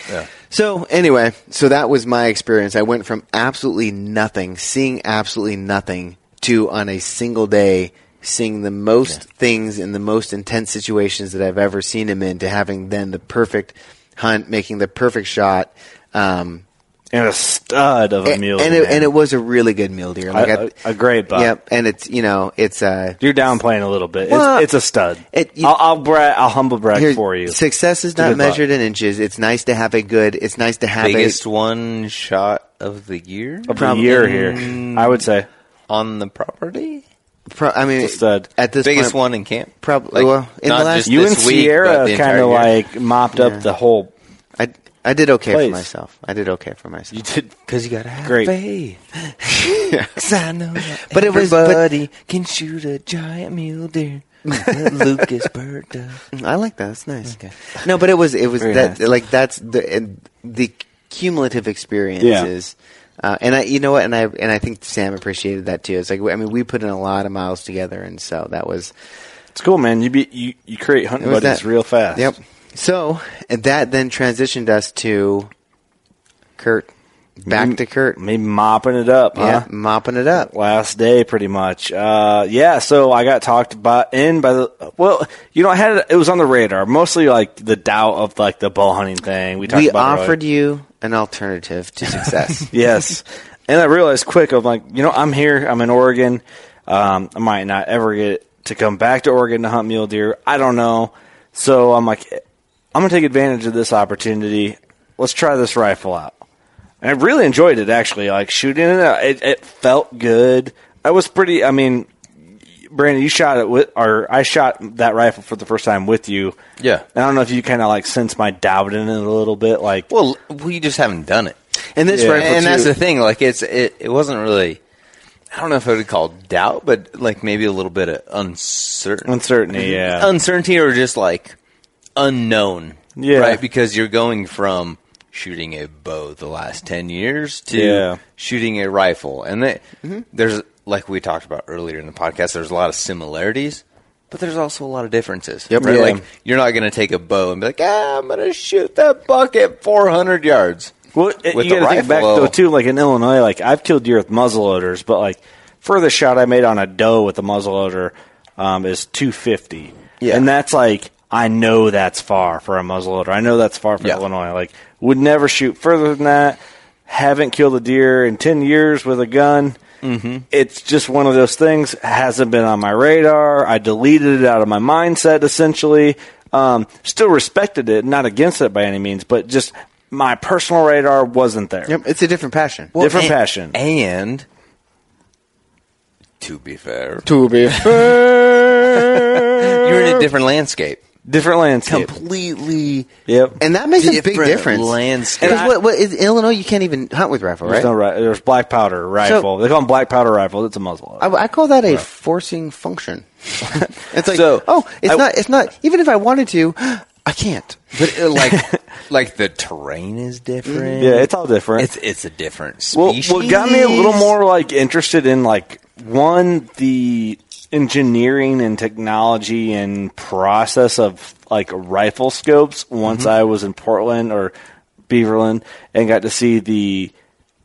Speaker 5: So anyway, so that was my experience. I went from absolutely nothing, seeing absolutely nothing, to on a single day seeing the most things in the most intense situations that I've ever seen him in, to having then the perfect hunt, making the perfect shot. Um,
Speaker 6: And a stud of a
Speaker 5: and,
Speaker 6: meal.
Speaker 5: and it,
Speaker 6: man.
Speaker 5: and it was a really good meal deer.
Speaker 6: A- a- a great buck.
Speaker 5: Yep, and it's you know it's uh,
Speaker 6: You're downplaying a little bit.
Speaker 5: Well,
Speaker 6: it's, it's a stud.
Speaker 5: it- you-
Speaker 6: I'll, I'll brag. I'll humble brag
Speaker 5: here-
Speaker 6: for you.
Speaker 5: Success is
Speaker 6: a
Speaker 5: not
Speaker 6: good buck.
Speaker 5: measured in inches. It's nice to have a good. It's nice to have
Speaker 7: biggest
Speaker 5: a
Speaker 7: one shot of the year
Speaker 6: of the year
Speaker 5: Mm.
Speaker 6: here, I would say.
Speaker 7: on the property.
Speaker 5: pro, I mean,
Speaker 6: It's a stud.
Speaker 5: at this
Speaker 7: biggest
Speaker 5: point,
Speaker 7: one in camp.
Speaker 5: Probably.
Speaker 7: Like,
Speaker 5: well, in the
Speaker 7: not
Speaker 5: last
Speaker 7: just
Speaker 6: You and
Speaker 7: this week,
Speaker 6: Sierra
Speaker 7: but the
Speaker 6: kind
Speaker 7: entire
Speaker 6: of
Speaker 7: year.
Speaker 6: like mopped up the whole.
Speaker 5: I I did okay
Speaker 6: Please.
Speaker 5: for myself. I did okay for myself.
Speaker 6: did
Speaker 7: Because you got to have
Speaker 6: Great.
Speaker 7: faith. Because I know that
Speaker 5: But it was- but-
Speaker 7: everybody can shoot a giant mule deer. Lucas Bird does.
Speaker 5: I like that. That's nice. No, but it was it was
Speaker 7: Very
Speaker 5: that
Speaker 7: nice.
Speaker 5: like that's the and the cumulative experience
Speaker 6: Yeah.
Speaker 5: is. Uh, and I, you know what, and I and I think Sam appreciated that too. It's like I mean, we put in a lot of miles together, and so that was
Speaker 6: It's cool, man. You be you, you create hunting
Speaker 5: it was
Speaker 6: buddies
Speaker 5: that
Speaker 6: real fast.
Speaker 5: Yep. So and that then transitioned us to Kurt, back
Speaker 6: Mm-hmm.
Speaker 5: to Kurt,
Speaker 6: Me mopping it up.
Speaker 5: yeah,
Speaker 6: huh?
Speaker 5: mopping it up.
Speaker 6: last day pretty much uh yeah so i got talked about in by the well you know i had it, it was on the radar mostly like the doubt of like the bow hunting thing we talked
Speaker 5: We
Speaker 6: about it
Speaker 5: offered you an alternative to success.
Speaker 6: earlier. yes and i realized quick i'm like you know i'm here i'm in oregon um i might not ever get to come back to oregon to hunt mule deer i don't know so i'm like i'm gonna take advantage of this opportunity let's try this rifle out and I really enjoyed it actually. Like shooting it, it, it felt good. I was pretty. I mean, Brandon, you shot it with, or I shot that rifle for the first time with you.
Speaker 7: Yeah.
Speaker 6: And I don't know if you kind of like sense my doubt in it a little bit. Like,
Speaker 7: Well, we just haven't done it.
Speaker 5: And this
Speaker 6: Yeah.
Speaker 5: rifle,
Speaker 7: and that's
Speaker 5: too-
Speaker 7: the thing. Like it's it, it wasn't really. I don't know if I would call it doubt, but like maybe a little bit of uncertain
Speaker 6: uncertainty. Yeah.
Speaker 7: uncertainty or just like unknown.
Speaker 6: Yeah.
Speaker 7: Right? Because you're going from shooting a bow the last 10 years to
Speaker 6: Yeah.
Speaker 7: shooting a rifle. And that, there's, like we talked about earlier in the podcast, there's a lot of similarities. But there's also a lot of differences.
Speaker 5: Yep.
Speaker 7: right?
Speaker 5: Yeah.
Speaker 7: Like you're not going to take a bow and be like, ah, "I'm going to shoot that buck at 400 yards."
Speaker 6: well, it-
Speaker 7: with
Speaker 6: you got
Speaker 7: the
Speaker 6: to think
Speaker 7: rifle,
Speaker 6: back though
Speaker 7: though.
Speaker 6: too. Like in Illinois, like I've killed deer with muzzle loaders, but like for the shot I made on a doe with a muzzle loader um, is two fifty.
Speaker 7: Yeah.
Speaker 6: And that's like I know that's far for a muzzleloader. I know that's far for
Speaker 7: Yeah.
Speaker 6: Illinois. Like would never shoot further than that. Haven't killed a deer in ten years with a gun. Mm-hmm. It's just one of those things. Hasn't been on my radar. I deleted it out of my mindset. Essentially, um, still respected it. Not against it by any means, but just my personal radar wasn't there.
Speaker 5: Yep, it's a different passion.
Speaker 6: Different
Speaker 7: and-
Speaker 6: passion.
Speaker 7: And to be fair,
Speaker 5: to be
Speaker 7: you're in a different landscape.
Speaker 6: Different landscape.
Speaker 7: Completely
Speaker 6: yep.
Speaker 5: And that makes a big
Speaker 7: Different
Speaker 5: difference.
Speaker 7: landscape.
Speaker 5: Because what, what is Illinois? You can't even hunt with rifle, right?
Speaker 6: there's, no ri- there's black powder rifle. they call them black powder rifles. It's a muzzle.
Speaker 5: I, I call that a forcing function. it's like,
Speaker 7: So,
Speaker 5: oh, it's
Speaker 7: I-
Speaker 5: not. It's not. Even if I wanted to, I can't.
Speaker 7: But uh, like, like the terrain is different.
Speaker 6: yeah, it's all different.
Speaker 7: it's it's a different
Speaker 6: Well,
Speaker 7: species.
Speaker 6: what got me a little more like interested in like one the engineering and technology and process of like rifle scopes. Once I was in Portland or Beaverland and got to see the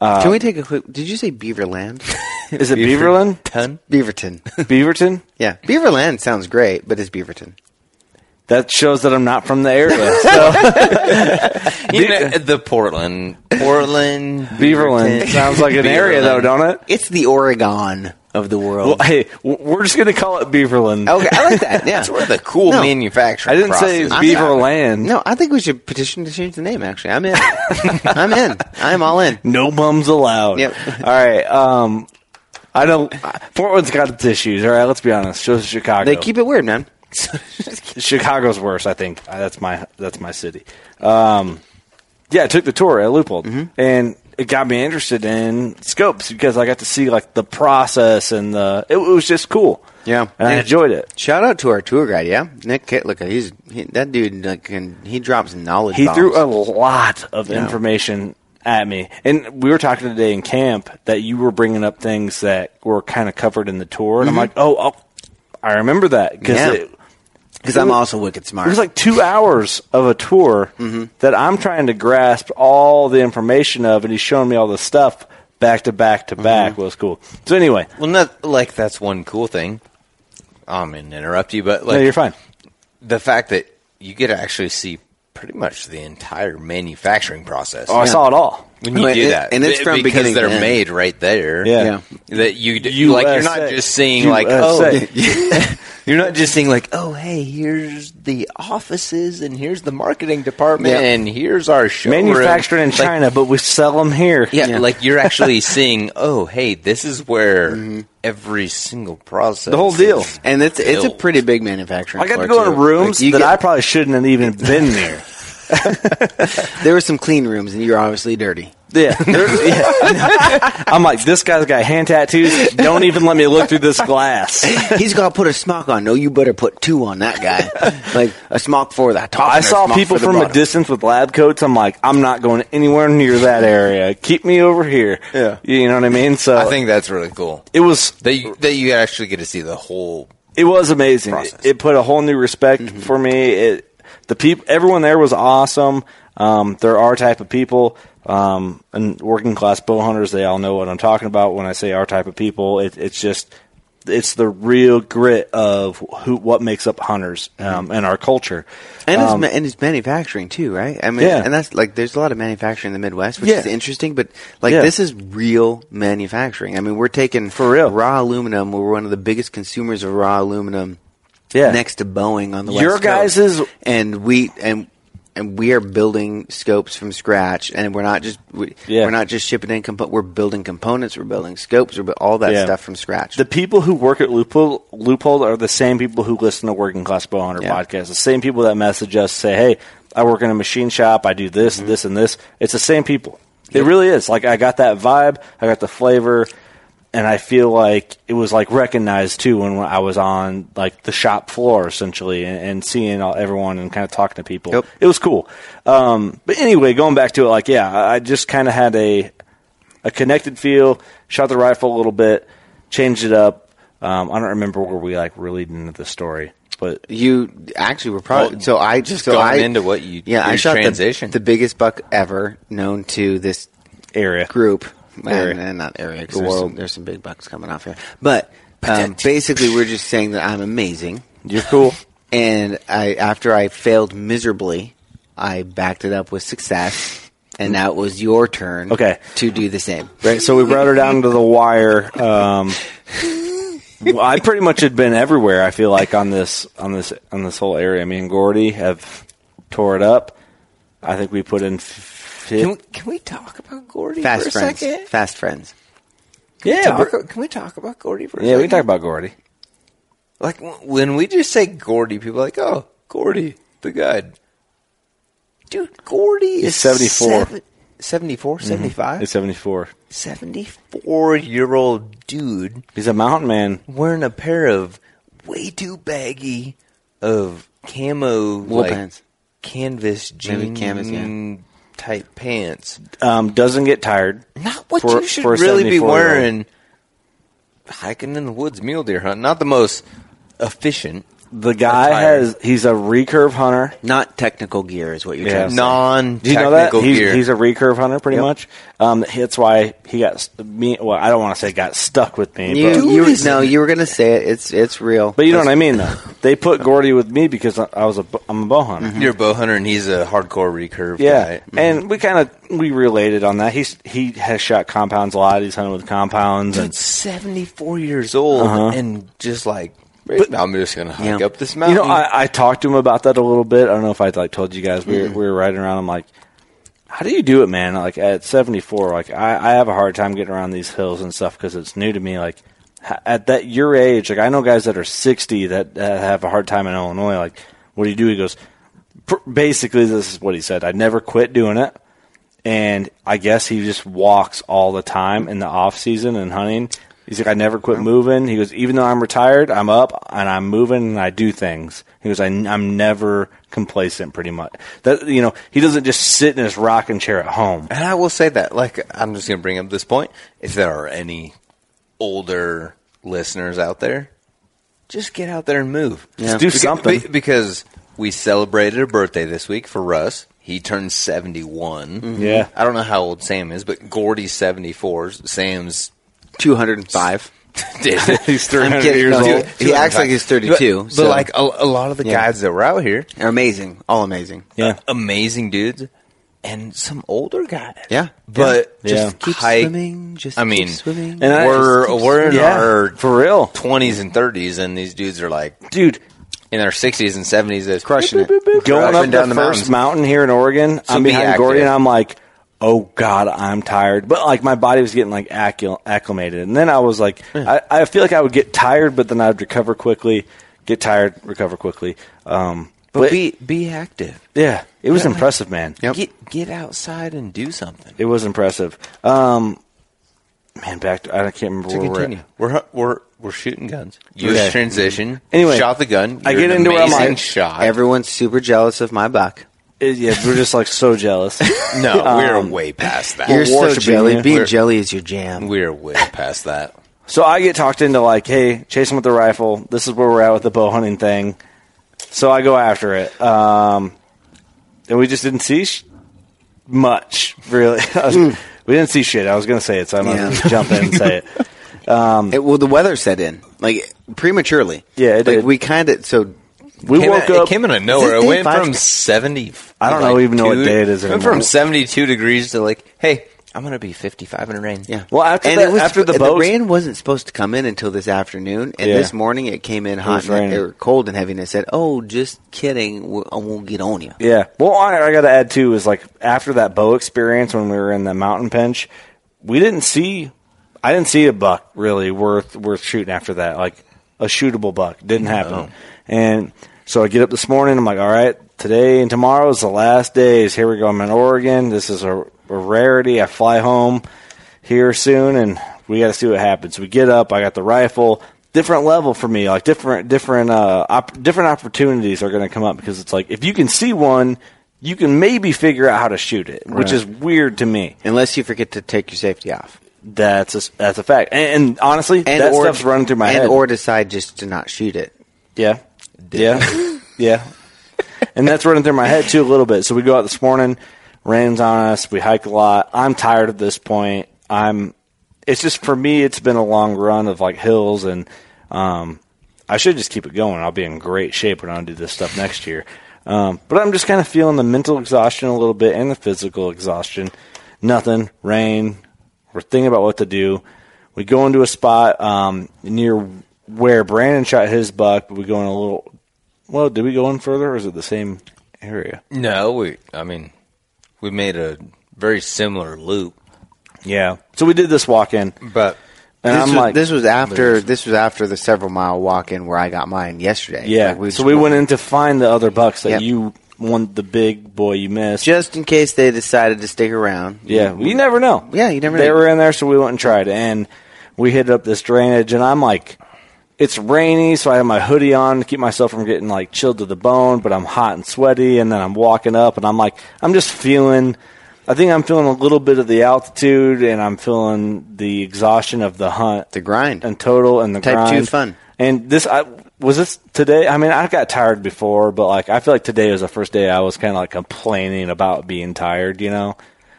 Speaker 5: Can we take a quick? Did you say Beaverland?
Speaker 6: is it Beaverland
Speaker 7: ton?
Speaker 5: Beaverton.
Speaker 6: Beaverton
Speaker 5: yeah, Beaverland sounds great, but it's Beaverton.
Speaker 6: that shows that I'm not from the area. So
Speaker 7: You know, the Portland, Portland,
Speaker 6: Beaverland sounds like an area though,
Speaker 7: Beaverland.
Speaker 6: don't it?
Speaker 5: It's the Oregon. of the world.
Speaker 6: Well, hey, w- we're just gonna call it Beaverland.
Speaker 5: Okay, I like that. Yeah,
Speaker 7: That's where the cool
Speaker 5: No.
Speaker 7: manufacturing.
Speaker 6: I didn't say
Speaker 7: process-
Speaker 5: I'm
Speaker 6: Beaver
Speaker 5: not-
Speaker 6: Land.
Speaker 5: No, I think we should petition to change the name. Actually, I'm in. I'm in. I'm all in.
Speaker 6: No bums allowed.
Speaker 5: Yep.
Speaker 6: All right. Um, I don't. Portland's got its issues. All right. Let's be honest. So does Chicago.
Speaker 5: They keep it weird, man.
Speaker 6: Chicago's worse. I think Uh, that's my that's my city. Um, yeah, I took the tour at Leupold,
Speaker 5: Mm-hmm.
Speaker 6: and it got me interested in scopes because I got to see like the process and the. It, was just cool.
Speaker 5: Yeah.
Speaker 6: and I
Speaker 5: Yeah.
Speaker 6: enjoyed it.
Speaker 5: Shout out to our tour guide, yeah, Nick Kitlick. He's he, that dude. Like, can, he drops knowledge.
Speaker 6: He
Speaker 5: bombs.
Speaker 6: threw a lot of information at me, and we were talking today in camp that you were bringing up things that were kind of covered in the tour, and I'm like, oh, oh I remember that because
Speaker 5: Yeah.
Speaker 6: it,
Speaker 5: because I'm also wicked smart.
Speaker 6: It was like two hours of a tour that I'm trying to grasp all the information of, and he's showing me all the stuff back to back to back. Well, it's cool. So anyway,
Speaker 7: Well, not like that's one cool thing. I'm gonna interrupt you, but like
Speaker 6: no, you're fine.
Speaker 7: the fact that you get to actually see pretty much the entire manufacturing process.
Speaker 6: Oh, I saw it all.
Speaker 7: when you
Speaker 5: Oh,
Speaker 7: do
Speaker 5: it-
Speaker 7: that,
Speaker 5: and it's
Speaker 7: be-
Speaker 5: from
Speaker 7: because
Speaker 5: beginning to
Speaker 7: they're
Speaker 5: end.
Speaker 7: made right there.
Speaker 6: Yeah.
Speaker 5: Yeah.
Speaker 7: that you d- like. You're not
Speaker 6: USA.
Speaker 7: just seeing like
Speaker 6: USA.
Speaker 7: oh, you're not just seeing like oh hey, here's the offices and here's the marketing department
Speaker 5: Yeah.
Speaker 7: and here's our showroom.
Speaker 6: Manufactured in
Speaker 7: Like,
Speaker 6: China, but we sell them here.
Speaker 7: yeah, like you're actually seeing oh hey, this is where
Speaker 5: Mm-hmm.
Speaker 7: every single process,
Speaker 6: The whole deal.
Speaker 7: is
Speaker 5: and it's it's a
Speaker 7: built.
Speaker 5: pretty big manufacturing.
Speaker 6: I got to
Speaker 5: floor,
Speaker 6: go
Speaker 5: too.
Speaker 6: in rooms
Speaker 5: Like, you
Speaker 6: that I
Speaker 5: get-
Speaker 6: probably shouldn't have even been there.
Speaker 5: there were some clean rooms, and you were obviously dirty.
Speaker 6: Yeah. There- yeah. I'm like, this guy's got hand tattoos. Don't even let me look through this glass.
Speaker 5: He's gonna put a smock on. No, you better put two on that guy. like a smock for the top.
Speaker 6: I
Speaker 5: and a
Speaker 6: saw
Speaker 5: smock
Speaker 6: people
Speaker 5: for the
Speaker 6: from a
Speaker 5: bottom.
Speaker 6: distance with lab coats. I'm like, I'm not going anywhere near that area. Keep me over here.
Speaker 5: Yeah.
Speaker 6: you know what I mean. So
Speaker 7: I think that's really cool.
Speaker 6: it was
Speaker 7: that you, that you actually get to see the whole.
Speaker 6: it was amazing.
Speaker 7: Process.
Speaker 6: It, it put a whole new respect for me. It the people, everyone there was awesome. Um, they're our type of people. Um, and working class bow hunters, they all know what I'm talking about when I say our type of people. It, it's just it's the real grit of who what makes up hunters um, and our culture.
Speaker 5: And it's,
Speaker 6: Um,
Speaker 5: ma- and it's manufacturing too, right? I mean,
Speaker 6: Yeah.
Speaker 5: and that's like there's a lot of manufacturing in the Midwest, which
Speaker 6: Yeah.
Speaker 5: is interesting. But like
Speaker 6: Yeah.
Speaker 5: this is real manufacturing. I mean, we're taking
Speaker 6: For real.
Speaker 5: raw aluminum. We're one of the biggest consumers of raw aluminum,
Speaker 6: Yeah.
Speaker 5: next to Boeing on the
Speaker 6: Your
Speaker 5: West Coast.
Speaker 6: guys's-
Speaker 5: and we and and we are building scopes from scratch, and we're not just we,
Speaker 6: Yeah.
Speaker 5: we're not just shipping in compo- We're building components. We're building scopes. We're bu- all that
Speaker 6: Yeah.
Speaker 5: stuff from scratch.
Speaker 6: The people who work at Loophole, Loophole are the same people who listen to Working Class Bowhunter
Speaker 5: Yeah.
Speaker 6: podcast. The same people that message us say, "Hey, I work in a machine shop. I do
Speaker 5: Mm-hmm.
Speaker 6: this, this, and this." It's the same people. It really is. Like I got that vibe. I got the flavor, and I feel like it was like recognized too when I was on like the shop floor essentially and, and seeing all, everyone and kind of talking to people.
Speaker 5: Yep.
Speaker 6: It was cool. Um, but anyway, going back to it, like yeah, I I just kind of had a a connected feel. Shot the rifle a little bit, changed it up. Um, I don't remember where we like really did into the story, but
Speaker 5: You actually were probably
Speaker 7: Well,
Speaker 5: so I just so
Speaker 7: going
Speaker 5: I,
Speaker 7: into what you-
Speaker 5: yeah I
Speaker 7: your
Speaker 5: shot the-
Speaker 7: transition.
Speaker 5: The, biggest buck ever known to this
Speaker 6: area
Speaker 5: group
Speaker 6: Area.
Speaker 5: and, and not area 'cause
Speaker 6: The
Speaker 5: there's,
Speaker 6: world.
Speaker 5: some, there's some big bucks coming off here but um, basically we're just saying that I'm amazing
Speaker 6: You're cool.
Speaker 5: and I after I failed miserably I backed it up with success
Speaker 7: Hmm.
Speaker 5: and now it was your turn
Speaker 6: Okay.
Speaker 5: to do the same
Speaker 6: Right, so we brought her down to the wire. Um, well, I pretty much had been everywhere. I feel like on this on this on this whole area. Me and Gordy have tore it up. I think we put in. F-
Speaker 7: Can we, can we talk about Gordy
Speaker 5: fast
Speaker 7: for a
Speaker 5: friends
Speaker 7: second?
Speaker 5: fast friends
Speaker 6: yeah,
Speaker 7: Talk-
Speaker 6: we're-
Speaker 7: can we talk about Gordy for a
Speaker 6: yeah, we can
Speaker 7: second?
Speaker 6: talk about Gordy.
Speaker 7: Like w- when we just say Gordy, people are like, oh, Gordy, the guide. Dude, Gordy is
Speaker 6: 74.
Speaker 7: seven- 74, 75?
Speaker 6: He's seventy four.
Speaker 7: 74 year old dude
Speaker 6: He's a mountain man.
Speaker 7: wearing a pair of way too baggy of camo
Speaker 5: Wool
Speaker 7: like,
Speaker 5: pants.
Speaker 7: canvas jean
Speaker 5: Maybe canvas, yeah.
Speaker 7: type pants.
Speaker 6: Um, doesn't get tired.
Speaker 7: Not what
Speaker 6: For-
Speaker 7: you should
Speaker 6: for a
Speaker 7: really be
Speaker 6: 74 -year-old.
Speaker 7: wearing hiking in the woods mule deer hunt. Not the most efficient
Speaker 6: The guy
Speaker 7: Retired.
Speaker 6: has he's a recurve hunter.
Speaker 5: Not technical gear is what you're
Speaker 6: Yeah.
Speaker 5: trying to say.
Speaker 7: Non
Speaker 6: Do you know that
Speaker 7: technical
Speaker 6: he's,
Speaker 7: gear.
Speaker 6: he's a recurve hunter pretty much? Um, that's why he got st- me. Well, I don't want to say got stuck with me, but,
Speaker 5: You, you, no, you were going to say it. It's it's real.
Speaker 6: but you know what I mean. Though they put Gordy with me because I, I was a bo- I'm a bow hunter.
Speaker 7: You're a bow hunter, and he's a hardcore recurve.
Speaker 6: Yeah,
Speaker 7: guy. mm-hmm.
Speaker 6: and we kind of we related on that. He's he has shot compounds a lot. He's hunting with compounds.
Speaker 7: dude,
Speaker 6: And,
Speaker 7: 74 years old, and just like, Uh-huh. I'm just gonna hike
Speaker 5: Yeah.
Speaker 7: up this
Speaker 6: you
Speaker 7: mountain.
Speaker 6: know, I, I talked to him about that a little bit. I don't know if I like told you guys we
Speaker 7: Mm.
Speaker 6: were, we were riding around. I'm like, how do you do it, man? Like at 74, like I, I have a hard time getting around these hills and stuff because it's new to me. Like h- at that your age, like I know guys that are 60 that, that have a hard time in Illinois. Like, what do you do? He goes, pr- basically, this is what he said. I never quit doing it. and I guess he just walks all the time in the off season and hunting. He's like, I never quit moving. He goes, even though I'm retired, I'm up and I'm moving and I do things. He goes, I, am never complacent, pretty much. That you know, he doesn't just sit in his rocking chair at home.
Speaker 7: And I will say that, like, I'm just going to bring up this point. If there are any older listeners out there, just get out there and move.
Speaker 5: Yeah.
Speaker 6: do
Speaker 7: Beca-
Speaker 6: something.
Speaker 7: be- because we celebrated a birthday this week for Russ. He turned 71.
Speaker 6: Yeah.
Speaker 7: I don't know how old Sam is, but Gordy's 74. Sam's.
Speaker 5: 205.
Speaker 7: he's
Speaker 5: 300 kidding. years No, he- old. he acts like he's 32,
Speaker 7: But,
Speaker 5: so-
Speaker 7: but, like, a, a lot of the
Speaker 5: Yeah.
Speaker 7: guys that were out here,
Speaker 5: They're amazing. All amazing.
Speaker 6: Yeah.
Speaker 7: Uh, amazing dudes, and some older guys.
Speaker 5: Yeah.
Speaker 7: But
Speaker 6: Yeah. Just
Speaker 7: just keep swimming. Just I mean,
Speaker 5: keep swimming.
Speaker 6: And I-
Speaker 7: we're we're in
Speaker 6: Yeah,
Speaker 7: our
Speaker 6: for real,
Speaker 7: twenties and thirties, and these dudes are like
Speaker 6: dude.
Speaker 7: in their sixties and seventies, is
Speaker 5: Crushing it.
Speaker 6: Going
Speaker 7: Driving
Speaker 6: up
Speaker 7: down
Speaker 6: the,
Speaker 7: the
Speaker 6: first
Speaker 7: mountains.
Speaker 6: mountain here in Oregon, I'm
Speaker 7: be
Speaker 6: behind
Speaker 7: active.
Speaker 6: Gordy, and I'm like, oh god, I'm tired. But like my body was getting like accul- acclimated, and then I was like, I, I feel like I would get tired, but then I'd recover quickly, get tired, recover quickly. Um, but,
Speaker 7: But be be active.
Speaker 6: yeah, it was impressive, man.
Speaker 7: Get get outside and do something.
Speaker 6: It was impressive. Um, man, back to, I can't remember
Speaker 7: To
Speaker 6: where
Speaker 7: continue,
Speaker 6: we're. at.
Speaker 7: we're we're we're shooting guns. You
Speaker 6: Okay.
Speaker 7: transition.
Speaker 6: Anyway,
Speaker 7: shot the gun.
Speaker 6: I
Speaker 7: You're
Speaker 6: get
Speaker 7: an
Speaker 6: into where I'm
Speaker 7: amazing
Speaker 6: like,
Speaker 7: shot.
Speaker 5: Everyone's super jealous of my buck.
Speaker 6: Uh, Yeah, we're just like so jealous.
Speaker 7: no, we're
Speaker 6: Um,
Speaker 7: way past that.
Speaker 5: You're so
Speaker 6: worshiping
Speaker 5: jelly.
Speaker 6: you.
Speaker 5: Being
Speaker 7: We're-
Speaker 5: jelly is your jam.
Speaker 7: we're way past that.
Speaker 6: So I get talked into like, hey, chase him with the rifle. This is where we're at with the bow hunting thing. So I go after it, um, and we just didn't see sh- much really. I was- we didn't see shit. I was gonna say it, so I'm
Speaker 5: Yeah.
Speaker 6: gonna just jump in and say it.
Speaker 5: It- well, the weather set in like prematurely.
Speaker 6: Mm. Yeah, it
Speaker 5: like
Speaker 6: did.
Speaker 5: we kind of so
Speaker 6: We
Speaker 7: Came
Speaker 6: woke
Speaker 7: out-
Speaker 6: up.
Speaker 7: It came out of
Speaker 5: Is
Speaker 7: nowhere.
Speaker 5: it
Speaker 7: It
Speaker 5: day
Speaker 7: went
Speaker 5: five?
Speaker 7: from seventy.
Speaker 6: I don't
Speaker 7: like,
Speaker 6: know even know what
Speaker 7: two-
Speaker 6: day it is
Speaker 7: It went
Speaker 6: anymore.
Speaker 7: from seventy-two degrees to like, hey, I'm gonna be fifty-five in the rain.
Speaker 5: yeah.
Speaker 6: Well, after
Speaker 5: and
Speaker 6: the-
Speaker 5: it was,
Speaker 6: after the
Speaker 5: the
Speaker 6: boats-
Speaker 5: rain wasn't supposed to come in until this afternoon, and
Speaker 6: Yeah.
Speaker 5: this morning it came in hot,
Speaker 6: was
Speaker 5: and,
Speaker 6: raining.
Speaker 5: or cold and heavy, and it said, "Oh, just kidding, we- I won't get on you."
Speaker 6: Yeah. Well, I, I got to add too is like after that bow experience when we were in the mountain pinch, we didn't see. I didn't see a buck really worth worth shooting after that. Like a shootable buck didn't happen. And so I get up this morning. I'm like, all right, today and tomorrow is the last days. Here we go. I'm in Oregon. This is a, a rarity. I fly home here soon, and we got to see what happens. We get up. I got the rifle. Different level for me, like different, different, uh, op- different opportunities are going to come up because it's like if you can see one, you can maybe figure out how to shoot it, which is weird to me.
Speaker 5: Unless you forget to take your safety off,
Speaker 6: That's a, that's a fact, and, and honestly, that
Speaker 5: or-
Speaker 6: stuff's running through my
Speaker 5: and
Speaker 6: head.
Speaker 5: or decide just to not shoot it.
Speaker 6: Yeah. Yeah. yeah. And that's running through my head too a little bit. So we go out this morning, rains on us, we hike a lot. I'm tired at this point. I'm it's just for me it's been a long run of like hills and um I should just keep it going. I'll be in great shape when I do this stuff next year. Um, but I'm just kind of feeling the mental exhaustion a little bit and the physical exhaustion. Nothing, rain. We're thinking about what to do. We go into a spot um, near where Brandon shot his buck, but we go in a little. Well, did we go in further, or is it the same area?
Speaker 7: No, we. I mean, we made a very similar loop,
Speaker 6: Yeah. So we did this walk in, and
Speaker 7: but
Speaker 5: this,
Speaker 6: I'm
Speaker 5: was,
Speaker 6: like,
Speaker 5: this was after this was after the several mile walk in where I got mine yesterday.
Speaker 6: yeah.
Speaker 5: Like,
Speaker 6: so we went in to find the other bucks that
Speaker 5: Yep.
Speaker 6: you won the big boy you missed.
Speaker 5: just in case they decided to stick around.
Speaker 6: Yeah, you never know.
Speaker 5: Yeah, you never
Speaker 6: They
Speaker 5: know.
Speaker 6: were in there, so we went and tried, and we hit up this drainage, and I'm like, it's rainy, so I have my hoodie on to keep myself from getting like chilled to the bone, but I'm hot and sweaty, and then I'm walking up, and I'm like, I'm just feeling. I think I'm feeling a little bit of the altitude, and I'm feeling the exhaustion of the hunt
Speaker 5: the grind.
Speaker 6: and total and the
Speaker 5: Type two
Speaker 6: grind.
Speaker 5: fun.
Speaker 6: And this, I was this today? I mean, I got tired before, but like I feel like today was the first day I was kind of like complaining about being tired. You know,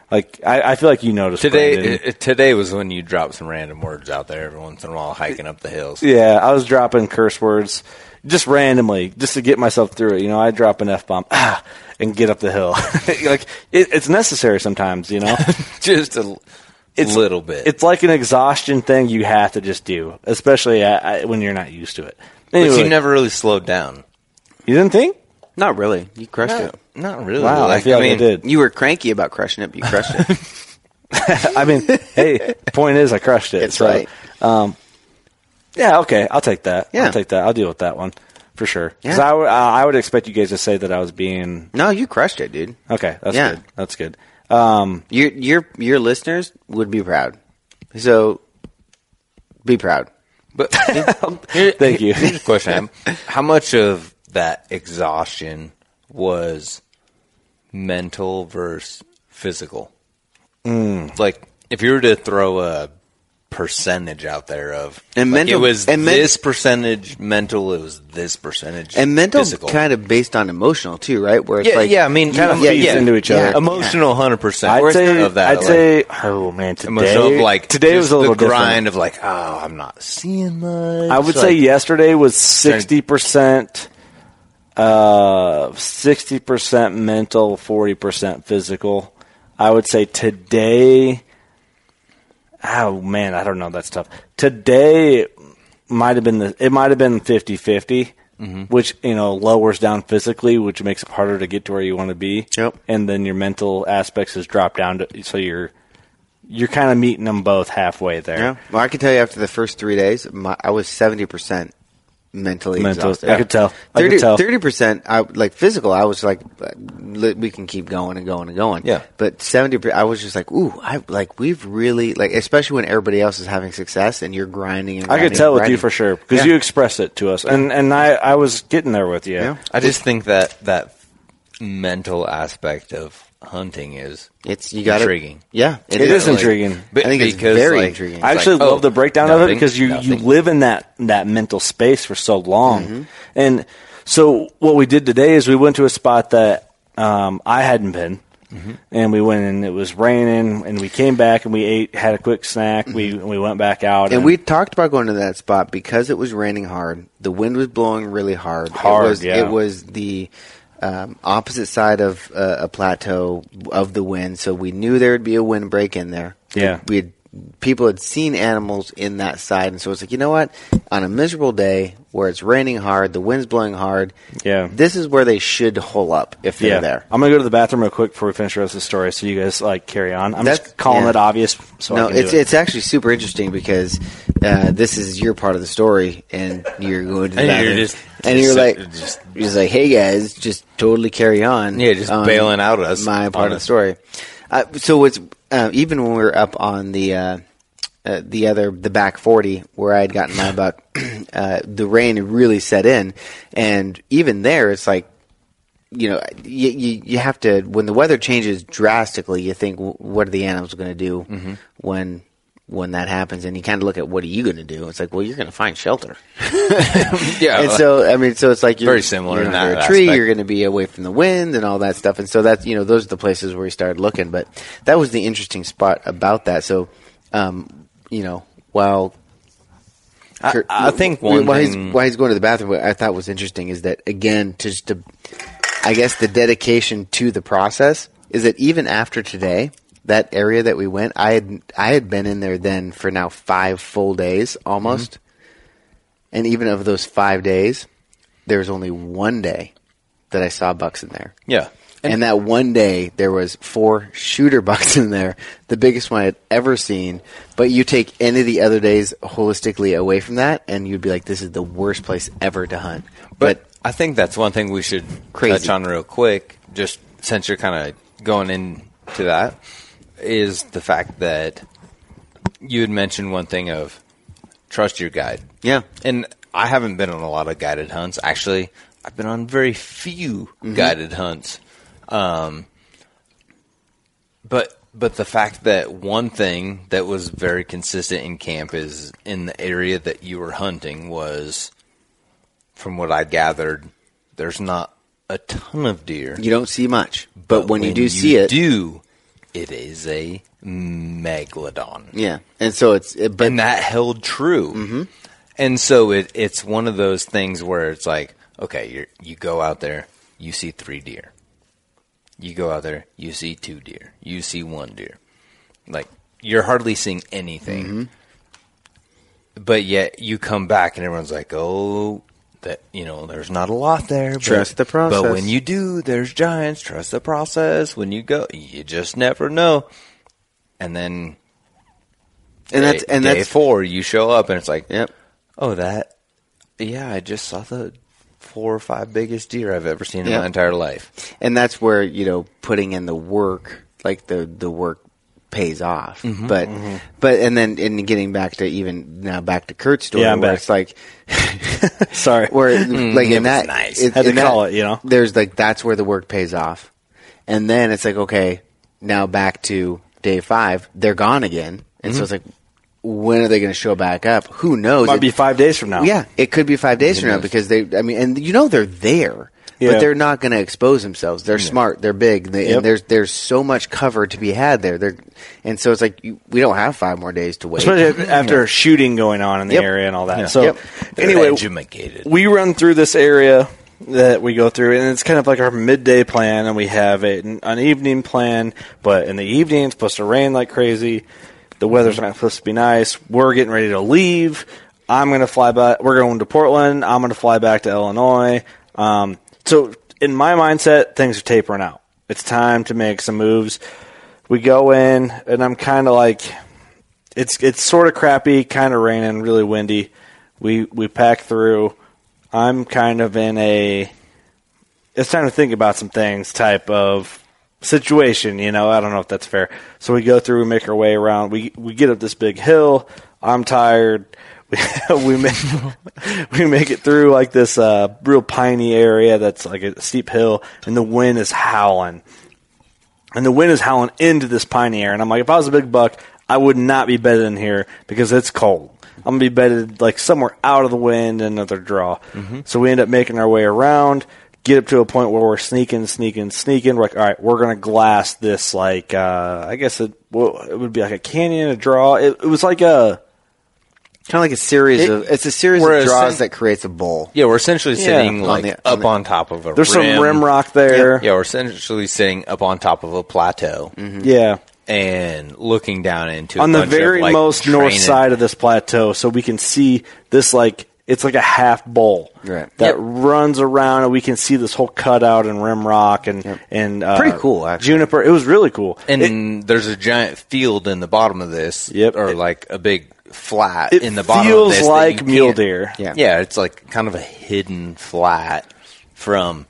Speaker 6: like I, I feel like you noticed
Speaker 7: Today,
Speaker 6: Brandon.
Speaker 7: uh, today was when you dropped some random words out there every once in a while, hiking up the hills.
Speaker 6: yeah, I was dropping curse words just randomly, just to get myself through it. You know, I drop an f bomb ah, and get up the hill. like it, it's necessary sometimes. You know,
Speaker 7: Just a l- little bit.
Speaker 6: It's like an exhaustion thing you have to just do, especially I, I, when you're not used to it.
Speaker 7: but
Speaker 6: Anyway,
Speaker 7: you never really slowed down.
Speaker 6: you didn't think?
Speaker 5: Not really. You crushed
Speaker 7: Not,
Speaker 5: it.
Speaker 7: not really.
Speaker 6: Wow, I feel like I did.
Speaker 5: You were cranky about crushing it, but you crushed it.
Speaker 6: I mean, hey, point is, I crushed it.
Speaker 5: It's
Speaker 6: so,
Speaker 5: right.
Speaker 6: Um, yeah, okay, I'll take that.
Speaker 5: Yeah.
Speaker 6: I'll take that. I'll deal with that one for sure. Because
Speaker 5: Yeah.
Speaker 6: I would- uh, I- I would expect you guys to say that I was being
Speaker 5: no, you crushed it, dude.
Speaker 6: okay. That's
Speaker 5: Yeah.
Speaker 6: good. That's good. Um,
Speaker 5: Your your your listeners would be proud. So be proud.
Speaker 7: But here-
Speaker 6: Thank you.
Speaker 7: Here's a question: How much of that exhaustion was mental versus physical?
Speaker 6: Mm.
Speaker 7: Like, if you were to throw a percentage out there of,
Speaker 5: And
Speaker 7: like,
Speaker 5: mental-
Speaker 7: it was
Speaker 5: and men-
Speaker 7: this percentage mental, it was this percentage,
Speaker 5: And mental
Speaker 7: physical.
Speaker 5: kind of based on emotional too, right? Where it's
Speaker 7: yeah,
Speaker 5: like
Speaker 7: yeah. I mean, kind of
Speaker 6: feeds into each other.
Speaker 7: Emotional, hundred percent.
Speaker 6: I'd say,
Speaker 7: of that,
Speaker 6: I'd
Speaker 7: like,
Speaker 6: say, oh man, today,
Speaker 7: emotional, of, like
Speaker 6: today
Speaker 7: just
Speaker 6: was a little
Speaker 7: the grind
Speaker 6: different.
Speaker 7: of like, oh, I'm not seeing much.
Speaker 6: I would
Speaker 7: like,
Speaker 6: say yesterday was sixty percent, uh, sixty percent mental, forty percent physical. I would say today. Oh man, I don't know. That's tough. Today might have been the it might have been 50-50,
Speaker 5: Mm-hmm.
Speaker 6: which you know lowers down physically, which makes it harder to get to where you want to be.
Speaker 5: Yep.
Speaker 6: And then your mental aspects is dropped down to so you're you're kind of meeting them both halfway there.
Speaker 5: Yeah. Well, I can tell you after the first three days, my, I was seventy percent mentally
Speaker 6: Mental-
Speaker 5: exhausted.
Speaker 6: I could tell. I could tell.
Speaker 5: Thirty percent, I like physical. I was like, li- we can keep going and going and going.
Speaker 7: Yeah.
Speaker 5: But seventy, per- I was just like, ooh, I like we've really like, especially when everybody else is having success and you're grinding. and
Speaker 6: I
Speaker 5: grinding
Speaker 6: could tell
Speaker 5: and
Speaker 6: with you
Speaker 5: grinding.
Speaker 6: for sure because
Speaker 5: Yeah.
Speaker 6: you expressed it to us, and and I I was getting there with you.
Speaker 5: Yeah.
Speaker 7: I just think that that mental aspect of hunting is
Speaker 5: It's you got
Speaker 7: Intriguing.
Speaker 5: Yeah,
Speaker 6: It is
Speaker 7: like-
Speaker 6: intriguing.
Speaker 7: be-
Speaker 5: I think it's very intriguing.
Speaker 7: it's
Speaker 6: I actually
Speaker 7: like, oh,
Speaker 6: love the breakdown of it
Speaker 7: nothing,
Speaker 6: because you you
Speaker 7: nothing.
Speaker 6: live in that that mental space for so long,
Speaker 5: Mm-hmm.
Speaker 6: and so what we did today is we went to a spot that um, I hadn't been.
Speaker 5: Mm-hmm.
Speaker 6: And we went and it was raining, and we came back and we ate, had a quick snack. We we went back out,
Speaker 5: Mm-hmm. And we talked about going to that spot because it was raining hard. The wind was blowing really hard.
Speaker 6: Hard,
Speaker 5: It was,
Speaker 6: yeah.
Speaker 5: It was the um, opposite side of uh, a plateau of the wind, so we knew there would be a windbreak in there.
Speaker 6: Yeah.
Speaker 5: we had people had seen animals in that side, and so it's like you know what? On a miserable day where it's raining hard, the wind's blowing hard.
Speaker 6: Yeah.
Speaker 5: this is where they should hole up if they're there.
Speaker 6: I'm gonna go to the bathroom real quick before we finish the rest of the story, so you guys like carry on. I'm
Speaker 5: That's-
Speaker 6: just calling
Speaker 5: yeah.
Speaker 6: it obvious, so I
Speaker 5: no,
Speaker 6: can do
Speaker 5: it's
Speaker 6: it.
Speaker 5: it's actually super interesting because uh, this is your part of the story, and you're going to the
Speaker 7: And you're
Speaker 5: bathroom,
Speaker 7: just-
Speaker 5: and you're
Speaker 7: just-
Speaker 5: like,
Speaker 7: just-
Speaker 5: you're just like, hey guys, just totally carry on.
Speaker 7: Yeah, just
Speaker 5: on
Speaker 7: bailing out us
Speaker 5: my
Speaker 7: on
Speaker 5: part of the
Speaker 7: us.
Speaker 5: story. Uh, so it's uh, even when we were up on the. Uh, uh, the other the back 40 where I had gotten my about uh, the rain had really set in and even there it's like you know you, you, you have to when the weather changes drastically you think "W- what are the animals going to do
Speaker 7: Mm-hmm.
Speaker 5: when when that happens and you kind of look at what are you going to do it's like well you're going to find shelter
Speaker 7: yeah.
Speaker 5: and so I mean, so it's like you're
Speaker 7: Very similar
Speaker 5: You're
Speaker 7: in
Speaker 5: under
Speaker 7: that
Speaker 5: a tree.
Speaker 7: aspect.
Speaker 5: You're going to be away from the wind and all that stuff. And so that's you know those are the places where we started looking. But that was the interesting spot about that. So, um, you know, while
Speaker 7: I, I think one
Speaker 5: while
Speaker 7: thing-
Speaker 5: he's while he's going to the bathroom, what I thought was interesting is that again, to just to, I guess the dedication to the process is that even after today. That area that we went, I had I had been in there then for now five full days almost, and even of those five days, there was only one day that I saw bucks in there.
Speaker 7: yeah.
Speaker 5: And, that one day, there was four shooter bucks in there, the biggest one I'd ever seen. But you take any of the other days holistically away from that, and you'd be like, "This is the worst place ever to hunt."
Speaker 7: But I think that's one thing we should
Speaker 5: Crazy.
Speaker 7: touch on real quick, just since you're kind of going into that, is the fact that you had mentioned one thing of trust your guide.
Speaker 5: Yeah.
Speaker 7: And I haven't been on a lot of guided hunts. Actually, I've been on very few
Speaker 5: Mm-hmm.
Speaker 7: guided hunts. Um, but but the fact that one thing that was very consistent in camp is in the area that you were hunting was from what I gathered, there's not a ton of deer.
Speaker 5: You don't see much, but, when, you do see it,
Speaker 7: do it is a megalodon,
Speaker 5: yeah. And so it's it, but
Speaker 7: and that held true. Mm-hmm. And so it it's one of those things where it's like, okay, you you go out there, you see three deer. You go out there, you see two deer, you see one deer. Like you're hardly seeing anything.
Speaker 5: Mm-hmm.
Speaker 7: But yet you come back and everyone's like, "Oh, that you know, there's not a lot there." but-
Speaker 5: Trust the process.
Speaker 7: But when you do, there's giants. Trust the process. When you go, you just never know. And then
Speaker 5: and that's
Speaker 7: day-
Speaker 5: and
Speaker 7: day
Speaker 5: that's
Speaker 7: four. You show up and it's like,
Speaker 5: Yep.
Speaker 7: Oh, that. Yeah, I just saw the four or five biggest deer I've ever seen in
Speaker 5: Yep.
Speaker 7: my entire life.
Speaker 5: and that's where you know putting in the work like the the work pays off
Speaker 6: Mm-hmm.
Speaker 5: but but and then in getting back to even now back to kurt's story
Speaker 6: Yeah, I'm
Speaker 5: where
Speaker 6: back.
Speaker 5: it's like
Speaker 6: Sorry. Mm,
Speaker 5: where like
Speaker 7: it
Speaker 5: in
Speaker 7: was
Speaker 5: that
Speaker 7: nice.
Speaker 5: it-
Speaker 6: Had to
Speaker 5: in that-
Speaker 6: call it, you know?
Speaker 5: there's like that's where the work pays off and then it's like okay now back to day five they're gone again and so it's like when are they going to show back up who knows
Speaker 6: Mm-hmm. Might
Speaker 5: It-
Speaker 6: be five days from now.
Speaker 5: yeah, it could be five days from now because they. I mean, and you know they're there,
Speaker 6: Yeah.
Speaker 5: but they're not going to expose themselves. They're smart. They're big. They,
Speaker 6: Yep.
Speaker 5: And there's there's so much cover to be had there. They're, and so it's like you, we don't have five more days to wait.
Speaker 6: Especially after shooting going on in the
Speaker 5: Yep.
Speaker 6: area and all that.
Speaker 7: Yeah.
Speaker 6: So,
Speaker 5: Yep.
Speaker 7: They're
Speaker 6: anyway,
Speaker 7: edumacated.
Speaker 6: we run through this area that we go through, and it's kind of like our midday plan, and we have a, an evening plan. But in the evening, it's supposed to rain like crazy. The weather's not supposed to be nice. We're getting ready to leave. I'm going to fly back. We're going to Portland. I'm going to fly back to Illinois. Um, so, in my mindset, things are tapering out. It's time to make some moves. We go in, and I'm kind of like, it's it's sort of crappy, kind of raining, really windy. We we pack through. I'm kind of in a it's time to think about some things type of situation. You know, I don't know if that's fair. So we go through, we make our way around. We we get up this big hill. I'm tired. We, we make we make it through like this uh, real piney area that's like a steep hill, and the wind is howling and the wind is howling into this piney air. And I'm like, if I was a big buck, I would not be bedded in here because it's cold. I'm gonna be bedded like somewhere out of the wind and another draw. So we end up making our way around, get up to a point where we're sneaking, sneaking, sneaking. We're like, all right, we're gonna glass this like uh, I guess it, well, it would be like a canyon, a draw. It, it was like a
Speaker 5: kind of like a series
Speaker 6: It-
Speaker 5: of it's a series
Speaker 7: we're
Speaker 5: of draws
Speaker 7: essen-
Speaker 5: that creates a bowl.
Speaker 7: Yeah, we're essentially sitting
Speaker 6: on
Speaker 7: like
Speaker 5: the-
Speaker 7: up
Speaker 5: on
Speaker 7: on,
Speaker 5: the-
Speaker 7: top of a.
Speaker 6: there's
Speaker 7: rim.
Speaker 6: some rim rock there.
Speaker 7: Yeah, we're essentially sitting up on top of a plateau
Speaker 6: yeah.
Speaker 7: and looking down into a
Speaker 6: on the
Speaker 7: bunch of,
Speaker 6: very
Speaker 7: like,
Speaker 6: most north
Speaker 7: drainage-
Speaker 6: side of this plateau, so we can see this like it's like a half bowl
Speaker 5: Right.
Speaker 6: that
Speaker 7: Yep.
Speaker 6: runs around, and we can see this whole cutout and rim rock and and uh,
Speaker 5: Pretty cool, actually.
Speaker 6: juniper. It was really cool.
Speaker 7: And
Speaker 6: it,
Speaker 7: there's a giant field in the bottom of this.
Speaker 6: Yep.
Speaker 7: Or
Speaker 6: It-
Speaker 7: like a big flat
Speaker 6: it
Speaker 7: in the bottom
Speaker 6: feels
Speaker 7: of this. that
Speaker 6: like
Speaker 7: you
Speaker 6: mule
Speaker 7: can't-
Speaker 6: deer.
Speaker 5: Yeah.
Speaker 7: Yeah. it's like kind of a hidden flat from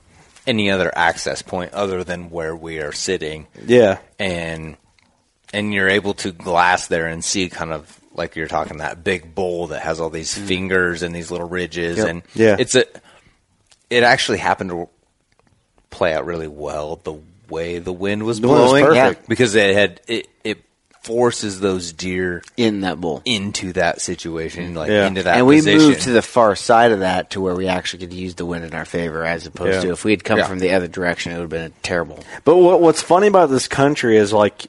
Speaker 7: any other access point other than where we are sitting.
Speaker 6: yeah,
Speaker 7: And and you're able to glass there and see kind of like you're talking that big bowl that has all these fingers and these little ridges and
Speaker 6: Mm. Yeah.
Speaker 7: it's a it actually happened to play out really well the way the wind was
Speaker 6: wind was
Speaker 7: blowing
Speaker 6: perfect.
Speaker 7: because it had it, it forces those deer
Speaker 5: in that bowl.
Speaker 7: into that situation like
Speaker 6: Yeah.
Speaker 7: into that
Speaker 5: And we
Speaker 7: position.
Speaker 5: moved to the far side of that to where we actually could use the wind in our favor, as opposed
Speaker 6: Yeah.
Speaker 5: to if we had come
Speaker 7: Yeah.
Speaker 5: from the other direction, it would have been terrible.
Speaker 6: But what what's funny about this country is like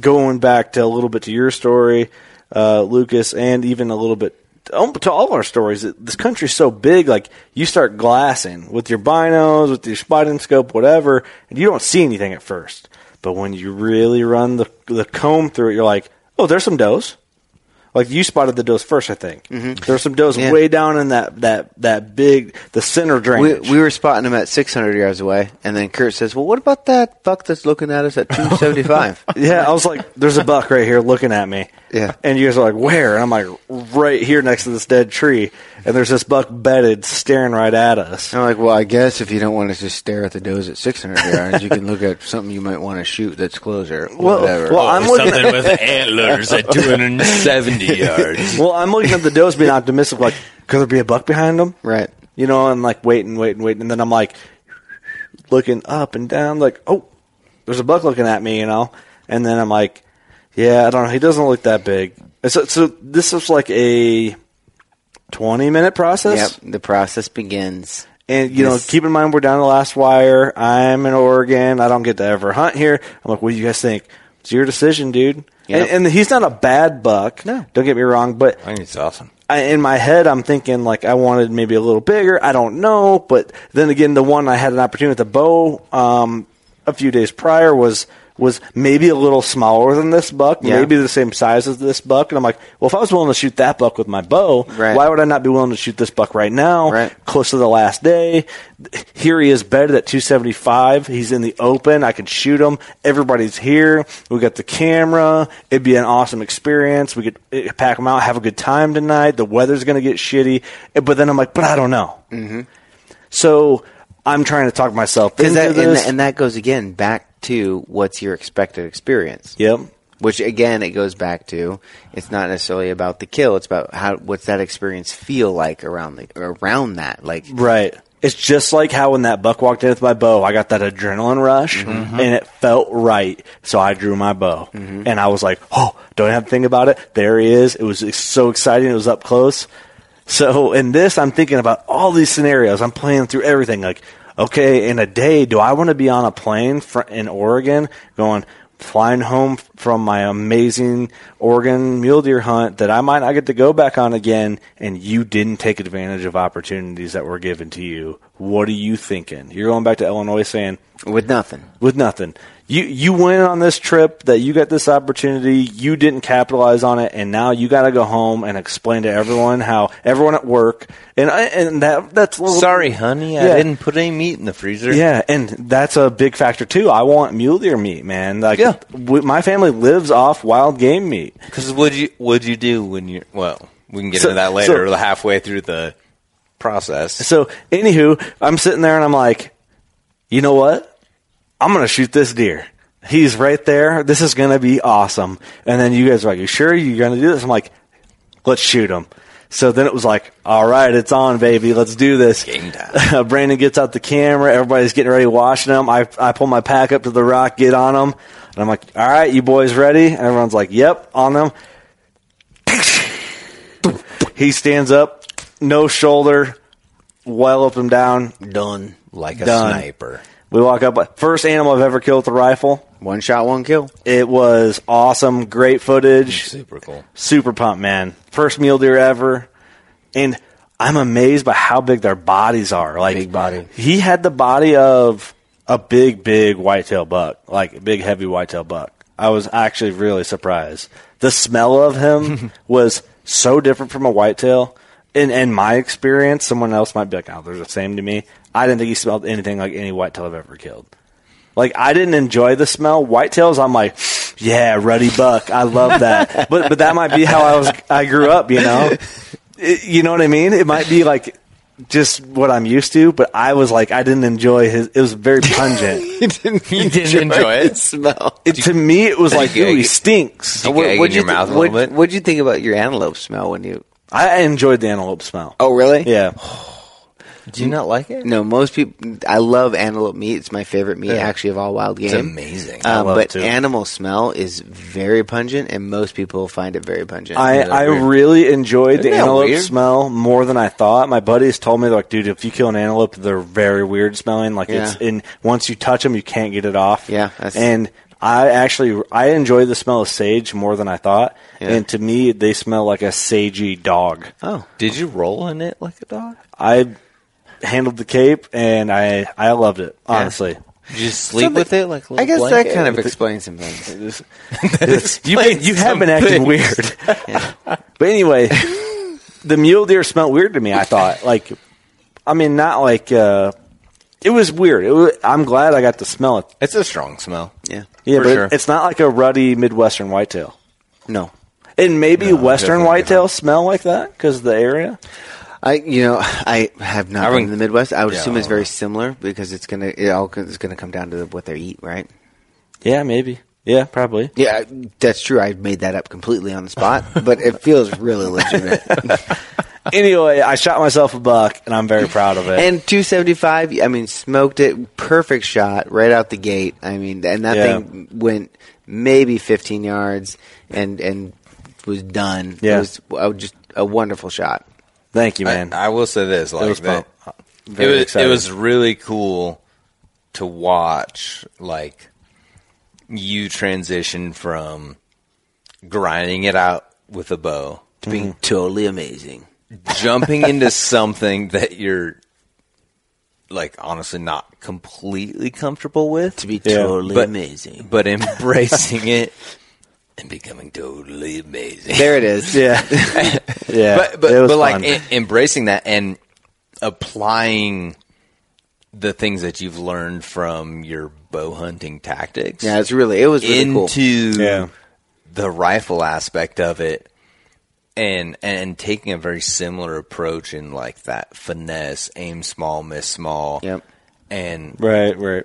Speaker 6: going back to a little bit to your story, uh, Lucas, and even a little bit um, to all of our stories. that This country's so big, like you start glassing with your binos, with your spotting scope, whatever, and you don't see anything at first. But when you really run the the comb through it, you're like, oh, there's some does. Like you spotted the does first, I think. There's some does
Speaker 5: Mm-hmm. Yeah.
Speaker 6: way down in that that that big the center
Speaker 5: We,
Speaker 6: drainage.
Speaker 5: we were spotting them at 600 yards away, and then Kurt says, "Well, what about that buck that's looking at us at 275?"
Speaker 6: Yeah, I was like, "There's a buck right here looking at me."
Speaker 5: Yeah.
Speaker 6: and you guys are like, "Where?" And I'm like, "Right here next to this dead tree." And there's this buck bedded, staring right at us.
Speaker 5: I'm like, well, I guess if you don't want to just stare at the does at 600 yards, you can look at something you might want to shoot that's closer.
Speaker 6: Well,
Speaker 5: whatever.
Speaker 6: well, I'm looking.
Speaker 7: something with antlers at 270 yards.
Speaker 6: well, I'm looking at the does being optimistic, like, could there be a buck behind them?
Speaker 5: right.
Speaker 6: You know, and like waiting, waiting, waiting, and then I'm like looking up and down, like, oh, there's a buck looking at me, you know, and then I'm like, yeah, I don't know, he doesn't look that big. And So, so this was like a 20 minute process.
Speaker 5: Yep, the process begins.
Speaker 6: And you
Speaker 5: Yes.
Speaker 6: know, keep in mind we're down to the last wire. I'm in Oregon. I don't get to ever hunt here. I'm like, what do you guys think? It's your decision, dude.
Speaker 5: Yep.
Speaker 6: And, and he's not a bad buck. No, don't get me wrong. But
Speaker 7: I think it's awesome.
Speaker 6: I, in my head, I'm thinking like I wanted maybe a little bigger. I don't know, but then again, the one I had an opportunity with the bow um, a few days prior was was maybe a little smaller than this buck,
Speaker 5: Yeah.
Speaker 6: maybe the same size as this buck, and I'm like, well, if I was willing to shoot that buck with my bow,
Speaker 5: Right.
Speaker 6: why would I not be willing to shoot this buck right now,
Speaker 5: Right.
Speaker 6: close to the last day? Here he is bedded at 275. He's in the open. I can shoot him. Everybody's here. We got the camera. It'd be an awesome experience. We could eh, pack him out, have a good time tonight. The weather's going to get shitty. Eh, But then I'm like, but I don't know. Mm-hmm. So I'm trying to talk myself into
Speaker 5: And that, and,
Speaker 6: this.
Speaker 5: that, and that goes again back to what's your expected experience.
Speaker 6: yep.
Speaker 5: Which again, it goes back to it's not necessarily about the kill. It's about how what's that experience feel like around the around that. Like
Speaker 6: Right. It's just like how when that buck walked in with my bow, I got that adrenaline rush and it felt right. So I drew my bow and I was like, oh, don't have to think about it. There he is. It was ex- so exciting. It was up close. So in this, I'm thinking about all these scenarios. I'm playing through everything. Like, okay, in a day, do I want to be on a plane fr- in Oregon going, flying home f- from my amazing Oregon mule deer hunt that I might not get to go back on again, and you didn't take advantage of opportunities that were given to you. What are you thinking? You're going back to Illinois saying,
Speaker 5: with nothing.
Speaker 6: with nothing. You you went on this trip that you got this opportunity, you didn't capitalize on it, and now you got to go home and explain to everyone how everyone at work and I- and that that's a little,
Speaker 7: Sorry, honey, I
Speaker 6: Yeah.
Speaker 7: didn't put any meat in the freezer.
Speaker 6: Yeah, and that's a big factor too. I want mule deer meat, man. Like
Speaker 7: Yeah.
Speaker 6: w- my family lives off wild game meat.
Speaker 7: Because what you what you do when you're well, we can get
Speaker 6: So-
Speaker 7: into that later.
Speaker 6: so-
Speaker 7: halfway through the process,
Speaker 6: So, anywho, I'm sitting there and I'm like, you know what? I'm gonna shoot this deer. He's right there. This is gonna be awesome. And then you guys are like, you sure you're gonna do this? I'm like, let's shoot him. So then it was like, all right, it's on, baby. Let's do this.
Speaker 7: Game time.
Speaker 6: Brandon gets out the camera. Everybody's getting ready, washing them. I, I pull my pack up to the rock, get on them. And I'm like, all right, you boys ready? Everyone's like, yep, on them. He stands up, no shoulder, well up him down.
Speaker 5: Done.
Speaker 7: like a
Speaker 6: Done.
Speaker 7: sniper.
Speaker 6: We walk up. First animal I've ever killed with a rifle.
Speaker 5: One shot, one kill.
Speaker 6: It was awesome. Great footage.
Speaker 7: Super cool.
Speaker 6: Super pumped, man. First mule deer ever. And I'm amazed by how big their bodies are. Like
Speaker 5: Big body.
Speaker 6: He had the body of a big, big whitetail buck. Like a big heavy whitetail buck. I was actually really surprised. The smell of him was so different from a whitetail. In in my experience, someone else might be like, Oh, they're the same to me. I didn't think he smelled anything like any whitetail I've ever killed. Like I didn't enjoy the smell. Whitetails, I'm like, yeah, ruddy buck. I love that. but but that might be how I was. I grew up, you know. It- you know what I mean? It might be like just what I'm used to. But I was like, I didn't enjoy his. It was very pungent.
Speaker 7: You didn't, enjoy it.
Speaker 5: Smell.
Speaker 6: It- to me, it was like,
Speaker 7: you
Speaker 6: ooh, he
Speaker 7: gag-
Speaker 6: stinks.
Speaker 7: Did you
Speaker 6: What-
Speaker 7: gag in
Speaker 6: what'd
Speaker 7: your
Speaker 6: thi-
Speaker 7: mouth a
Speaker 6: what-
Speaker 7: little bit?
Speaker 5: What'd you think about your antelope smell when you?
Speaker 6: I enjoyed the antelope smell.
Speaker 5: Oh, really?
Speaker 6: Yeah,
Speaker 7: Do you not like it?
Speaker 5: No, most people. I love antelope meat. It's my favorite meat, actually, of all wild game.
Speaker 7: It's amazing.
Speaker 5: Uh,
Speaker 6: love
Speaker 5: but
Speaker 6: it, too.
Speaker 5: animal smell is very pungent, and most people find it very pungent.
Speaker 6: I,
Speaker 7: Yeah,
Speaker 6: I
Speaker 7: weird.
Speaker 6: really enjoyed the
Speaker 7: that
Speaker 6: antelope
Speaker 7: weird?
Speaker 6: smell more than I thought. My buddies told me they're like, dude, if you kill an antelope, they're very weird smelling. Like it's
Speaker 5: Yeah.
Speaker 6: in once you touch them, you can't get it off.
Speaker 5: Yeah, that's-
Speaker 6: and I actually I enjoy the smell of sage more than I thought.
Speaker 5: Yeah.
Speaker 6: And to me, they smell like a sagey dog.
Speaker 5: oh,
Speaker 7: Did you roll in it like a dog?
Speaker 6: I handled the cape and I I loved it honestly.
Speaker 7: Did you sleep with it like a little
Speaker 5: I guess
Speaker 7: blanket?
Speaker 5: that kind of explains some things.
Speaker 6: You've been, you have been acting weird. But anyway, the mule deer smelled weird to me. I thought, like, I mean, not like uh, it was weird. It was, I'm glad I got to smell it.
Speaker 7: It's a strong smell.
Speaker 5: Yeah,
Speaker 6: Yeah,
Speaker 7: For
Speaker 6: but it-
Speaker 7: sure.
Speaker 6: it's not like a ruddy midwestern whitetail.
Speaker 5: no,
Speaker 6: And maybe western
Speaker 7: definitely
Speaker 6: whitetail smell like that because of the area.
Speaker 5: I you know I have not
Speaker 7: I
Speaker 5: been
Speaker 7: wouldn't-
Speaker 5: in the Midwest. I would
Speaker 7: Yeah,
Speaker 5: assume
Speaker 7: I
Speaker 5: it's
Speaker 7: don't
Speaker 5: very
Speaker 7: know.
Speaker 5: similar because it's gonna it all co- it's gonna come down to what they eat, right?
Speaker 6: Yeah, maybe. Yeah, probably.
Speaker 5: Yeah, I- that's true. I made that up completely on the spot, but it feels really legitimate.
Speaker 6: Anyway, I shot myself a buck, and I'm very proud of it.
Speaker 5: And 275, I mean, smoked it. Perfect shot right out the gate. I mean, and that
Speaker 6: Yeah.
Speaker 5: thing went maybe 15 yards and and was done.
Speaker 6: Yeah.
Speaker 5: It was uh, just a wonderful shot.
Speaker 6: Thank you, man.
Speaker 7: I, I will say this: like
Speaker 6: was
Speaker 7: that-
Speaker 6: Very
Speaker 7: it was, it
Speaker 6: excited.
Speaker 7: was really cool to watch, like you transition from grinding it out with a bow to being
Speaker 6: Mm-hmm.
Speaker 7: totally amazing, jumping into something that you're like honestly not completely comfortable with
Speaker 5: to be
Speaker 6: Yeah,
Speaker 5: totally
Speaker 7: but-
Speaker 5: amazing.
Speaker 7: but embracing it and becoming totally amazing.
Speaker 5: There it is.
Speaker 6: yeah, yeah.
Speaker 7: but but,
Speaker 6: it was
Speaker 7: but like
Speaker 6: fun.
Speaker 7: em- embracing that and applying the things that you've learned from your bow hunting tactics
Speaker 5: Yeah, it's really it was really cool.
Speaker 7: into
Speaker 6: Yeah.
Speaker 7: the rifle aspect of it and and taking a very similar approach in like that finesse aim small miss small
Speaker 5: Yep.
Speaker 7: and
Speaker 6: right, right.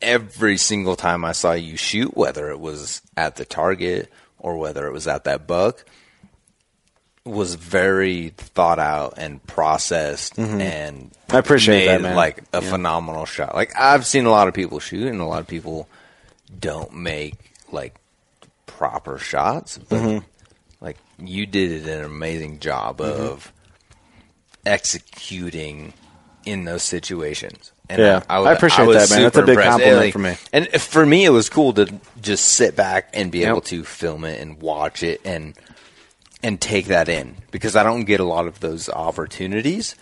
Speaker 7: every single time I saw you shoot, whether it was at the target or whether it was at that buck, was very thought out and processed and
Speaker 6: Mm-hmm. I appreciate that,
Speaker 7: made,
Speaker 6: man.
Speaker 7: Like a phenomenal shot. Like I've seen a lot of people shoot, and a lot of people don't make like proper shots, but
Speaker 6: Mm-hmm.
Speaker 7: like you did an amazing job
Speaker 6: Mm-hmm.
Speaker 7: of executing in those situations. And
Speaker 6: Yeah.
Speaker 7: was-
Speaker 6: I appreciate
Speaker 7: was
Speaker 6: that, man. That's a
Speaker 7: super
Speaker 6: big
Speaker 7: impressed.
Speaker 6: compliment
Speaker 7: like-
Speaker 6: for me.
Speaker 7: And for me, it was cool to just sit back and be able to film it and watch it and and take that in because I don't get a lot of those opportunities.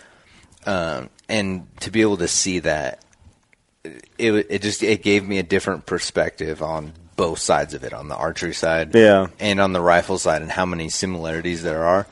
Speaker 7: Um, and to be able to see that, it it just it gave me a different perspective on both sides of it, on the archery side,
Speaker 6: Yeah.
Speaker 7: and on the rifle side, and how many similarities there are.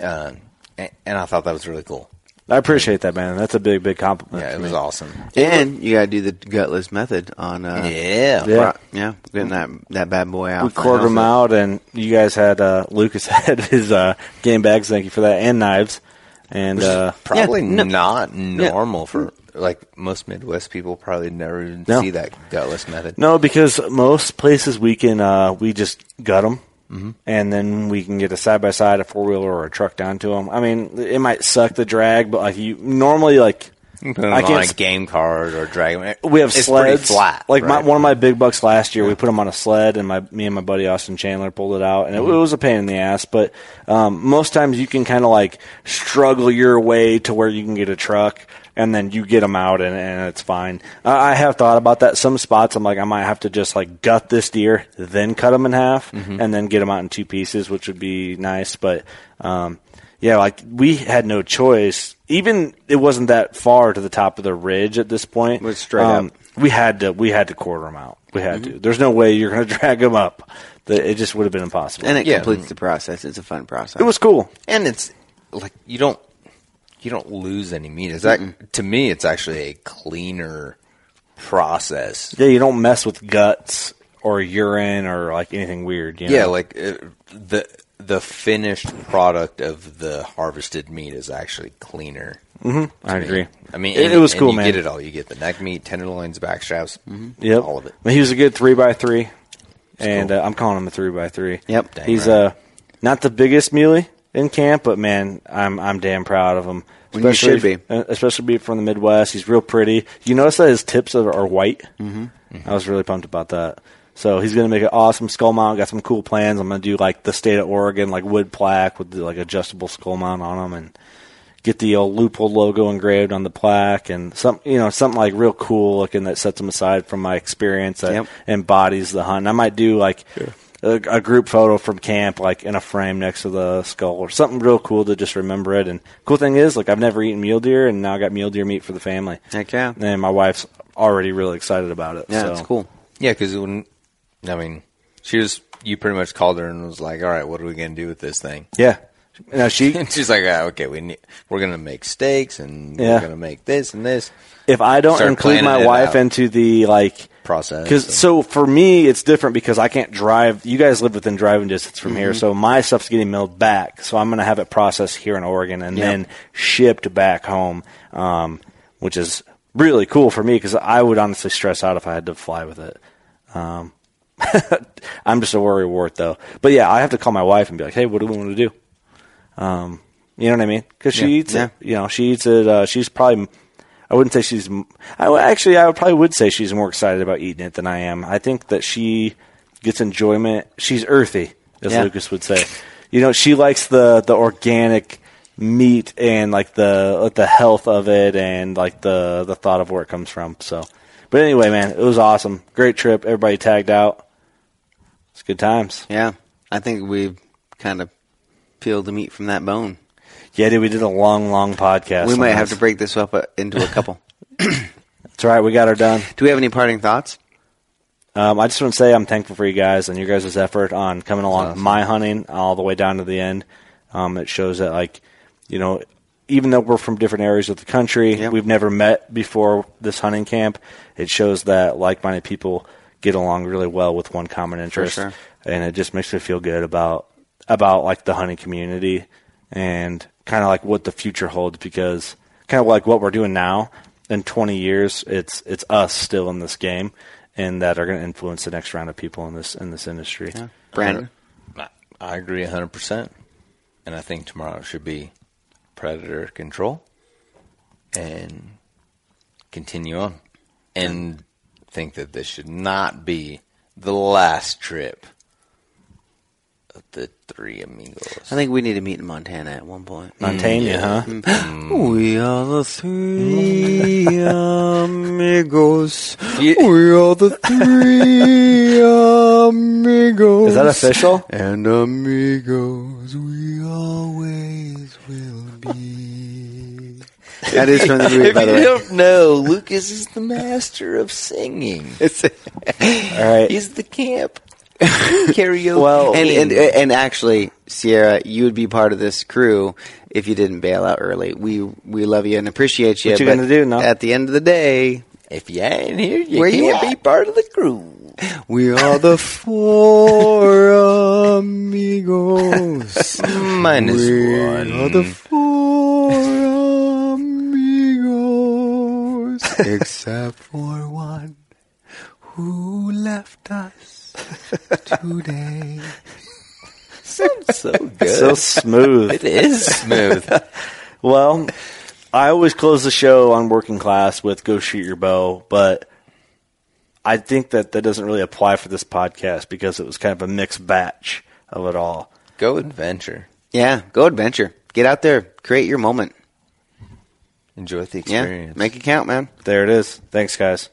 Speaker 7: Uh, and, and I thought that was really cool.
Speaker 6: I appreciate that, man. That's a big, big compliment.
Speaker 7: Yeah,
Speaker 6: for
Speaker 7: it
Speaker 6: me.
Speaker 7: was awesome.
Speaker 5: And you got to do the gutless method on uh,
Speaker 7: Yeah.
Speaker 6: Yeah.
Speaker 5: Right. Yeah, getting that that bad boy out.
Speaker 6: We quartered them out, and you guys had uh, Lucas had his uh, game bags. Thank you for that, and knives, and uh,
Speaker 7: Probably
Speaker 5: Yeah, no-
Speaker 7: not normal for like most Midwest people probably never even
Speaker 6: No.
Speaker 7: see that gutless method.
Speaker 6: no, because most places we can uh, we just gut them, and then we can get a side by side, a four wheeler, or a truck down to them. I mean, it might suck the drag, but like you normally like.
Speaker 7: I
Speaker 6: I
Speaker 7: on
Speaker 6: can't
Speaker 7: a game card or dragon.
Speaker 6: we have
Speaker 7: it's
Speaker 6: sleds.
Speaker 7: pretty flat.
Speaker 6: Like
Speaker 7: right?
Speaker 6: my, one of my big bucks last year, we put him on a sled, and my me and my buddy Austin Chandler pulled it out, and
Speaker 7: Mm-hmm.
Speaker 6: it, it was a pain in the ass. But um, most times you can kind of like struggle your way to where you can get a truck, and then you get them out, and, and it's fine. I, I have thought about that. Some spots, I'm like, I might have to just like gut this deer, then cut them in half,
Speaker 7: Mm-hmm.
Speaker 6: and then get them out in two pieces, which would be nice. But um, yeah, like we had no choice. Even it wasn't that far to the top of the ridge at this point. Um,
Speaker 5: Was straight up.
Speaker 6: We had to we had to quarter them out. We had
Speaker 7: Mm-hmm.
Speaker 6: to. There's no way you're going to drag them up. The- It just would have been impossible.
Speaker 5: and it
Speaker 7: Yeah.
Speaker 5: completes the process. It's a fun process.
Speaker 6: it was cool.
Speaker 7: and it's like you don't you don't lose any meat. Is that to me? It's actually a cleaner process.
Speaker 6: Yeah, you don't mess with guts or urine or like anything weird. You know?
Speaker 7: Yeah, like uh, the the finished product of the harvested meat is actually cleaner.
Speaker 6: I agree.
Speaker 7: I mean,
Speaker 6: Mm-hmm. It-
Speaker 7: and-
Speaker 6: it was
Speaker 7: and
Speaker 6: cool,
Speaker 7: you
Speaker 6: man. Mm-hmm.
Speaker 7: Get it all. You get the neck meat, tenderloins, back straps,
Speaker 6: Yep,
Speaker 7: all of it.
Speaker 6: But he was a good three by three, and uh, I'm calling him a three by three.
Speaker 5: Yep. Dang
Speaker 6: he's
Speaker 7: right.
Speaker 6: uh not the biggest muley in camp, but man, I'm I'm damn proud of him.
Speaker 5: Well, you should be.
Speaker 6: uh, especially being from the Midwest. He's real pretty. You notice that his tips are, are white. Mm-hmm. I was really pumped about that. So he's gonna make an awesome skull mount. Got some cool plans. I'm gonna do like the state of Oregon, like wood plaque with the, like adjustable skull mount on him, and get the old loophole logo engraved on the plaque and some you know something like real cool looking that sets them aside from my experience that
Speaker 5: Yep.
Speaker 6: embodies the hunt. And I might do like a, a group photo from camp like in a frame next to the skull or something real cool to just remember it. And cool thing is like I've never eaten mule deer and now I got mule deer meat for the family.
Speaker 5: Heck yeah.
Speaker 6: And my wife's already really excited about it.
Speaker 5: yeah,
Speaker 6: so.
Speaker 5: it's cool.
Speaker 7: Yeah, because when I mean, she was you pretty much called her and was like, "All right, what are we gonna do with this thing?"
Speaker 6: Yeah. Now she
Speaker 7: And she's like, ah, "Okay, we need, we're gonna make steaks and
Speaker 6: Yeah.
Speaker 7: we're gonna make this and this."
Speaker 6: if I don't
Speaker 7: Start
Speaker 6: include my
Speaker 7: planning it
Speaker 6: wife
Speaker 7: out.
Speaker 6: into the like
Speaker 7: Process,
Speaker 6: because so
Speaker 7: so-
Speaker 6: for me it's different because I can't drive. You guys live within driving distance from here, so my stuff's getting milled back. So I'm gonna have it processed here in Oregon and then shipped back home, um, which is really cool for me because I would honestly stress out if I had to fly with it. Um, I'm just a worry wart though, but yeah, I have to call my wife and be like, "Hey, what do we want to do?" You know what I mean? Because she
Speaker 5: Yeah.
Speaker 6: eats
Speaker 5: Yeah.
Speaker 6: it. You know, she eats it. Uh, she's probably. I wouldn't say she's. I would- actually, I would probably would say she's more excited about eating it than I am. I think that she gets enjoyment. She's earthy, as
Speaker 5: Yeah.
Speaker 6: Lucas would say. You know, she likes the the organic meat and like the like, the health of it and like the the thought of where it comes from. So, but anyway, man, it was awesome. Great trip. Everybody tagged out. It's good times.
Speaker 5: Yeah, I think we've kind of peeled the meat from that bone.
Speaker 6: Yeah, dude, we did a long, long podcast.
Speaker 5: we
Speaker 6: on
Speaker 5: might
Speaker 6: this.
Speaker 5: have to break this up uh, into a couple.
Speaker 6: That's right. We got her done.
Speaker 5: Do we have any parting thoughts?
Speaker 6: Um, I just want to say I'm thankful for you guys and your guys' effort on coming along
Speaker 5: Awesome.
Speaker 6: my hunting all the way down to the end. Um, it shows that, like, you know, even though we're from different areas of the country,
Speaker 5: Yep.
Speaker 6: we've never met before this hunting camp. It shows that like-minded people get along really well with one common interest,
Speaker 5: sure.
Speaker 6: and it just makes me feel good about about like the hunting community and kind of like what the future holds because kind of like what we're doing now in 20 years it's it's us still in this game and that are going to influence the next round of people in this in this industry.
Speaker 5: Brandon,
Speaker 7: I- I agree 100%. And I think tomorrow should be predator control and continue on. And think that this should not be the last trip of the three amigos.
Speaker 5: I think we need to meet in Montana at one point.
Speaker 6: Montana, huh?
Speaker 5: We are the three amigos.
Speaker 7: You-
Speaker 5: We are the three amigos.
Speaker 6: Is that official?
Speaker 5: And amigos we always will be. That is from the movie,
Speaker 7: If
Speaker 5: by the
Speaker 7: you
Speaker 5: way.
Speaker 7: don't know, Lucas is the master of singing.
Speaker 5: It's,
Speaker 6: All right.
Speaker 7: He's the camp karaoke.
Speaker 6: Well-
Speaker 5: and, and and actually, Sierra, you would be part of this crew if you didn't bail out early. We we love you and appreciate you.
Speaker 6: What you
Speaker 5: but
Speaker 6: gonna do, no?
Speaker 5: At the end of the day,
Speaker 7: if you ain't here, you
Speaker 5: Where you
Speaker 7: can't
Speaker 5: at?
Speaker 7: be part of the crew.
Speaker 5: We are the four amigos.
Speaker 7: Minus
Speaker 5: we
Speaker 7: one.
Speaker 5: are the four amigos, except for one who left us today.
Speaker 7: Sounds so good.
Speaker 6: So smooth.
Speaker 7: it is smooth.
Speaker 6: Well, I always close the show on working class with "Go shoot your bow," but I think that that doesn't really apply for this podcast because it was kind of a mixed batch of it all.
Speaker 7: Go adventure.
Speaker 5: Yeah, go adventure. Get out there, create your moment.
Speaker 7: Enjoy the
Speaker 5: Yeah,
Speaker 7: experience.
Speaker 5: make it count, man.
Speaker 6: There it is. Thanks, guys.